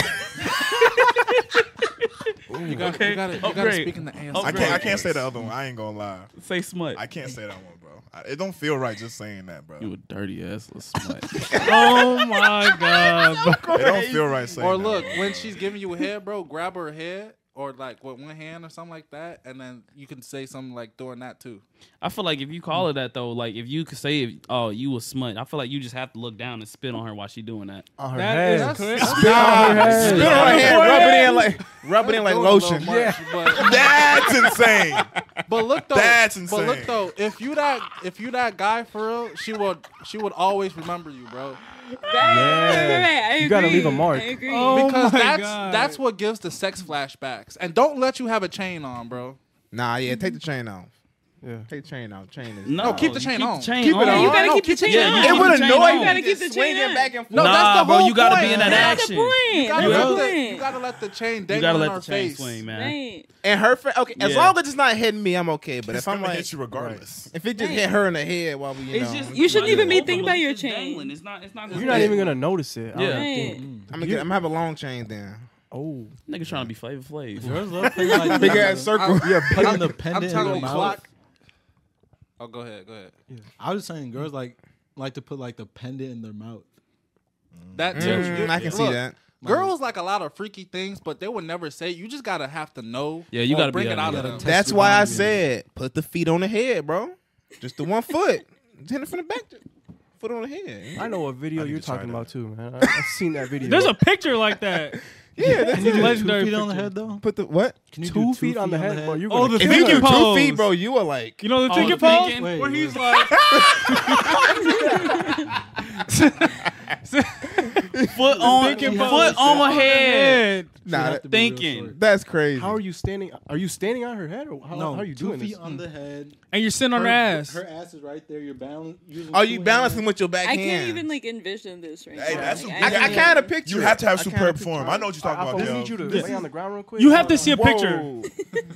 [SPEAKER 11] You gotta,
[SPEAKER 1] Okay.
[SPEAKER 11] you gotta, you gotta
[SPEAKER 1] Upgrade.
[SPEAKER 11] speak in the answer.
[SPEAKER 4] I can't. I can't say the other one. I ain't gonna lie.
[SPEAKER 1] Oh, Say smut.
[SPEAKER 4] I can't say that one, bro. I, it don't feel right just saying that, bro.
[SPEAKER 1] you a
[SPEAKER 4] It
[SPEAKER 1] dirty ass little smut.
[SPEAKER 3] Oh my
[SPEAKER 2] [laughs]
[SPEAKER 3] god.
[SPEAKER 4] don't feel right saying.
[SPEAKER 11] Or
[SPEAKER 4] that,
[SPEAKER 11] look,
[SPEAKER 4] bro.
[SPEAKER 11] when she's giving you a head, bro, grab her head or like with one hand or something like that, and then you can say something like doing that too.
[SPEAKER 1] I feel like if you call her that though, like if you could say, "Oh, you a smut," I feel like you just have to look down and spit on her while she doing that.
[SPEAKER 9] On her
[SPEAKER 3] That is
[SPEAKER 9] head.
[SPEAKER 3] crazy.
[SPEAKER 2] Spit on her hand, rub it in like, rub it in like
[SPEAKER 11] Doing a little
[SPEAKER 2] lotion.
[SPEAKER 11] much, but,
[SPEAKER 2] [laughs]
[SPEAKER 4] That's insane.
[SPEAKER 11] but look though,
[SPEAKER 4] That's
[SPEAKER 11] But
[SPEAKER 4] insane.
[SPEAKER 11] look though, if you that if you that guy for real, she would she would always remember you, bro.
[SPEAKER 6] Right, right, right. I agree.
[SPEAKER 9] You gotta leave a mark.
[SPEAKER 6] I agree.
[SPEAKER 3] Oh.
[SPEAKER 11] Because
[SPEAKER 3] my
[SPEAKER 11] that's
[SPEAKER 3] God.
[SPEAKER 11] that's what gives the sex flashbacks. And don't let you have a chain on, bro.
[SPEAKER 2] Nah, yeah, take the chain off.
[SPEAKER 9] Yeah.
[SPEAKER 2] Take the chain off. Chain is.
[SPEAKER 1] No,
[SPEAKER 2] [laughs]
[SPEAKER 11] keep the chain on.
[SPEAKER 1] keep
[SPEAKER 6] Yeah, you gotta
[SPEAKER 11] no,
[SPEAKER 6] keep the
[SPEAKER 11] keep the
[SPEAKER 6] chain
[SPEAKER 11] chain
[SPEAKER 6] on.
[SPEAKER 1] on. It would
[SPEAKER 6] You
[SPEAKER 1] annoy
[SPEAKER 6] You
[SPEAKER 1] me.
[SPEAKER 6] gotta keep the
[SPEAKER 2] Swing
[SPEAKER 6] chain
[SPEAKER 2] it
[SPEAKER 6] on.
[SPEAKER 2] back and
[SPEAKER 11] No,
[SPEAKER 2] forth.
[SPEAKER 11] that's
[SPEAKER 1] nah,
[SPEAKER 11] the
[SPEAKER 1] bro,
[SPEAKER 11] whole
[SPEAKER 1] you gotta
[SPEAKER 11] point,
[SPEAKER 1] be in that
[SPEAKER 11] man.
[SPEAKER 6] That's the
[SPEAKER 1] action.
[SPEAKER 6] point.
[SPEAKER 11] You gotta,
[SPEAKER 6] That's the
[SPEAKER 11] let the, you
[SPEAKER 6] point.
[SPEAKER 11] gotta let the chain dangle
[SPEAKER 1] You gotta
[SPEAKER 11] in
[SPEAKER 1] let
[SPEAKER 11] her
[SPEAKER 1] the chain
[SPEAKER 11] face.
[SPEAKER 1] swing, man.
[SPEAKER 6] Right.
[SPEAKER 2] And her, fa- okay, as
[SPEAKER 1] Yeah.
[SPEAKER 2] long as it's not hitting me, I'm okay. But
[SPEAKER 4] It's
[SPEAKER 2] if I'm
[SPEAKER 4] gonna
[SPEAKER 2] like,
[SPEAKER 4] hit you regardless.
[SPEAKER 2] if it just hit her in the head while we, you know,
[SPEAKER 6] You shouldn't even be
[SPEAKER 1] Open,
[SPEAKER 6] thinking
[SPEAKER 1] but
[SPEAKER 6] about your
[SPEAKER 1] it's just
[SPEAKER 6] chain.
[SPEAKER 1] dangling. It's not. It's not.
[SPEAKER 9] You're not even gonna notice it. I don't
[SPEAKER 1] Yeah.
[SPEAKER 9] think.
[SPEAKER 6] Right.
[SPEAKER 2] I'm gonna, get, I'm gonna have a long chain then.
[SPEAKER 9] Oh.
[SPEAKER 1] Nigga trying to be flavor flavor.
[SPEAKER 5] Yours [laughs] look pretty like
[SPEAKER 2] Big ass circle.
[SPEAKER 5] Yeah, [laughs] putting the
[SPEAKER 11] I'm
[SPEAKER 5] pendant in
[SPEAKER 11] talking
[SPEAKER 5] her mouth.
[SPEAKER 11] clock. Oh, go ahead, go ahead.
[SPEAKER 5] I was saying girls like like to put like the pendant in their mouth.
[SPEAKER 11] That too.
[SPEAKER 2] Mm, I can see
[SPEAKER 11] Look,
[SPEAKER 2] that.
[SPEAKER 11] Girls like a lot of freaky things, but they would never say. it. You just gotta have to know.
[SPEAKER 1] Yeah, you
[SPEAKER 11] or
[SPEAKER 1] gotta be
[SPEAKER 11] bring it
[SPEAKER 1] able
[SPEAKER 11] out
[SPEAKER 1] to
[SPEAKER 11] of
[SPEAKER 1] get
[SPEAKER 5] [laughs]
[SPEAKER 11] them.
[SPEAKER 1] it.
[SPEAKER 2] That's why I said put the feet on the head, bro. Just the one foot. Just hit it from the back. Foot on the head.
[SPEAKER 9] I know what video
[SPEAKER 4] need
[SPEAKER 9] you're
[SPEAKER 4] to try
[SPEAKER 9] talking
[SPEAKER 4] that.
[SPEAKER 9] about too, man. I, I've seen that video.
[SPEAKER 3] There's a picture like that.
[SPEAKER 2] Yeah, that's
[SPEAKER 3] It's
[SPEAKER 2] it.
[SPEAKER 3] legendary.
[SPEAKER 5] Two feet on the
[SPEAKER 3] picture.
[SPEAKER 5] head though.
[SPEAKER 2] Put the what?
[SPEAKER 5] Can
[SPEAKER 9] two,
[SPEAKER 5] do
[SPEAKER 9] feet, on the head, bro. You're
[SPEAKER 3] Oh,
[SPEAKER 9] gonna
[SPEAKER 3] the
[SPEAKER 2] If
[SPEAKER 9] kill
[SPEAKER 2] you
[SPEAKER 3] Finger
[SPEAKER 2] do two
[SPEAKER 3] pose.
[SPEAKER 2] feet, bro, you are like
[SPEAKER 3] You know the
[SPEAKER 1] Oh,
[SPEAKER 3] ticket
[SPEAKER 1] the
[SPEAKER 3] pole
[SPEAKER 1] thinking?
[SPEAKER 3] where
[SPEAKER 5] Wait,
[SPEAKER 3] he's
[SPEAKER 5] wait.
[SPEAKER 3] like,
[SPEAKER 1] Foot on,
[SPEAKER 3] thinking
[SPEAKER 1] foot
[SPEAKER 3] about
[SPEAKER 1] on my head.
[SPEAKER 2] nah.
[SPEAKER 5] to be real
[SPEAKER 1] Thinking.
[SPEAKER 5] short.
[SPEAKER 2] That's crazy.
[SPEAKER 9] How are you standing? Are you standing on her head, or how,
[SPEAKER 5] No,
[SPEAKER 9] how are you
[SPEAKER 5] two
[SPEAKER 9] doing
[SPEAKER 5] feet
[SPEAKER 9] this?
[SPEAKER 5] on the head.
[SPEAKER 3] and you're sitting on her ass.
[SPEAKER 5] Her ass is right there. You're balanced.
[SPEAKER 2] Are Oh, you balancing with your back
[SPEAKER 6] I
[SPEAKER 2] hand?
[SPEAKER 6] can't even like envision this right
[SPEAKER 4] Hey,
[SPEAKER 6] now.
[SPEAKER 4] that's
[SPEAKER 6] Like,
[SPEAKER 4] a-
[SPEAKER 2] I, I
[SPEAKER 4] Yeah.
[SPEAKER 2] kind of picture.
[SPEAKER 4] You
[SPEAKER 2] it.
[SPEAKER 4] have to have
[SPEAKER 2] I kinda
[SPEAKER 4] superb
[SPEAKER 2] picture
[SPEAKER 4] form.
[SPEAKER 2] it.
[SPEAKER 4] I know what you're
[SPEAKER 9] I, I,
[SPEAKER 4] talking
[SPEAKER 9] we
[SPEAKER 4] about,
[SPEAKER 9] need you
[SPEAKER 4] yo.
[SPEAKER 9] to lay on the ground real quick.
[SPEAKER 3] You have to see a picture.
[SPEAKER 2] Whoa.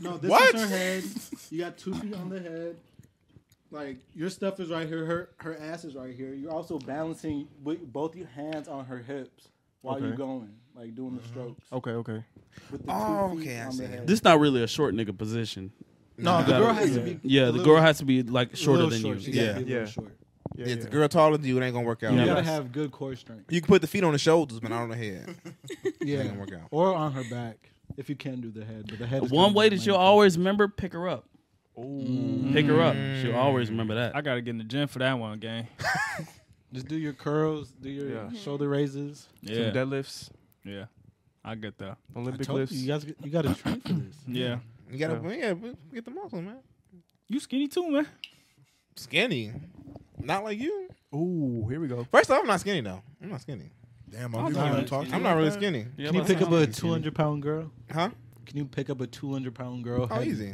[SPEAKER 5] No, this
[SPEAKER 4] What?
[SPEAKER 5] is her head. You got two feet on the head. Like your stuff is right here. Her her ass is right here. You're also balancing with both your hands on her hips while you're
[SPEAKER 9] Okay. Oh,
[SPEAKER 5] going, like doing the strokes.
[SPEAKER 9] Okay, okay.
[SPEAKER 5] With the
[SPEAKER 2] Oh,
[SPEAKER 5] two feet
[SPEAKER 2] okay, I
[SPEAKER 5] on
[SPEAKER 2] see.
[SPEAKER 5] the head.
[SPEAKER 1] This not really a short nigga position.
[SPEAKER 5] no, the girl has to be.
[SPEAKER 1] Yeah, the girl has to be like shorter than you.
[SPEAKER 5] She
[SPEAKER 1] Yeah.
[SPEAKER 5] gotta be a
[SPEAKER 9] Yeah.
[SPEAKER 5] little short.
[SPEAKER 9] Yeah,
[SPEAKER 2] If
[SPEAKER 9] yeah.
[SPEAKER 2] the girl taller than you, it ain't gonna work out.
[SPEAKER 5] You
[SPEAKER 1] Yeah.
[SPEAKER 5] gotta have good core strength.
[SPEAKER 2] You can put the feet on the shoulders, but not on the head.
[SPEAKER 5] Yeah,
[SPEAKER 2] gonna work out.
[SPEAKER 5] or on her back if you can do the head. But the head. Is
[SPEAKER 1] One
[SPEAKER 5] kinda
[SPEAKER 1] way
[SPEAKER 5] the
[SPEAKER 1] that you'll
[SPEAKER 5] main
[SPEAKER 1] always remember, pick her up. Pick her up. She'll always remember that.
[SPEAKER 3] I gotta get in the gym for that one,
[SPEAKER 2] [laughs]
[SPEAKER 3] gang.
[SPEAKER 5] thing. Just do your curls. Do your
[SPEAKER 9] Yeah.
[SPEAKER 5] shoulder raises.
[SPEAKER 9] Some
[SPEAKER 3] Yeah,
[SPEAKER 9] deadlifts,
[SPEAKER 3] yeah. I get that.
[SPEAKER 9] Olympic
[SPEAKER 5] I told
[SPEAKER 9] lifts.
[SPEAKER 5] you, you guys, you gotta train for this.
[SPEAKER 3] Yeah.
[SPEAKER 2] You gotta, yeah, but get the muscle, man.
[SPEAKER 3] You skinny too, man.
[SPEAKER 2] Skinny, not like you.
[SPEAKER 9] Ooh, here we go.
[SPEAKER 2] First off, I'm not skinny though. I'm not skinny.
[SPEAKER 4] Damn, I'm not even talking.
[SPEAKER 2] I'm not really skinny,
[SPEAKER 1] Yeah,
[SPEAKER 5] Can you
[SPEAKER 1] but-
[SPEAKER 5] pick up a 200 pound girl?
[SPEAKER 2] huh?
[SPEAKER 5] Can you pick up a 200 pound girl?
[SPEAKER 2] Oh,
[SPEAKER 5] head?
[SPEAKER 2] easy.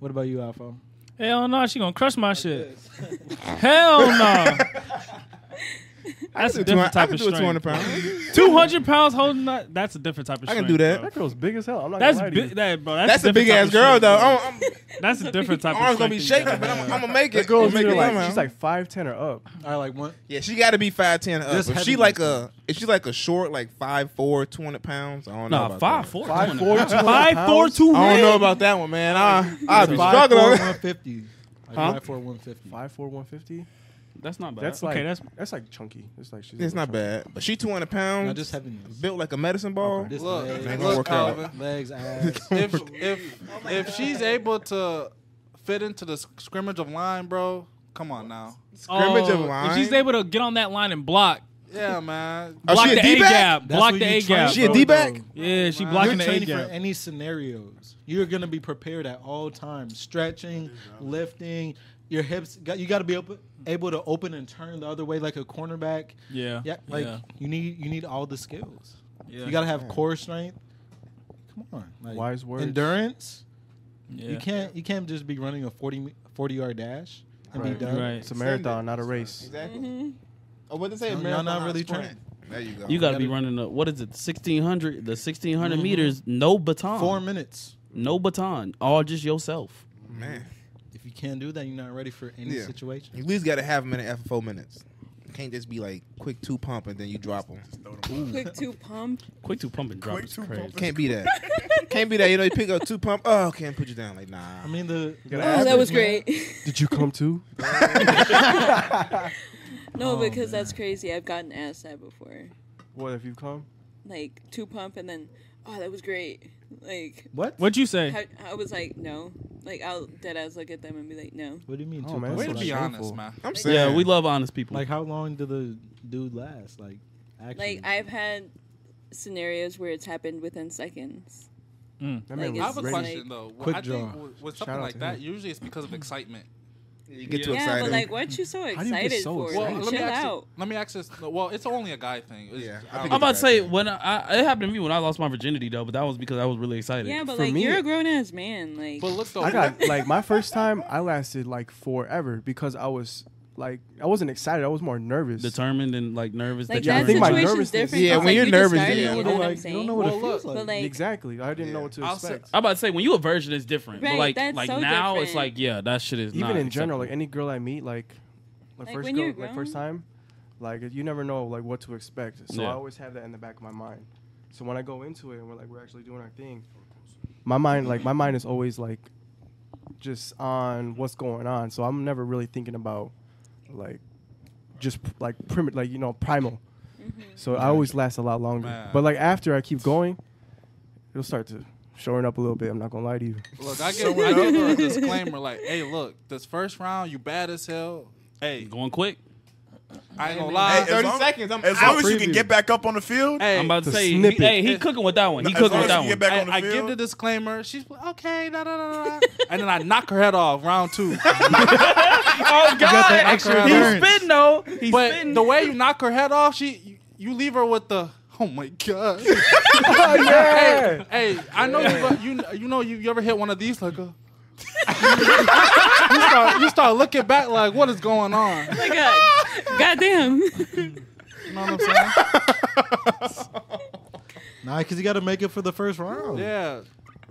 [SPEAKER 5] What about you, Alpha?
[SPEAKER 3] Hell no, she gonna crush my shit. [laughs] Hell
[SPEAKER 2] [laughs]
[SPEAKER 3] no. That's a
[SPEAKER 2] I can do
[SPEAKER 3] different
[SPEAKER 2] 200 I
[SPEAKER 3] type
[SPEAKER 2] can
[SPEAKER 3] of
[SPEAKER 2] do a 200
[SPEAKER 3] strength.
[SPEAKER 2] pound.
[SPEAKER 3] Two hundred pounds holding that. That's a different type of.
[SPEAKER 2] I can
[SPEAKER 3] strength,
[SPEAKER 2] do that.
[SPEAKER 3] bro.
[SPEAKER 9] That girl's big as hell. I'm not
[SPEAKER 3] That's
[SPEAKER 9] gonna lie to you.
[SPEAKER 3] big, that, bro. That's,
[SPEAKER 2] That's a
[SPEAKER 3] different
[SPEAKER 2] big
[SPEAKER 3] type
[SPEAKER 2] ass
[SPEAKER 3] of
[SPEAKER 2] girl
[SPEAKER 3] strength.
[SPEAKER 2] though. I'm,
[SPEAKER 3] That's a different type
[SPEAKER 2] I'm,
[SPEAKER 3] of.
[SPEAKER 2] arms gonna be
[SPEAKER 3] strength
[SPEAKER 2] shaking,
[SPEAKER 3] you
[SPEAKER 2] but
[SPEAKER 3] gotta
[SPEAKER 2] I'm,
[SPEAKER 3] have.
[SPEAKER 2] I'm gonna make it.
[SPEAKER 9] That girl's
[SPEAKER 2] I'ma make
[SPEAKER 9] either
[SPEAKER 2] it
[SPEAKER 9] like
[SPEAKER 2] somehow.
[SPEAKER 9] she's like five ten
[SPEAKER 5] [laughs]
[SPEAKER 9] or up.
[SPEAKER 5] All right, like one.
[SPEAKER 2] yeah, she gotta be five ten up.
[SPEAKER 5] Just
[SPEAKER 2] If
[SPEAKER 5] heavy
[SPEAKER 2] she like a, if she like a short, like five four, 200 pounds. I don't know.
[SPEAKER 1] Nah,
[SPEAKER 2] about
[SPEAKER 1] five
[SPEAKER 2] that.
[SPEAKER 1] four.
[SPEAKER 9] Five four two
[SPEAKER 3] Five, four,
[SPEAKER 9] pounds?
[SPEAKER 3] two.
[SPEAKER 2] I don't know about that one, man. I I'd be
[SPEAKER 5] Five four,
[SPEAKER 2] struggling.
[SPEAKER 5] 150. Like
[SPEAKER 1] Huh?
[SPEAKER 5] five four, 150.
[SPEAKER 9] Five four one fifty.
[SPEAKER 1] That's not bad.
[SPEAKER 9] That's
[SPEAKER 1] okay,
[SPEAKER 9] like
[SPEAKER 1] that's
[SPEAKER 9] that's like chunky. It's like she's.
[SPEAKER 2] [laughs]
[SPEAKER 9] a
[SPEAKER 2] It's
[SPEAKER 9] little
[SPEAKER 2] not
[SPEAKER 9] chunky.
[SPEAKER 2] bad, but she 200 pounds.
[SPEAKER 5] Not just heaviness.
[SPEAKER 2] built like a medicine ball.
[SPEAKER 5] This
[SPEAKER 11] Look,
[SPEAKER 5] legs,
[SPEAKER 2] Ain't
[SPEAKER 11] look,
[SPEAKER 2] gonna work out.
[SPEAKER 11] Alvin.
[SPEAKER 5] legs, ass.
[SPEAKER 11] [laughs] if if if she's able to fit into the sc- scrimmage of line, bro, come on now.
[SPEAKER 2] Scrimmage of
[SPEAKER 3] Oh,
[SPEAKER 2] line.
[SPEAKER 3] If she's able to get on that line and block,
[SPEAKER 11] Yeah, man.
[SPEAKER 2] Oh,
[SPEAKER 3] block
[SPEAKER 2] she a
[SPEAKER 3] the A
[SPEAKER 2] D-back?
[SPEAKER 3] gap,
[SPEAKER 5] That's
[SPEAKER 3] block the
[SPEAKER 5] what you
[SPEAKER 3] A
[SPEAKER 5] train
[SPEAKER 3] gap.
[SPEAKER 2] She a
[SPEAKER 5] bro.
[SPEAKER 2] D back?
[SPEAKER 3] Yeah, she
[SPEAKER 5] You're
[SPEAKER 3] blocking the A
[SPEAKER 5] training for
[SPEAKER 3] gap.
[SPEAKER 5] any scenarios. You're gonna be prepared at all times. Stretching, lifting, your hips. Got, you got to be able, able to open and turn the other way like a cornerback.
[SPEAKER 3] Yeah,
[SPEAKER 5] Yeah, like
[SPEAKER 3] yeah,
[SPEAKER 5] you need you need all the skills.
[SPEAKER 3] yeah.
[SPEAKER 5] You got to have core strength. Come on, like,
[SPEAKER 9] Wise words.
[SPEAKER 5] Endurance.
[SPEAKER 3] yeah.
[SPEAKER 5] You can't you can't just be running a 40, 40 yard dash and
[SPEAKER 9] Right.
[SPEAKER 5] be done.
[SPEAKER 3] Right.
[SPEAKER 9] It's a marathon, not a race.
[SPEAKER 2] Exactly.
[SPEAKER 3] Mm-hmm.
[SPEAKER 6] Mhm.
[SPEAKER 2] Oh, what they say?
[SPEAKER 5] Y'all
[SPEAKER 2] Marathon,
[SPEAKER 5] not really
[SPEAKER 2] sprint.
[SPEAKER 5] trained.
[SPEAKER 2] There you go.
[SPEAKER 1] you gotta be
[SPEAKER 5] gotta-
[SPEAKER 1] running the what is it? Sixteen hundred, the sixteen
[SPEAKER 5] Mhm.
[SPEAKER 1] meters, no baton,
[SPEAKER 5] Four minutes.
[SPEAKER 1] no baton, all just yourself.
[SPEAKER 2] man.
[SPEAKER 5] If you can't do that, you're not ready for any
[SPEAKER 2] Yeah.
[SPEAKER 5] situation.
[SPEAKER 2] You at least got to have them in the after four minutes. You can't just be like quick two pump and then you drop them.
[SPEAKER 6] Quick two pump.
[SPEAKER 1] Quick to pump and drop
[SPEAKER 4] Quick
[SPEAKER 1] is
[SPEAKER 4] to
[SPEAKER 1] crazy.
[SPEAKER 4] pump
[SPEAKER 2] Can't be that. can't be that. You know, you pick up two pump. Oh, can't put you down. Like nah.
[SPEAKER 5] I mean the. the
[SPEAKER 9] gotta
[SPEAKER 6] Oh,
[SPEAKER 5] average
[SPEAKER 6] that was
[SPEAKER 5] man-
[SPEAKER 6] great.
[SPEAKER 9] Did you come too?
[SPEAKER 6] no, because that's crazy. I've gotten asked that before.
[SPEAKER 9] What if you
[SPEAKER 11] [laughs]
[SPEAKER 9] come?
[SPEAKER 6] Like two pump and then, oh, that was great. Like
[SPEAKER 5] What?
[SPEAKER 3] What'd you say?
[SPEAKER 6] I, I was like, no. Like I'll dead ass look at them and be like, no.
[SPEAKER 5] What do you mean?
[SPEAKER 9] Oh,
[SPEAKER 5] two
[SPEAKER 9] man,
[SPEAKER 5] pumps?
[SPEAKER 11] Way
[SPEAKER 9] that's
[SPEAKER 11] to
[SPEAKER 9] what
[SPEAKER 11] be
[SPEAKER 9] I aim
[SPEAKER 11] honest,
[SPEAKER 9] for.
[SPEAKER 11] man.
[SPEAKER 2] [laughs] I'm saying.
[SPEAKER 1] Yeah, we love honest people.
[SPEAKER 5] Like how long did the dude last? Like, actually,
[SPEAKER 6] Like I've had scenarios where it's happened within seconds.
[SPEAKER 9] That
[SPEAKER 6] Like,
[SPEAKER 9] man
[SPEAKER 6] it's
[SPEAKER 11] I
[SPEAKER 9] was
[SPEAKER 11] have a
[SPEAKER 6] Ready.
[SPEAKER 11] question though. What
[SPEAKER 5] Quick
[SPEAKER 11] I think
[SPEAKER 5] draw.
[SPEAKER 11] with- with
[SPEAKER 9] Shout
[SPEAKER 11] something
[SPEAKER 9] out
[SPEAKER 11] like
[SPEAKER 9] to
[SPEAKER 11] that,
[SPEAKER 9] him.
[SPEAKER 11] usually it's because of excitement.
[SPEAKER 2] You get too
[SPEAKER 6] yeah,
[SPEAKER 2] excited.
[SPEAKER 6] but like, what you so
[SPEAKER 9] do you get
[SPEAKER 6] excited
[SPEAKER 9] so
[SPEAKER 6] for?
[SPEAKER 9] excited?
[SPEAKER 6] Like,
[SPEAKER 11] let me
[SPEAKER 6] chill
[SPEAKER 11] ask you-
[SPEAKER 6] out.
[SPEAKER 11] let me ask this. Well, it's only a guy thing. It's-
[SPEAKER 2] Yeah,
[SPEAKER 1] I'm
[SPEAKER 2] I
[SPEAKER 11] I don't-
[SPEAKER 2] think-
[SPEAKER 1] about to say when I, I it happened to me when I lost my virginity though, but that was because I was really excited.
[SPEAKER 6] Yeah, but
[SPEAKER 9] For
[SPEAKER 6] like
[SPEAKER 9] me-
[SPEAKER 6] you're a grown ass man. Like
[SPEAKER 11] but look though.
[SPEAKER 9] I got like my first time. I lasted like forever because I was like I wasn't excited. I was more nervous.
[SPEAKER 1] Determined and like nervous.
[SPEAKER 6] like
[SPEAKER 1] that you're
[SPEAKER 9] I
[SPEAKER 6] that
[SPEAKER 1] ready.
[SPEAKER 9] think my
[SPEAKER 6] situation's
[SPEAKER 9] nervousness-
[SPEAKER 6] different.
[SPEAKER 2] Yeah,
[SPEAKER 6] because,
[SPEAKER 2] when
[SPEAKER 6] like,
[SPEAKER 2] you're
[SPEAKER 6] you
[SPEAKER 2] nervous,
[SPEAKER 6] discarded
[SPEAKER 2] yeah.
[SPEAKER 6] it, You
[SPEAKER 2] You
[SPEAKER 6] know
[SPEAKER 9] don't
[SPEAKER 6] what
[SPEAKER 9] like-
[SPEAKER 6] I'm
[SPEAKER 9] you
[SPEAKER 6] saying?
[SPEAKER 9] don't know what
[SPEAKER 11] Well,
[SPEAKER 9] it feels
[SPEAKER 11] look,
[SPEAKER 9] like.
[SPEAKER 6] but like
[SPEAKER 9] exactly. I didn't know what to
[SPEAKER 11] I'll say-
[SPEAKER 9] expect.
[SPEAKER 1] I'm about to say when you a virgin it's different. but
[SPEAKER 6] Right,
[SPEAKER 1] like
[SPEAKER 6] that's
[SPEAKER 1] like
[SPEAKER 6] so
[SPEAKER 1] now it's
[SPEAKER 6] different.
[SPEAKER 1] like yeah, that shit is
[SPEAKER 9] Even
[SPEAKER 1] not
[SPEAKER 9] in general, like
[SPEAKER 1] acceptable.
[SPEAKER 9] any girl I meet, like my
[SPEAKER 6] Like,
[SPEAKER 9] first
[SPEAKER 6] when
[SPEAKER 9] girl,
[SPEAKER 6] you're
[SPEAKER 9] like first
[SPEAKER 6] grown?
[SPEAKER 9] time, like you never know like what to expect. So
[SPEAKER 1] Yeah.
[SPEAKER 9] I always have that in the back of my mind. So when I go into it and we're like we're actually doing our thing, my mind like my mind is always like just on what's going on. So I'm never really thinking about like just like primitive, like you know primal.
[SPEAKER 6] mm-hmm.
[SPEAKER 9] So I always last a lot longer.
[SPEAKER 11] Man.
[SPEAKER 9] But like after I keep going, it'll start to showing up a little bit. I'm not gonna lie to you.
[SPEAKER 11] Look, I give, I give her a disclaimer like, hey, look, this first round, you bad as hell. Hey,
[SPEAKER 1] Going quick.
[SPEAKER 11] I ain't gonna
[SPEAKER 10] Hey,
[SPEAKER 11] lie.
[SPEAKER 10] as
[SPEAKER 4] Thirty
[SPEAKER 10] long-
[SPEAKER 4] seconds.
[SPEAKER 10] I'm
[SPEAKER 4] as long as you can get back up on the field,
[SPEAKER 11] Hey,
[SPEAKER 1] I'm about to
[SPEAKER 9] It's a
[SPEAKER 1] say, he,
[SPEAKER 9] snippet.
[SPEAKER 1] hey, he cooking with that one. He
[SPEAKER 4] as
[SPEAKER 1] cooking
[SPEAKER 4] long
[SPEAKER 1] with that
[SPEAKER 4] as
[SPEAKER 1] one.
[SPEAKER 4] you get back
[SPEAKER 11] I,
[SPEAKER 4] on the
[SPEAKER 11] I
[SPEAKER 4] field.
[SPEAKER 11] give the disclaimer. She's like, okay, da da da da, and then I knock her head off round two.
[SPEAKER 1] Oh God!
[SPEAKER 5] extra
[SPEAKER 1] He's
[SPEAKER 5] turns.
[SPEAKER 1] spitting though. He's
[SPEAKER 11] but
[SPEAKER 1] spitting.
[SPEAKER 11] the way you knock her head off, she you, you leave her with the oh my god.
[SPEAKER 9] yeah.
[SPEAKER 11] hey, I know you, you you know you, you ever hit one of these like a. [laughs] you, start, you start looking back like what is going on. You
[SPEAKER 6] Like a, [laughs] goddamn.
[SPEAKER 11] know what I'm saying?
[SPEAKER 5] Nah, because you got to make it for the first round.
[SPEAKER 11] Yeah.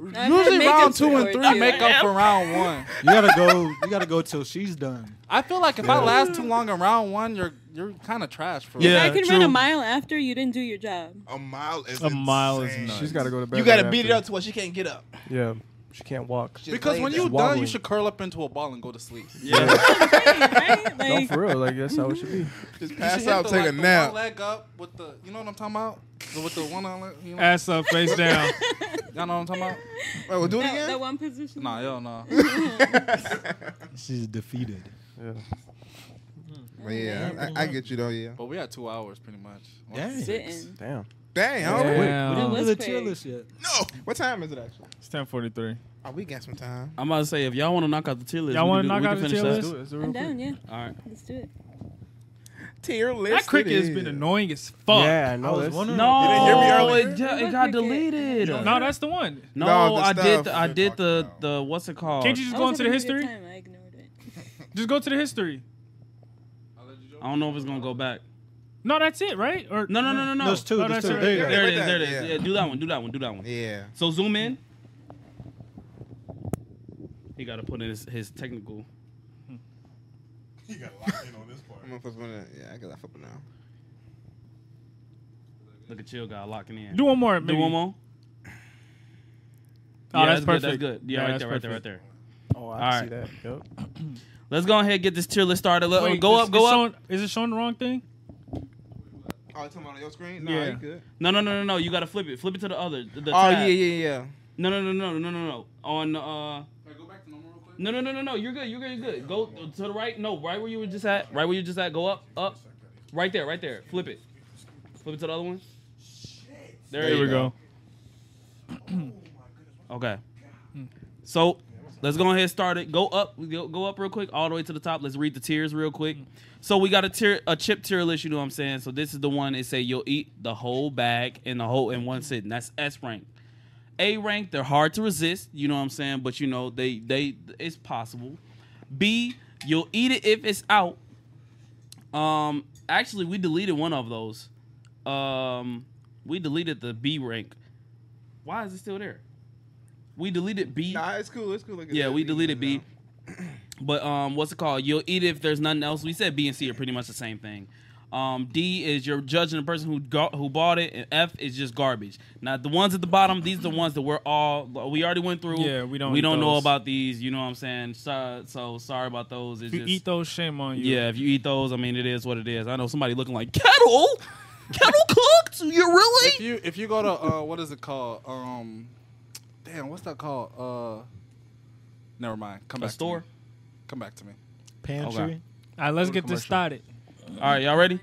[SPEAKER 6] I gotta
[SPEAKER 11] Usually
[SPEAKER 6] make
[SPEAKER 11] round
[SPEAKER 6] it
[SPEAKER 11] two and
[SPEAKER 6] for
[SPEAKER 11] three
[SPEAKER 6] two.
[SPEAKER 11] make up for [laughs] round one.
[SPEAKER 5] You gotta go. You gotta go till she's done.
[SPEAKER 11] I feel like if I last too long in round one, you're you're kind of trash for
[SPEAKER 1] Yeah.
[SPEAKER 6] I can run
[SPEAKER 1] true.
[SPEAKER 6] a mile after you didn't do your job.
[SPEAKER 10] A mile is
[SPEAKER 3] A mile is
[SPEAKER 10] insane.
[SPEAKER 3] nuts.
[SPEAKER 9] She's gotta go to bed.
[SPEAKER 12] You gotta
[SPEAKER 9] right
[SPEAKER 12] beat it
[SPEAKER 9] after.
[SPEAKER 12] up to where she can't get up.
[SPEAKER 9] Yeah. She can't walk.
[SPEAKER 12] Just
[SPEAKER 11] Because
[SPEAKER 12] lay
[SPEAKER 11] when
[SPEAKER 12] there.
[SPEAKER 11] you done, you
[SPEAKER 9] Wobbling.
[SPEAKER 11] should curl up into a ball and go to [laughs] sleep.
[SPEAKER 6] Right?
[SPEAKER 9] No,
[SPEAKER 6] Like,
[SPEAKER 9] for real. Like that's how it should be.
[SPEAKER 2] Just
[SPEAKER 11] You should
[SPEAKER 2] pass
[SPEAKER 11] hit
[SPEAKER 2] out,
[SPEAKER 11] the,
[SPEAKER 2] take
[SPEAKER 11] like,
[SPEAKER 2] a
[SPEAKER 11] the
[SPEAKER 2] nap.
[SPEAKER 11] One leg up with the, you know what I'm talking about? The- With the one on, you know,
[SPEAKER 3] Ass up,
[SPEAKER 1] [laughs]
[SPEAKER 3] face down. [laughs]
[SPEAKER 11] y'all know what I'm
[SPEAKER 6] [laughs]
[SPEAKER 11] talking about?
[SPEAKER 2] Wait, Oh, we'll do it
[SPEAKER 6] that,
[SPEAKER 2] again.
[SPEAKER 6] that one position. [laughs]
[SPEAKER 11] Nah, yo, no.
[SPEAKER 5] She's defeated.
[SPEAKER 9] Yeah.
[SPEAKER 2] But yeah, I, I get you though. Yeah.
[SPEAKER 11] But we had two hours pretty much.
[SPEAKER 5] Dang.
[SPEAKER 6] Sitting.
[SPEAKER 9] Damn.
[SPEAKER 2] Dang. I don't-
[SPEAKER 5] We
[SPEAKER 3] Damn.
[SPEAKER 5] didn't
[SPEAKER 6] That
[SPEAKER 5] do
[SPEAKER 6] was
[SPEAKER 5] the
[SPEAKER 6] quick.
[SPEAKER 5] tier list yet.
[SPEAKER 2] What time is it actually?
[SPEAKER 3] It's 10:43.
[SPEAKER 2] Oh, we got some time.
[SPEAKER 1] I'm about to say, if y'all want to knock out the tier list,
[SPEAKER 3] Y'all
[SPEAKER 1] we
[SPEAKER 3] wanna
[SPEAKER 1] can do-
[SPEAKER 3] knock
[SPEAKER 1] we can
[SPEAKER 3] out the
[SPEAKER 1] finish
[SPEAKER 3] tier
[SPEAKER 1] that.
[SPEAKER 3] list?
[SPEAKER 9] Do it. [laughs] It's a real
[SPEAKER 6] I'm
[SPEAKER 9] quick.
[SPEAKER 6] down, yeah.
[SPEAKER 1] All right.
[SPEAKER 6] Let's do it.
[SPEAKER 2] Tier list.
[SPEAKER 3] That cricket has been annoying as fuck.
[SPEAKER 9] Yeah, I know.
[SPEAKER 5] I was
[SPEAKER 9] that's-
[SPEAKER 5] wondering-
[SPEAKER 1] No,
[SPEAKER 5] You didn't hear me
[SPEAKER 2] earlier?
[SPEAKER 1] it, ju- it
[SPEAKER 6] What
[SPEAKER 1] got
[SPEAKER 6] cricket?
[SPEAKER 1] deleted.
[SPEAKER 3] No, that's the one.
[SPEAKER 1] No,
[SPEAKER 2] No, the
[SPEAKER 1] I did.
[SPEAKER 2] stuff
[SPEAKER 1] The, I
[SPEAKER 4] you're
[SPEAKER 1] did the
[SPEAKER 4] talking
[SPEAKER 1] the what's it called?
[SPEAKER 3] Can't you just
[SPEAKER 6] I
[SPEAKER 3] go
[SPEAKER 6] was
[SPEAKER 3] into the
[SPEAKER 6] having a good
[SPEAKER 3] history?
[SPEAKER 6] time, I ignored it.
[SPEAKER 3] Just go to the history.
[SPEAKER 1] I don't know if it's gonna go back.
[SPEAKER 3] No, that's it, right? Or
[SPEAKER 1] No, no, no, no, no.
[SPEAKER 5] There's two.
[SPEAKER 3] Oh,
[SPEAKER 5] There's
[SPEAKER 3] that's
[SPEAKER 5] two.
[SPEAKER 3] right.
[SPEAKER 5] There you go.
[SPEAKER 1] There it is.
[SPEAKER 2] Yeah.
[SPEAKER 1] There it is. Yeah, do that one. Do that one. Do that one.
[SPEAKER 2] Yeah.
[SPEAKER 1] So zoom in. He got to put in his, his technical.
[SPEAKER 4] You got locked in on this part.
[SPEAKER 2] I'm gonna flip one. in. Yeah, I got that flip it now.
[SPEAKER 1] Look at chill guy locking in.
[SPEAKER 3] Do one more. Maybe.
[SPEAKER 1] Do one more.
[SPEAKER 3] Oh,
[SPEAKER 1] Yeah,
[SPEAKER 3] that's,
[SPEAKER 1] good,
[SPEAKER 3] perfect.
[SPEAKER 1] that's good. Yeah, right
[SPEAKER 3] that's
[SPEAKER 1] there, right there, right
[SPEAKER 3] perfect.
[SPEAKER 1] there.
[SPEAKER 9] Oh, I
[SPEAKER 1] All
[SPEAKER 9] can see that. Yep.
[SPEAKER 1] Let's go ahead and get this tier list started. Let,
[SPEAKER 3] Wait,
[SPEAKER 1] Uh, go
[SPEAKER 3] it's-
[SPEAKER 1] up, go
[SPEAKER 3] it's
[SPEAKER 1] up.
[SPEAKER 3] showing- is it showing the wrong thing?
[SPEAKER 2] Oh, you talking about on your screen? Nah,
[SPEAKER 3] Yeah.
[SPEAKER 2] you good.
[SPEAKER 1] No, no, no, no, no. You got to flip it. Flip it to the other. The, the
[SPEAKER 2] Oh yeah,
[SPEAKER 1] tab.
[SPEAKER 2] yeah, yeah.
[SPEAKER 1] No, no, no, no, no, no, no. On uh.
[SPEAKER 11] Go back to normal real quick.
[SPEAKER 1] No, no, no, no, no. You're good. You're good. You're good. Go to the right. No, right where you were just at. Right where you just at. Go up, up. Right there, right there. Flip it. Flip it to the other one. There,
[SPEAKER 3] There
[SPEAKER 1] you
[SPEAKER 3] we go.
[SPEAKER 1] Okay. So let's go ahead and start it. Go up, go, go up real quick, all the way to the top. Let's read the tiers real quick. So we got a tier, a chip tier list. You know what I'm saying? So this is the one. It say you'll eat the whole bag in the whole in one sitting. That's S rank. A rank, they're hard to resist. You know what I'm saying? But you know they they it's possible. B, you'll eat it if it's out. Um, actually, we deleted one of those. Um, we deleted the B rank. Why is it still there? We deleted B.
[SPEAKER 2] Nah, it's cool. It's cool. Look at
[SPEAKER 1] Yeah,
[SPEAKER 2] that.
[SPEAKER 1] we
[SPEAKER 2] You can
[SPEAKER 1] deleted
[SPEAKER 2] do it
[SPEAKER 1] B. But um, what's it called? You'll eat it if there's nothing else. We said B and C are pretty much the same thing. Um, D is you're judging the person who go- who bought it, and F is just garbage. Now the ones at the bottom, these are the ones that we're all we already went through.
[SPEAKER 3] Yeah, we don't
[SPEAKER 1] we
[SPEAKER 3] eat
[SPEAKER 1] don't know
[SPEAKER 3] those.
[SPEAKER 1] about these. You know what I'm saying? So, so sorry about those. It's
[SPEAKER 3] If you
[SPEAKER 1] just,
[SPEAKER 3] eat those, shame on you.
[SPEAKER 1] yeah, if you eat those, I mean it is what it is. I know somebody looking like kettle, kettle cooked. You really?
[SPEAKER 11] If you if you go to uh, what is it called? Um, damn, what's that called? Uh, never mind. Come
[SPEAKER 1] A
[SPEAKER 11] back
[SPEAKER 1] store.
[SPEAKER 11] To me. Come back to me.
[SPEAKER 5] Pantry.
[SPEAKER 1] Okay.
[SPEAKER 3] All right, let's get this started.
[SPEAKER 1] All right, y'all ready?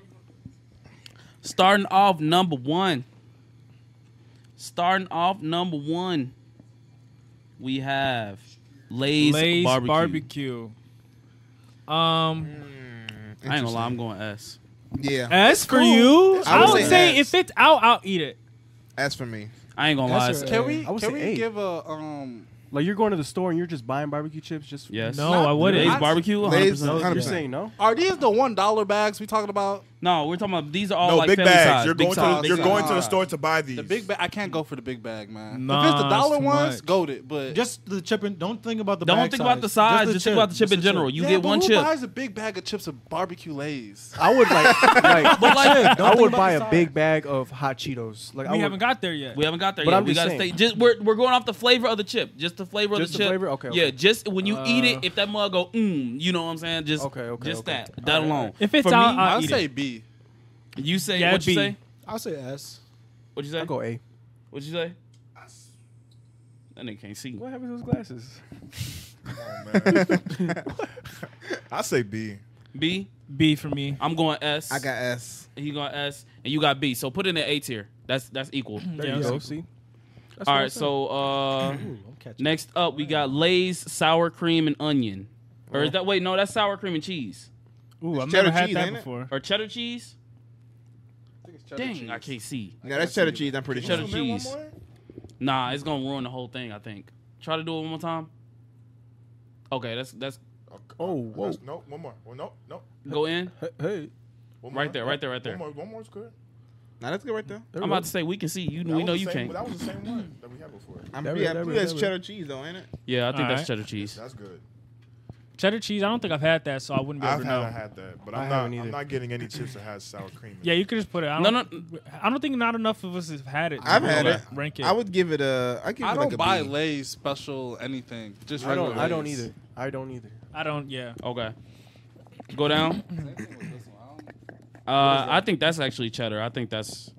[SPEAKER 1] Starting off number one. Starting off number one, we have Lay's,
[SPEAKER 3] Lay's
[SPEAKER 1] barbecue. Mm.
[SPEAKER 3] barbecue. Um,
[SPEAKER 1] I ain't gonna lie, I'm going S.
[SPEAKER 2] Yeah.
[SPEAKER 3] as for you,
[SPEAKER 2] I
[SPEAKER 3] I
[SPEAKER 2] would
[SPEAKER 3] would
[SPEAKER 2] say
[SPEAKER 3] say
[SPEAKER 2] S.
[SPEAKER 3] if it's out, I'll eat it.
[SPEAKER 2] As for me,
[SPEAKER 1] I ain't gonna lie.
[SPEAKER 5] That's
[SPEAKER 1] it's-
[SPEAKER 5] right.
[SPEAKER 11] Can we
[SPEAKER 9] I would
[SPEAKER 11] can
[SPEAKER 9] say
[SPEAKER 11] we
[SPEAKER 9] eight.
[SPEAKER 11] give a um?
[SPEAKER 9] Like you're going to the store and you're just buying barbecue chips just for
[SPEAKER 1] Yes.
[SPEAKER 3] No, I wouldn't.
[SPEAKER 1] Lay's
[SPEAKER 11] I-
[SPEAKER 1] barbecue. 100%.
[SPEAKER 2] Lay's
[SPEAKER 9] No, you're
[SPEAKER 2] 100%.
[SPEAKER 9] saying no.
[SPEAKER 11] Are these the one dollar bags we talking about?
[SPEAKER 1] No, we're talking about these are all
[SPEAKER 4] No,
[SPEAKER 1] like
[SPEAKER 4] big
[SPEAKER 1] family
[SPEAKER 4] bags.
[SPEAKER 1] size.
[SPEAKER 4] you're
[SPEAKER 1] big
[SPEAKER 4] going
[SPEAKER 1] size,
[SPEAKER 4] to the,
[SPEAKER 1] big
[SPEAKER 4] you're
[SPEAKER 1] size.
[SPEAKER 4] going to the store to buy these.
[SPEAKER 11] The big bag. I can't go for the big bag, man.
[SPEAKER 3] Nah,
[SPEAKER 11] if it's the dollar
[SPEAKER 3] it's too
[SPEAKER 11] ones,
[SPEAKER 3] much.
[SPEAKER 11] goated. But
[SPEAKER 5] Just the chip and don't think about the.
[SPEAKER 1] Don't
[SPEAKER 5] bag
[SPEAKER 1] think about the size. Just, think about the chip
[SPEAKER 5] Just
[SPEAKER 1] in general. You
[SPEAKER 11] Yeah,
[SPEAKER 1] get
[SPEAKER 11] but
[SPEAKER 1] one
[SPEAKER 11] who
[SPEAKER 1] chip.
[SPEAKER 11] buys a big bag of chips of barbecue lays?
[SPEAKER 9] I would [laughs] like, like,
[SPEAKER 1] But like,
[SPEAKER 9] I would buy
[SPEAKER 5] size.
[SPEAKER 9] a big bag of hot Cheetos. Like I
[SPEAKER 3] We
[SPEAKER 9] would,
[SPEAKER 3] haven't got there yet.
[SPEAKER 1] we haven't got there
[SPEAKER 9] But
[SPEAKER 1] yet.
[SPEAKER 9] I'm
[SPEAKER 1] we
[SPEAKER 9] just
[SPEAKER 1] gotta
[SPEAKER 9] saying.
[SPEAKER 1] stay. Just, we're we're going off the flavor of the chip. Just the flavor of
[SPEAKER 9] Just
[SPEAKER 1] the
[SPEAKER 9] the
[SPEAKER 1] chip.
[SPEAKER 9] flavor? Okay,
[SPEAKER 1] Yeah.
[SPEAKER 9] okay.
[SPEAKER 1] Just when you eat it,
[SPEAKER 3] Uh,
[SPEAKER 1] if that mug go, mm, you know what I'm saying? Just
[SPEAKER 9] Okay, okay,
[SPEAKER 1] just
[SPEAKER 9] okay.
[SPEAKER 1] that. That alone.
[SPEAKER 3] If it's
[SPEAKER 1] For me,
[SPEAKER 3] out, I'll
[SPEAKER 11] I'll
[SPEAKER 3] eat
[SPEAKER 11] say
[SPEAKER 3] it.
[SPEAKER 11] B.
[SPEAKER 1] You say
[SPEAKER 3] Yeah,
[SPEAKER 1] what you
[SPEAKER 3] B.
[SPEAKER 1] say?
[SPEAKER 5] I'll say S.
[SPEAKER 1] What you say?
[SPEAKER 9] I'll go A.
[SPEAKER 1] What you say? That nigga can't see.
[SPEAKER 9] What happened to his glasses?
[SPEAKER 4] Oh, I say B.
[SPEAKER 1] B.
[SPEAKER 3] B for me.
[SPEAKER 1] I'm going S.
[SPEAKER 2] [laughs] I got S.
[SPEAKER 1] He going S, and you got B. So put in an A tier. That's that's equal.
[SPEAKER 9] There
[SPEAKER 3] Yeah.
[SPEAKER 9] you go. See. That's
[SPEAKER 1] All
[SPEAKER 9] what I
[SPEAKER 1] right.
[SPEAKER 9] said.
[SPEAKER 1] So uh,
[SPEAKER 5] Ooh, I'm catching.
[SPEAKER 1] next up we got Lay's sour cream and onion, or is that wait no that's sour cream and cheese
[SPEAKER 3] Ooh, I've
[SPEAKER 2] It's
[SPEAKER 3] never
[SPEAKER 2] cheddar
[SPEAKER 3] had
[SPEAKER 2] cheese,
[SPEAKER 3] that
[SPEAKER 2] ain't it?
[SPEAKER 3] before.
[SPEAKER 1] or cheddar cheese? Dang,
[SPEAKER 4] cheese.
[SPEAKER 1] I can't see.
[SPEAKER 2] Yeah, that's cheddar cheese. I'm pretty sure.
[SPEAKER 1] Cheddar cheese. Nah, it's gonna ruin the whole thing. I think. Try to do it one more time. Okay, that's that's
[SPEAKER 4] Oh,
[SPEAKER 9] whoa.
[SPEAKER 4] No, one more. Well, no, no.
[SPEAKER 1] go in.
[SPEAKER 9] Hey, hey,
[SPEAKER 4] One
[SPEAKER 1] Right
[SPEAKER 4] more.
[SPEAKER 1] there, right there, right there.
[SPEAKER 4] One more, one more is good.
[SPEAKER 2] Now that's good right there.
[SPEAKER 9] there
[SPEAKER 1] I'm
[SPEAKER 9] we
[SPEAKER 1] about
[SPEAKER 9] go.
[SPEAKER 1] to say we can see you.
[SPEAKER 4] That
[SPEAKER 1] we
[SPEAKER 4] was
[SPEAKER 1] know
[SPEAKER 4] the
[SPEAKER 1] you
[SPEAKER 4] same-
[SPEAKER 1] can't.
[SPEAKER 4] That was the same one that we had before.
[SPEAKER 2] I'm
[SPEAKER 9] That
[SPEAKER 2] yeah,
[SPEAKER 9] was- that was-
[SPEAKER 2] that's
[SPEAKER 9] that was-
[SPEAKER 2] cheddar cheese though, ain't it?
[SPEAKER 1] Yeah, I think that's
[SPEAKER 3] Alright.
[SPEAKER 1] cheddar cheese.
[SPEAKER 4] That's good.
[SPEAKER 3] Cheddar cheese. I don't think I've had that, so I wouldn't be able
[SPEAKER 4] I've
[SPEAKER 3] to
[SPEAKER 4] had,
[SPEAKER 3] know.
[SPEAKER 4] I had that, but I'm
[SPEAKER 9] I
[SPEAKER 4] not.
[SPEAKER 9] haven't either.
[SPEAKER 4] I'm not getting any chips that has sour cream. In
[SPEAKER 3] Yeah,
[SPEAKER 4] it.
[SPEAKER 3] you could just put it. I
[SPEAKER 1] No,
[SPEAKER 3] don't, I don't think not enough of us have had it. to
[SPEAKER 2] I've had
[SPEAKER 3] really
[SPEAKER 2] it.
[SPEAKER 3] Rank it.
[SPEAKER 2] I would give it a. I give
[SPEAKER 11] I
[SPEAKER 2] it
[SPEAKER 11] don't
[SPEAKER 2] like a
[SPEAKER 11] buy
[SPEAKER 2] B.
[SPEAKER 11] Lay's special anything. Just
[SPEAKER 9] I
[SPEAKER 11] regular
[SPEAKER 9] don't. I don't
[SPEAKER 11] Lay's.
[SPEAKER 9] either. I don't either.
[SPEAKER 3] I don't. Yeah.
[SPEAKER 1] Okay. Go down. Uh, I think that's actually cheddar. I think that's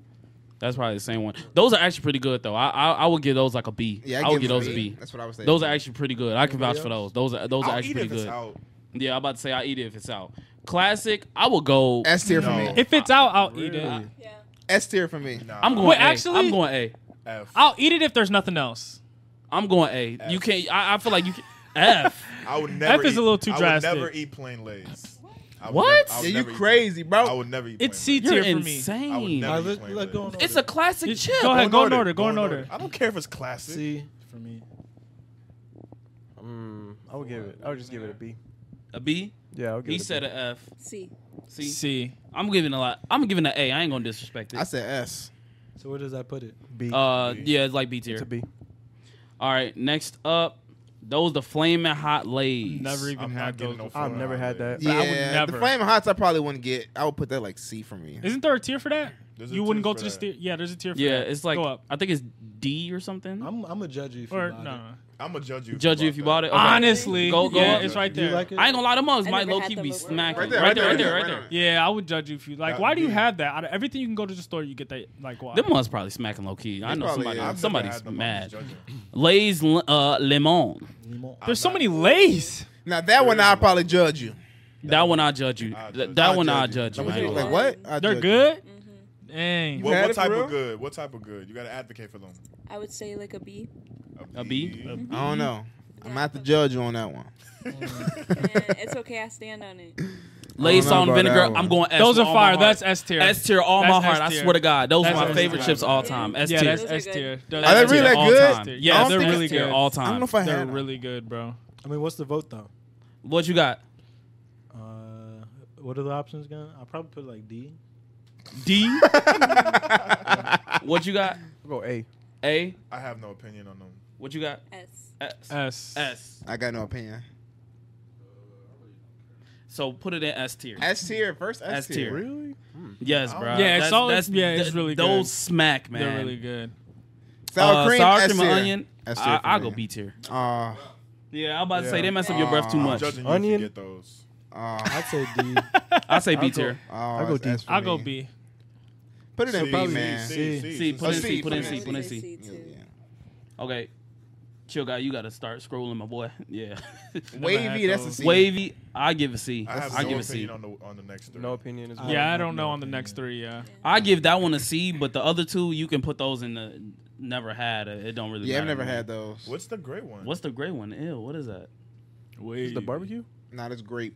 [SPEAKER 1] that's probably the same one. Those are actually pretty good though. I I, I would give those like a B.
[SPEAKER 2] Yeah, I,
[SPEAKER 1] I would
[SPEAKER 2] give
[SPEAKER 1] give
[SPEAKER 2] it
[SPEAKER 1] those
[SPEAKER 2] a
[SPEAKER 1] a B.
[SPEAKER 2] That's what I was saying.
[SPEAKER 1] Those are actually pretty good. I can
[SPEAKER 9] Anybody
[SPEAKER 1] vouch for
[SPEAKER 9] else?
[SPEAKER 1] those. Those are those are
[SPEAKER 4] I'll eat
[SPEAKER 1] actually
[SPEAKER 4] if
[SPEAKER 1] pretty
[SPEAKER 4] it's
[SPEAKER 1] good.
[SPEAKER 4] out.
[SPEAKER 1] Yeah, I'm about to say I eat it if it's out. Classic. I will go.
[SPEAKER 2] S tier for
[SPEAKER 4] No.
[SPEAKER 2] me.
[SPEAKER 3] If it's out, I'll eat it.
[SPEAKER 9] Really?
[SPEAKER 6] Yeah.
[SPEAKER 2] S tier for me.
[SPEAKER 4] Nah,
[SPEAKER 1] I'm going
[SPEAKER 3] Wait,
[SPEAKER 1] A.
[SPEAKER 3] actually-
[SPEAKER 1] I'm going A.
[SPEAKER 4] F.
[SPEAKER 3] I'll eat it if there's nothing else.
[SPEAKER 1] I'm going A. You can't. I, I feel like you. Can,
[SPEAKER 3] [laughs]
[SPEAKER 1] F.
[SPEAKER 4] I would never.
[SPEAKER 3] is
[SPEAKER 4] eat,
[SPEAKER 3] a little too drastic.
[SPEAKER 4] I would never eat plain Lay's. I would
[SPEAKER 1] What?
[SPEAKER 4] never- I would
[SPEAKER 2] Yeah, you
[SPEAKER 4] never eat-
[SPEAKER 2] crazy,
[SPEAKER 4] I
[SPEAKER 2] bro.
[SPEAKER 4] would never eat.
[SPEAKER 3] It's C
[SPEAKER 4] plain
[SPEAKER 1] You're
[SPEAKER 3] tier for me.
[SPEAKER 4] Lay's. I would
[SPEAKER 1] insane.
[SPEAKER 4] never
[SPEAKER 5] All
[SPEAKER 4] eat
[SPEAKER 5] right, let,
[SPEAKER 4] plain
[SPEAKER 5] let
[SPEAKER 4] Lay's.
[SPEAKER 5] go on.
[SPEAKER 1] It's a classic chip.
[SPEAKER 3] Go ahead. Go in
[SPEAKER 4] in
[SPEAKER 3] order. Go in order.
[SPEAKER 4] I don't care if it's classic.
[SPEAKER 5] C for me.
[SPEAKER 9] Mm, I would give it. I would just give it a B.
[SPEAKER 1] A B.
[SPEAKER 9] Yeah, I'll give
[SPEAKER 1] He
[SPEAKER 9] it. a
[SPEAKER 1] said
[SPEAKER 9] B.
[SPEAKER 1] a F.
[SPEAKER 6] C.
[SPEAKER 1] See,
[SPEAKER 3] C.
[SPEAKER 1] I'm giving a lot. I'm giving an A. I ain't gonna disrespect it.
[SPEAKER 2] I said S.
[SPEAKER 5] So where does that put it?
[SPEAKER 9] B.
[SPEAKER 1] Uh, yeah, it's like B
[SPEAKER 9] it's a
[SPEAKER 1] tier.
[SPEAKER 9] B.
[SPEAKER 1] All right, next up, those the flaming hot lays.
[SPEAKER 3] Never even
[SPEAKER 4] I'm
[SPEAKER 3] had
[SPEAKER 4] not
[SPEAKER 3] those.
[SPEAKER 4] getting no.
[SPEAKER 3] before.
[SPEAKER 9] I've never had that.
[SPEAKER 3] But I would
[SPEAKER 2] Yeah, the
[SPEAKER 3] never.
[SPEAKER 2] flaming hots I probably wouldn't get. I would put that like C for me.
[SPEAKER 3] Isn't there a tier for that?
[SPEAKER 4] There's a
[SPEAKER 3] You wouldn't
[SPEAKER 4] tier
[SPEAKER 3] go
[SPEAKER 4] for
[SPEAKER 3] to the
[SPEAKER 4] that.
[SPEAKER 3] tier. Yeah, there's a tier for
[SPEAKER 1] Yeah,
[SPEAKER 3] that.
[SPEAKER 1] it's like
[SPEAKER 3] go up
[SPEAKER 1] I think it's D or something.
[SPEAKER 5] I'm I'm a judge you. if you
[SPEAKER 3] or no.
[SPEAKER 5] bought it.
[SPEAKER 3] no.
[SPEAKER 4] I'm gonna judge you.
[SPEAKER 1] Judge you if you bought it. Okay.
[SPEAKER 3] Honestly,
[SPEAKER 1] Go- go
[SPEAKER 3] yeah,
[SPEAKER 1] up.
[SPEAKER 3] it's right
[SPEAKER 5] Do you
[SPEAKER 3] there.
[SPEAKER 5] like it?
[SPEAKER 1] I ain't gonna lie, the mugs
[SPEAKER 6] I
[SPEAKER 1] might
[SPEAKER 6] never
[SPEAKER 1] low
[SPEAKER 6] had
[SPEAKER 1] key
[SPEAKER 6] them
[SPEAKER 1] be
[SPEAKER 6] before.
[SPEAKER 1] smacking.
[SPEAKER 2] Right there,
[SPEAKER 1] right
[SPEAKER 2] right
[SPEAKER 1] there, right
[SPEAKER 2] there,
[SPEAKER 1] there,
[SPEAKER 2] right
[SPEAKER 1] right
[SPEAKER 2] there.
[SPEAKER 1] there.
[SPEAKER 3] Yeah, I would judge you if you like.
[SPEAKER 4] That
[SPEAKER 3] Why do you
[SPEAKER 4] B.
[SPEAKER 3] have that? Out of everything you can go to the store, you get that like why?
[SPEAKER 1] Them ones probably smacking low key. I
[SPEAKER 2] They
[SPEAKER 1] know
[SPEAKER 2] probably
[SPEAKER 1] somebody.
[SPEAKER 2] is. I've never
[SPEAKER 1] Somebody's mad. Lay's uh, lemon.
[SPEAKER 5] Limon.
[SPEAKER 3] There's so many lays.
[SPEAKER 2] Now that one I'd probably judge you.
[SPEAKER 1] That one I judge you.
[SPEAKER 4] I'll
[SPEAKER 1] Th-
[SPEAKER 4] judge
[SPEAKER 1] That
[SPEAKER 4] you.
[SPEAKER 1] one I
[SPEAKER 2] I'll
[SPEAKER 1] judge you.
[SPEAKER 2] Like,
[SPEAKER 1] I ain't gonna
[SPEAKER 2] Like
[SPEAKER 1] lie.
[SPEAKER 2] what? I'd
[SPEAKER 3] They're
[SPEAKER 2] judge
[SPEAKER 3] good.
[SPEAKER 6] Mm-hmm.
[SPEAKER 3] Dang.
[SPEAKER 4] What,
[SPEAKER 2] had
[SPEAKER 4] what
[SPEAKER 2] it
[SPEAKER 4] type
[SPEAKER 2] for
[SPEAKER 4] of
[SPEAKER 2] real?
[SPEAKER 4] good? What type of good? You gotta advocate for them.
[SPEAKER 6] I would say like a B.
[SPEAKER 1] A B?
[SPEAKER 2] you. I don't know. I'm not the judge you on that one.
[SPEAKER 6] And it's okay. I stand on it.
[SPEAKER 1] Lay's
[SPEAKER 2] I don't
[SPEAKER 1] salt
[SPEAKER 2] know
[SPEAKER 1] and
[SPEAKER 2] about that
[SPEAKER 1] vinegar.
[SPEAKER 2] one.
[SPEAKER 1] I'm going S.
[SPEAKER 3] Those
[SPEAKER 1] with
[SPEAKER 3] are
[SPEAKER 1] all my
[SPEAKER 3] fire.
[SPEAKER 1] heart.
[SPEAKER 3] That's S tier.
[SPEAKER 1] S tier all
[SPEAKER 3] That's
[SPEAKER 1] my heart.
[SPEAKER 3] S
[SPEAKER 1] I
[SPEAKER 3] tier.
[SPEAKER 1] swear to God, those are
[SPEAKER 3] That's
[SPEAKER 1] my
[SPEAKER 3] S
[SPEAKER 1] favorite
[SPEAKER 3] tier.
[SPEAKER 1] chips all time. S
[SPEAKER 3] Yeah,
[SPEAKER 1] tier.
[SPEAKER 3] that's
[SPEAKER 6] Those are
[SPEAKER 3] S
[SPEAKER 6] good.
[SPEAKER 3] tier.
[SPEAKER 2] Are they
[SPEAKER 3] S tier
[SPEAKER 2] really that
[SPEAKER 3] all
[SPEAKER 2] good?
[SPEAKER 3] time.
[SPEAKER 2] I don't
[SPEAKER 1] Yeah,
[SPEAKER 3] Yeah,
[SPEAKER 1] they're
[SPEAKER 3] they're
[SPEAKER 2] think
[SPEAKER 3] really
[SPEAKER 2] it's
[SPEAKER 3] good
[SPEAKER 1] good all
[SPEAKER 2] I don't
[SPEAKER 1] time.
[SPEAKER 2] know if I
[SPEAKER 3] They're
[SPEAKER 2] had. Really
[SPEAKER 3] really good, bro.
[SPEAKER 5] I mean, what's the vote though?
[SPEAKER 1] What you got?
[SPEAKER 5] Uh, what are the options again? I'll probably put like D.
[SPEAKER 1] D. what you got?
[SPEAKER 9] I'll go A.
[SPEAKER 1] A.
[SPEAKER 4] I have no opinion on them.
[SPEAKER 1] What you got?
[SPEAKER 6] S.
[SPEAKER 1] S.
[SPEAKER 3] S.
[SPEAKER 1] S.
[SPEAKER 2] I got no opinion.
[SPEAKER 1] So put it in S tier.
[SPEAKER 2] S tier first. S
[SPEAKER 1] S tier. Hmm.
[SPEAKER 2] tier. Oh.
[SPEAKER 9] Really?
[SPEAKER 1] Yes, bro.
[SPEAKER 4] Yeah,
[SPEAKER 3] it's solid- yeah, it's really good.
[SPEAKER 1] Those smack, man.
[SPEAKER 3] They're really good.
[SPEAKER 1] Uh,
[SPEAKER 2] Sour cream.
[SPEAKER 1] sour
[SPEAKER 2] S
[SPEAKER 1] cream
[SPEAKER 2] tier.
[SPEAKER 1] and onion.
[SPEAKER 2] S tier
[SPEAKER 1] I,
[SPEAKER 2] for
[SPEAKER 1] I'll
[SPEAKER 2] me.
[SPEAKER 1] go B tier.
[SPEAKER 2] Uh,
[SPEAKER 1] Yeah, I'm about to say
[SPEAKER 9] Yeah.
[SPEAKER 1] they mess up your breath too
[SPEAKER 2] Uh,
[SPEAKER 1] much.
[SPEAKER 4] Judging you
[SPEAKER 9] Onion.
[SPEAKER 4] if you get those.
[SPEAKER 2] uh,
[SPEAKER 5] I'd say D.
[SPEAKER 1] I'll
[SPEAKER 2] [laughs]
[SPEAKER 1] say
[SPEAKER 9] I'll
[SPEAKER 1] B
[SPEAKER 9] go-
[SPEAKER 1] tier.
[SPEAKER 2] I'll
[SPEAKER 9] go D.
[SPEAKER 3] I'll go B.
[SPEAKER 2] Put it in
[SPEAKER 4] C,
[SPEAKER 2] B,
[SPEAKER 4] C,
[SPEAKER 2] man.
[SPEAKER 4] C,
[SPEAKER 5] C.
[SPEAKER 1] C, put
[SPEAKER 2] A
[SPEAKER 1] in C,
[SPEAKER 2] C,
[SPEAKER 1] put in
[SPEAKER 2] put
[SPEAKER 1] C,
[SPEAKER 2] in
[SPEAKER 1] put in
[SPEAKER 6] C.
[SPEAKER 1] C.
[SPEAKER 2] Yeah, yeah.
[SPEAKER 1] Okay. Chill guy, you gotta start scrolling, my boy. [laughs]
[SPEAKER 2] [laughs]
[SPEAKER 1] Yeah.
[SPEAKER 2] Wavy.
[SPEAKER 3] had
[SPEAKER 2] That's a
[SPEAKER 3] those.
[SPEAKER 2] C.
[SPEAKER 1] Wavy, I give a C.
[SPEAKER 4] I have
[SPEAKER 1] I
[SPEAKER 4] no
[SPEAKER 1] give a C.
[SPEAKER 4] opinion on the on the next three.
[SPEAKER 9] No opinion as well.
[SPEAKER 3] Yeah, I don't know on the next three. Yeah.
[SPEAKER 1] I give that one a C, but the other two you can put those in the never had. uh, It don't really.
[SPEAKER 2] Yeah, I've
[SPEAKER 1] matter
[SPEAKER 2] never
[SPEAKER 1] to me.
[SPEAKER 2] had those.
[SPEAKER 4] What's the great one?
[SPEAKER 1] What's the gray one? Ew, what is that?
[SPEAKER 9] Is the barbecue?
[SPEAKER 2] Not as grape.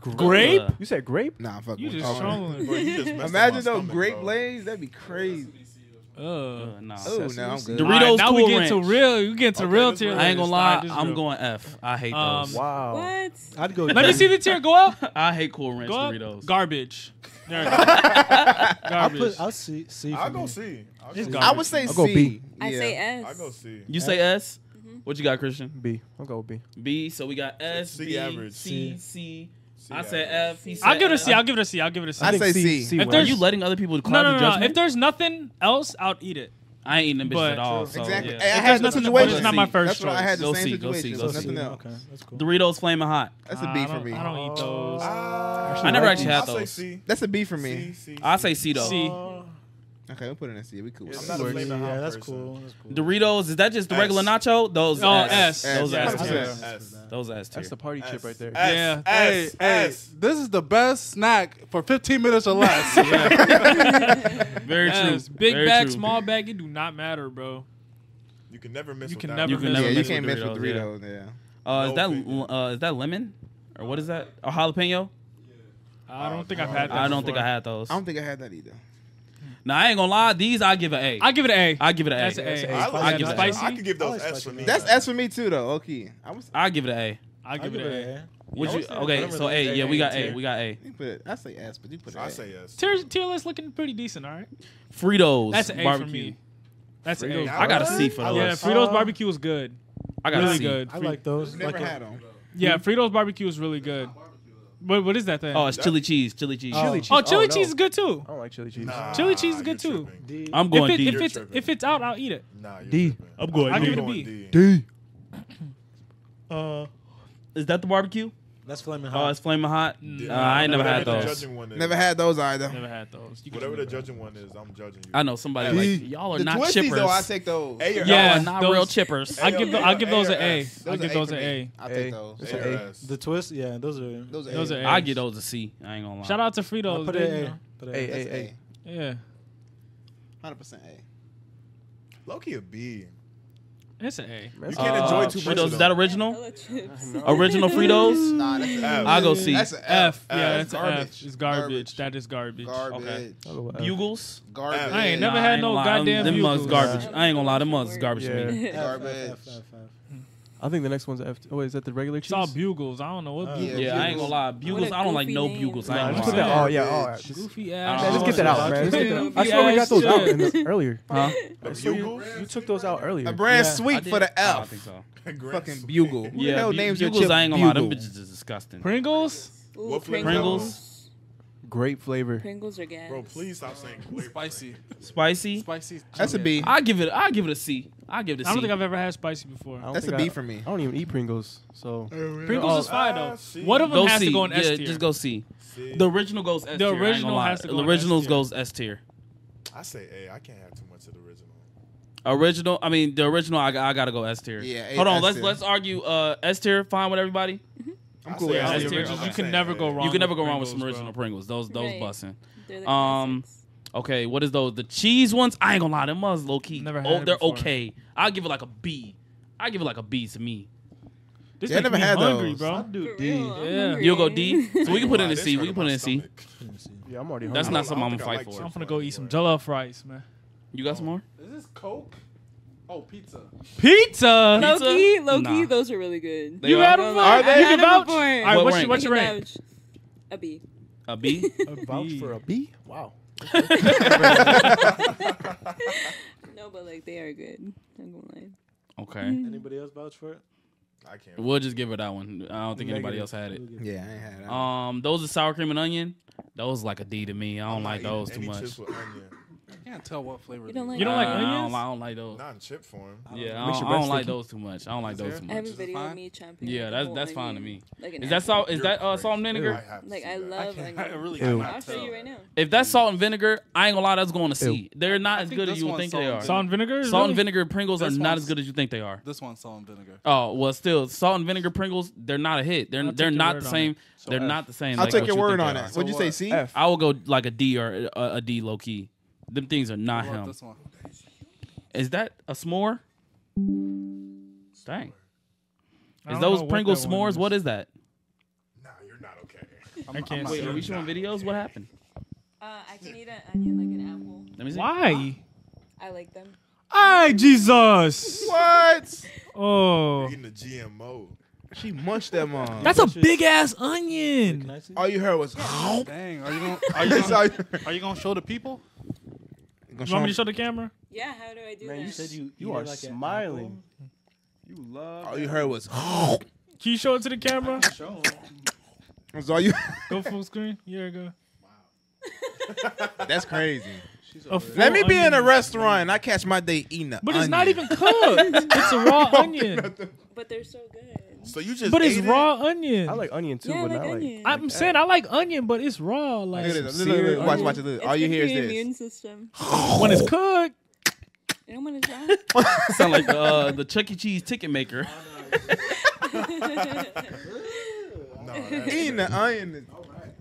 [SPEAKER 3] Grape?
[SPEAKER 1] Uh,
[SPEAKER 9] You said grape?
[SPEAKER 2] Nah, fuck.
[SPEAKER 3] You
[SPEAKER 2] with-
[SPEAKER 3] just
[SPEAKER 2] oh,
[SPEAKER 4] Bro, you
[SPEAKER 3] trolling.
[SPEAKER 4] just messed up my
[SPEAKER 2] Imagine those
[SPEAKER 4] stomach,
[SPEAKER 2] grape
[SPEAKER 4] bro.
[SPEAKER 2] blades. That'd be crazy.
[SPEAKER 3] Ugh.
[SPEAKER 1] uh, nah.
[SPEAKER 2] Oh no, I'm good.
[SPEAKER 1] Doritos
[SPEAKER 3] Alright, now we
[SPEAKER 1] Cool
[SPEAKER 3] get to
[SPEAKER 1] Ranch.
[SPEAKER 3] real. You get to
[SPEAKER 4] Okay,
[SPEAKER 3] real
[SPEAKER 4] this
[SPEAKER 3] tier.
[SPEAKER 4] real.
[SPEAKER 1] I ain't gonna
[SPEAKER 3] list.
[SPEAKER 1] lie.
[SPEAKER 3] Alright, this
[SPEAKER 1] I'm
[SPEAKER 3] real.
[SPEAKER 1] going F. I hate
[SPEAKER 3] Um,
[SPEAKER 1] those.
[SPEAKER 9] Wow.
[SPEAKER 6] What?
[SPEAKER 5] I'd go.
[SPEAKER 3] Let me see the tier go up.
[SPEAKER 1] [laughs] I hate Cool Ranch
[SPEAKER 3] Go up.
[SPEAKER 1] Doritos. [laughs]
[SPEAKER 3] Garbage. [laughs] There we go.
[SPEAKER 5] I'll
[SPEAKER 3] Garbage.
[SPEAKER 5] put. I'll see. C.
[SPEAKER 4] I'll
[SPEAKER 5] for
[SPEAKER 4] go
[SPEAKER 5] me.
[SPEAKER 4] C. I'll
[SPEAKER 3] It's
[SPEAKER 4] go
[SPEAKER 3] gone.
[SPEAKER 4] C.
[SPEAKER 2] I would say
[SPEAKER 9] I'll go
[SPEAKER 2] C.
[SPEAKER 9] B.
[SPEAKER 6] I
[SPEAKER 2] Yeah.
[SPEAKER 6] say S.
[SPEAKER 4] I'll go C.
[SPEAKER 1] you say S? What you got, Christian?
[SPEAKER 9] B. I'll go B.
[SPEAKER 1] B. So we got S,
[SPEAKER 4] C
[SPEAKER 1] B, C,
[SPEAKER 4] average.
[SPEAKER 1] C,
[SPEAKER 5] C.
[SPEAKER 4] C
[SPEAKER 1] I said
[SPEAKER 4] average.
[SPEAKER 1] F. He said
[SPEAKER 3] I'll give it a
[SPEAKER 1] S.
[SPEAKER 3] C. I'll give it a C. I'll give it a C.
[SPEAKER 2] I
[SPEAKER 9] think
[SPEAKER 2] say
[SPEAKER 9] C-
[SPEAKER 2] C.
[SPEAKER 9] C
[SPEAKER 3] If
[SPEAKER 9] wins.
[SPEAKER 1] Are
[SPEAKER 3] there's-
[SPEAKER 1] you letting other people cloud
[SPEAKER 3] No, no,
[SPEAKER 1] your
[SPEAKER 3] no, no.
[SPEAKER 1] judgment?
[SPEAKER 3] If there's nothing else, I'll eat it.
[SPEAKER 1] I ain't eating them bitches
[SPEAKER 3] But-
[SPEAKER 1] at all. So,
[SPEAKER 2] exactly.
[SPEAKER 1] yeah.
[SPEAKER 2] Hey, I
[SPEAKER 3] It
[SPEAKER 2] had
[SPEAKER 3] has
[SPEAKER 2] no
[SPEAKER 3] nothing to-
[SPEAKER 2] situation.
[SPEAKER 3] it's not my first
[SPEAKER 2] That's what I
[SPEAKER 3] choice.
[SPEAKER 2] had the
[SPEAKER 1] Go
[SPEAKER 2] same
[SPEAKER 1] see, go see,
[SPEAKER 2] situation.
[SPEAKER 1] go see.
[SPEAKER 2] nothing else.
[SPEAKER 5] Okay, that's cool.
[SPEAKER 1] Doritos flaming hot.
[SPEAKER 2] That's a
[SPEAKER 3] Nah,
[SPEAKER 2] B
[SPEAKER 3] I
[SPEAKER 2] for
[SPEAKER 3] don't-
[SPEAKER 2] me.
[SPEAKER 3] I don't eat those.
[SPEAKER 4] Oh,
[SPEAKER 1] I never
[SPEAKER 4] like
[SPEAKER 1] actually
[SPEAKER 4] these.
[SPEAKER 1] had
[SPEAKER 4] I'll say
[SPEAKER 1] those.
[SPEAKER 4] C.
[SPEAKER 2] That's a B for
[SPEAKER 4] C,
[SPEAKER 2] me.
[SPEAKER 4] C,
[SPEAKER 1] I say C though.
[SPEAKER 3] See,
[SPEAKER 2] Okay, we'll put it in a C. We cool. with
[SPEAKER 4] I'm
[SPEAKER 2] that.
[SPEAKER 4] not a
[SPEAKER 5] Works.
[SPEAKER 4] flavor
[SPEAKER 5] yeah,
[SPEAKER 4] hop
[SPEAKER 5] that's
[SPEAKER 4] person.
[SPEAKER 5] cool. That's cool.
[SPEAKER 1] Doritos, is that just the
[SPEAKER 4] S.
[SPEAKER 1] regular nacho? Those
[SPEAKER 3] Oh,
[SPEAKER 1] ass.
[SPEAKER 3] S.
[SPEAKER 1] Those
[SPEAKER 2] S.
[SPEAKER 1] ass.
[SPEAKER 2] S.
[SPEAKER 1] tier.
[SPEAKER 2] S.
[SPEAKER 4] S.
[SPEAKER 1] Those ass tier.
[SPEAKER 9] That's the party chip right there.
[SPEAKER 4] S,
[SPEAKER 3] Yeah.
[SPEAKER 4] S,
[SPEAKER 11] hey,
[SPEAKER 4] S.
[SPEAKER 11] this is the best snack for 15 minutes
[SPEAKER 3] [laughs]
[SPEAKER 11] or [laughs] less.
[SPEAKER 2] [laughs]
[SPEAKER 1] Very true.
[SPEAKER 3] yes, big
[SPEAKER 1] Very
[SPEAKER 3] bag,
[SPEAKER 1] true.
[SPEAKER 3] small bag, it do not matter, bro.
[SPEAKER 4] You can never miss.
[SPEAKER 3] You
[SPEAKER 4] with
[SPEAKER 3] can
[SPEAKER 4] that
[SPEAKER 3] never
[SPEAKER 4] one.
[SPEAKER 1] You can
[SPEAKER 3] miss.
[SPEAKER 1] never
[SPEAKER 2] yeah, you
[SPEAKER 1] mess
[SPEAKER 2] can't
[SPEAKER 1] with
[SPEAKER 2] mess with
[SPEAKER 1] Doritos,
[SPEAKER 2] Doritos. Yeah.
[SPEAKER 1] Uh, is
[SPEAKER 4] No
[SPEAKER 1] that
[SPEAKER 4] opinion.
[SPEAKER 1] uh, is that lemon or what is that? A jalapeno?
[SPEAKER 3] I don't think I've had. That
[SPEAKER 1] I don't think I
[SPEAKER 3] before.
[SPEAKER 1] had those.
[SPEAKER 2] I don't think I had that either.
[SPEAKER 1] Now I ain't gonna lie, these I give an A.
[SPEAKER 3] I give it an A.
[SPEAKER 1] I give it an
[SPEAKER 3] That's an
[SPEAKER 1] A.
[SPEAKER 3] A.
[SPEAKER 4] I
[SPEAKER 3] I
[SPEAKER 4] like
[SPEAKER 1] give
[SPEAKER 4] that.
[SPEAKER 1] it
[SPEAKER 3] spicy.
[SPEAKER 4] I can give
[SPEAKER 5] I
[SPEAKER 4] those
[SPEAKER 5] like
[SPEAKER 4] S
[SPEAKER 5] spicy
[SPEAKER 4] for me.
[SPEAKER 5] nuts.
[SPEAKER 2] That's S for me too, though. Okay, I was.
[SPEAKER 1] I give it an A.
[SPEAKER 3] I give it an A.
[SPEAKER 1] Would
[SPEAKER 5] I
[SPEAKER 1] you?
[SPEAKER 5] would say
[SPEAKER 1] Okay,
[SPEAKER 5] whatever
[SPEAKER 1] so
[SPEAKER 5] the
[SPEAKER 1] A.
[SPEAKER 5] A
[SPEAKER 1] Yeah, we got
[SPEAKER 5] tier.
[SPEAKER 1] A. We got A.
[SPEAKER 2] You put it. I say S, but you put it.
[SPEAKER 4] I
[SPEAKER 2] A.
[SPEAKER 4] say yes.
[SPEAKER 3] Tier, tier list looking pretty decent, all right?
[SPEAKER 1] Fritos.
[SPEAKER 3] That's an A for
[SPEAKER 1] barbecue.
[SPEAKER 3] me. That's an
[SPEAKER 4] Fritos.
[SPEAKER 3] A.
[SPEAKER 1] I got a
[SPEAKER 4] What?
[SPEAKER 1] C for
[SPEAKER 5] I
[SPEAKER 1] those.
[SPEAKER 3] Yeah,
[SPEAKER 5] love-
[SPEAKER 3] Fritos
[SPEAKER 5] Uh,
[SPEAKER 3] barbecue was good.
[SPEAKER 1] I got a
[SPEAKER 3] Really
[SPEAKER 1] C.
[SPEAKER 3] good.
[SPEAKER 5] I
[SPEAKER 3] Fre-
[SPEAKER 5] like those.
[SPEAKER 2] Never
[SPEAKER 5] Like a-
[SPEAKER 2] had them.
[SPEAKER 3] Yeah, Fritos barbecue was really good. What what is that thing?
[SPEAKER 1] Oh, it's chili cheese. Chili cheese.
[SPEAKER 9] Chili cheese.
[SPEAKER 3] Oh, chili
[SPEAKER 9] Oh, no.
[SPEAKER 3] cheese is good too.
[SPEAKER 9] I don't like chili cheese.
[SPEAKER 4] Nah,
[SPEAKER 3] Chili cheese is
[SPEAKER 4] you're
[SPEAKER 3] good too.
[SPEAKER 4] tripping.
[SPEAKER 5] D.
[SPEAKER 1] I'm
[SPEAKER 3] If,
[SPEAKER 1] going
[SPEAKER 3] it,
[SPEAKER 1] D.
[SPEAKER 3] if it's if it's out, I'll eat it.
[SPEAKER 4] Nah, you're
[SPEAKER 9] D.
[SPEAKER 4] tripping.
[SPEAKER 1] I'm going
[SPEAKER 3] I
[SPEAKER 4] I'm
[SPEAKER 3] give it a
[SPEAKER 4] going
[SPEAKER 3] B.
[SPEAKER 4] D.
[SPEAKER 9] D.
[SPEAKER 5] Uh,
[SPEAKER 1] Is that the barbecue?
[SPEAKER 5] that's flaming
[SPEAKER 1] Oh,
[SPEAKER 5] hot.
[SPEAKER 1] it's flaming hot.
[SPEAKER 3] Mm,
[SPEAKER 1] Uh, I ain't never had
[SPEAKER 4] Whatever the
[SPEAKER 1] those.
[SPEAKER 4] judging one is-
[SPEAKER 2] Never had those either.
[SPEAKER 3] Never had those. You can-
[SPEAKER 4] Whatever the judging one is, I'm judging you.
[SPEAKER 1] I know somebody
[SPEAKER 2] B.
[SPEAKER 1] like y'all are
[SPEAKER 2] the
[SPEAKER 1] not
[SPEAKER 2] twisties
[SPEAKER 1] chippers.
[SPEAKER 2] though, I take those.
[SPEAKER 4] A or
[SPEAKER 3] Yeah.
[SPEAKER 1] Y'all are not
[SPEAKER 3] those-
[SPEAKER 1] real chippers.
[SPEAKER 3] I
[SPEAKER 4] A
[SPEAKER 3] give
[SPEAKER 4] or-
[SPEAKER 3] the, I give
[SPEAKER 4] A
[SPEAKER 3] those
[SPEAKER 4] or
[SPEAKER 3] an A.
[SPEAKER 4] S.
[SPEAKER 3] I
[SPEAKER 2] Those
[SPEAKER 3] give
[SPEAKER 2] are
[SPEAKER 3] those
[SPEAKER 2] for
[SPEAKER 3] an A.
[SPEAKER 2] me. I
[SPEAKER 9] A.
[SPEAKER 2] take those.
[SPEAKER 9] That's
[SPEAKER 4] A
[SPEAKER 9] an
[SPEAKER 4] or
[SPEAKER 9] A.
[SPEAKER 4] S.
[SPEAKER 5] the twist. Yeah, those are.
[SPEAKER 2] Those are.
[SPEAKER 3] Those
[SPEAKER 2] A.
[SPEAKER 3] are
[SPEAKER 1] I get those a C. I ain't gonna lie.
[SPEAKER 3] Shout out to
[SPEAKER 5] I
[SPEAKER 3] Fritos.
[SPEAKER 5] put
[SPEAKER 3] they,
[SPEAKER 5] it
[SPEAKER 3] you
[SPEAKER 5] A.
[SPEAKER 3] know.
[SPEAKER 5] Put it
[SPEAKER 9] A.
[SPEAKER 5] A.
[SPEAKER 2] That's A.
[SPEAKER 3] Yeah,
[SPEAKER 2] Hundred percent A.
[SPEAKER 4] Low key a B.
[SPEAKER 3] it's an A.
[SPEAKER 4] You
[SPEAKER 9] That's-
[SPEAKER 4] can't
[SPEAKER 1] Uh,
[SPEAKER 4] enjoy too much.
[SPEAKER 1] Fritos,
[SPEAKER 4] of
[SPEAKER 1] is
[SPEAKER 4] them.
[SPEAKER 1] that original?
[SPEAKER 6] Hella [laughs] chips.
[SPEAKER 1] Original Fritos?
[SPEAKER 2] [laughs] Nah, that's
[SPEAKER 4] F.
[SPEAKER 2] a
[SPEAKER 1] I go C.
[SPEAKER 2] That's an
[SPEAKER 3] F.
[SPEAKER 4] F.
[SPEAKER 3] Yeah,
[SPEAKER 4] F.
[SPEAKER 3] that's an F. It's garbage.
[SPEAKER 2] Garbage.
[SPEAKER 3] That is garbage.
[SPEAKER 2] Garbage.
[SPEAKER 1] Okay.
[SPEAKER 9] Uh,
[SPEAKER 1] Bugles?
[SPEAKER 2] Garbage.
[SPEAKER 4] F.
[SPEAKER 3] I ain't
[SPEAKER 1] Nah,
[SPEAKER 3] never
[SPEAKER 1] I
[SPEAKER 3] had
[SPEAKER 1] ain't
[SPEAKER 3] no
[SPEAKER 1] gonna lie.
[SPEAKER 3] goddamn
[SPEAKER 1] Them mugs
[SPEAKER 3] Bugles.
[SPEAKER 1] garbage. I ain't gonna lie. Them mugs is garbage to me.
[SPEAKER 9] Yeah.
[SPEAKER 5] F, F,
[SPEAKER 2] Garbage.
[SPEAKER 5] F, F, F.
[SPEAKER 9] I think the next one's F. Oh, wait, is that the regular
[SPEAKER 3] It's all
[SPEAKER 9] cheese?
[SPEAKER 3] bugles. I don't know what
[SPEAKER 5] Uh,
[SPEAKER 3] bugles.
[SPEAKER 1] Yeah, I ain't gonna lie. Bugles.
[SPEAKER 6] What a
[SPEAKER 1] I don't like
[SPEAKER 6] goofy
[SPEAKER 1] no
[SPEAKER 6] name.
[SPEAKER 1] bugles.
[SPEAKER 9] Nah,
[SPEAKER 1] I ain't
[SPEAKER 9] just
[SPEAKER 1] gonna lie.
[SPEAKER 9] put that. Oh yeah. Oh,
[SPEAKER 2] Garbage.
[SPEAKER 9] just,
[SPEAKER 3] Goofy ass.
[SPEAKER 9] man, just get that out, man. Just get that out. I swear we got those out in the, [laughs] earlier.
[SPEAKER 1] Huh?
[SPEAKER 4] A
[SPEAKER 9] So you,
[SPEAKER 4] bugle?
[SPEAKER 9] you took those out
[SPEAKER 4] [laughs]
[SPEAKER 9] earlier.
[SPEAKER 2] A brand
[SPEAKER 5] Yeah.
[SPEAKER 1] I
[SPEAKER 2] sweet
[SPEAKER 1] did-
[SPEAKER 2] for the
[SPEAKER 1] I don't
[SPEAKER 2] F.
[SPEAKER 1] think so.
[SPEAKER 2] Fucking bugle. Who the
[SPEAKER 1] Yeah,
[SPEAKER 2] hell
[SPEAKER 1] Bu-
[SPEAKER 2] names your
[SPEAKER 1] Bugles.
[SPEAKER 2] chip
[SPEAKER 1] I ain't gonna lie. Them
[SPEAKER 2] Bugle?
[SPEAKER 1] bitches is disgusting.
[SPEAKER 3] Pringles.
[SPEAKER 6] Ooh,
[SPEAKER 4] What flavor?
[SPEAKER 1] Pringles.
[SPEAKER 9] Great flavor.
[SPEAKER 6] Pringles are gas.
[SPEAKER 4] Bro, please stop saying flavor.
[SPEAKER 11] Spicy.
[SPEAKER 1] Spicy.
[SPEAKER 11] Spicy.
[SPEAKER 2] That's a B.
[SPEAKER 1] I give it. I give it a C. I give it a C.
[SPEAKER 3] I don't think I've ever had spicy before.
[SPEAKER 9] I don't
[SPEAKER 2] That's
[SPEAKER 9] think
[SPEAKER 2] a B
[SPEAKER 9] I-
[SPEAKER 2] for me.
[SPEAKER 9] I don't even eat Pringles, so
[SPEAKER 3] Pringles
[SPEAKER 9] Oh,
[SPEAKER 3] is fine though.
[SPEAKER 4] ah, see.
[SPEAKER 3] One of them
[SPEAKER 1] go
[SPEAKER 3] has
[SPEAKER 1] C.
[SPEAKER 3] to go in S
[SPEAKER 1] yeah,
[SPEAKER 3] tier.
[SPEAKER 1] just go C.
[SPEAKER 4] See,
[SPEAKER 1] The original goes S tier. I ain't gonna
[SPEAKER 3] original
[SPEAKER 1] lie.
[SPEAKER 3] has to go
[SPEAKER 1] The
[SPEAKER 3] in
[SPEAKER 1] originals
[SPEAKER 3] S tier.
[SPEAKER 1] goes S tier.
[SPEAKER 4] I say A. I can't have too much of the original.
[SPEAKER 1] Original. I mean, the original. I, I gotta go S tier.
[SPEAKER 2] Yeah, A-
[SPEAKER 1] Hold on.
[SPEAKER 2] S
[SPEAKER 1] let's
[SPEAKER 2] tier.
[SPEAKER 1] let's argue. Uh, S tier. Fine with everybody.
[SPEAKER 4] I'm
[SPEAKER 2] cool with
[SPEAKER 4] with
[SPEAKER 2] S
[SPEAKER 1] tier.
[SPEAKER 4] original.
[SPEAKER 1] You
[SPEAKER 4] I'm
[SPEAKER 1] can
[SPEAKER 4] saying
[SPEAKER 3] never
[SPEAKER 4] A.
[SPEAKER 3] go wrong.
[SPEAKER 1] you can never
[SPEAKER 3] with
[SPEAKER 1] go wrong with some
[SPEAKER 3] Pringles,
[SPEAKER 1] original
[SPEAKER 3] bro.
[SPEAKER 1] Pringles. Those those
[SPEAKER 6] Right.
[SPEAKER 1] bussin'.
[SPEAKER 6] They're the
[SPEAKER 1] Um,
[SPEAKER 6] classics.
[SPEAKER 1] Okay, what is those? The cheese ones? I ain't gonna lie, them mugs low key.
[SPEAKER 3] Never had
[SPEAKER 1] oh,
[SPEAKER 3] it
[SPEAKER 1] they're
[SPEAKER 3] before.
[SPEAKER 1] okay. I'll give it like a B. I give it like a B to me.
[SPEAKER 3] This
[SPEAKER 2] Yeah, I
[SPEAKER 3] makes
[SPEAKER 2] never
[SPEAKER 3] me
[SPEAKER 2] had
[SPEAKER 3] hungry,
[SPEAKER 2] those.
[SPEAKER 3] bro.
[SPEAKER 6] For real, I'm
[SPEAKER 3] Yeah.
[SPEAKER 6] hungry.
[SPEAKER 1] You'll go
[SPEAKER 6] [laughs]
[SPEAKER 1] D. So we can put it in a
[SPEAKER 4] This
[SPEAKER 1] C.
[SPEAKER 4] hurt
[SPEAKER 1] We can put it
[SPEAKER 4] my
[SPEAKER 1] in a C.
[SPEAKER 4] stomach.
[SPEAKER 5] Let me see.
[SPEAKER 9] yeah, I'm already.
[SPEAKER 1] That's
[SPEAKER 9] hungry.
[SPEAKER 1] not something I'm
[SPEAKER 4] I
[SPEAKER 1] gonna
[SPEAKER 4] don't
[SPEAKER 1] fight
[SPEAKER 4] think I
[SPEAKER 1] for.
[SPEAKER 4] like
[SPEAKER 3] I'm gonna go eat some
[SPEAKER 4] Anyway.
[SPEAKER 3] jollof rice, man.
[SPEAKER 1] You got some more?
[SPEAKER 11] Is this Coke? Oh, pizza.
[SPEAKER 3] Pizza.
[SPEAKER 1] No.
[SPEAKER 6] Low key,
[SPEAKER 1] Pizza?
[SPEAKER 6] low key,
[SPEAKER 1] Nah.
[SPEAKER 6] those are really good.
[SPEAKER 1] They You are. had
[SPEAKER 3] 'em
[SPEAKER 6] Well,
[SPEAKER 3] before? Are
[SPEAKER 6] I've
[SPEAKER 3] they-
[SPEAKER 6] had
[SPEAKER 3] you
[SPEAKER 6] 'em
[SPEAKER 3] vouch?
[SPEAKER 6] before.
[SPEAKER 3] All right, what's your-
[SPEAKER 1] rank?
[SPEAKER 3] what's your
[SPEAKER 6] I can
[SPEAKER 3] rank?
[SPEAKER 6] vouch.
[SPEAKER 3] [laughs]
[SPEAKER 6] A B.
[SPEAKER 1] A B?
[SPEAKER 9] Vouch for a B. Wow.
[SPEAKER 6] No, but like they are good. I'm gonna lie.
[SPEAKER 1] Okay.
[SPEAKER 5] Anybody else vouch for it?
[SPEAKER 4] I can't.
[SPEAKER 1] We'll just give her that one. I don't think anybody
[SPEAKER 9] Negative.
[SPEAKER 1] else had it.
[SPEAKER 2] Yeah, I ain't had that.
[SPEAKER 1] Um, those are sour cream and onion. Those like a D to me. I don't
[SPEAKER 4] I'm not
[SPEAKER 1] like
[SPEAKER 4] eating
[SPEAKER 1] those too
[SPEAKER 4] any
[SPEAKER 1] much.
[SPEAKER 4] chips with onion.
[SPEAKER 11] I can't tell what flavor.
[SPEAKER 6] You don't
[SPEAKER 11] it
[SPEAKER 6] like?
[SPEAKER 3] You don't like
[SPEAKER 1] Uh, I don't,
[SPEAKER 3] onions?
[SPEAKER 1] li- I don't like those.
[SPEAKER 4] Not in chip form.
[SPEAKER 1] Yeah, I don't,
[SPEAKER 9] Makes your
[SPEAKER 1] I
[SPEAKER 9] breath
[SPEAKER 1] don't like
[SPEAKER 9] sticky.
[SPEAKER 1] those too much. I don't like
[SPEAKER 11] Is
[SPEAKER 1] those
[SPEAKER 11] there?
[SPEAKER 1] too
[SPEAKER 6] I
[SPEAKER 1] much.
[SPEAKER 6] have a
[SPEAKER 11] Is it
[SPEAKER 6] video of
[SPEAKER 11] fine?
[SPEAKER 6] me chomping. like,
[SPEAKER 1] Yeah,
[SPEAKER 6] a
[SPEAKER 1] that's
[SPEAKER 6] whole
[SPEAKER 1] that's fine to me.
[SPEAKER 6] onion. Like an
[SPEAKER 1] Is that
[SPEAKER 6] apple.
[SPEAKER 1] salt? Is that uh, salt and
[SPEAKER 4] I
[SPEAKER 1] vinegar?
[SPEAKER 4] have to
[SPEAKER 6] Like
[SPEAKER 4] see
[SPEAKER 6] I
[SPEAKER 4] that.
[SPEAKER 11] I,
[SPEAKER 6] love
[SPEAKER 11] can't, I
[SPEAKER 6] onions.
[SPEAKER 11] really
[SPEAKER 9] Ew.
[SPEAKER 11] cannot
[SPEAKER 6] I'll show
[SPEAKER 11] tell.
[SPEAKER 6] you right now.
[SPEAKER 1] If that's salt and vinegar, I ain't gonna lie, that's going to C.
[SPEAKER 9] Ew.
[SPEAKER 1] They're not
[SPEAKER 11] I
[SPEAKER 1] as
[SPEAKER 11] think
[SPEAKER 1] good as
[SPEAKER 11] this
[SPEAKER 1] you would
[SPEAKER 11] one's
[SPEAKER 1] think they
[SPEAKER 11] salt
[SPEAKER 1] are.
[SPEAKER 4] and
[SPEAKER 3] Salt and vinegar. is
[SPEAKER 1] Salt and
[SPEAKER 3] really-
[SPEAKER 1] vinegar Pringles are
[SPEAKER 11] This
[SPEAKER 1] not
[SPEAKER 11] one's-
[SPEAKER 1] as good as you think they are.
[SPEAKER 11] This one's salt and vinegar.
[SPEAKER 1] Oh well, still salt and vinegar Pringles. They're not a hit. They're
[SPEAKER 3] I'll
[SPEAKER 1] they're
[SPEAKER 3] take your
[SPEAKER 1] not
[SPEAKER 3] word
[SPEAKER 1] the
[SPEAKER 3] on
[SPEAKER 1] same.
[SPEAKER 3] it.
[SPEAKER 1] they're
[SPEAKER 9] F.
[SPEAKER 1] not the same.
[SPEAKER 2] I'll
[SPEAKER 1] like
[SPEAKER 2] take
[SPEAKER 1] what
[SPEAKER 2] your
[SPEAKER 1] you
[SPEAKER 2] word
[SPEAKER 1] think
[SPEAKER 2] on
[SPEAKER 1] they
[SPEAKER 2] it.
[SPEAKER 1] are.
[SPEAKER 2] What'd you say? C.
[SPEAKER 9] F.
[SPEAKER 1] I will go like a D or a, a D low key. Them things are not
[SPEAKER 11] What about
[SPEAKER 1] him.
[SPEAKER 11] this one?
[SPEAKER 1] Is that a s'more? Dang.
[SPEAKER 3] I
[SPEAKER 1] Is
[SPEAKER 3] don't
[SPEAKER 1] those
[SPEAKER 3] know what
[SPEAKER 1] Pringles
[SPEAKER 3] that one
[SPEAKER 1] s'mores? What is that?
[SPEAKER 4] Nah, you're not
[SPEAKER 6] [laughs]
[SPEAKER 4] okay.
[SPEAKER 3] I can't
[SPEAKER 1] Wait,
[SPEAKER 3] see.
[SPEAKER 1] are we showing videos? What happened?
[SPEAKER 6] Uh, I can eat an onion like an apple.
[SPEAKER 1] Let me see.
[SPEAKER 3] Why?
[SPEAKER 6] I like them.
[SPEAKER 3] Ay, Jesus.
[SPEAKER 2] What?
[SPEAKER 3] Oh.
[SPEAKER 4] Eating the GMO.
[SPEAKER 2] She munched them on.
[SPEAKER 3] That's a
[SPEAKER 5] Delicious.
[SPEAKER 3] big ass
[SPEAKER 5] Can
[SPEAKER 3] onion.
[SPEAKER 5] I see?
[SPEAKER 2] all you heard was.
[SPEAKER 11] Dang, are you gonna are you
[SPEAKER 2] That's
[SPEAKER 11] gonna,
[SPEAKER 2] all you-
[SPEAKER 11] are you gonna show the people?
[SPEAKER 2] Gonna
[SPEAKER 3] You
[SPEAKER 2] show
[SPEAKER 3] want me to
[SPEAKER 2] him-
[SPEAKER 3] show the camera?
[SPEAKER 6] Yeah, how do I do
[SPEAKER 5] Man,
[SPEAKER 6] that?
[SPEAKER 5] you said you
[SPEAKER 9] You
[SPEAKER 5] eat it
[SPEAKER 9] are
[SPEAKER 5] like an
[SPEAKER 9] smiling. You love.
[SPEAKER 2] All you heard was.
[SPEAKER 3] Can you show it to the camera?
[SPEAKER 5] apple? Show 'em.
[SPEAKER 2] That's all you. [laughs]
[SPEAKER 3] Go full screen. Here we go.
[SPEAKER 2] That's crazy.
[SPEAKER 3] a full
[SPEAKER 2] Let me be in a
[SPEAKER 3] onion.
[SPEAKER 2] restaurant and I catch my day eating a
[SPEAKER 3] But it's not
[SPEAKER 2] onion.
[SPEAKER 3] even cooked. it's a raw onion.
[SPEAKER 6] [laughs] But they're so good.
[SPEAKER 4] So you just
[SPEAKER 3] But it's
[SPEAKER 4] ate it?
[SPEAKER 3] raw onion.
[SPEAKER 9] I like onion too,
[SPEAKER 6] Yeah, I
[SPEAKER 9] but
[SPEAKER 6] like
[SPEAKER 9] not
[SPEAKER 6] onion.
[SPEAKER 9] like.
[SPEAKER 3] I'm saying I like onion, but it's raw.
[SPEAKER 2] Look
[SPEAKER 3] Like
[SPEAKER 2] at this.
[SPEAKER 9] some
[SPEAKER 2] Look, look, look,
[SPEAKER 9] seared
[SPEAKER 2] Watch,
[SPEAKER 9] onion.
[SPEAKER 2] watch it. Look.
[SPEAKER 6] It's
[SPEAKER 2] All you
[SPEAKER 6] good
[SPEAKER 2] hear
[SPEAKER 6] for
[SPEAKER 2] is
[SPEAKER 6] your
[SPEAKER 2] this.
[SPEAKER 6] immune system.
[SPEAKER 3] when it's cooked.
[SPEAKER 6] You don't want to die.
[SPEAKER 1] Sound like the,
[SPEAKER 2] [laughs]
[SPEAKER 1] uh, the Chuck E. Cheese ticket maker.
[SPEAKER 4] No, that's-
[SPEAKER 2] Eating the onion,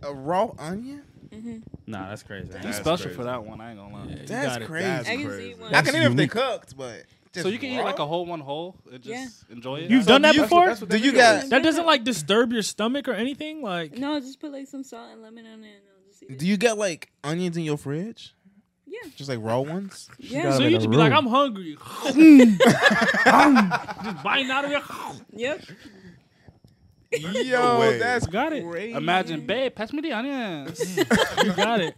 [SPEAKER 2] a raw onion.
[SPEAKER 6] Mm-hmm.
[SPEAKER 1] Nah, that's crazy.
[SPEAKER 4] That's
[SPEAKER 11] special
[SPEAKER 4] crazy.
[SPEAKER 11] for that one. I ain't gonna lie.
[SPEAKER 2] That's
[SPEAKER 4] That's
[SPEAKER 2] crazy.
[SPEAKER 6] I can
[SPEAKER 4] crazy.
[SPEAKER 6] see one.
[SPEAKER 2] I can eat it if they cooked, but just
[SPEAKER 11] So you can eat like
[SPEAKER 2] raw?
[SPEAKER 11] a whole one whole and
[SPEAKER 6] Yeah.
[SPEAKER 11] just enjoy it.
[SPEAKER 3] You've done that
[SPEAKER 2] you-
[SPEAKER 3] before?
[SPEAKER 2] that's what- Do you got?
[SPEAKER 3] that doesn't like disturb your stomach or anything. Like
[SPEAKER 6] No, just put like some salt and lemon on it, and I'll just eat it.
[SPEAKER 2] Do you got like onions in your fridge?
[SPEAKER 6] Yeah,
[SPEAKER 2] Just like
[SPEAKER 4] [laughs]
[SPEAKER 2] raw ones.
[SPEAKER 6] yeah,
[SPEAKER 9] got
[SPEAKER 3] so
[SPEAKER 9] in
[SPEAKER 3] you
[SPEAKER 9] a
[SPEAKER 3] just be like,
[SPEAKER 9] room.
[SPEAKER 3] I'm hungry. [laughs] just biting out of it.
[SPEAKER 6] yep.
[SPEAKER 2] Yo,
[SPEAKER 4] way.
[SPEAKER 2] that's
[SPEAKER 3] Got it.
[SPEAKER 2] crazy.
[SPEAKER 11] Imagine, babe, pass me the onions.
[SPEAKER 3] You got it.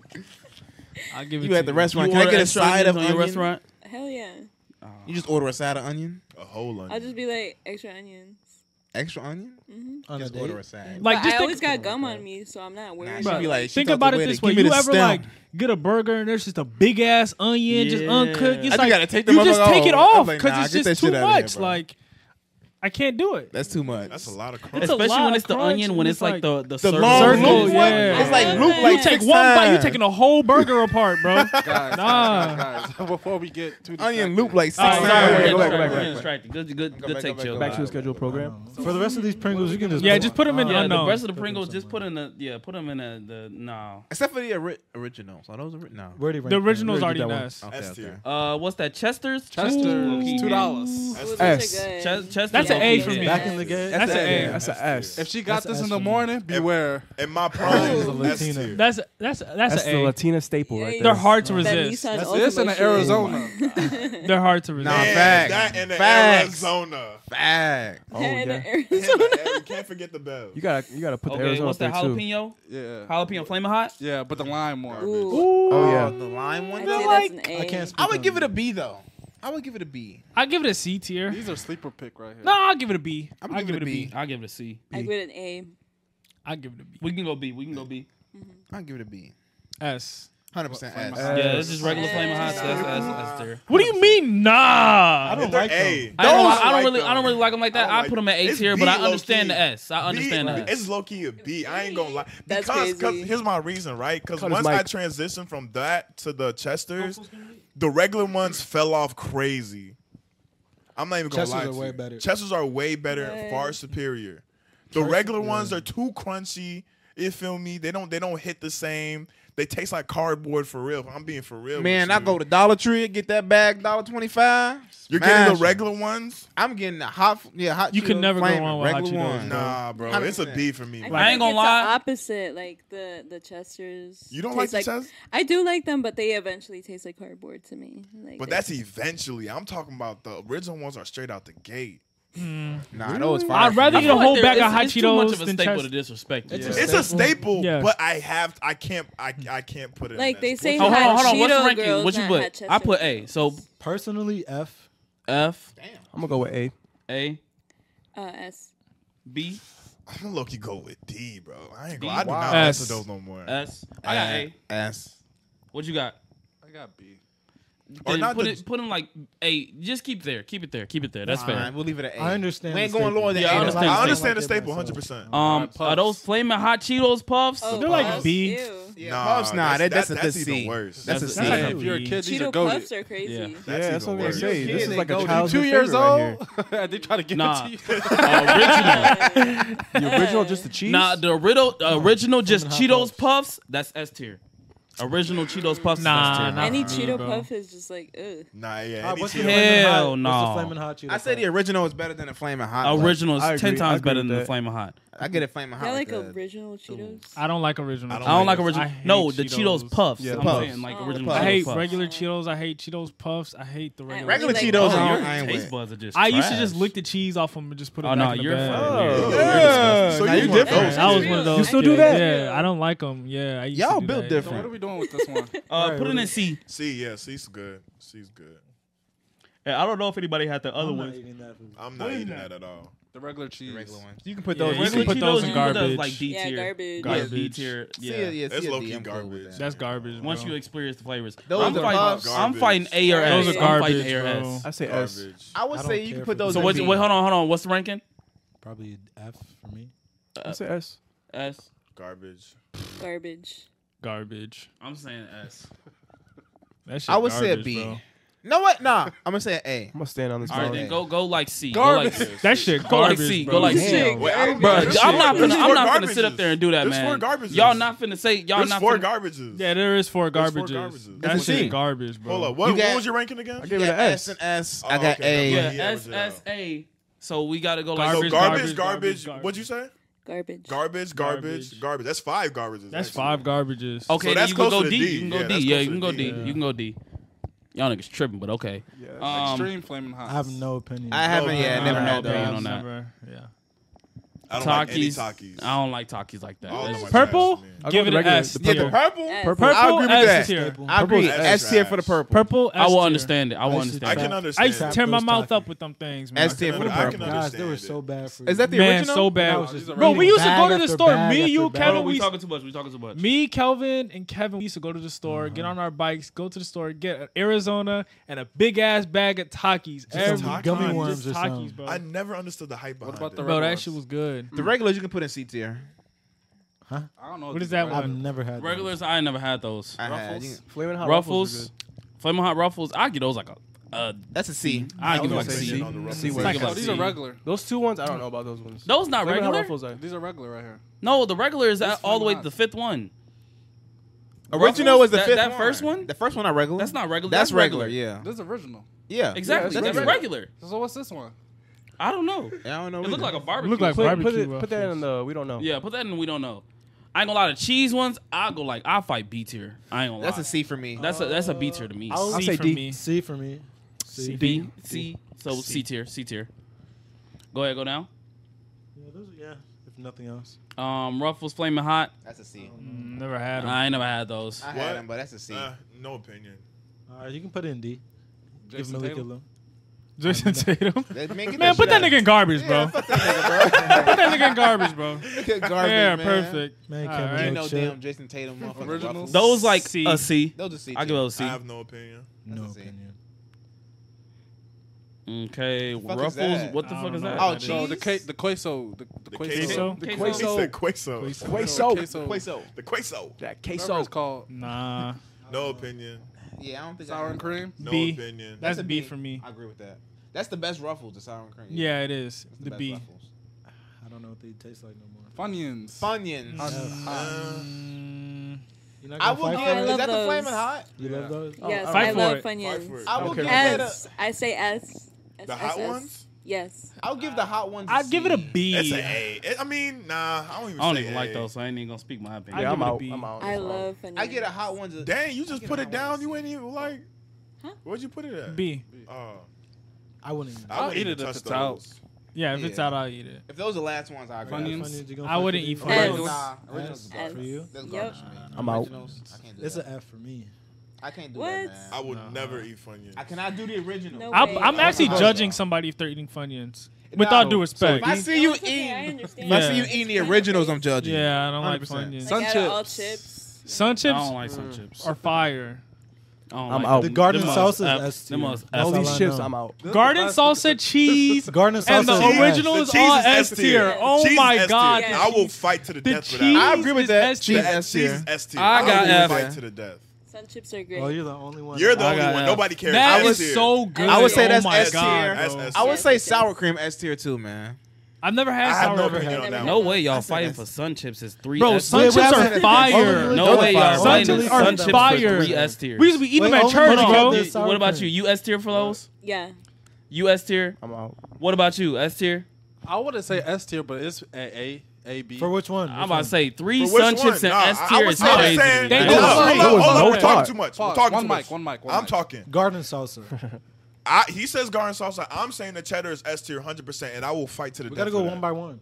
[SPEAKER 3] I give it.
[SPEAKER 2] You
[SPEAKER 3] to
[SPEAKER 2] at the restaurant?
[SPEAKER 1] You
[SPEAKER 2] Can I
[SPEAKER 1] order
[SPEAKER 2] get a
[SPEAKER 1] extra
[SPEAKER 2] side
[SPEAKER 1] onions
[SPEAKER 2] of
[SPEAKER 1] on
[SPEAKER 2] onion?
[SPEAKER 1] your restaurant?
[SPEAKER 6] Hell yeah.
[SPEAKER 2] You just order a side of onion,
[SPEAKER 4] A whole onion.
[SPEAKER 6] I'll just be like extra onions. Mm-hmm.
[SPEAKER 2] extra onion.
[SPEAKER 5] on a
[SPEAKER 2] Just
[SPEAKER 5] date.
[SPEAKER 2] order a
[SPEAKER 3] Like
[SPEAKER 2] side.
[SPEAKER 6] But
[SPEAKER 3] just
[SPEAKER 6] I
[SPEAKER 3] think,
[SPEAKER 6] always got gum on me, so I'm not
[SPEAKER 2] Nah,
[SPEAKER 6] worried.
[SPEAKER 2] she
[SPEAKER 3] Bruh,
[SPEAKER 2] be like, she
[SPEAKER 3] think
[SPEAKER 2] talked
[SPEAKER 3] about it
[SPEAKER 2] the waiter,
[SPEAKER 3] this
[SPEAKER 2] "Give
[SPEAKER 3] way:
[SPEAKER 2] me
[SPEAKER 3] you
[SPEAKER 2] the
[SPEAKER 3] ever
[SPEAKER 2] stem."
[SPEAKER 3] like get a burger and there's just a big ass onion, just
[SPEAKER 1] Yeah.
[SPEAKER 3] uncooked.
[SPEAKER 1] I
[SPEAKER 3] It's
[SPEAKER 2] just
[SPEAKER 3] like
[SPEAKER 2] gotta take the
[SPEAKER 3] you just
[SPEAKER 2] motherfucker
[SPEAKER 3] take it
[SPEAKER 2] off. I
[SPEAKER 3] off
[SPEAKER 2] was like,
[SPEAKER 3] because
[SPEAKER 2] nah,
[SPEAKER 3] it's
[SPEAKER 2] get that
[SPEAKER 3] just too
[SPEAKER 2] shit outta here,
[SPEAKER 3] much.
[SPEAKER 2] bro.
[SPEAKER 3] like I can't do it.
[SPEAKER 2] That's too much.
[SPEAKER 4] That's a lot
[SPEAKER 6] [laughs]
[SPEAKER 4] of crunch.
[SPEAKER 3] It's a
[SPEAKER 1] Especially
[SPEAKER 3] lot
[SPEAKER 1] when
[SPEAKER 3] of
[SPEAKER 1] it's the
[SPEAKER 3] crunch
[SPEAKER 1] onion,
[SPEAKER 3] and
[SPEAKER 1] when
[SPEAKER 3] it's
[SPEAKER 1] it's like,
[SPEAKER 3] like-
[SPEAKER 1] the the,
[SPEAKER 2] The long
[SPEAKER 3] Circle,
[SPEAKER 2] loop
[SPEAKER 3] yeah.
[SPEAKER 2] one. It's like loop
[SPEAKER 6] You
[SPEAKER 2] like
[SPEAKER 3] You take
[SPEAKER 2] six
[SPEAKER 3] one bite, you're
[SPEAKER 2] times.
[SPEAKER 3] taking a whole burger apart,
[SPEAKER 2] [laughs]
[SPEAKER 3] bro.
[SPEAKER 11] [laughs] guys,
[SPEAKER 3] Nah.
[SPEAKER 11] guys, guys, [laughs] guys, before we get too
[SPEAKER 2] onion
[SPEAKER 11] distracted.
[SPEAKER 2] loop like six
[SPEAKER 3] All right,
[SPEAKER 2] times.
[SPEAKER 3] sorry, we're
[SPEAKER 2] Go back,
[SPEAKER 1] distracted, we're
[SPEAKER 2] go back, go back, go back.
[SPEAKER 1] distracted. Good, good,
[SPEAKER 2] Go
[SPEAKER 1] good
[SPEAKER 2] back,
[SPEAKER 1] take,
[SPEAKER 2] go
[SPEAKER 1] chill.
[SPEAKER 9] Back to the schedule program.
[SPEAKER 5] For the rest of these Pringles, you can just
[SPEAKER 3] yeah,
[SPEAKER 5] put-
[SPEAKER 3] just put them in
[SPEAKER 1] Yeah, the
[SPEAKER 3] unknown.
[SPEAKER 1] rest of the
[SPEAKER 5] Put them
[SPEAKER 1] Pringles, just put
[SPEAKER 5] somewhere.
[SPEAKER 1] in the yeah, put them in the, the no.
[SPEAKER 2] Except for the ori- originals. Are those ori- no?
[SPEAKER 5] We already ranked
[SPEAKER 3] The
[SPEAKER 5] them. We
[SPEAKER 3] original's
[SPEAKER 5] already
[SPEAKER 3] already
[SPEAKER 5] did that one.
[SPEAKER 3] nice.
[SPEAKER 2] Okay,
[SPEAKER 4] S
[SPEAKER 2] okay.
[SPEAKER 4] tier.
[SPEAKER 1] Uh, what's that? Chester's.
[SPEAKER 11] Chester's two dollars.
[SPEAKER 6] Ooh, those
[SPEAKER 9] S.
[SPEAKER 6] are good.
[SPEAKER 1] Ches- Chester's.
[SPEAKER 3] That's an A
[SPEAKER 1] yeah.
[SPEAKER 3] for me.
[SPEAKER 5] Back in the game.
[SPEAKER 3] That's
[SPEAKER 2] That's
[SPEAKER 3] an
[SPEAKER 2] an
[SPEAKER 3] A.
[SPEAKER 9] That's an
[SPEAKER 11] If
[SPEAKER 9] S.
[SPEAKER 11] she got
[SPEAKER 5] That's
[SPEAKER 11] this
[SPEAKER 5] an
[SPEAKER 11] in
[SPEAKER 5] S
[SPEAKER 11] the
[SPEAKER 5] for me.
[SPEAKER 11] morning, beware.
[SPEAKER 4] In my
[SPEAKER 5] She's a
[SPEAKER 4] prime, S
[SPEAKER 5] Latina.
[SPEAKER 4] tier.
[SPEAKER 3] That's that's that's,
[SPEAKER 9] That's
[SPEAKER 3] an
[SPEAKER 9] the
[SPEAKER 3] A.
[SPEAKER 9] Latina staple right
[SPEAKER 6] Yeah,
[SPEAKER 9] there.
[SPEAKER 3] They're hard to
[SPEAKER 6] That
[SPEAKER 3] resist.
[SPEAKER 6] Nissan
[SPEAKER 11] That's
[SPEAKER 6] Ultima
[SPEAKER 11] this in
[SPEAKER 6] shit.
[SPEAKER 2] [laughs]
[SPEAKER 11] Arizona.
[SPEAKER 3] They're hard to resist.
[SPEAKER 2] Nah,
[SPEAKER 4] Man,
[SPEAKER 2] facts.
[SPEAKER 4] That in the
[SPEAKER 2] Facts.
[SPEAKER 4] Arizona.
[SPEAKER 2] Bag.
[SPEAKER 9] Oh,
[SPEAKER 6] Yeah, in
[SPEAKER 9] yeah.
[SPEAKER 4] Hell, [laughs]
[SPEAKER 6] Arizona.
[SPEAKER 4] that- you can't forget the bell.
[SPEAKER 9] You gotta you gotta put the
[SPEAKER 1] Okay,
[SPEAKER 9] Arizona
[SPEAKER 1] what's
[SPEAKER 9] up there
[SPEAKER 1] that
[SPEAKER 9] too.
[SPEAKER 1] jalapeno?
[SPEAKER 11] Yeah,
[SPEAKER 1] Jalapeno flaming hot.
[SPEAKER 11] yeah, but the lime more.
[SPEAKER 6] Ooh,
[SPEAKER 9] Oh
[SPEAKER 2] Oh,
[SPEAKER 9] yeah.
[SPEAKER 2] the lime one.
[SPEAKER 6] I'd
[SPEAKER 2] though?
[SPEAKER 6] say
[SPEAKER 2] Like,
[SPEAKER 6] that's an A.
[SPEAKER 5] I can't speak
[SPEAKER 2] I
[SPEAKER 5] on
[SPEAKER 2] would give it a B though. I would give it a B.
[SPEAKER 3] I give it a C tier.
[SPEAKER 11] These are sleeper pick right here.
[SPEAKER 3] No, I'll give it a B.
[SPEAKER 2] I'm
[SPEAKER 3] I'll give it a B.
[SPEAKER 1] I'll give it a C.
[SPEAKER 6] I give it an A.
[SPEAKER 3] I'll give it a B.
[SPEAKER 1] We can go B. We can go B.
[SPEAKER 2] I'd give it a B.
[SPEAKER 3] S.
[SPEAKER 2] Hundred percent
[SPEAKER 9] Uh,
[SPEAKER 2] S.
[SPEAKER 1] Yeah, it's just regular flaming hot.
[SPEAKER 6] S.
[SPEAKER 1] That's that's that's there.
[SPEAKER 3] What do you mean, nah?
[SPEAKER 5] I don't
[SPEAKER 4] They're
[SPEAKER 5] like them.
[SPEAKER 4] A.
[SPEAKER 1] I don't, I
[SPEAKER 4] Those
[SPEAKER 1] don't
[SPEAKER 4] like
[SPEAKER 1] really, I
[SPEAKER 4] them.
[SPEAKER 1] don't really like them like that.
[SPEAKER 4] I
[SPEAKER 1] I,
[SPEAKER 4] don't
[SPEAKER 1] put them at
[SPEAKER 4] like-
[SPEAKER 1] A
[SPEAKER 4] it's
[SPEAKER 1] tier,
[SPEAKER 4] B
[SPEAKER 1] but I
[SPEAKER 4] low
[SPEAKER 1] understand
[SPEAKER 4] key.
[SPEAKER 1] the S. I
[SPEAKER 4] B,
[SPEAKER 1] understand
[SPEAKER 4] like,
[SPEAKER 1] the
[SPEAKER 4] It's
[SPEAKER 1] S.
[SPEAKER 4] low key a B. I ain't gonna lie.
[SPEAKER 6] That's
[SPEAKER 4] Because 'cause
[SPEAKER 6] crazy.
[SPEAKER 4] here's my reason, right? Because
[SPEAKER 9] Cut his
[SPEAKER 4] once I
[SPEAKER 9] mic.
[SPEAKER 4] transitioned from that to the Chesters, the regular ones fell off crazy. I'm not even gonna
[SPEAKER 5] Chesters
[SPEAKER 4] lie.
[SPEAKER 5] are
[SPEAKER 4] to
[SPEAKER 5] way
[SPEAKER 4] you.
[SPEAKER 5] better.
[SPEAKER 4] Chesters are way better,
[SPEAKER 6] Yeah.
[SPEAKER 4] far superior. The regular ones are too crunchy. You feel me? They don't they don't hit the same. They taste like cardboard for real. I'm being for real.
[SPEAKER 2] Man,
[SPEAKER 4] with
[SPEAKER 2] I
[SPEAKER 4] you.
[SPEAKER 2] go to Dollar Tree and get that bag dollar twenty five.
[SPEAKER 4] You're getting the regular ones?
[SPEAKER 2] I'm getting the hot. Yeah, hot.
[SPEAKER 3] You can
[SPEAKER 2] Cheetos
[SPEAKER 3] never go
[SPEAKER 2] flaming,
[SPEAKER 3] wrong with hot
[SPEAKER 2] regular
[SPEAKER 3] Cheetos,
[SPEAKER 2] one.
[SPEAKER 4] Nah, bro.
[SPEAKER 2] Hundred
[SPEAKER 4] It's a
[SPEAKER 2] percent.
[SPEAKER 4] B for me.
[SPEAKER 6] I
[SPEAKER 4] bro.
[SPEAKER 1] Like- I ain't
[SPEAKER 6] think
[SPEAKER 1] gonna lie.
[SPEAKER 6] It's the opposite, like the the Chesters.
[SPEAKER 4] You don't
[SPEAKER 6] taste
[SPEAKER 4] like the Chesters?
[SPEAKER 6] I do like them, but they eventually taste like cardboard to me. Like,
[SPEAKER 4] But
[SPEAKER 6] they're-
[SPEAKER 4] that's eventually. I'm talking about the original ones are straight out the gate.
[SPEAKER 2] Nah, those fire.
[SPEAKER 3] I'd rather
[SPEAKER 1] I
[SPEAKER 3] eat
[SPEAKER 1] feel
[SPEAKER 3] a
[SPEAKER 1] like
[SPEAKER 3] whole
[SPEAKER 1] there-
[SPEAKER 3] bag of
[SPEAKER 1] it's-
[SPEAKER 3] hot
[SPEAKER 1] it's too much
[SPEAKER 3] Cheetos
[SPEAKER 1] of a
[SPEAKER 3] than
[SPEAKER 1] staple to
[SPEAKER 3] Chester.
[SPEAKER 1] disrespect.
[SPEAKER 5] It's
[SPEAKER 1] yeah.
[SPEAKER 5] a
[SPEAKER 4] It's a staple,
[SPEAKER 3] Yeah.
[SPEAKER 4] but I have I can't I I can't put it.
[SPEAKER 6] like
[SPEAKER 4] in
[SPEAKER 6] they
[SPEAKER 4] this.
[SPEAKER 6] say.
[SPEAKER 1] Oh, hold on,
[SPEAKER 6] hot
[SPEAKER 1] hold on. What's
[SPEAKER 6] Cheeto
[SPEAKER 1] the ranking?
[SPEAKER 6] girls,
[SPEAKER 1] what you
[SPEAKER 6] not hot
[SPEAKER 1] put?
[SPEAKER 6] Chester
[SPEAKER 1] I put A. So
[SPEAKER 5] Personally, F.
[SPEAKER 1] F,
[SPEAKER 9] I'm gonna go with A.
[SPEAKER 1] A,
[SPEAKER 6] Uh, S.
[SPEAKER 1] B,
[SPEAKER 4] I'm low key go with D, bro. I ain't
[SPEAKER 1] D?
[SPEAKER 4] go. I do not
[SPEAKER 3] Wow.
[SPEAKER 4] mess
[SPEAKER 3] S.
[SPEAKER 4] with those no more.
[SPEAKER 1] S. I got A.
[SPEAKER 2] S.
[SPEAKER 1] What you got?
[SPEAKER 11] I got B.
[SPEAKER 4] Or
[SPEAKER 1] Then
[SPEAKER 4] not
[SPEAKER 1] put
[SPEAKER 4] the-
[SPEAKER 1] it, put 'em like A. Just keep there. Keep it there. Keep it there. That's
[SPEAKER 2] All right,
[SPEAKER 1] fair.
[SPEAKER 2] we'll leave it at A.
[SPEAKER 5] I understand
[SPEAKER 2] We ain't
[SPEAKER 5] the
[SPEAKER 2] going
[SPEAKER 5] staple.
[SPEAKER 2] lower than
[SPEAKER 1] Yeah, I
[SPEAKER 2] A.
[SPEAKER 1] understand
[SPEAKER 4] I
[SPEAKER 1] the
[SPEAKER 4] understand the
[SPEAKER 5] like it
[SPEAKER 4] staple
[SPEAKER 5] myself.
[SPEAKER 4] 100. percent
[SPEAKER 2] Oh,
[SPEAKER 1] Um,
[SPEAKER 11] Puffs.
[SPEAKER 1] are those flaming hot Cheetos puffs?
[SPEAKER 6] Oh,
[SPEAKER 3] They're like
[SPEAKER 6] puffs?
[SPEAKER 3] B.
[SPEAKER 6] Ew.
[SPEAKER 2] Yeah, puffs. Nah, that, that's, a good
[SPEAKER 4] even
[SPEAKER 2] C.
[SPEAKER 4] worse.
[SPEAKER 2] That's a
[SPEAKER 1] That's
[SPEAKER 2] C.
[SPEAKER 1] a-
[SPEAKER 3] That's
[SPEAKER 1] Yeah.
[SPEAKER 3] like
[SPEAKER 11] If you're a kid, these are
[SPEAKER 6] Cheeto
[SPEAKER 11] goated.
[SPEAKER 6] puffs are crazy.
[SPEAKER 1] Yeah.
[SPEAKER 6] [laughs]
[SPEAKER 4] That's
[SPEAKER 9] yeah, that's
[SPEAKER 4] even
[SPEAKER 9] what I'm gonna
[SPEAKER 4] worse.
[SPEAKER 9] say.
[SPEAKER 2] Your
[SPEAKER 9] This
[SPEAKER 2] kid
[SPEAKER 9] is
[SPEAKER 2] ain't
[SPEAKER 9] like
[SPEAKER 2] go
[SPEAKER 9] a
[SPEAKER 2] to
[SPEAKER 9] child's
[SPEAKER 11] Two years
[SPEAKER 9] right
[SPEAKER 11] old, [laughs] they try to give
[SPEAKER 1] Nah.
[SPEAKER 11] it to you.
[SPEAKER 1] original.
[SPEAKER 6] [laughs]
[SPEAKER 9] here. The original, just the cheese.
[SPEAKER 1] Nah, the original, original just
[SPEAKER 5] Hot
[SPEAKER 1] Cheetos puffs. That's S tier. Original Cheetos puffs. is
[SPEAKER 3] Nah,
[SPEAKER 1] S tier.
[SPEAKER 3] nah.
[SPEAKER 6] uh, Any
[SPEAKER 3] Mm,
[SPEAKER 6] Cheeto
[SPEAKER 3] bro.
[SPEAKER 6] puff is just like ugh.
[SPEAKER 4] Nah, yeah.
[SPEAKER 5] All
[SPEAKER 4] any
[SPEAKER 5] right, what's the
[SPEAKER 4] tier.
[SPEAKER 1] Hell
[SPEAKER 5] flaming hot- what's
[SPEAKER 1] no.
[SPEAKER 5] the flaming hot Cheetos
[SPEAKER 2] I say the original is better than the flaming hot. but
[SPEAKER 1] Original
[SPEAKER 9] I
[SPEAKER 1] is
[SPEAKER 9] agree.
[SPEAKER 1] ten
[SPEAKER 9] I
[SPEAKER 1] times
[SPEAKER 9] agree
[SPEAKER 1] better than
[SPEAKER 9] with
[SPEAKER 1] the
[SPEAKER 9] that.
[SPEAKER 1] flaming hot.
[SPEAKER 2] I get it flaming hot.
[SPEAKER 6] Y'all like
[SPEAKER 2] the-
[SPEAKER 6] original Cheetos.
[SPEAKER 3] I don't like original.
[SPEAKER 4] I
[SPEAKER 1] I don't like
[SPEAKER 4] Cheetos.
[SPEAKER 1] original.
[SPEAKER 3] I hate
[SPEAKER 1] No, the Cheetos,
[SPEAKER 3] Cheetos.
[SPEAKER 1] puffs.
[SPEAKER 9] Yeah,
[SPEAKER 1] I'm
[SPEAKER 2] puffs.
[SPEAKER 1] saying like
[SPEAKER 6] Oh,
[SPEAKER 1] original.
[SPEAKER 2] puffs.
[SPEAKER 3] I hate
[SPEAKER 1] Cheetos puffs.
[SPEAKER 3] regular Cheetos. I hate Cheetos puffs. I hate the regular.
[SPEAKER 2] Regular
[SPEAKER 6] Like
[SPEAKER 2] Cheetos.
[SPEAKER 6] both.
[SPEAKER 2] I
[SPEAKER 1] Oh,
[SPEAKER 2] don't- I
[SPEAKER 1] your
[SPEAKER 2] ain't
[SPEAKER 1] taste
[SPEAKER 2] with.
[SPEAKER 1] buds are just.
[SPEAKER 3] I used to
[SPEAKER 1] trash.
[SPEAKER 3] just lick the cheese off them and just put it
[SPEAKER 1] Oh
[SPEAKER 3] back
[SPEAKER 1] no,
[SPEAKER 3] in the
[SPEAKER 1] you're
[SPEAKER 3] bag.
[SPEAKER 1] funny.
[SPEAKER 2] Yeah.
[SPEAKER 9] Oh.
[SPEAKER 4] So
[SPEAKER 2] Now
[SPEAKER 4] you
[SPEAKER 2] you
[SPEAKER 4] want
[SPEAKER 2] different.
[SPEAKER 4] those?
[SPEAKER 3] I was one of
[SPEAKER 6] You
[SPEAKER 3] those.
[SPEAKER 9] still
[SPEAKER 3] kids.
[SPEAKER 9] do that?
[SPEAKER 3] Yeah, I don't like them. Yeah, I used
[SPEAKER 2] Y'all
[SPEAKER 3] to do that.
[SPEAKER 2] built
[SPEAKER 11] So what are
[SPEAKER 2] different.
[SPEAKER 11] we doing with this one?
[SPEAKER 1] Uh, put it in C.
[SPEAKER 4] C, yeah, C's good. C's good.
[SPEAKER 1] I don't know if anybody had the other
[SPEAKER 5] I'm not
[SPEAKER 1] ones.
[SPEAKER 5] eating that food.
[SPEAKER 4] I'm not eating that at all.
[SPEAKER 11] The regular cheese.
[SPEAKER 2] The regular ones.
[SPEAKER 12] You can put
[SPEAKER 1] Yeah,
[SPEAKER 12] those.
[SPEAKER 1] you
[SPEAKER 12] you
[SPEAKER 1] can
[SPEAKER 12] can put
[SPEAKER 1] put
[SPEAKER 12] those
[SPEAKER 1] those
[SPEAKER 12] in
[SPEAKER 1] in-
[SPEAKER 12] garbage.
[SPEAKER 1] like D
[SPEAKER 6] Yeah,
[SPEAKER 1] tier.
[SPEAKER 6] garbage.
[SPEAKER 1] Like
[SPEAKER 2] Yeah.
[SPEAKER 1] B tier. Yeah.
[SPEAKER 2] See, yeah,
[SPEAKER 4] That's
[SPEAKER 2] see,
[SPEAKER 4] low-key
[SPEAKER 2] I'm cool with
[SPEAKER 4] garbage.
[SPEAKER 2] that.
[SPEAKER 3] That's garbage.
[SPEAKER 1] Once
[SPEAKER 3] bro.
[SPEAKER 1] you experience the flavors,
[SPEAKER 2] Those
[SPEAKER 1] I'm,
[SPEAKER 2] are
[SPEAKER 1] fighting,
[SPEAKER 2] puffs.
[SPEAKER 1] I'm fighting A or S.
[SPEAKER 3] Those are
[SPEAKER 1] I'm fighting
[SPEAKER 3] garbage,
[SPEAKER 1] A or
[SPEAKER 3] bro.
[SPEAKER 1] S.
[SPEAKER 9] I say S.
[SPEAKER 4] Garbage.
[SPEAKER 2] I would
[SPEAKER 5] I
[SPEAKER 2] say
[SPEAKER 5] don't
[SPEAKER 2] you
[SPEAKER 5] care
[SPEAKER 2] can put
[SPEAKER 5] for
[SPEAKER 2] those.
[SPEAKER 1] So
[SPEAKER 2] in
[SPEAKER 1] what's,
[SPEAKER 2] B.
[SPEAKER 1] wait, hold on, hold on. What's the ranking?
[SPEAKER 5] Probably an F for me.
[SPEAKER 9] I say S.
[SPEAKER 1] S.
[SPEAKER 4] Garbage.
[SPEAKER 6] Garbage.
[SPEAKER 3] garbage.
[SPEAKER 1] I'm saying S.
[SPEAKER 3] That shit
[SPEAKER 2] I would say a
[SPEAKER 3] garbage,
[SPEAKER 2] B.
[SPEAKER 3] bro.
[SPEAKER 2] No, what? Nah, I'm gonna say an A.
[SPEAKER 9] I'm gonna stand on this.
[SPEAKER 1] All right,
[SPEAKER 9] mountain.
[SPEAKER 1] then go go like C. Go like
[SPEAKER 3] Garbage.
[SPEAKER 1] C.
[SPEAKER 3] That shit
[SPEAKER 1] Go like
[SPEAKER 3] garbage.
[SPEAKER 1] C.
[SPEAKER 3] bro.
[SPEAKER 1] Go like
[SPEAKER 6] Damn.
[SPEAKER 1] C.
[SPEAKER 4] Wait, I don't
[SPEAKER 1] Bro,
[SPEAKER 4] get it.
[SPEAKER 1] I'm not
[SPEAKER 4] There's
[SPEAKER 1] gonna, I'm
[SPEAKER 4] four
[SPEAKER 1] not gonna sit
[SPEAKER 4] garbages.
[SPEAKER 1] up there and do that,
[SPEAKER 4] There's
[SPEAKER 1] man.
[SPEAKER 4] four garbages.
[SPEAKER 1] Y'all not finna say y'all
[SPEAKER 4] There's
[SPEAKER 1] not
[SPEAKER 4] four
[SPEAKER 1] finna,
[SPEAKER 4] garbages.
[SPEAKER 3] Yeah, there is four
[SPEAKER 4] There's four
[SPEAKER 3] garbages.
[SPEAKER 4] garbages.
[SPEAKER 3] That
[SPEAKER 2] It's a
[SPEAKER 3] shit
[SPEAKER 2] C.
[SPEAKER 3] garbage, bro.
[SPEAKER 4] Hold up. What,
[SPEAKER 2] You
[SPEAKER 4] what
[SPEAKER 2] got-
[SPEAKER 4] was your ranking again?
[SPEAKER 9] I gave it
[SPEAKER 2] Yeah,
[SPEAKER 9] an S.
[SPEAKER 2] and S. I
[SPEAKER 4] Oh,
[SPEAKER 2] got
[SPEAKER 4] okay,
[SPEAKER 2] A.
[SPEAKER 4] never mind.
[SPEAKER 1] Yeah, S
[SPEAKER 4] Yeah, uh,
[SPEAKER 1] S A. So we gotta go like
[SPEAKER 4] So
[SPEAKER 3] Garbage,
[SPEAKER 4] garbage, garbage,
[SPEAKER 3] garbage, garbage, garbage.
[SPEAKER 4] What'd you say?
[SPEAKER 6] Garbage.
[SPEAKER 4] Garbage,
[SPEAKER 3] Garbage.
[SPEAKER 4] garbage, garbage. That's five garbages.
[SPEAKER 3] That's
[SPEAKER 4] actually.
[SPEAKER 3] five garbages.
[SPEAKER 1] Okay,
[SPEAKER 4] So
[SPEAKER 1] then
[SPEAKER 4] that's
[SPEAKER 1] you can go
[SPEAKER 4] closer to
[SPEAKER 1] D.
[SPEAKER 4] D.
[SPEAKER 1] You can go
[SPEAKER 4] Yeah,
[SPEAKER 1] D.
[SPEAKER 4] that's
[SPEAKER 1] Yeah,
[SPEAKER 4] closer
[SPEAKER 1] you can
[SPEAKER 4] to
[SPEAKER 1] go D.
[SPEAKER 4] D.
[SPEAKER 3] Yeah.
[SPEAKER 1] You can go D. Y'all niggas tripping, but okay.
[SPEAKER 9] Yeah.
[SPEAKER 1] Um,
[SPEAKER 11] Extreme flaming hot.
[SPEAKER 5] I have no opinion.
[SPEAKER 2] I haven't.
[SPEAKER 4] man,
[SPEAKER 2] Yeah, I
[SPEAKER 1] I
[SPEAKER 2] never
[SPEAKER 1] don't
[SPEAKER 2] had
[SPEAKER 1] know, man.
[SPEAKER 2] those.
[SPEAKER 1] on that.
[SPEAKER 3] Never- Yeah.
[SPEAKER 4] I don't like any
[SPEAKER 1] Takis.
[SPEAKER 4] Takis.
[SPEAKER 1] I don't like Takis like that.
[SPEAKER 4] I don't
[SPEAKER 1] That's-
[SPEAKER 4] know my
[SPEAKER 3] Purple?
[SPEAKER 4] Takis, man.
[SPEAKER 9] I'll go
[SPEAKER 3] Give
[SPEAKER 9] with
[SPEAKER 3] it
[SPEAKER 9] the
[SPEAKER 3] an
[SPEAKER 9] regular.
[SPEAKER 3] S
[SPEAKER 9] The
[SPEAKER 2] Yeah,
[SPEAKER 3] tier.
[SPEAKER 2] the purple.
[SPEAKER 6] S.
[SPEAKER 3] Purple
[SPEAKER 2] I agree with
[SPEAKER 3] S
[SPEAKER 2] that.
[SPEAKER 3] tier.
[SPEAKER 5] Staple.
[SPEAKER 2] I agree.
[SPEAKER 4] Purple's
[SPEAKER 2] S tier for the
[SPEAKER 4] trash.
[SPEAKER 2] purple.
[SPEAKER 3] Purple S
[SPEAKER 1] I will
[SPEAKER 3] tier.
[SPEAKER 1] understand it. I will
[SPEAKER 5] That's just
[SPEAKER 4] I
[SPEAKER 1] understand.
[SPEAKER 4] can
[SPEAKER 5] fat.
[SPEAKER 3] I
[SPEAKER 4] understand.
[SPEAKER 3] used to
[SPEAKER 5] Tap
[SPEAKER 3] tear my
[SPEAKER 5] those
[SPEAKER 3] mouth
[SPEAKER 5] Takis.
[SPEAKER 3] up with them things, man.
[SPEAKER 2] S tier for the
[SPEAKER 4] I can
[SPEAKER 2] purple.
[SPEAKER 5] Guys, they
[SPEAKER 4] understand
[SPEAKER 5] were
[SPEAKER 4] it.
[SPEAKER 5] so bad for you.
[SPEAKER 2] Is that the
[SPEAKER 3] Man,
[SPEAKER 2] original?
[SPEAKER 3] so
[SPEAKER 5] That
[SPEAKER 3] bad.
[SPEAKER 5] was just
[SPEAKER 3] Bro, we
[SPEAKER 5] reading
[SPEAKER 3] used to go
[SPEAKER 5] bag
[SPEAKER 3] to the
[SPEAKER 5] after
[SPEAKER 3] store.
[SPEAKER 5] bag
[SPEAKER 3] Me,
[SPEAKER 5] after
[SPEAKER 3] you,
[SPEAKER 5] bag.
[SPEAKER 1] Bro,
[SPEAKER 3] Kevin,
[SPEAKER 1] we
[SPEAKER 3] we
[SPEAKER 1] talking too much. We talking too much.
[SPEAKER 3] Me, Kelvin, and Kevin, we used to go to the store, get on our bikes, go to the store, get an Arizona and a big ass bag of Takis.
[SPEAKER 5] Just
[SPEAKER 3] Every-
[SPEAKER 5] some gummy
[SPEAKER 4] Takis.
[SPEAKER 5] worms or
[SPEAKER 3] just Takis,
[SPEAKER 5] something.
[SPEAKER 3] bro.
[SPEAKER 4] I never understood the hype behind
[SPEAKER 11] about
[SPEAKER 4] it.
[SPEAKER 11] the
[SPEAKER 3] Bro, that
[SPEAKER 11] Regulars.
[SPEAKER 3] shit was good.
[SPEAKER 2] The regulars you can put in C tier.
[SPEAKER 11] I don't know.
[SPEAKER 3] What
[SPEAKER 11] if
[SPEAKER 3] is
[SPEAKER 11] these are
[SPEAKER 3] that
[SPEAKER 5] I've
[SPEAKER 3] regular.
[SPEAKER 5] never had
[SPEAKER 1] Regulars, I ain't never had those.
[SPEAKER 2] I had. You
[SPEAKER 11] Ruffles?
[SPEAKER 2] can-
[SPEAKER 9] Flaming hot
[SPEAKER 1] Ruffles, flaming hot ruffles. I get those like a. Uh,
[SPEAKER 2] That's a C.
[SPEAKER 1] I
[SPEAKER 4] I
[SPEAKER 1] give
[SPEAKER 4] was
[SPEAKER 1] it like a
[SPEAKER 4] gonna say
[SPEAKER 1] C.
[SPEAKER 4] shit on the
[SPEAKER 9] C
[SPEAKER 4] Ruffles.
[SPEAKER 9] word.
[SPEAKER 3] Like
[SPEAKER 1] Give it
[SPEAKER 11] Oh,
[SPEAKER 1] like a
[SPEAKER 11] these
[SPEAKER 1] C.
[SPEAKER 11] are regular.
[SPEAKER 9] Those two ones, I don't know about those ones.
[SPEAKER 1] Those not
[SPEAKER 9] Flamin' Hot
[SPEAKER 1] regular.
[SPEAKER 9] Ruffles are-
[SPEAKER 11] These are regular right here.
[SPEAKER 1] No, the regular is at-
[SPEAKER 11] What's
[SPEAKER 1] all the way
[SPEAKER 11] Flamin'
[SPEAKER 1] to
[SPEAKER 11] Hot?
[SPEAKER 1] the fifth one.
[SPEAKER 2] Original was the
[SPEAKER 1] that,
[SPEAKER 2] fifth
[SPEAKER 1] That
[SPEAKER 2] one.
[SPEAKER 1] first one.
[SPEAKER 2] The first one not regular.
[SPEAKER 1] That's not regular. That's
[SPEAKER 2] That's
[SPEAKER 1] regular.
[SPEAKER 2] regular. Yeah.
[SPEAKER 11] This is original.
[SPEAKER 2] Yeah.
[SPEAKER 1] Exactly.
[SPEAKER 9] Yeah,
[SPEAKER 1] that's
[SPEAKER 9] that's
[SPEAKER 1] regular.
[SPEAKER 9] regular.
[SPEAKER 11] So what's this one?
[SPEAKER 1] I don't know.
[SPEAKER 2] Yeah, I don't know.
[SPEAKER 1] It looked like
[SPEAKER 2] either.
[SPEAKER 1] a barbecue.
[SPEAKER 3] Look like
[SPEAKER 9] Put, put
[SPEAKER 3] Barbecue
[SPEAKER 9] it, put that in
[SPEAKER 3] Ruffles.
[SPEAKER 9] the. We don't know.
[SPEAKER 1] Yeah, put that in. We don't know. I ain't gonna lie. The cheese ones, I go like I fight B tier. I ain't gonna
[SPEAKER 2] That's
[SPEAKER 1] lie.
[SPEAKER 2] a C for me.
[SPEAKER 1] That's a that's a B tier to me.
[SPEAKER 9] I'll
[SPEAKER 3] C
[SPEAKER 9] say
[SPEAKER 3] for
[SPEAKER 9] D.
[SPEAKER 3] me.
[SPEAKER 5] C for me. C.
[SPEAKER 1] B C. So C tier. C tier. Go ahead. Go down.
[SPEAKER 5] Yeah, those are- yeah, if nothing else.
[SPEAKER 1] Um, Ruffles flaming hot.
[SPEAKER 2] That's a C.
[SPEAKER 3] Mm, Never had them. [laughs]
[SPEAKER 1] I ain't never had
[SPEAKER 2] [laughs]
[SPEAKER 1] those.
[SPEAKER 2] I
[SPEAKER 4] What?
[SPEAKER 2] had them, but that's a C.
[SPEAKER 4] Uh, no opinion.
[SPEAKER 5] All right, you can put it in D. Give
[SPEAKER 11] Jason
[SPEAKER 5] Malik a
[SPEAKER 11] Tatum?
[SPEAKER 5] little.
[SPEAKER 3] Jason Tatum.
[SPEAKER 2] That- Man, get
[SPEAKER 3] Man, put that
[SPEAKER 2] shit
[SPEAKER 3] nigga in garbage, bro.
[SPEAKER 2] out of-
[SPEAKER 3] Put [laughs]
[SPEAKER 2] Yeah, fuck that
[SPEAKER 3] that nigga in garbage, bro.
[SPEAKER 2] nigga, bro. Garbage,
[SPEAKER 3] Yeah,
[SPEAKER 2] man.
[SPEAKER 3] perfect.
[SPEAKER 5] Man,
[SPEAKER 3] All
[SPEAKER 5] Kevin,
[SPEAKER 3] right.
[SPEAKER 2] You
[SPEAKER 5] ain't
[SPEAKER 2] know,
[SPEAKER 5] shit.
[SPEAKER 2] damn Jason Tatum, motherfucking
[SPEAKER 11] Originals?
[SPEAKER 2] Ruffles.
[SPEAKER 1] Those like
[SPEAKER 3] C.
[SPEAKER 1] a C.
[SPEAKER 2] Those are C.
[SPEAKER 1] I give it a C.
[SPEAKER 4] I have no opinion.
[SPEAKER 5] No
[SPEAKER 2] That's a C.
[SPEAKER 5] opinion.
[SPEAKER 1] Okay,
[SPEAKER 2] fuck is
[SPEAKER 1] Ruffles.
[SPEAKER 2] that?
[SPEAKER 1] What the
[SPEAKER 3] I
[SPEAKER 1] fuck
[SPEAKER 3] don't
[SPEAKER 1] is
[SPEAKER 3] know.
[SPEAKER 1] that?
[SPEAKER 2] Oh,
[SPEAKER 3] That is-
[SPEAKER 11] So
[SPEAKER 2] cheese.
[SPEAKER 11] the que- the queso, the, the,
[SPEAKER 4] The
[SPEAKER 11] queso.
[SPEAKER 4] queso.
[SPEAKER 3] The
[SPEAKER 4] He said queso.
[SPEAKER 11] Queso. Queso.
[SPEAKER 2] Queso.
[SPEAKER 4] The queso.
[SPEAKER 9] That
[SPEAKER 11] Whatever
[SPEAKER 9] queso.
[SPEAKER 11] it's called.
[SPEAKER 3] Mm-hmm. Nah,
[SPEAKER 4] No opinion.
[SPEAKER 2] Yeah, I don't think I
[SPEAKER 11] Sour
[SPEAKER 2] had
[SPEAKER 11] and
[SPEAKER 2] them.
[SPEAKER 11] cream.
[SPEAKER 4] No
[SPEAKER 3] B.
[SPEAKER 4] opinion.
[SPEAKER 3] That's
[SPEAKER 2] a
[SPEAKER 3] B for me.
[SPEAKER 2] I agree with that. That's the best ruffles, the sour and cream.
[SPEAKER 3] yeah, it is
[SPEAKER 2] That's
[SPEAKER 3] the
[SPEAKER 2] best
[SPEAKER 3] B.
[SPEAKER 2] Ruffles.
[SPEAKER 5] I don't know what they taste like no more.
[SPEAKER 11] Funyuns.
[SPEAKER 2] Funyuns.
[SPEAKER 4] Uh,
[SPEAKER 3] Mm,
[SPEAKER 5] You're not
[SPEAKER 2] I
[SPEAKER 5] gonna fight
[SPEAKER 2] will give.
[SPEAKER 5] for
[SPEAKER 6] I
[SPEAKER 5] it?
[SPEAKER 2] Is
[SPEAKER 6] love
[SPEAKER 2] that the
[SPEAKER 6] those.
[SPEAKER 2] flaming hot?
[SPEAKER 5] You love those?
[SPEAKER 6] Yes,
[SPEAKER 3] Oh,
[SPEAKER 6] I
[SPEAKER 3] fight
[SPEAKER 6] love
[SPEAKER 3] for
[SPEAKER 4] Fight for
[SPEAKER 6] Funyuns.
[SPEAKER 4] it.
[SPEAKER 2] I will
[SPEAKER 9] Okay.
[SPEAKER 2] give that. A,
[SPEAKER 6] S. I say S. S,
[SPEAKER 4] the
[SPEAKER 6] S,
[SPEAKER 4] hot
[SPEAKER 6] S.
[SPEAKER 4] ones?
[SPEAKER 6] Yes.
[SPEAKER 2] I'll give the hot ones.
[SPEAKER 3] I'd give it a B.
[SPEAKER 4] It's an A. It- I mean, nah. I don't even.
[SPEAKER 1] I don't
[SPEAKER 4] say
[SPEAKER 1] even
[SPEAKER 4] A.
[SPEAKER 1] like those, so I ain't even gonna speak my opinion.
[SPEAKER 9] Yeah,
[SPEAKER 3] I
[SPEAKER 9] I'm
[SPEAKER 3] give it a
[SPEAKER 9] out.
[SPEAKER 3] B.
[SPEAKER 9] I'm out.
[SPEAKER 6] I
[SPEAKER 9] So,
[SPEAKER 6] love Funyuns.
[SPEAKER 2] I get a hot ones. a-
[SPEAKER 4] Dang, you just
[SPEAKER 2] give
[SPEAKER 4] put
[SPEAKER 2] it
[SPEAKER 4] it
[SPEAKER 2] a hot
[SPEAKER 4] down.
[SPEAKER 2] one.
[SPEAKER 4] You ain't even like.
[SPEAKER 6] Huh?
[SPEAKER 4] Where'd you put it at?
[SPEAKER 3] B.
[SPEAKER 4] Oh,
[SPEAKER 5] I wouldn't. Even.
[SPEAKER 4] I
[SPEAKER 11] I'll
[SPEAKER 4] wouldn't
[SPEAKER 11] eat
[SPEAKER 4] even
[SPEAKER 11] it if
[SPEAKER 4] touch
[SPEAKER 11] it's
[SPEAKER 4] those.
[SPEAKER 11] out.
[SPEAKER 3] Yeah, if it's
[SPEAKER 2] Yeah.
[SPEAKER 3] out, I'll eat it.
[SPEAKER 2] If those are the last ones, I agree.
[SPEAKER 11] Funyuns.
[SPEAKER 5] Funyuns, you gonna
[SPEAKER 3] I
[SPEAKER 5] fight for
[SPEAKER 3] wouldn't
[SPEAKER 5] D?
[SPEAKER 3] eat
[SPEAKER 5] Funyuns?
[SPEAKER 6] Funyuns.
[SPEAKER 2] Nah, originals is
[SPEAKER 5] S.
[SPEAKER 2] garbage.
[SPEAKER 5] For you?
[SPEAKER 2] That's
[SPEAKER 6] Yep.
[SPEAKER 2] garbage for me.
[SPEAKER 9] I'm out.
[SPEAKER 2] Originals, I can't do
[SPEAKER 5] It's
[SPEAKER 2] that.
[SPEAKER 5] an F for me.
[SPEAKER 2] I can't do
[SPEAKER 6] What?
[SPEAKER 2] that, man.
[SPEAKER 4] I would never eat Funyuns.
[SPEAKER 2] I cannot do the original.
[SPEAKER 6] No
[SPEAKER 3] I'll, I'm
[SPEAKER 6] way.
[SPEAKER 2] [laughs]
[SPEAKER 3] actually
[SPEAKER 2] Oh,
[SPEAKER 3] judging
[SPEAKER 2] no.
[SPEAKER 3] somebody if they're eating Funyuns. With all due respect.
[SPEAKER 2] If I see you
[SPEAKER 6] It's okay, I
[SPEAKER 2] eating,
[SPEAKER 6] understand.
[SPEAKER 2] if I see you
[SPEAKER 3] Yeah.
[SPEAKER 2] eating the originals, I'm judging. you.
[SPEAKER 3] yeah, I don't like
[SPEAKER 2] 100%.
[SPEAKER 3] Funyuns.
[SPEAKER 11] Sun
[SPEAKER 6] Like, out of all
[SPEAKER 11] chips.
[SPEAKER 6] chips.
[SPEAKER 3] Sun
[SPEAKER 1] I
[SPEAKER 3] chips
[SPEAKER 1] don't like some chips.
[SPEAKER 3] are fire.
[SPEAKER 1] I don't
[SPEAKER 9] I'm
[SPEAKER 1] like
[SPEAKER 9] out.
[SPEAKER 1] them.
[SPEAKER 9] The
[SPEAKER 5] garden
[SPEAKER 1] Them
[SPEAKER 5] sauce is
[SPEAKER 1] motherfuckers-
[SPEAKER 5] S tier.
[SPEAKER 1] them motherfuckers-
[SPEAKER 5] That's
[SPEAKER 9] All
[SPEAKER 5] all I
[SPEAKER 9] these chips,
[SPEAKER 5] know.
[SPEAKER 9] I'm out.
[SPEAKER 3] Garden salsa cheese
[SPEAKER 5] Garden
[SPEAKER 3] and
[SPEAKER 5] salsa
[SPEAKER 3] the
[SPEAKER 5] is S.
[SPEAKER 3] original
[SPEAKER 4] The
[SPEAKER 3] is
[SPEAKER 4] cheese
[SPEAKER 3] all
[SPEAKER 4] is S
[SPEAKER 3] S tier.
[SPEAKER 4] tier.
[SPEAKER 3] Oh
[SPEAKER 4] Cheese
[SPEAKER 3] my
[SPEAKER 4] S tier.
[SPEAKER 3] god.
[SPEAKER 6] Yeah.
[SPEAKER 4] I will fight to the
[SPEAKER 3] The
[SPEAKER 4] death for that.
[SPEAKER 3] cheese
[SPEAKER 2] I agree with
[SPEAKER 3] is
[SPEAKER 2] that.
[SPEAKER 3] S
[SPEAKER 4] The
[SPEAKER 3] tier.
[SPEAKER 2] Cheese.
[SPEAKER 4] S- cheese is S tier.
[SPEAKER 1] I got
[SPEAKER 4] will
[SPEAKER 1] F.
[SPEAKER 4] Fight to the death.
[SPEAKER 6] Sun chips are great.
[SPEAKER 5] Oh, you're the only one.
[SPEAKER 4] You're the
[SPEAKER 1] I
[SPEAKER 4] only
[SPEAKER 1] got
[SPEAKER 4] one.
[SPEAKER 1] F.
[SPEAKER 4] Nobody cares.
[SPEAKER 3] That
[SPEAKER 4] S
[SPEAKER 3] is
[SPEAKER 4] tier.
[SPEAKER 3] so good.
[SPEAKER 2] I would say
[SPEAKER 3] oh
[SPEAKER 2] that's
[SPEAKER 3] my
[SPEAKER 2] S
[SPEAKER 3] God,
[SPEAKER 2] tier.
[SPEAKER 3] bro.
[SPEAKER 4] That's S
[SPEAKER 2] I
[SPEAKER 4] tier.
[SPEAKER 2] would say
[SPEAKER 6] Yes, it
[SPEAKER 2] sour
[SPEAKER 6] is.
[SPEAKER 2] cream S tier too, man.
[SPEAKER 3] I've never
[SPEAKER 4] I
[SPEAKER 3] had
[SPEAKER 4] have no
[SPEAKER 3] sour cream.
[SPEAKER 4] opinion on that.
[SPEAKER 1] No
[SPEAKER 4] one.
[SPEAKER 1] way y'all
[SPEAKER 2] That's
[SPEAKER 1] fighting
[SPEAKER 2] it.
[SPEAKER 1] for sun chips is three.
[SPEAKER 3] Bro,
[SPEAKER 1] S
[SPEAKER 3] sun
[SPEAKER 1] tier.
[SPEAKER 5] Wait, wait,
[SPEAKER 3] chips
[SPEAKER 5] I'm
[SPEAKER 3] are
[SPEAKER 5] saying-
[SPEAKER 3] fire.
[SPEAKER 5] Those
[SPEAKER 1] No
[SPEAKER 5] are
[SPEAKER 1] way y'all
[SPEAKER 5] fire.
[SPEAKER 1] fighting
[SPEAKER 5] Sun
[SPEAKER 1] sun
[SPEAKER 3] chips
[SPEAKER 1] chips,
[SPEAKER 3] are
[SPEAKER 1] sun chips
[SPEAKER 3] fire.
[SPEAKER 1] for three S tier.
[SPEAKER 3] We used to be eating
[SPEAKER 5] Wait,
[SPEAKER 3] them at
[SPEAKER 5] only
[SPEAKER 3] church,
[SPEAKER 5] one
[SPEAKER 3] bro.
[SPEAKER 5] together. sour
[SPEAKER 1] What about you?
[SPEAKER 5] cream.
[SPEAKER 1] You S tier for those?
[SPEAKER 6] Yeah.
[SPEAKER 1] You S tier.
[SPEAKER 9] I'm out.
[SPEAKER 1] What about you? S tier.
[SPEAKER 11] I wouldn't say S tier, but it's a A a b.
[SPEAKER 5] For which one?
[SPEAKER 1] I'm about to say three
[SPEAKER 4] For which
[SPEAKER 1] sun
[SPEAKER 4] one?
[SPEAKER 1] chips and
[SPEAKER 4] Nah, I-
[SPEAKER 1] S
[SPEAKER 4] I
[SPEAKER 1] tier
[SPEAKER 4] was-
[SPEAKER 1] is
[SPEAKER 4] I was
[SPEAKER 1] crazy.
[SPEAKER 4] saying-
[SPEAKER 3] They
[SPEAKER 4] Hold
[SPEAKER 3] do.
[SPEAKER 4] up,
[SPEAKER 3] Three.
[SPEAKER 4] hold up,
[SPEAKER 3] It was
[SPEAKER 4] hold up,
[SPEAKER 9] no
[SPEAKER 4] We're talking
[SPEAKER 9] thought.
[SPEAKER 4] too much. We're
[SPEAKER 11] Pause.
[SPEAKER 4] talking
[SPEAKER 11] One
[SPEAKER 4] too
[SPEAKER 11] mic,
[SPEAKER 4] much.
[SPEAKER 11] one mic, one
[SPEAKER 4] I'm
[SPEAKER 11] mic.
[SPEAKER 4] talking.
[SPEAKER 5] Garden salsa.
[SPEAKER 3] [laughs]
[SPEAKER 4] I, he says garden salsa. I'm saying the cheddar is S tier 100%, and I will fight to the
[SPEAKER 5] We
[SPEAKER 4] death.
[SPEAKER 5] gotta go
[SPEAKER 4] for
[SPEAKER 5] one
[SPEAKER 4] that.
[SPEAKER 5] by one.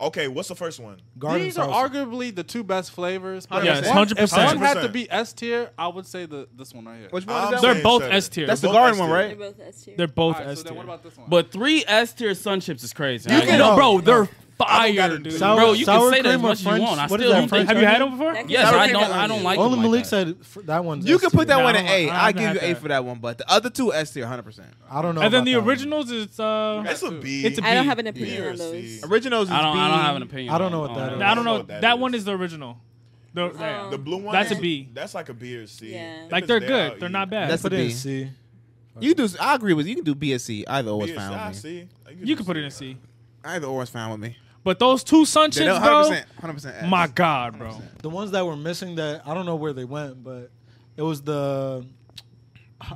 [SPEAKER 4] Okay, what's the first one?
[SPEAKER 5] Garden
[SPEAKER 11] These
[SPEAKER 5] sauce.
[SPEAKER 11] are arguably the two best flavors. but
[SPEAKER 3] Yes,
[SPEAKER 11] if one- If
[SPEAKER 3] 100%.
[SPEAKER 11] one had to be S tier, I would say the this one right here.
[SPEAKER 2] Which one is
[SPEAKER 4] I'm
[SPEAKER 2] that?
[SPEAKER 3] They're
[SPEAKER 4] saying
[SPEAKER 3] both
[SPEAKER 4] seven.
[SPEAKER 3] S tier.
[SPEAKER 2] That's the
[SPEAKER 4] both
[SPEAKER 2] garden
[SPEAKER 4] S
[SPEAKER 2] one,
[SPEAKER 4] tier.
[SPEAKER 6] They're
[SPEAKER 2] right?
[SPEAKER 6] both S tier.
[SPEAKER 3] They're both
[SPEAKER 11] All right,
[SPEAKER 3] S
[SPEAKER 11] so then
[SPEAKER 3] tier.
[SPEAKER 11] what about this one?
[SPEAKER 1] But three S tier sun chips is crazy.
[SPEAKER 3] You
[SPEAKER 1] I ain't
[SPEAKER 3] can,
[SPEAKER 1] gonna-
[SPEAKER 3] no, bro, they're
[SPEAKER 4] I don't gotta
[SPEAKER 3] fire,
[SPEAKER 4] do
[SPEAKER 3] dude.
[SPEAKER 4] that.
[SPEAKER 5] Sour-
[SPEAKER 1] bro, you
[SPEAKER 5] sour
[SPEAKER 1] can say that as
[SPEAKER 5] cream or
[SPEAKER 1] much as
[SPEAKER 5] French-
[SPEAKER 1] you want. I
[SPEAKER 5] what is
[SPEAKER 1] still
[SPEAKER 5] that,
[SPEAKER 1] you
[SPEAKER 5] French
[SPEAKER 1] think-
[SPEAKER 3] Have you had them before?
[SPEAKER 6] That-
[SPEAKER 1] Yes,
[SPEAKER 6] Sour
[SPEAKER 1] I
[SPEAKER 6] cream
[SPEAKER 1] don't.
[SPEAKER 6] and
[SPEAKER 1] I don't
[SPEAKER 6] onion.
[SPEAKER 1] like.
[SPEAKER 5] Only
[SPEAKER 1] them like
[SPEAKER 5] Malik
[SPEAKER 1] that.
[SPEAKER 5] said f- that one's
[SPEAKER 2] You
[SPEAKER 5] S
[SPEAKER 2] can put
[SPEAKER 5] tier.
[SPEAKER 2] that
[SPEAKER 3] Nah,
[SPEAKER 2] one
[SPEAKER 3] I
[SPEAKER 2] at
[SPEAKER 3] don't- I
[SPEAKER 2] A.
[SPEAKER 3] don't
[SPEAKER 2] I
[SPEAKER 3] have
[SPEAKER 2] give you
[SPEAKER 3] that.
[SPEAKER 2] A for that one, but the other two S tier, 100. percent
[SPEAKER 5] I don't know.
[SPEAKER 3] And then
[SPEAKER 5] about
[SPEAKER 3] the
[SPEAKER 5] that one.
[SPEAKER 3] originals is uh,
[SPEAKER 4] That's a B.
[SPEAKER 3] It's a
[SPEAKER 6] I don't
[SPEAKER 3] B.
[SPEAKER 6] have an opinion
[SPEAKER 4] or
[SPEAKER 6] on
[SPEAKER 4] C.
[SPEAKER 6] those.
[SPEAKER 2] Originals. Is
[SPEAKER 1] I don't. I don't
[SPEAKER 2] B.
[SPEAKER 1] have an opinion.
[SPEAKER 5] I don't know
[SPEAKER 1] on it.
[SPEAKER 5] what that
[SPEAKER 1] I
[SPEAKER 5] is.
[SPEAKER 1] don't
[SPEAKER 3] I don't know.
[SPEAKER 4] what that
[SPEAKER 3] That,
[SPEAKER 4] is.
[SPEAKER 3] one is the original. The- yeah.
[SPEAKER 6] Um,
[SPEAKER 4] The blue one.
[SPEAKER 3] That's a
[SPEAKER 4] is-
[SPEAKER 3] B.
[SPEAKER 4] That's like a B or C.
[SPEAKER 6] Yeah.
[SPEAKER 4] If
[SPEAKER 3] Like
[SPEAKER 4] it's
[SPEAKER 3] they're
[SPEAKER 4] there, I'll
[SPEAKER 3] good. They're
[SPEAKER 4] eat
[SPEAKER 3] not
[SPEAKER 4] it.
[SPEAKER 3] bad.
[SPEAKER 2] That's
[SPEAKER 5] Put
[SPEAKER 2] a
[SPEAKER 5] it in
[SPEAKER 2] B.
[SPEAKER 5] C.
[SPEAKER 2] You do. I agree with you. You can do B and C. Either or
[SPEAKER 4] B
[SPEAKER 2] is
[SPEAKER 4] or C, I
[SPEAKER 2] fine with me.
[SPEAKER 4] see.
[SPEAKER 3] you can put it in
[SPEAKER 4] C.
[SPEAKER 3] C.
[SPEAKER 2] Either or is fine with me.
[SPEAKER 3] But those two sun
[SPEAKER 2] They
[SPEAKER 3] chips,
[SPEAKER 2] don't-
[SPEAKER 3] bro.
[SPEAKER 2] 100%. 100% S.
[SPEAKER 3] My God, bro.
[SPEAKER 5] The ones that were missing that I don't know where they went, but it was the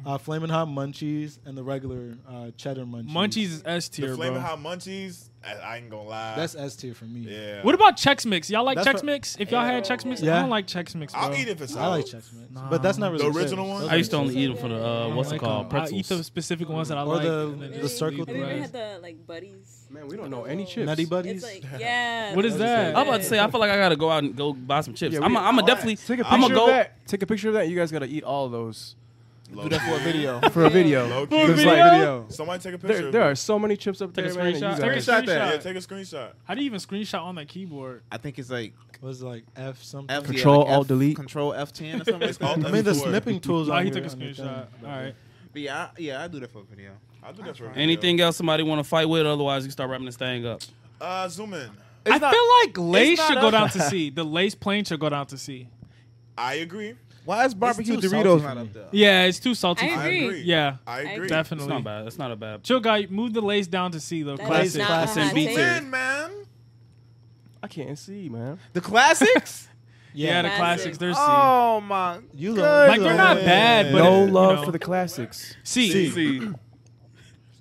[SPEAKER 5] uh, flaming hot munchies and the regular uh, cheddar munchies.
[SPEAKER 3] Munchies is S
[SPEAKER 4] The
[SPEAKER 3] tier, bro.
[SPEAKER 4] flaming hot munchies. I, I ain't gonna lie.
[SPEAKER 5] That's S tier for me.
[SPEAKER 4] yeah.
[SPEAKER 3] What about Chex Mix? Y'all like
[SPEAKER 5] That's
[SPEAKER 3] Chex
[SPEAKER 5] what-
[SPEAKER 3] Mix? If y'all had Chex Mix, I
[SPEAKER 5] Yeah.
[SPEAKER 3] don't like Chex Mix, bro.
[SPEAKER 4] I'll eat it if it's
[SPEAKER 5] I
[SPEAKER 4] out.
[SPEAKER 5] like Chex Mix, but that's not really
[SPEAKER 4] The
[SPEAKER 5] chips.
[SPEAKER 4] original
[SPEAKER 5] Those
[SPEAKER 4] one?
[SPEAKER 5] are
[SPEAKER 1] I used to only
[SPEAKER 5] chips.
[SPEAKER 1] eat them for the uh, what's it
[SPEAKER 5] like
[SPEAKER 1] called?
[SPEAKER 5] them.
[SPEAKER 3] Oh I eat
[SPEAKER 1] Pretzels.
[SPEAKER 3] the specific ones that I
[SPEAKER 5] Or
[SPEAKER 3] like.
[SPEAKER 5] the-
[SPEAKER 3] and then
[SPEAKER 5] the
[SPEAKER 3] just
[SPEAKER 5] circle
[SPEAKER 3] leave
[SPEAKER 6] Have
[SPEAKER 3] the
[SPEAKER 6] you ever
[SPEAKER 5] things.
[SPEAKER 3] rest.
[SPEAKER 6] had the like buddies?
[SPEAKER 9] Man, we don't know any chips.
[SPEAKER 5] Nutty Buddies.
[SPEAKER 6] It's like
[SPEAKER 2] [laughs]
[SPEAKER 6] yeah.
[SPEAKER 3] What is
[SPEAKER 6] those are
[SPEAKER 3] that?
[SPEAKER 1] I'm about to
[SPEAKER 6] good.
[SPEAKER 1] say. I feel like I gotta go out and go buy some chips.
[SPEAKER 9] Yeah,
[SPEAKER 1] I'm.
[SPEAKER 9] we-
[SPEAKER 1] A, I'm a definitely.
[SPEAKER 9] Take a picture
[SPEAKER 1] I'm gonna
[SPEAKER 9] of
[SPEAKER 1] go.
[SPEAKER 9] that. Take a picture of that. You guys gotta eat all of those
[SPEAKER 4] Low
[SPEAKER 2] Do that for a
[SPEAKER 4] key.
[SPEAKER 2] video.
[SPEAKER 9] for a video.
[SPEAKER 4] Low key.
[SPEAKER 9] It's like
[SPEAKER 3] Video?
[SPEAKER 9] video.
[SPEAKER 4] Somebody take a picture.
[SPEAKER 9] There,
[SPEAKER 4] of
[SPEAKER 9] there
[SPEAKER 4] it.
[SPEAKER 9] are so many chips up there,
[SPEAKER 1] Take a
[SPEAKER 9] man. and you
[SPEAKER 1] screenshot.
[SPEAKER 9] guys-
[SPEAKER 1] Take
[SPEAKER 2] Screenshot that.
[SPEAKER 4] Yeah, take a screenshot.
[SPEAKER 3] How do you even screenshot on that keyboard?
[SPEAKER 2] I think it's like
[SPEAKER 5] Was it like F something?
[SPEAKER 2] F. yeah,
[SPEAKER 9] Control,
[SPEAKER 2] like F-
[SPEAKER 9] Alt, Delete.
[SPEAKER 2] Control F ten
[SPEAKER 4] [laughs]
[SPEAKER 2] or something. like
[SPEAKER 4] It's Alt
[SPEAKER 2] that.
[SPEAKER 5] I mean, the
[SPEAKER 4] F4.
[SPEAKER 5] snipping tools.
[SPEAKER 3] Oh,
[SPEAKER 5] on
[SPEAKER 3] he
[SPEAKER 5] your-
[SPEAKER 3] took a
[SPEAKER 5] on your thing.
[SPEAKER 3] screenshot. All right.
[SPEAKER 2] But yeah, I, yeah, I do that for a video.
[SPEAKER 4] I'll do that for a video.
[SPEAKER 1] Anything else somebody want to fight with? Otherwise, you start wrapping this thing up.
[SPEAKER 4] Uh, zoom in.
[SPEAKER 3] I feel like Lace
[SPEAKER 2] not
[SPEAKER 3] should go
[SPEAKER 2] a-
[SPEAKER 3] down to C. The Lace plane should go down to C.
[SPEAKER 4] I agree.
[SPEAKER 2] Why is barbecue
[SPEAKER 5] too
[SPEAKER 2] Doritos
[SPEAKER 5] salty
[SPEAKER 2] not
[SPEAKER 5] for
[SPEAKER 2] up
[SPEAKER 5] me.
[SPEAKER 2] there?
[SPEAKER 3] Yeah, it's too salty.
[SPEAKER 6] I
[SPEAKER 4] I
[SPEAKER 6] agree.
[SPEAKER 4] agree.
[SPEAKER 3] Yeah,
[SPEAKER 4] I agree.
[SPEAKER 1] It's
[SPEAKER 3] definitely.
[SPEAKER 1] not bad. It's not a bad.
[SPEAKER 3] Chill guy, move the Lace down to C though.
[SPEAKER 6] That
[SPEAKER 3] Classic.
[SPEAKER 6] is not
[SPEAKER 5] Classic.
[SPEAKER 6] a hot
[SPEAKER 1] B
[SPEAKER 6] take.
[SPEAKER 1] tier.
[SPEAKER 4] Man, man.
[SPEAKER 9] I can't see, man.
[SPEAKER 2] The classics?
[SPEAKER 3] Yeah, the
[SPEAKER 6] Classic.
[SPEAKER 3] classics. They're C.
[SPEAKER 2] oh my!
[SPEAKER 5] You
[SPEAKER 2] good
[SPEAKER 5] look-
[SPEAKER 3] like they're not
[SPEAKER 2] lord.
[SPEAKER 3] bad, but
[SPEAKER 9] no
[SPEAKER 3] it- you
[SPEAKER 9] love
[SPEAKER 3] know.
[SPEAKER 9] for the classics.
[SPEAKER 3] C.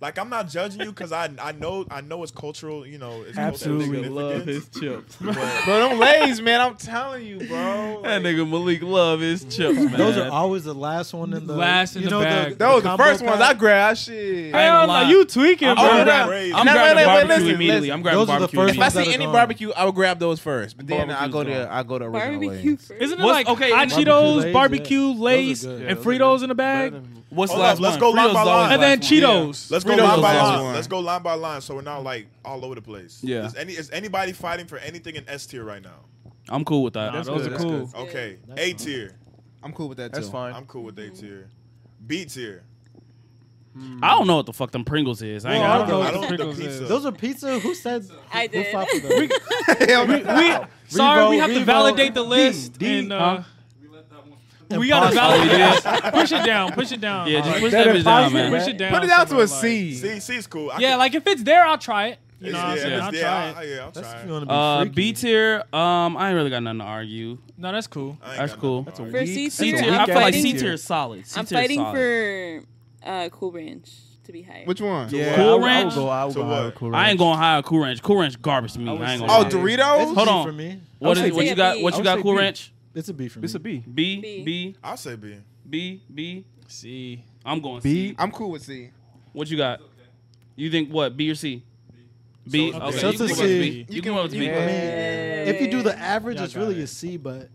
[SPEAKER 4] Like I'm not judging you because I I know I know it's cultural. You know, it's
[SPEAKER 9] Absolutely
[SPEAKER 4] cultural
[SPEAKER 1] love
[SPEAKER 4] significance,
[SPEAKER 1] his chips.
[SPEAKER 4] [laughs]
[SPEAKER 2] [laughs]
[SPEAKER 4] but-
[SPEAKER 2] Bro, them lays, man. I'm telling you, bro.
[SPEAKER 1] That nigga Malik love his chips, man.
[SPEAKER 5] Those are always the last one in the
[SPEAKER 3] Last in
[SPEAKER 5] you
[SPEAKER 3] the
[SPEAKER 5] know,
[SPEAKER 3] bag.
[SPEAKER 2] That was the
[SPEAKER 5] combo
[SPEAKER 2] first ones I
[SPEAKER 5] pack?
[SPEAKER 2] grabbed. Shit.
[SPEAKER 1] I ain't gonna
[SPEAKER 3] Hell no,
[SPEAKER 1] lie.
[SPEAKER 3] you tweaking, bro.
[SPEAKER 2] Oh,
[SPEAKER 4] grab-
[SPEAKER 2] wait,
[SPEAKER 1] I'm
[SPEAKER 2] wait,
[SPEAKER 1] grabbing
[SPEAKER 2] wait,
[SPEAKER 1] barbecue
[SPEAKER 2] listen,
[SPEAKER 1] immediately.
[SPEAKER 2] listen.
[SPEAKER 1] I'm grabbing
[SPEAKER 5] Those are the
[SPEAKER 1] barbecue.
[SPEAKER 5] first
[SPEAKER 2] If
[SPEAKER 1] immediately.
[SPEAKER 2] I
[SPEAKER 5] ones
[SPEAKER 2] see
[SPEAKER 5] that are
[SPEAKER 2] any
[SPEAKER 5] gone.
[SPEAKER 2] barbecue, I would grab those first. But then I go
[SPEAKER 1] Barbecue's
[SPEAKER 2] to
[SPEAKER 1] gone.
[SPEAKER 2] I go to original
[SPEAKER 6] Barbecue
[SPEAKER 2] lays.
[SPEAKER 6] first.
[SPEAKER 3] Isn't it
[SPEAKER 1] What's-
[SPEAKER 3] like
[SPEAKER 1] okay,
[SPEAKER 3] hot
[SPEAKER 5] barbecue
[SPEAKER 3] Cheetos,
[SPEAKER 5] Lays, yeah.
[SPEAKER 3] barbecue,
[SPEAKER 5] Those are
[SPEAKER 3] Lace,
[SPEAKER 5] good.
[SPEAKER 3] and Fritos in a bag,
[SPEAKER 9] Bread and-
[SPEAKER 1] What's
[SPEAKER 4] Hold
[SPEAKER 1] last
[SPEAKER 4] up, let's
[SPEAKER 1] one?
[SPEAKER 4] go line
[SPEAKER 1] Fritos
[SPEAKER 4] by
[SPEAKER 1] is always
[SPEAKER 4] line.
[SPEAKER 3] and
[SPEAKER 1] last
[SPEAKER 3] then
[SPEAKER 1] one.
[SPEAKER 3] Cheetos.
[SPEAKER 4] Let's go
[SPEAKER 2] Fritos
[SPEAKER 4] line by
[SPEAKER 2] was
[SPEAKER 4] line.
[SPEAKER 2] one.
[SPEAKER 4] Let's go line by line, so we're not like all over the place.
[SPEAKER 1] Yeah.
[SPEAKER 4] Is any is anybody fighting for anything in S tier right now?
[SPEAKER 1] Yeah. I'm cool with that.
[SPEAKER 3] Nah,
[SPEAKER 1] That's
[SPEAKER 3] those
[SPEAKER 1] good.
[SPEAKER 3] are
[SPEAKER 2] that's
[SPEAKER 3] cool.
[SPEAKER 4] Okay,
[SPEAKER 5] That's
[SPEAKER 4] A
[SPEAKER 5] fine.
[SPEAKER 4] tier.
[SPEAKER 2] I'm cool with that too. [laughs]
[SPEAKER 9] That's fine.
[SPEAKER 4] I'm cool with A tier. B tier.
[SPEAKER 1] I don't know what the fuck them Pringles is. I ain't
[SPEAKER 3] Well,
[SPEAKER 1] got
[SPEAKER 3] I don't know
[SPEAKER 4] I
[SPEAKER 3] what
[SPEAKER 4] don't
[SPEAKER 3] the
[SPEAKER 4] the
[SPEAKER 3] Pringles is.
[SPEAKER 4] pizza.
[SPEAKER 5] Those are pizza. Who said? who
[SPEAKER 6] I did. [laughs]
[SPEAKER 5] fought for them?
[SPEAKER 2] Hell no.
[SPEAKER 3] We, sorry, we
[SPEAKER 5] Revo-
[SPEAKER 3] have to
[SPEAKER 5] Revo-
[SPEAKER 3] validate the
[SPEAKER 5] D,
[SPEAKER 3] list.
[SPEAKER 5] D,
[SPEAKER 3] and, uh, we gotta
[SPEAKER 5] Impossible.
[SPEAKER 3] validate it. Push it down. Push it down.
[SPEAKER 1] Yeah, just
[SPEAKER 3] Like,
[SPEAKER 1] push
[SPEAKER 9] that
[SPEAKER 1] that bitch down,
[SPEAKER 9] impossible,
[SPEAKER 1] man.
[SPEAKER 3] push it down.
[SPEAKER 2] Put it out to
[SPEAKER 3] somewhere,
[SPEAKER 2] a
[SPEAKER 3] like-
[SPEAKER 2] C.
[SPEAKER 4] C C is cool. I
[SPEAKER 3] Yeah,
[SPEAKER 4] can-
[SPEAKER 3] like if it's there, I'll try it. You know
[SPEAKER 4] It's-
[SPEAKER 3] what I'm
[SPEAKER 4] yeah,
[SPEAKER 3] saying?
[SPEAKER 4] it's-
[SPEAKER 3] I'll
[SPEAKER 4] yeah,
[SPEAKER 3] try
[SPEAKER 4] I-
[SPEAKER 3] it.
[SPEAKER 4] yeah, I'll
[SPEAKER 5] That's
[SPEAKER 4] try
[SPEAKER 5] if
[SPEAKER 4] it.
[SPEAKER 5] you want to be
[SPEAKER 1] Uh,
[SPEAKER 5] freaky.
[SPEAKER 1] B tier. Um, I ain't really got nothing to argue.
[SPEAKER 3] No, that's cool.
[SPEAKER 4] I ain't
[SPEAKER 1] That's
[SPEAKER 4] got
[SPEAKER 1] cool.
[SPEAKER 4] nothing.
[SPEAKER 9] a
[SPEAKER 4] All
[SPEAKER 6] For
[SPEAKER 9] weak-
[SPEAKER 6] C
[SPEAKER 9] that's a
[SPEAKER 6] tier,
[SPEAKER 9] weak
[SPEAKER 1] I
[SPEAKER 6] I'm
[SPEAKER 9] ass
[SPEAKER 1] feel like C
[SPEAKER 6] fighting.
[SPEAKER 1] tier is solid. C
[SPEAKER 6] I'm
[SPEAKER 1] tier is
[SPEAKER 6] fighting
[SPEAKER 1] solid.
[SPEAKER 6] for uh, Cool Ranch to be higher.
[SPEAKER 2] Which one?
[SPEAKER 9] Yeah,
[SPEAKER 1] Cool
[SPEAKER 9] I would- I
[SPEAKER 1] Ranch?
[SPEAKER 9] would go. I would
[SPEAKER 4] To
[SPEAKER 9] go higher
[SPEAKER 4] what?
[SPEAKER 9] Cool
[SPEAKER 1] I ain't
[SPEAKER 9] Ranch.
[SPEAKER 1] going high on Cool Ranch. Cool Ranch garbage to me. I,
[SPEAKER 9] would
[SPEAKER 1] ain't
[SPEAKER 9] say-
[SPEAKER 1] gonna.
[SPEAKER 2] Oh,
[SPEAKER 1] lie.
[SPEAKER 9] It's D
[SPEAKER 2] Doritos.
[SPEAKER 1] Hold
[SPEAKER 5] B
[SPEAKER 1] on.
[SPEAKER 5] for me.
[SPEAKER 1] What
[SPEAKER 6] I would
[SPEAKER 1] is?
[SPEAKER 6] say
[SPEAKER 1] What
[SPEAKER 6] B.
[SPEAKER 1] you got? What
[SPEAKER 6] I
[SPEAKER 1] you
[SPEAKER 9] would
[SPEAKER 1] got?
[SPEAKER 9] say
[SPEAKER 1] Cool
[SPEAKER 9] B.
[SPEAKER 1] Ranch.
[SPEAKER 5] It's a B for me.
[SPEAKER 9] It's a B.
[SPEAKER 1] B
[SPEAKER 6] B.
[SPEAKER 1] B
[SPEAKER 4] I'll say B.
[SPEAKER 1] B B.
[SPEAKER 3] C.
[SPEAKER 1] I'm going
[SPEAKER 9] B.
[SPEAKER 1] C.
[SPEAKER 2] I'm cool with C.
[SPEAKER 1] What you got? You think what? B or C? B.
[SPEAKER 4] So it's
[SPEAKER 1] okay.
[SPEAKER 4] B. So
[SPEAKER 1] you
[SPEAKER 5] it's a
[SPEAKER 1] can go
[SPEAKER 5] C.
[SPEAKER 1] with B. You can go with B.
[SPEAKER 5] I mean, if you do the average,
[SPEAKER 3] Y'all
[SPEAKER 5] it's
[SPEAKER 3] got
[SPEAKER 5] really
[SPEAKER 3] it.
[SPEAKER 5] a C, but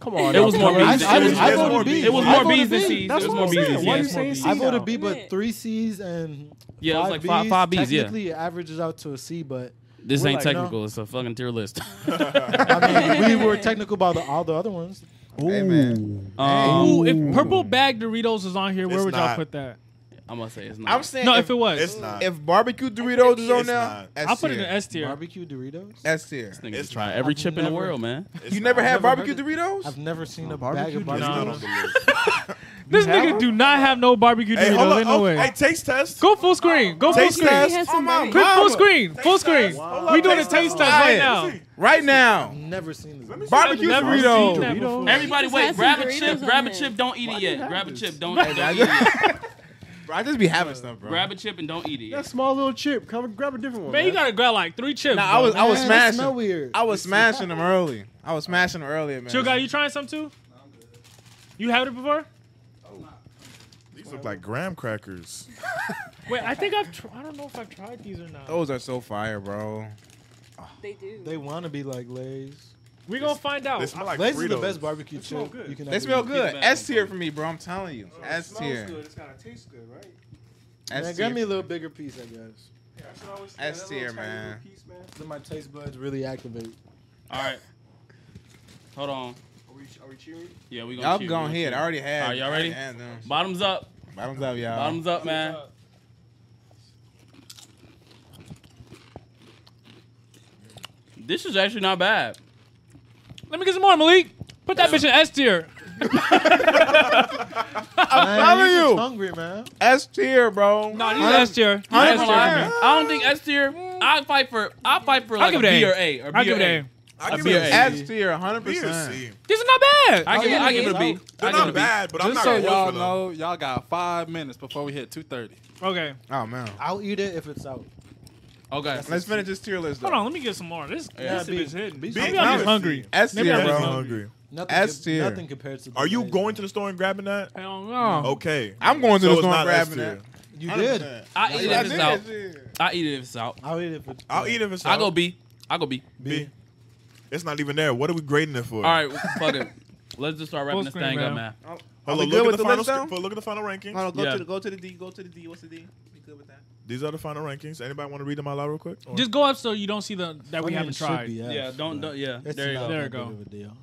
[SPEAKER 9] Come on.
[SPEAKER 1] It was more
[SPEAKER 9] I-
[SPEAKER 1] B's.
[SPEAKER 9] I-
[SPEAKER 1] It was-
[SPEAKER 5] I
[SPEAKER 1] it was
[SPEAKER 5] voted
[SPEAKER 1] more
[SPEAKER 5] B.
[SPEAKER 1] B's. It was
[SPEAKER 5] I
[SPEAKER 1] more
[SPEAKER 5] voted
[SPEAKER 1] B's than
[SPEAKER 5] B.
[SPEAKER 1] C's.
[SPEAKER 9] That's
[SPEAKER 1] It was
[SPEAKER 9] what
[SPEAKER 1] more
[SPEAKER 9] I'm
[SPEAKER 1] B's
[SPEAKER 9] saying.
[SPEAKER 1] than
[SPEAKER 9] Why you
[SPEAKER 1] C's.
[SPEAKER 9] saying C
[SPEAKER 5] I voted
[SPEAKER 9] now?
[SPEAKER 5] B,
[SPEAKER 6] Yeah.
[SPEAKER 5] but three C's and
[SPEAKER 1] Yeah, it was
[SPEAKER 5] five
[SPEAKER 1] like five- five Bs, yeah.
[SPEAKER 5] Technically, it averages out to a C, but
[SPEAKER 1] This
[SPEAKER 9] We're
[SPEAKER 1] ain't
[SPEAKER 9] like, no.
[SPEAKER 1] technical. It's a fucking tier list.
[SPEAKER 5] I
[SPEAKER 1] [laughs]
[SPEAKER 5] mean, we were technical about the, all the other ones.
[SPEAKER 2] Hey man.
[SPEAKER 1] Um,
[SPEAKER 3] Ooh, if purple bag Doritos was on here, where
[SPEAKER 4] It's
[SPEAKER 3] would y'all
[SPEAKER 4] not.
[SPEAKER 3] put that?
[SPEAKER 1] I'm gonna say it's not.
[SPEAKER 2] I'm saying
[SPEAKER 3] No,
[SPEAKER 2] if,
[SPEAKER 3] if it was,
[SPEAKER 4] It's not.
[SPEAKER 2] if barbecue Doritos is on
[SPEAKER 4] It's
[SPEAKER 2] there,
[SPEAKER 4] not.
[SPEAKER 2] S
[SPEAKER 3] I'll put it in
[SPEAKER 2] tier.
[SPEAKER 3] S tier.
[SPEAKER 5] Barbecue Doritos.
[SPEAKER 2] S tier.
[SPEAKER 1] Niggas
[SPEAKER 4] It's
[SPEAKER 1] try
[SPEAKER 4] not.
[SPEAKER 1] every
[SPEAKER 5] I've
[SPEAKER 1] chip in the
[SPEAKER 5] never-
[SPEAKER 1] world, man.
[SPEAKER 4] [laughs] It's
[SPEAKER 2] You never
[SPEAKER 4] not.
[SPEAKER 2] had
[SPEAKER 5] I've never
[SPEAKER 2] barbecue
[SPEAKER 5] heard
[SPEAKER 2] Doritos?
[SPEAKER 5] I've never seen a bag
[SPEAKER 9] barbecue
[SPEAKER 5] of
[SPEAKER 9] Doritos.
[SPEAKER 4] It's
[SPEAKER 5] barbecue.
[SPEAKER 4] not
[SPEAKER 3] No.
[SPEAKER 4] on the list.
[SPEAKER 3] This
[SPEAKER 9] have
[SPEAKER 3] nigga
[SPEAKER 9] them?
[SPEAKER 3] do not have no barbecue
[SPEAKER 4] Hey, hold
[SPEAKER 3] Doritos.
[SPEAKER 4] on.
[SPEAKER 3] Ain't no
[SPEAKER 4] Oh, Hey,
[SPEAKER 3] way.
[SPEAKER 4] taste test.
[SPEAKER 3] Go full screen. Go full
[SPEAKER 4] Taste
[SPEAKER 3] screen.
[SPEAKER 4] test.
[SPEAKER 6] has
[SPEAKER 2] Oh
[SPEAKER 6] some
[SPEAKER 2] my
[SPEAKER 6] very-
[SPEAKER 3] Quick
[SPEAKER 2] mama.
[SPEAKER 3] full screen. [laughs] Full screen.
[SPEAKER 4] Hold
[SPEAKER 3] We
[SPEAKER 4] up,
[SPEAKER 3] doing a
[SPEAKER 4] taste
[SPEAKER 3] taste
[SPEAKER 4] test.
[SPEAKER 3] test right
[SPEAKER 2] Hey.
[SPEAKER 3] now.
[SPEAKER 2] Right now.
[SPEAKER 5] Never seen this.
[SPEAKER 2] Barbecue
[SPEAKER 3] I've never
[SPEAKER 2] Doritos.
[SPEAKER 3] seen that
[SPEAKER 9] Doritos.
[SPEAKER 3] before.
[SPEAKER 1] Everybody,
[SPEAKER 6] just
[SPEAKER 1] wait.
[SPEAKER 6] had some
[SPEAKER 1] Grab a
[SPEAKER 6] Doritos
[SPEAKER 1] chip.
[SPEAKER 6] on
[SPEAKER 1] Grab a
[SPEAKER 6] it.
[SPEAKER 1] chip. Don't eat it yet. Grab a chip. Don't.
[SPEAKER 2] I
[SPEAKER 1] don't eat it.
[SPEAKER 2] Bro, I just be having stuff, bro.
[SPEAKER 1] Grab a chip and don't eat it.
[SPEAKER 9] That
[SPEAKER 1] yet.
[SPEAKER 9] small little chip. Come grab a different one.
[SPEAKER 3] Man, you gotta grab like three chips.
[SPEAKER 2] Nah, I was I was
[SPEAKER 5] Man, that
[SPEAKER 2] smashing.
[SPEAKER 5] smell weird.
[SPEAKER 2] I was smashing them early. I was smashing them earlier, man.
[SPEAKER 3] Chill guy, you trying some too? You had it before?
[SPEAKER 4] These look like graham crackers. Oh,
[SPEAKER 3] Wait, I think I've. Tr- I don't know if I've tried these or not.
[SPEAKER 2] Those are so fire, bro.
[SPEAKER 6] They do.
[SPEAKER 5] They want to be like Lay's.
[SPEAKER 3] We're gonna find out.
[SPEAKER 4] They smell like
[SPEAKER 5] Lay's
[SPEAKER 4] Fritos.
[SPEAKER 5] is the best barbecue
[SPEAKER 3] smell
[SPEAKER 5] chip
[SPEAKER 3] good.
[SPEAKER 5] you can.
[SPEAKER 2] They
[SPEAKER 5] ever
[SPEAKER 2] smell
[SPEAKER 5] eat.
[SPEAKER 2] good. S tier for me, bro. I'm telling you. S tier.
[SPEAKER 12] It's gotta taste good, right?
[SPEAKER 5] Man,
[SPEAKER 2] S
[SPEAKER 5] grab me a
[SPEAKER 2] tier.
[SPEAKER 5] little bigger piece, I guess.
[SPEAKER 2] S tier, man.
[SPEAKER 5] Let my taste buds really activate.
[SPEAKER 1] All right. Hold on.
[SPEAKER 12] Are we, are we cheering?
[SPEAKER 1] Yeah, we gonna.
[SPEAKER 2] Y'all
[SPEAKER 1] cheer,
[SPEAKER 2] go
[SPEAKER 1] we gonna
[SPEAKER 2] ahead.
[SPEAKER 1] cheer.
[SPEAKER 2] I already had.
[SPEAKER 1] All right, y'all ready?
[SPEAKER 2] I already had them.
[SPEAKER 1] Bottoms up.
[SPEAKER 2] Bottoms up, y'all.
[SPEAKER 1] Bottoms up, man. This is actually not bad.
[SPEAKER 3] Let me get some more, Malik. Put that bitch in S tier.
[SPEAKER 5] I'm
[SPEAKER 2] telling you.
[SPEAKER 5] hungry, man.
[SPEAKER 2] S tier, bro.
[SPEAKER 3] No, he's S tier. He's
[SPEAKER 1] I
[SPEAKER 3] S
[SPEAKER 1] don't,
[SPEAKER 3] tier for me.
[SPEAKER 1] I don't think S tier. I fight for. I fight for
[SPEAKER 3] I'll
[SPEAKER 1] like a
[SPEAKER 3] give
[SPEAKER 1] B
[SPEAKER 3] it an A.
[SPEAKER 1] or A or B
[SPEAKER 3] I
[SPEAKER 1] or
[SPEAKER 3] give it
[SPEAKER 1] A.
[SPEAKER 3] an
[SPEAKER 4] I give
[SPEAKER 1] B
[SPEAKER 4] it
[SPEAKER 1] or
[SPEAKER 4] a
[SPEAKER 1] A.
[SPEAKER 4] C.
[SPEAKER 2] S tier, 100.
[SPEAKER 4] B or
[SPEAKER 2] percent
[SPEAKER 4] C.
[SPEAKER 3] A. These are not bad.
[SPEAKER 1] I give, it, I give it a B. I
[SPEAKER 4] They're
[SPEAKER 1] give it a
[SPEAKER 4] not
[SPEAKER 1] B.
[SPEAKER 4] bad, but I'm not
[SPEAKER 11] Just so
[SPEAKER 4] going
[SPEAKER 11] y'all
[SPEAKER 4] for them.
[SPEAKER 11] know, y'all got five minutes before we hit two thirty.
[SPEAKER 3] Okay,
[SPEAKER 2] Oh man.
[SPEAKER 5] I'll eat it if it's out.
[SPEAKER 1] Okay.
[SPEAKER 2] Let's finish this tier list.
[SPEAKER 3] hold
[SPEAKER 2] Though.
[SPEAKER 3] on. Let me get some more. This
[SPEAKER 2] Yeah.
[SPEAKER 3] this bitch hitting.
[SPEAKER 5] Big
[SPEAKER 3] Maybe
[SPEAKER 4] now
[SPEAKER 3] I'm
[SPEAKER 4] it's
[SPEAKER 3] just hungry.
[SPEAKER 2] S
[SPEAKER 3] Maybe
[SPEAKER 2] tier,
[SPEAKER 3] I'm just
[SPEAKER 2] bro.
[SPEAKER 3] hungry.
[SPEAKER 5] Nothing,
[SPEAKER 2] S
[SPEAKER 5] com-
[SPEAKER 2] tier.
[SPEAKER 5] nothing compares to. the
[SPEAKER 4] Are you
[SPEAKER 5] Lay's,
[SPEAKER 4] going
[SPEAKER 5] man.
[SPEAKER 4] to the store and grabbing that?
[SPEAKER 3] Hell
[SPEAKER 4] Oh,
[SPEAKER 3] no.
[SPEAKER 4] Okay.
[SPEAKER 2] I'm going to
[SPEAKER 4] So
[SPEAKER 2] the
[SPEAKER 4] it's
[SPEAKER 2] store
[SPEAKER 4] not
[SPEAKER 2] and grabbing
[SPEAKER 4] S-tier.
[SPEAKER 2] that.
[SPEAKER 5] You did.
[SPEAKER 1] I eat it
[SPEAKER 2] I
[SPEAKER 1] if it's
[SPEAKER 3] Oh.
[SPEAKER 1] out.
[SPEAKER 2] did.
[SPEAKER 1] I eat it if it's out.
[SPEAKER 5] I'll eat it if it's.
[SPEAKER 4] I'll eat it if it's
[SPEAKER 1] I
[SPEAKER 4] out.
[SPEAKER 1] go B. I go B.
[SPEAKER 4] B. It's not even there. What are we grading it for?
[SPEAKER 1] All right, fuck it. Let's just start wrapping
[SPEAKER 3] Full
[SPEAKER 1] this
[SPEAKER 3] screen,
[SPEAKER 1] thing up, man.
[SPEAKER 3] man.
[SPEAKER 4] Hold
[SPEAKER 2] Are
[SPEAKER 4] on,
[SPEAKER 2] we
[SPEAKER 4] look
[SPEAKER 2] good
[SPEAKER 4] at the,
[SPEAKER 2] with the
[SPEAKER 4] final
[SPEAKER 2] list, though?
[SPEAKER 4] sc- look at the final rankings.
[SPEAKER 12] No, no, go
[SPEAKER 1] Yeah.
[SPEAKER 12] to the go to the D. Go to the D. What's the D? We good with that?
[SPEAKER 4] These are the final rankings. Anybody want to read them out loud real quick? Or-
[SPEAKER 3] Just go up so you don't see the that we
[SPEAKER 5] Onion
[SPEAKER 3] haven't
[SPEAKER 5] should
[SPEAKER 3] tried.
[SPEAKER 5] be F,
[SPEAKER 1] Yeah, don't,
[SPEAKER 5] but
[SPEAKER 1] don't yeah.
[SPEAKER 5] It's
[SPEAKER 1] there you
[SPEAKER 5] not
[SPEAKER 1] go.
[SPEAKER 3] There you
[SPEAKER 5] that
[SPEAKER 3] go.
[SPEAKER 5] big of a deal.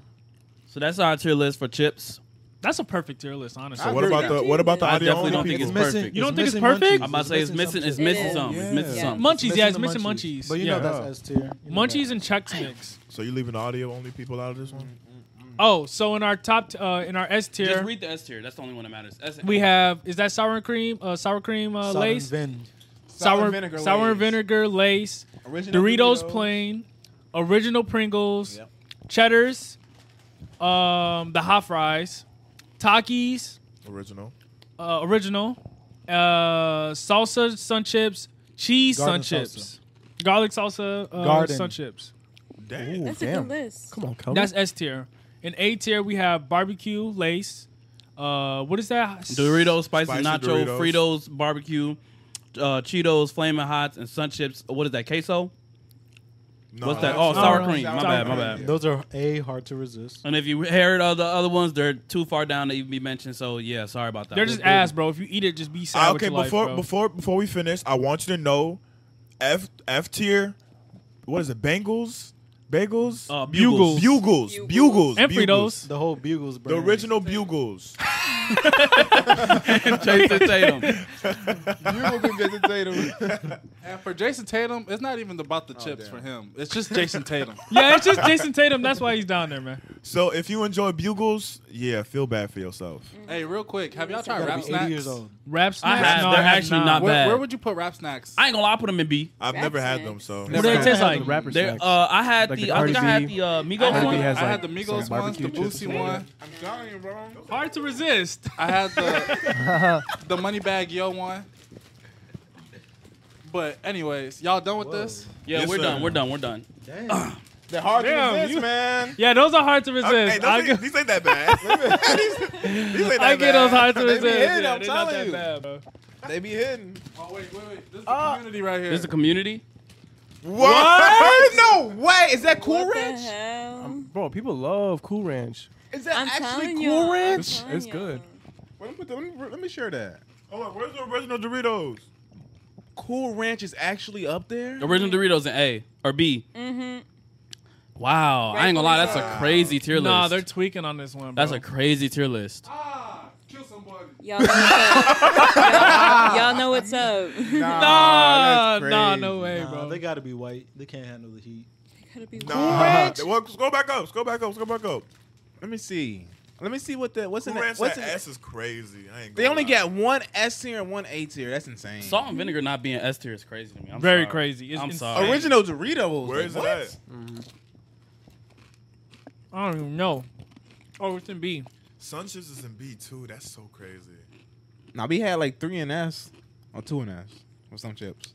[SPEAKER 1] So that's our tier list for chips.
[SPEAKER 3] That's a perfect tier list, honestly.
[SPEAKER 4] so what about the what about the
[SPEAKER 1] I
[SPEAKER 4] audio
[SPEAKER 1] definitely
[SPEAKER 4] only
[SPEAKER 1] don't think
[SPEAKER 4] people?
[SPEAKER 1] it's perfect.
[SPEAKER 3] You don't think it's
[SPEAKER 5] missing
[SPEAKER 3] perfect?
[SPEAKER 5] munchies.
[SPEAKER 1] I'm about to say it's missing. It's
[SPEAKER 5] something.
[SPEAKER 1] missing
[SPEAKER 6] It
[SPEAKER 1] something. It's
[SPEAKER 4] is.
[SPEAKER 1] missing
[SPEAKER 4] Yeah.
[SPEAKER 1] something.
[SPEAKER 3] Munchies, yeah, it's
[SPEAKER 5] the
[SPEAKER 3] missing munchies.
[SPEAKER 5] But you
[SPEAKER 3] Yeah.
[SPEAKER 5] know that's S tier. You know
[SPEAKER 3] Munchies
[SPEAKER 5] that.
[SPEAKER 3] and Chex Mix.
[SPEAKER 4] So you leaving the audio only people out of this one?
[SPEAKER 3] Oh, so in our top, t- uh, in our S
[SPEAKER 1] Just
[SPEAKER 3] tier,
[SPEAKER 1] read the S tier. That's the only one that matters. S-
[SPEAKER 3] we have is that sour and cream, uh, sour cream uh,
[SPEAKER 5] Salt and
[SPEAKER 3] lace,
[SPEAKER 5] vin.
[SPEAKER 3] sour
[SPEAKER 2] and vinegar
[SPEAKER 3] sour and
[SPEAKER 2] Lay's.
[SPEAKER 3] vinegar lace,
[SPEAKER 2] Original
[SPEAKER 3] Doritos plain, original Pringles,
[SPEAKER 2] Yep.
[SPEAKER 3] Cheddar's, um, the hot fries, Takis,
[SPEAKER 4] Original.
[SPEAKER 3] uh, original, uh, salsa sun chips, cheese
[SPEAKER 5] Garden
[SPEAKER 3] sun
[SPEAKER 5] salsa.
[SPEAKER 3] chips, garlic salsa uh,
[SPEAKER 5] Garden.
[SPEAKER 3] sun chips.
[SPEAKER 4] Dang.
[SPEAKER 6] That's a good list.
[SPEAKER 9] Come on, Kelvin.
[SPEAKER 3] That's S tier. In A tier, we have barbecue lace. Uh, what is that?
[SPEAKER 1] Doritos, spicy,
[SPEAKER 4] Spicy
[SPEAKER 1] nacho,
[SPEAKER 4] Doritos.
[SPEAKER 1] Fritos, barbecue, uh, Cheetos, flaming hots, and sun chips. What is that? Queso?
[SPEAKER 4] No,
[SPEAKER 1] What's that?
[SPEAKER 4] that's
[SPEAKER 1] Oh,
[SPEAKER 4] not-
[SPEAKER 1] sour
[SPEAKER 3] no,
[SPEAKER 1] cream.
[SPEAKER 3] sour
[SPEAKER 1] My bad. My
[SPEAKER 3] cream.
[SPEAKER 1] bad.
[SPEAKER 5] Those are a hard to resist.
[SPEAKER 1] And if you heard of the other ones, they're too far down to even be mentioned. So yeah, sorry about that.
[SPEAKER 3] They're just ass, bro. If you eat it, just be sad.
[SPEAKER 4] Ah,
[SPEAKER 3] with
[SPEAKER 4] okay,
[SPEAKER 3] your
[SPEAKER 4] before
[SPEAKER 3] life, bro.
[SPEAKER 4] before before we finish, I want you to know, F F tier, what is it? Bengals, bagels,
[SPEAKER 1] uh, bugles.
[SPEAKER 3] Bugles.
[SPEAKER 4] bugles,
[SPEAKER 6] Bugles.
[SPEAKER 4] bugles,
[SPEAKER 3] and
[SPEAKER 4] bugles.
[SPEAKER 3] Fritos.
[SPEAKER 5] The whole Bugles
[SPEAKER 4] The
[SPEAKER 5] brand.
[SPEAKER 4] original bugles.
[SPEAKER 1] Jason Tatum.
[SPEAKER 2] You will be Jason Tatum.
[SPEAKER 12] [laughs]
[SPEAKER 11] And for Jason Tatum, it's not even about
[SPEAKER 12] Oh,
[SPEAKER 11] the chips for him. It's just
[SPEAKER 12] [laughs]
[SPEAKER 11] Jason Tatum.
[SPEAKER 3] Yeah, it's just Jason Tatum. That's why he's down there, man.
[SPEAKER 4] So if you enjoy bugles, yeah, feel bad for yourself.
[SPEAKER 11] hey, real quick, have y'all
[SPEAKER 6] You
[SPEAKER 11] tried
[SPEAKER 5] Gotta
[SPEAKER 11] rap
[SPEAKER 5] be 80 years
[SPEAKER 11] snacks?
[SPEAKER 5] old.
[SPEAKER 3] Rap
[SPEAKER 1] I
[SPEAKER 3] snacks.
[SPEAKER 1] have.
[SPEAKER 3] no,
[SPEAKER 1] They're
[SPEAKER 3] I have
[SPEAKER 1] actually
[SPEAKER 3] not.
[SPEAKER 1] not
[SPEAKER 11] Where,
[SPEAKER 1] bad.
[SPEAKER 11] where would you put rap snacks?
[SPEAKER 1] I ain't gonna lie. I put them in B.
[SPEAKER 4] I've
[SPEAKER 6] Rap
[SPEAKER 4] never had
[SPEAKER 6] snacks.
[SPEAKER 4] them, so
[SPEAKER 3] What do they taste like?
[SPEAKER 9] rapper
[SPEAKER 1] They're,
[SPEAKER 9] snacks.
[SPEAKER 1] Uh, I had
[SPEAKER 9] Like
[SPEAKER 1] the.
[SPEAKER 9] the
[SPEAKER 1] I think I
[SPEAKER 9] Cardi
[SPEAKER 1] had
[SPEAKER 9] B.
[SPEAKER 1] the uh,
[SPEAKER 11] I
[SPEAKER 1] Migos
[SPEAKER 11] had,
[SPEAKER 9] Cardi B
[SPEAKER 1] one.
[SPEAKER 9] has,
[SPEAKER 11] I had the
[SPEAKER 9] like,
[SPEAKER 11] Migos
[SPEAKER 9] some
[SPEAKER 11] ones, the
[SPEAKER 9] barbecue chips
[SPEAKER 11] Boosie
[SPEAKER 9] in there.
[SPEAKER 11] one.
[SPEAKER 2] I'm telling you, bro.
[SPEAKER 3] Hard to resist.
[SPEAKER 11] I had the the Moneybag Yo one. But anyways, y'all done with this?
[SPEAKER 1] Yeah,
[SPEAKER 4] Yes,
[SPEAKER 1] we're
[SPEAKER 4] sir.
[SPEAKER 1] done. We're done. We're done.
[SPEAKER 5] Damn.
[SPEAKER 2] The hard
[SPEAKER 3] Damn,
[SPEAKER 2] thing is,
[SPEAKER 3] you-
[SPEAKER 2] man.
[SPEAKER 3] Yeah, those are hard to resist.
[SPEAKER 4] Okay, those
[SPEAKER 3] I,
[SPEAKER 4] ain't-
[SPEAKER 3] get,
[SPEAKER 4] these ain't that
[SPEAKER 2] [laughs]
[SPEAKER 4] bad. these ain't that
[SPEAKER 3] I get
[SPEAKER 4] bad.
[SPEAKER 3] those hard to
[SPEAKER 2] They be
[SPEAKER 3] resist.
[SPEAKER 2] hitting,
[SPEAKER 3] yeah,
[SPEAKER 2] I'm
[SPEAKER 3] they're not
[SPEAKER 2] telling you.
[SPEAKER 3] that bad, bro.
[SPEAKER 2] They be hidden.
[SPEAKER 11] Oh wait, wait, wait. This is the
[SPEAKER 2] Ah.
[SPEAKER 11] community right here.
[SPEAKER 1] This is a community.
[SPEAKER 4] What?
[SPEAKER 2] no way. Is that Cool
[SPEAKER 6] What the
[SPEAKER 2] Ranch?
[SPEAKER 6] hell?
[SPEAKER 9] Bro, people love Cool Ranch.
[SPEAKER 2] Is that
[SPEAKER 6] I'm
[SPEAKER 2] actually
[SPEAKER 6] telling
[SPEAKER 2] Cool
[SPEAKER 6] y'all, I'm
[SPEAKER 2] Ranch?
[SPEAKER 9] It's-
[SPEAKER 6] telling
[SPEAKER 9] it's good.
[SPEAKER 6] y'all.
[SPEAKER 2] Let me, put the, let, me, let me share that.
[SPEAKER 4] Hold on, where's the original Doritos?
[SPEAKER 2] Cool Ranch is actually up there.
[SPEAKER 1] Original Doritos in A or B. Mm-hmm. Wow, I ain't gonna lie. That's a crazy tier list.
[SPEAKER 3] Nah, they're tweaking on this one. Bro.
[SPEAKER 1] That's a crazy tier list.
[SPEAKER 11] ah, kill somebody.
[SPEAKER 6] Y'all know what's up. y'all know what's up. [laughs]
[SPEAKER 3] Nah,
[SPEAKER 2] that's
[SPEAKER 3] Ah, nah,
[SPEAKER 2] crazy.
[SPEAKER 3] no way, bro.
[SPEAKER 5] Nah, they gotta be white. They can't handle the heat.
[SPEAKER 6] Gotta be
[SPEAKER 4] Nah. Uh, Well, scroll back up. Scroll back up. Scroll back up.
[SPEAKER 2] Let me see. Let me see what the what's
[SPEAKER 4] Cool
[SPEAKER 2] in that.
[SPEAKER 4] Ranch,
[SPEAKER 2] What's
[SPEAKER 4] that
[SPEAKER 2] in
[SPEAKER 4] S is crazy. I ain't
[SPEAKER 2] They
[SPEAKER 4] gonna
[SPEAKER 2] only
[SPEAKER 4] lie.
[SPEAKER 2] got one S tier and one A tier. That's insane.
[SPEAKER 1] Salt and vinegar not being S tier is crazy to me. I'm
[SPEAKER 3] Very
[SPEAKER 1] sorry.
[SPEAKER 3] crazy. It's
[SPEAKER 1] I'm
[SPEAKER 3] insane.
[SPEAKER 1] sorry.
[SPEAKER 2] Original Doritos.
[SPEAKER 4] Where
[SPEAKER 2] like,
[SPEAKER 4] is
[SPEAKER 2] what?
[SPEAKER 4] it at?
[SPEAKER 3] I don't even know. Oh, it's in B.
[SPEAKER 4] Sunships is in B too. That's so crazy.
[SPEAKER 2] Now we had like three in S or two in S with some chips.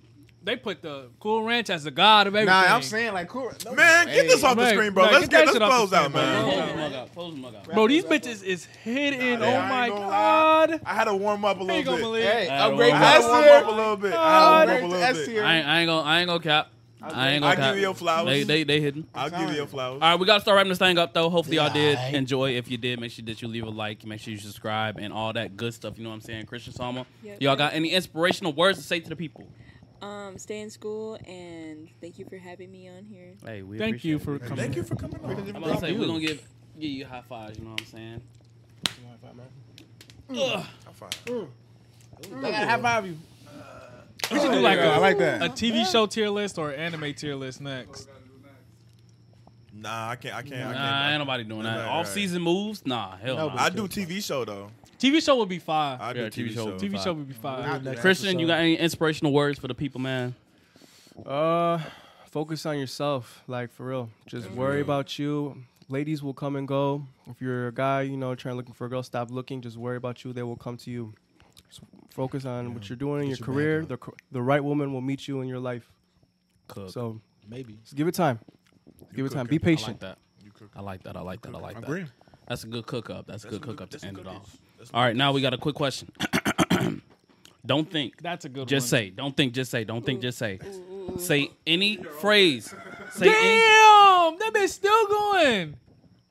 [SPEAKER 3] They put the Cool Ranch as the god of everything.
[SPEAKER 2] Nah, I'm saying like cool. no
[SPEAKER 4] Man, get
[SPEAKER 2] way.
[SPEAKER 4] this off the
[SPEAKER 3] Right,
[SPEAKER 4] screen, bro.
[SPEAKER 3] right,
[SPEAKER 4] Let's
[SPEAKER 3] get
[SPEAKER 4] get
[SPEAKER 3] that
[SPEAKER 4] this
[SPEAKER 3] shit off the
[SPEAKER 4] close out,
[SPEAKER 3] screen,
[SPEAKER 4] man.
[SPEAKER 3] bro.
[SPEAKER 1] Close the mug out. Close the mug out.
[SPEAKER 3] Bro, these bitches is hidden.
[SPEAKER 4] Nah, I
[SPEAKER 3] oh
[SPEAKER 4] ain't
[SPEAKER 3] my
[SPEAKER 4] gonna lie.
[SPEAKER 3] god.
[SPEAKER 4] I had to warm up a
[SPEAKER 3] There you go,
[SPEAKER 4] little bit.
[SPEAKER 3] Malik.
[SPEAKER 2] Hey,
[SPEAKER 1] I don't
[SPEAKER 2] upgrade
[SPEAKER 4] I
[SPEAKER 2] to
[SPEAKER 1] want
[SPEAKER 4] had
[SPEAKER 2] S
[SPEAKER 4] to warm up
[SPEAKER 2] tier.
[SPEAKER 4] a little bit. I had to warm
[SPEAKER 2] Upgrade
[SPEAKER 4] up a
[SPEAKER 2] to
[SPEAKER 4] little
[SPEAKER 2] S
[SPEAKER 4] bit.
[SPEAKER 2] tier.
[SPEAKER 1] I ain't, I ain't gonna I ain't gonna cap. I ain't
[SPEAKER 4] I'll
[SPEAKER 1] gonna
[SPEAKER 4] give
[SPEAKER 1] cap.
[SPEAKER 4] you your flowers.
[SPEAKER 1] They they they hidden.
[SPEAKER 4] I'll give you your flowers.
[SPEAKER 1] All right, we gotta start wrapping this thing up though. Hopefully, y'all did
[SPEAKER 5] Yeah.
[SPEAKER 1] enjoy. If you did, make sure that you leave a like, make sure you subscribe, and all that good stuff. You know what I'm saying, Christian Salma.
[SPEAKER 6] Yep.
[SPEAKER 1] Y'all got any inspirational words to say to the people?
[SPEAKER 6] Um, stay in school and thank you for having me on here.
[SPEAKER 1] Hey, we
[SPEAKER 3] Thank you for coming.
[SPEAKER 4] Thank you for coming on.
[SPEAKER 1] I'm gonna say we're gonna give give you high fives. You know what I'm saying?
[SPEAKER 4] I'm fine.
[SPEAKER 12] I gotta high five you.
[SPEAKER 3] We
[SPEAKER 1] Oh,
[SPEAKER 3] should do like
[SPEAKER 2] Oh, I
[SPEAKER 3] a,
[SPEAKER 2] like that.
[SPEAKER 3] a TV show tier list or anime tier list next.
[SPEAKER 4] Nah, I can't. I can't. I can't.
[SPEAKER 1] Nah, ain't nobody doing that.
[SPEAKER 4] Right, right.
[SPEAKER 1] Off season moves? Nah, hell no.
[SPEAKER 4] I do TV show though.
[SPEAKER 3] TV show would be five.
[SPEAKER 4] I do
[SPEAKER 1] Yeah,
[SPEAKER 4] TV,
[SPEAKER 1] TV show.
[SPEAKER 4] show.
[SPEAKER 3] TV show would be five.
[SPEAKER 1] Christian, you got any inspirational words for the people, man?
[SPEAKER 9] Uh, focus on yourself, like for real. Just worry about you. Ladies will come and go. If you're a guy, you know, trying looking for a girl, stop looking. Just worry about you. They will come to you. Just focus on what you're doing, your
[SPEAKER 5] your bag
[SPEAKER 9] career.
[SPEAKER 5] up.
[SPEAKER 9] The cor- the right woman will meet you in your life.
[SPEAKER 1] Cook.
[SPEAKER 9] So
[SPEAKER 5] Maybe.
[SPEAKER 9] just give it time. give it time.
[SPEAKER 1] I
[SPEAKER 9] Be
[SPEAKER 1] like
[SPEAKER 9] patient.
[SPEAKER 1] that. I like that. I like that. I like that.
[SPEAKER 2] Agree.
[SPEAKER 1] That's a good cook up. That's a good
[SPEAKER 4] some
[SPEAKER 1] cook up
[SPEAKER 4] good-
[SPEAKER 1] to
[SPEAKER 4] that's
[SPEAKER 1] end it
[SPEAKER 4] some good
[SPEAKER 1] off.
[SPEAKER 4] dish. That's
[SPEAKER 1] All right, now we got a quick question. [clears throat] Don't think.
[SPEAKER 3] That's a good
[SPEAKER 1] Just
[SPEAKER 3] one.
[SPEAKER 1] say. Don't think. Just say. Don't think. Just say. Say any phrase. Say any.
[SPEAKER 3] Damn, that bitch still going.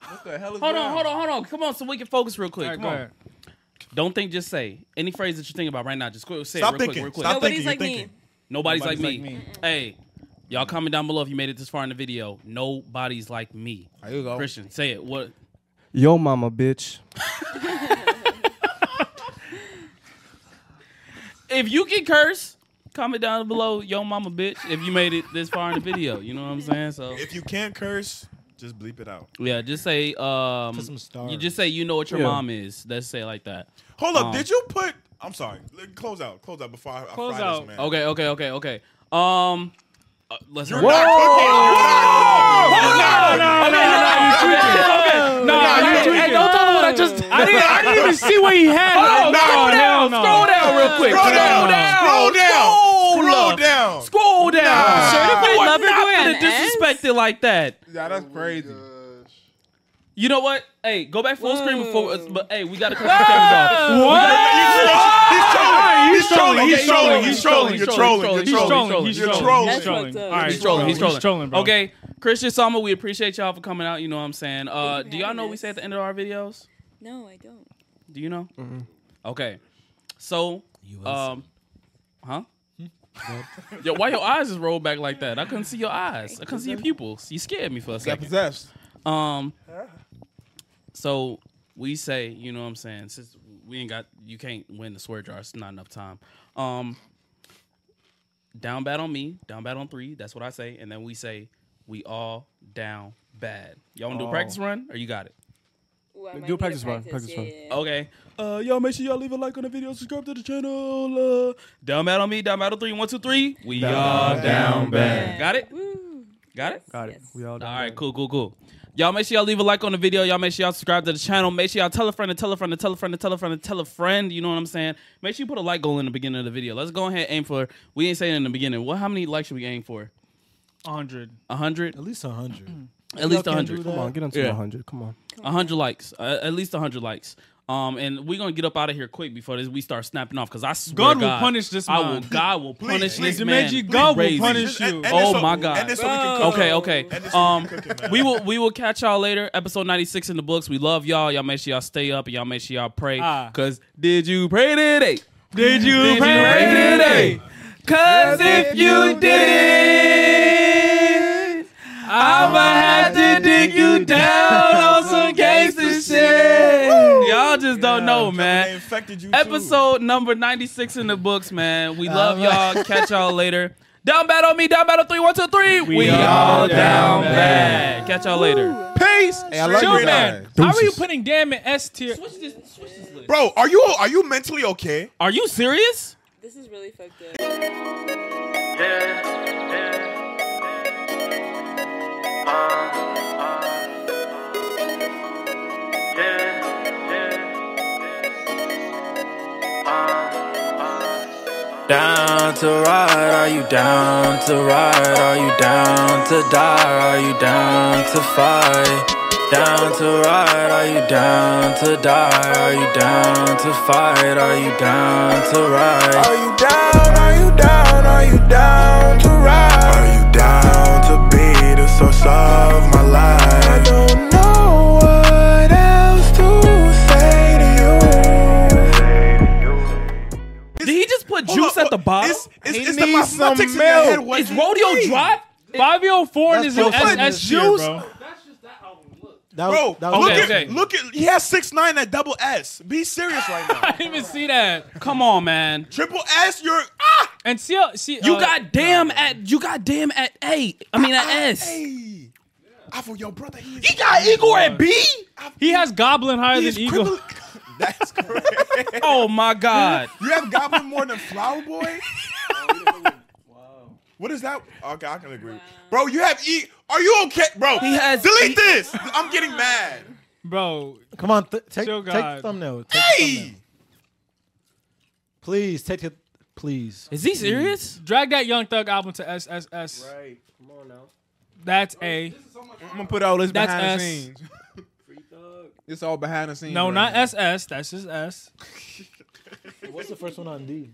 [SPEAKER 12] What the hell is
[SPEAKER 1] Hold
[SPEAKER 12] going
[SPEAKER 1] on. Hold on. Hold on. Come on, so we can focus real quick.
[SPEAKER 3] All right,
[SPEAKER 1] Come
[SPEAKER 3] go
[SPEAKER 1] on.
[SPEAKER 3] ahead.
[SPEAKER 1] Don't think. Just say any phrase that you think about right now. Just quick. Say
[SPEAKER 4] Stop
[SPEAKER 1] it real
[SPEAKER 4] thinking.
[SPEAKER 1] quick. Real quick.
[SPEAKER 4] Stop
[SPEAKER 6] Nobody's
[SPEAKER 4] thinking,
[SPEAKER 6] like
[SPEAKER 4] you're
[SPEAKER 6] me.
[SPEAKER 4] thinking.
[SPEAKER 1] Nobody's,
[SPEAKER 3] Nobody's
[SPEAKER 1] like,
[SPEAKER 3] like
[SPEAKER 1] me.
[SPEAKER 3] me.
[SPEAKER 1] Hey, y'all comment down below if you made it this far in the video. Nobody's like me.
[SPEAKER 2] There you
[SPEAKER 4] Oh.
[SPEAKER 2] go.
[SPEAKER 1] Christian, say it. What?
[SPEAKER 9] Yo, mama, bitch.
[SPEAKER 1] If you can curse, comment down below. Yo, mama, bitch. If you made it this far in the video, you know what I'm saying. So
[SPEAKER 4] If you can't curse, just bleep it out.
[SPEAKER 1] yeah, just say. Um,
[SPEAKER 5] Put some stars.
[SPEAKER 1] you just say you know what your
[SPEAKER 9] Yeah.
[SPEAKER 1] mom is. Let's say it like that.
[SPEAKER 4] Hold up.
[SPEAKER 1] Um,
[SPEAKER 4] did you put? I'm sorry. Let- Close out. Close out before I, I
[SPEAKER 3] Close
[SPEAKER 4] fry
[SPEAKER 3] out.
[SPEAKER 4] this man.
[SPEAKER 1] Okay, okay, okay, okay. Um, uh, let's.
[SPEAKER 4] You're not cooking. You're not cooking.
[SPEAKER 3] No, no, no, you tweaking. Okay. No, you tweaking.
[SPEAKER 1] Hey, don't tell them what I just. [laughs]
[SPEAKER 3] I didn't, I didn't [laughs] even see what he had.
[SPEAKER 1] Oh,
[SPEAKER 3] no,
[SPEAKER 1] scroll
[SPEAKER 3] hell
[SPEAKER 1] down,
[SPEAKER 3] no.
[SPEAKER 1] scroll down real quick.
[SPEAKER 4] Scroll down. Scroll down. Scroll down.
[SPEAKER 1] Scroll down.
[SPEAKER 4] Nah.
[SPEAKER 6] Certified
[SPEAKER 1] You are
[SPEAKER 6] lover
[SPEAKER 1] not
[SPEAKER 6] boy on
[SPEAKER 1] finna disrespect it like that.
[SPEAKER 10] Yeah, that's crazy.
[SPEAKER 1] You know what? Hey, go back full
[SPEAKER 6] Whoa.
[SPEAKER 1] screen before. us- But hey, we gotta cut the cameras off.
[SPEAKER 4] He's trolling. He's trolling. He's trolling. You're trolling. You're
[SPEAKER 1] He's
[SPEAKER 4] trolling.
[SPEAKER 1] trolling.
[SPEAKER 3] He's
[SPEAKER 4] You're
[SPEAKER 3] trolling.
[SPEAKER 4] trolling.
[SPEAKER 3] He's trolling.
[SPEAKER 6] That's
[SPEAKER 3] All
[SPEAKER 6] fucked up.
[SPEAKER 3] right,
[SPEAKER 1] He's trolling. He's trolling.
[SPEAKER 3] He's trolling, bro.
[SPEAKER 1] Okay, Christian Summer, we appreciate y'all for coming out. You know what I'm saying. Uh,
[SPEAKER 6] for
[SPEAKER 1] do y'all
[SPEAKER 6] having
[SPEAKER 1] know we
[SPEAKER 6] us.
[SPEAKER 1] say at the end of our videos?
[SPEAKER 6] No, I don't.
[SPEAKER 1] Do you know? Okay, so um, huh? [laughs] Yo, why your eyes is rolled back like that? I couldn't see your eyes. I couldn't
[SPEAKER 6] [laughs]
[SPEAKER 1] see your pupils. You scared me for a
[SPEAKER 2] Got
[SPEAKER 1] second.
[SPEAKER 2] possessed.
[SPEAKER 1] Um. So we say, you know what I'm saying? Since we ain't got, you can't win the swear jar. It's not enough time. Um. Down bad on me. Down bad on three. That's what I say. And then we say, we all down bad. Y'all wanna do a
[SPEAKER 9] Oh.
[SPEAKER 1] practice run or you got it?
[SPEAKER 6] Ooh, I might
[SPEAKER 9] Do a
[SPEAKER 6] need to
[SPEAKER 9] practice run, practice run.
[SPEAKER 6] Yeah, yeah, yeah.
[SPEAKER 1] Okay. Uh, y'all make sure y'all leave a like on the video, subscribe to the channel. Uh, down bad on me. Down bad on three. One, two, three. We all down bad. Got it.
[SPEAKER 6] Woo.
[SPEAKER 1] Got it.
[SPEAKER 9] Got it.
[SPEAKER 6] Yes.
[SPEAKER 9] We all done.
[SPEAKER 1] All right, cool, cool, cool. Y'all make sure y'all leave a like on the video. Y'all make sure y'all subscribe to the channel. Make sure y'all tell a friend and tell a friend and tell a friend and tell a friend and tell a friend. You know what I'm saying? Make sure you put a like goal in the beginning of the video. Let's go ahead and aim for. We ain't saying in the beginning. What? How many likes should we aim for?
[SPEAKER 3] 100.
[SPEAKER 1] A hundred?
[SPEAKER 5] At least a hundred.
[SPEAKER 1] At least a
[SPEAKER 5] Y'all can't do
[SPEAKER 1] hundred.
[SPEAKER 5] that.
[SPEAKER 9] Come on, get onto
[SPEAKER 1] Yeah.
[SPEAKER 9] yeah. 100. Come on.
[SPEAKER 1] A hundred likes. Uh, at least a hundred likes. Um, and we're gonna get up out of here quick before this, we start snapping off. Cause I swear,
[SPEAKER 3] God will punish this
[SPEAKER 1] I
[SPEAKER 3] man.
[SPEAKER 1] will. God will punish
[SPEAKER 4] please,
[SPEAKER 1] this man.
[SPEAKER 3] Jumanji, God will
[SPEAKER 1] crazy.
[SPEAKER 3] punish
[SPEAKER 4] Just- and-
[SPEAKER 3] you.
[SPEAKER 4] and
[SPEAKER 1] Oh
[SPEAKER 4] this so-
[SPEAKER 1] my God.
[SPEAKER 4] And this so we can
[SPEAKER 6] Bro.
[SPEAKER 4] cook.
[SPEAKER 1] Okay, okay.
[SPEAKER 4] And this so
[SPEAKER 1] Um,
[SPEAKER 4] we can cook it, man.
[SPEAKER 1] we will we will catch y'all later. Episode ninety six in the books. We love y'all. Y'all make sure y'all stay up and y'all make sure y'all pray.
[SPEAKER 3] Ah.
[SPEAKER 1] Cause did you pray today?
[SPEAKER 3] Did you
[SPEAKER 1] Did you pray today?
[SPEAKER 3] pray
[SPEAKER 1] Cause if you did, I'ma have to dig you down on some gangster shit. Y'all just don't know,
[SPEAKER 4] They
[SPEAKER 1] man.
[SPEAKER 4] infected you too.
[SPEAKER 1] Episode number 96 in the books, man. We love y'all. Catch y'all later. Down bad on me, down bad on three, one, two, three. We, all down bad. Catch y'all later.
[SPEAKER 3] Peace.
[SPEAKER 2] Hey, I like
[SPEAKER 3] Chill,
[SPEAKER 2] green
[SPEAKER 3] man.
[SPEAKER 2] eyes.
[SPEAKER 3] How are you putting damn in S tier?
[SPEAKER 4] Bro, are you are you mentally okay?
[SPEAKER 1] Are you serious?
[SPEAKER 6] This is really fucked up.
[SPEAKER 13] Down to ride, are you down to ride? Are you down to die? Are you down to fight? Down to ride, are you down to die? Are you down to fight? Are you down to ride? Are you down? Are you down? Are you down to ride? Are you down?
[SPEAKER 3] politics in your head was
[SPEAKER 1] oh, Is rodeo drop?
[SPEAKER 3] Five year old foreign
[SPEAKER 1] That's
[SPEAKER 3] is in
[SPEAKER 1] so funny.
[SPEAKER 3] SS
[SPEAKER 1] Juice-
[SPEAKER 3] bro.
[SPEAKER 5] That
[SPEAKER 10] Bro,
[SPEAKER 3] that was-
[SPEAKER 10] look,
[SPEAKER 3] Okay,
[SPEAKER 10] at,
[SPEAKER 3] okay.
[SPEAKER 10] look at he has six nine at double S. Be serious right now.
[SPEAKER 1] I didn't even see that. Come on, man.
[SPEAKER 10] Triple S, you're
[SPEAKER 3] And see, uh, see
[SPEAKER 1] You
[SPEAKER 3] uh,
[SPEAKER 1] got damn at you got damn at A. I mean at S.
[SPEAKER 10] Hey,
[SPEAKER 4] Ah,
[SPEAKER 10] I for your brother. He, is,
[SPEAKER 1] He
[SPEAKER 4] [laughs]
[SPEAKER 1] got Igor at B.
[SPEAKER 3] He has Goblin higher
[SPEAKER 10] he
[SPEAKER 3] than
[SPEAKER 10] is
[SPEAKER 3] Eagle.
[SPEAKER 10] equivalent- That's correct.
[SPEAKER 1] Oh my God.
[SPEAKER 10] you have Goblin more than Flower
[SPEAKER 2] [laughs]
[SPEAKER 10] Boy. What is that?
[SPEAKER 4] Okay, I can agree.
[SPEAKER 10] Bro, you have E. Are you okay, bro?
[SPEAKER 1] He has
[SPEAKER 10] Delete
[SPEAKER 1] E-
[SPEAKER 10] this. I'm getting mad.
[SPEAKER 3] [laughs] Bro,
[SPEAKER 5] Come on, th- take,
[SPEAKER 3] Chill,
[SPEAKER 5] take the
[SPEAKER 3] God.
[SPEAKER 5] thumbnail. Take the
[SPEAKER 10] Hey,
[SPEAKER 5] thumbnail. Please take it. Please.
[SPEAKER 1] Is he serious?
[SPEAKER 3] drag that Young Thug album to SSS.
[SPEAKER 9] Right. Come on now.
[SPEAKER 3] That's A.
[SPEAKER 10] I'm gonna put all this
[SPEAKER 3] That's behind the us. scenes.
[SPEAKER 12] It's all behind the scenes.
[SPEAKER 3] No,
[SPEAKER 12] right
[SPEAKER 3] not
[SPEAKER 12] now.
[SPEAKER 3] SS. That's his S.
[SPEAKER 5] What's the first one on D?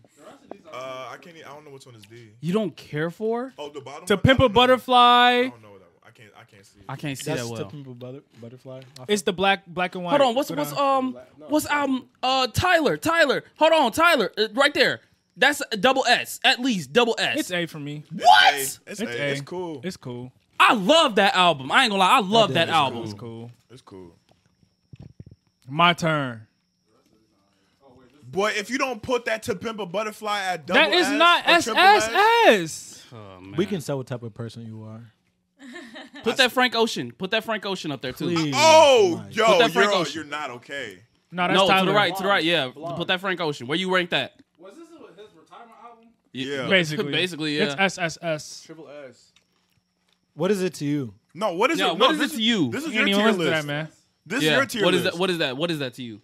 [SPEAKER 4] Uh, I can't. e- I don't know which one is D.
[SPEAKER 1] You don't care for? her?
[SPEAKER 4] Oh, the bottom.
[SPEAKER 3] To
[SPEAKER 4] one?
[SPEAKER 3] Pimp
[SPEAKER 4] I
[SPEAKER 3] a
[SPEAKER 4] don't know. I
[SPEAKER 3] Butterfly.
[SPEAKER 4] don't know that one. I can't. I can't see.
[SPEAKER 1] I can't see
[SPEAKER 5] That's
[SPEAKER 1] that
[SPEAKER 5] the
[SPEAKER 1] well.
[SPEAKER 5] Pimple butter, Butterfly.
[SPEAKER 3] It's the black, black and white. uh,
[SPEAKER 1] Hold on. What's
[SPEAKER 3] Go
[SPEAKER 1] what's
[SPEAKER 3] down.
[SPEAKER 1] um what's um uh Tyler Tyler? Hold on Tyler uh, right there. That's a double S at least double S.
[SPEAKER 3] It's A for me.
[SPEAKER 1] what?
[SPEAKER 4] Hey, it's,
[SPEAKER 3] It's
[SPEAKER 4] hey,
[SPEAKER 3] A.
[SPEAKER 4] it's cool. It's,
[SPEAKER 3] It's cool.
[SPEAKER 1] I love that album. I ain't gonna lie. I love that, album.
[SPEAKER 3] It's cool.
[SPEAKER 4] cool.
[SPEAKER 3] My turn.
[SPEAKER 4] Boy, if you don't put that to Pimp a Butterfly at double
[SPEAKER 3] That is
[SPEAKER 4] S
[SPEAKER 3] not
[SPEAKER 4] or triple S,
[SPEAKER 3] SSS.
[SPEAKER 5] we can tell what type of person you are.
[SPEAKER 1] Put that Frank Ocean. Put that Frank Ocean up there too.
[SPEAKER 5] Please.
[SPEAKER 4] Oh, yo,
[SPEAKER 1] that Frank
[SPEAKER 4] you're,
[SPEAKER 1] Ocean.
[SPEAKER 4] you're not okay.
[SPEAKER 3] No, that's
[SPEAKER 1] No,
[SPEAKER 3] Tyler.
[SPEAKER 1] to the right, to the right. Yeah, put that Frank Ocean. Where you rank that?
[SPEAKER 12] Was this his retirement album?
[SPEAKER 4] Yeah.
[SPEAKER 3] [laughs] Basically.
[SPEAKER 1] Basically, yeah.
[SPEAKER 3] It's SSS.
[SPEAKER 12] Triple S.
[SPEAKER 5] What is it to you?
[SPEAKER 4] No, what is
[SPEAKER 1] No,
[SPEAKER 4] it?
[SPEAKER 1] what
[SPEAKER 4] no,
[SPEAKER 1] is
[SPEAKER 4] this
[SPEAKER 1] it to you?
[SPEAKER 4] This is
[SPEAKER 3] You
[SPEAKER 4] your
[SPEAKER 3] ain't even
[SPEAKER 4] tier
[SPEAKER 3] listen to
[SPEAKER 4] list,
[SPEAKER 3] that, man.
[SPEAKER 4] This
[SPEAKER 1] yeah.
[SPEAKER 4] is your tier
[SPEAKER 1] what is
[SPEAKER 4] list.
[SPEAKER 1] that? What is that? What is that to you?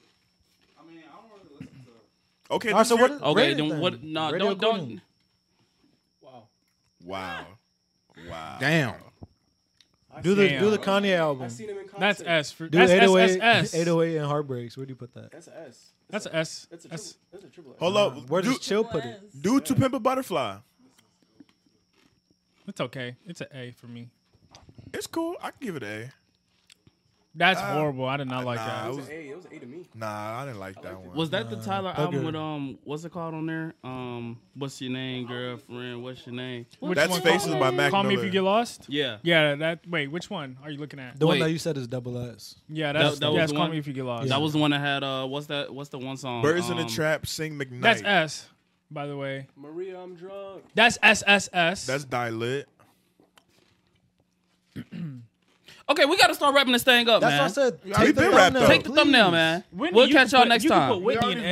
[SPEAKER 12] I mean, I don't really listen to it.
[SPEAKER 4] Okay.
[SPEAKER 5] All right,
[SPEAKER 4] this
[SPEAKER 5] so
[SPEAKER 4] is your-
[SPEAKER 5] what?
[SPEAKER 1] Okay,
[SPEAKER 5] rate it
[SPEAKER 1] then,
[SPEAKER 5] then.
[SPEAKER 1] what? No,
[SPEAKER 5] Rate it
[SPEAKER 1] don't
[SPEAKER 5] accordingly.
[SPEAKER 1] don't.
[SPEAKER 4] Wow. Wow.
[SPEAKER 2] Damn.
[SPEAKER 5] do the
[SPEAKER 3] Damn.
[SPEAKER 5] do the Kanye album.
[SPEAKER 12] him in concert.
[SPEAKER 3] That's S. For,
[SPEAKER 5] Do
[SPEAKER 3] that's
[SPEAKER 5] 808,
[SPEAKER 3] SSS.
[SPEAKER 5] [laughs] 808 and heartbreaks. Where do you put that?
[SPEAKER 12] That's a S.
[SPEAKER 3] That's a S.
[SPEAKER 12] That's a triple.
[SPEAKER 3] That's,
[SPEAKER 12] That's a triple S.
[SPEAKER 4] Hold up.
[SPEAKER 5] Where
[SPEAKER 4] do,
[SPEAKER 5] does Chill put it?
[SPEAKER 4] do to Pimp a Butterfly.
[SPEAKER 3] it's okay. It's an A for me.
[SPEAKER 4] It's cool. I can give it an
[SPEAKER 3] That's horrible. I did not like
[SPEAKER 4] Ah.
[SPEAKER 12] It
[SPEAKER 4] nah, it
[SPEAKER 3] that.
[SPEAKER 4] was-
[SPEAKER 12] was an A. It was an A to me.
[SPEAKER 4] Nah, I didn't like that one.
[SPEAKER 1] Was that the Tyler album
[SPEAKER 5] bugger.
[SPEAKER 1] with um? What's it called on there? Um, what's your name, girlfriend? What's your name?
[SPEAKER 3] Which
[SPEAKER 4] That's
[SPEAKER 3] one?
[SPEAKER 4] Faces by Mac
[SPEAKER 3] Call me if
[SPEAKER 4] Miller.
[SPEAKER 3] you get lost.
[SPEAKER 1] Yeah.
[SPEAKER 3] Yeah, that. Wait, which one are you looking at?
[SPEAKER 5] The
[SPEAKER 1] Wait.
[SPEAKER 5] one that you said is double S.
[SPEAKER 3] Yeah, that's
[SPEAKER 1] That- that was
[SPEAKER 3] yeah. It's
[SPEAKER 1] the
[SPEAKER 3] call
[SPEAKER 1] one?
[SPEAKER 3] me if you get lost.
[SPEAKER 1] That was the one that had uh. What's that? What's the one song?
[SPEAKER 4] Birds in
[SPEAKER 1] Um,
[SPEAKER 4] the Trap, Sing McKnight.
[SPEAKER 3] that's S. By the way,
[SPEAKER 12] Maria, I'm drunk.
[SPEAKER 3] that's SSS.
[SPEAKER 4] That's Die Lit.
[SPEAKER 1] Okay, we gotta start wrapping this thing up,
[SPEAKER 5] That's
[SPEAKER 1] man.
[SPEAKER 5] what I said.
[SPEAKER 4] already
[SPEAKER 5] Take the
[SPEAKER 4] been wrapped
[SPEAKER 5] thumbnail.
[SPEAKER 4] up.
[SPEAKER 1] Take the thumbnail,
[SPEAKER 5] please.
[SPEAKER 1] man.
[SPEAKER 3] Whitney,
[SPEAKER 1] we'll
[SPEAKER 3] you can
[SPEAKER 1] catch y'all
[SPEAKER 3] put-
[SPEAKER 1] next
[SPEAKER 3] you can
[SPEAKER 1] time.
[SPEAKER 3] put Whitney in A.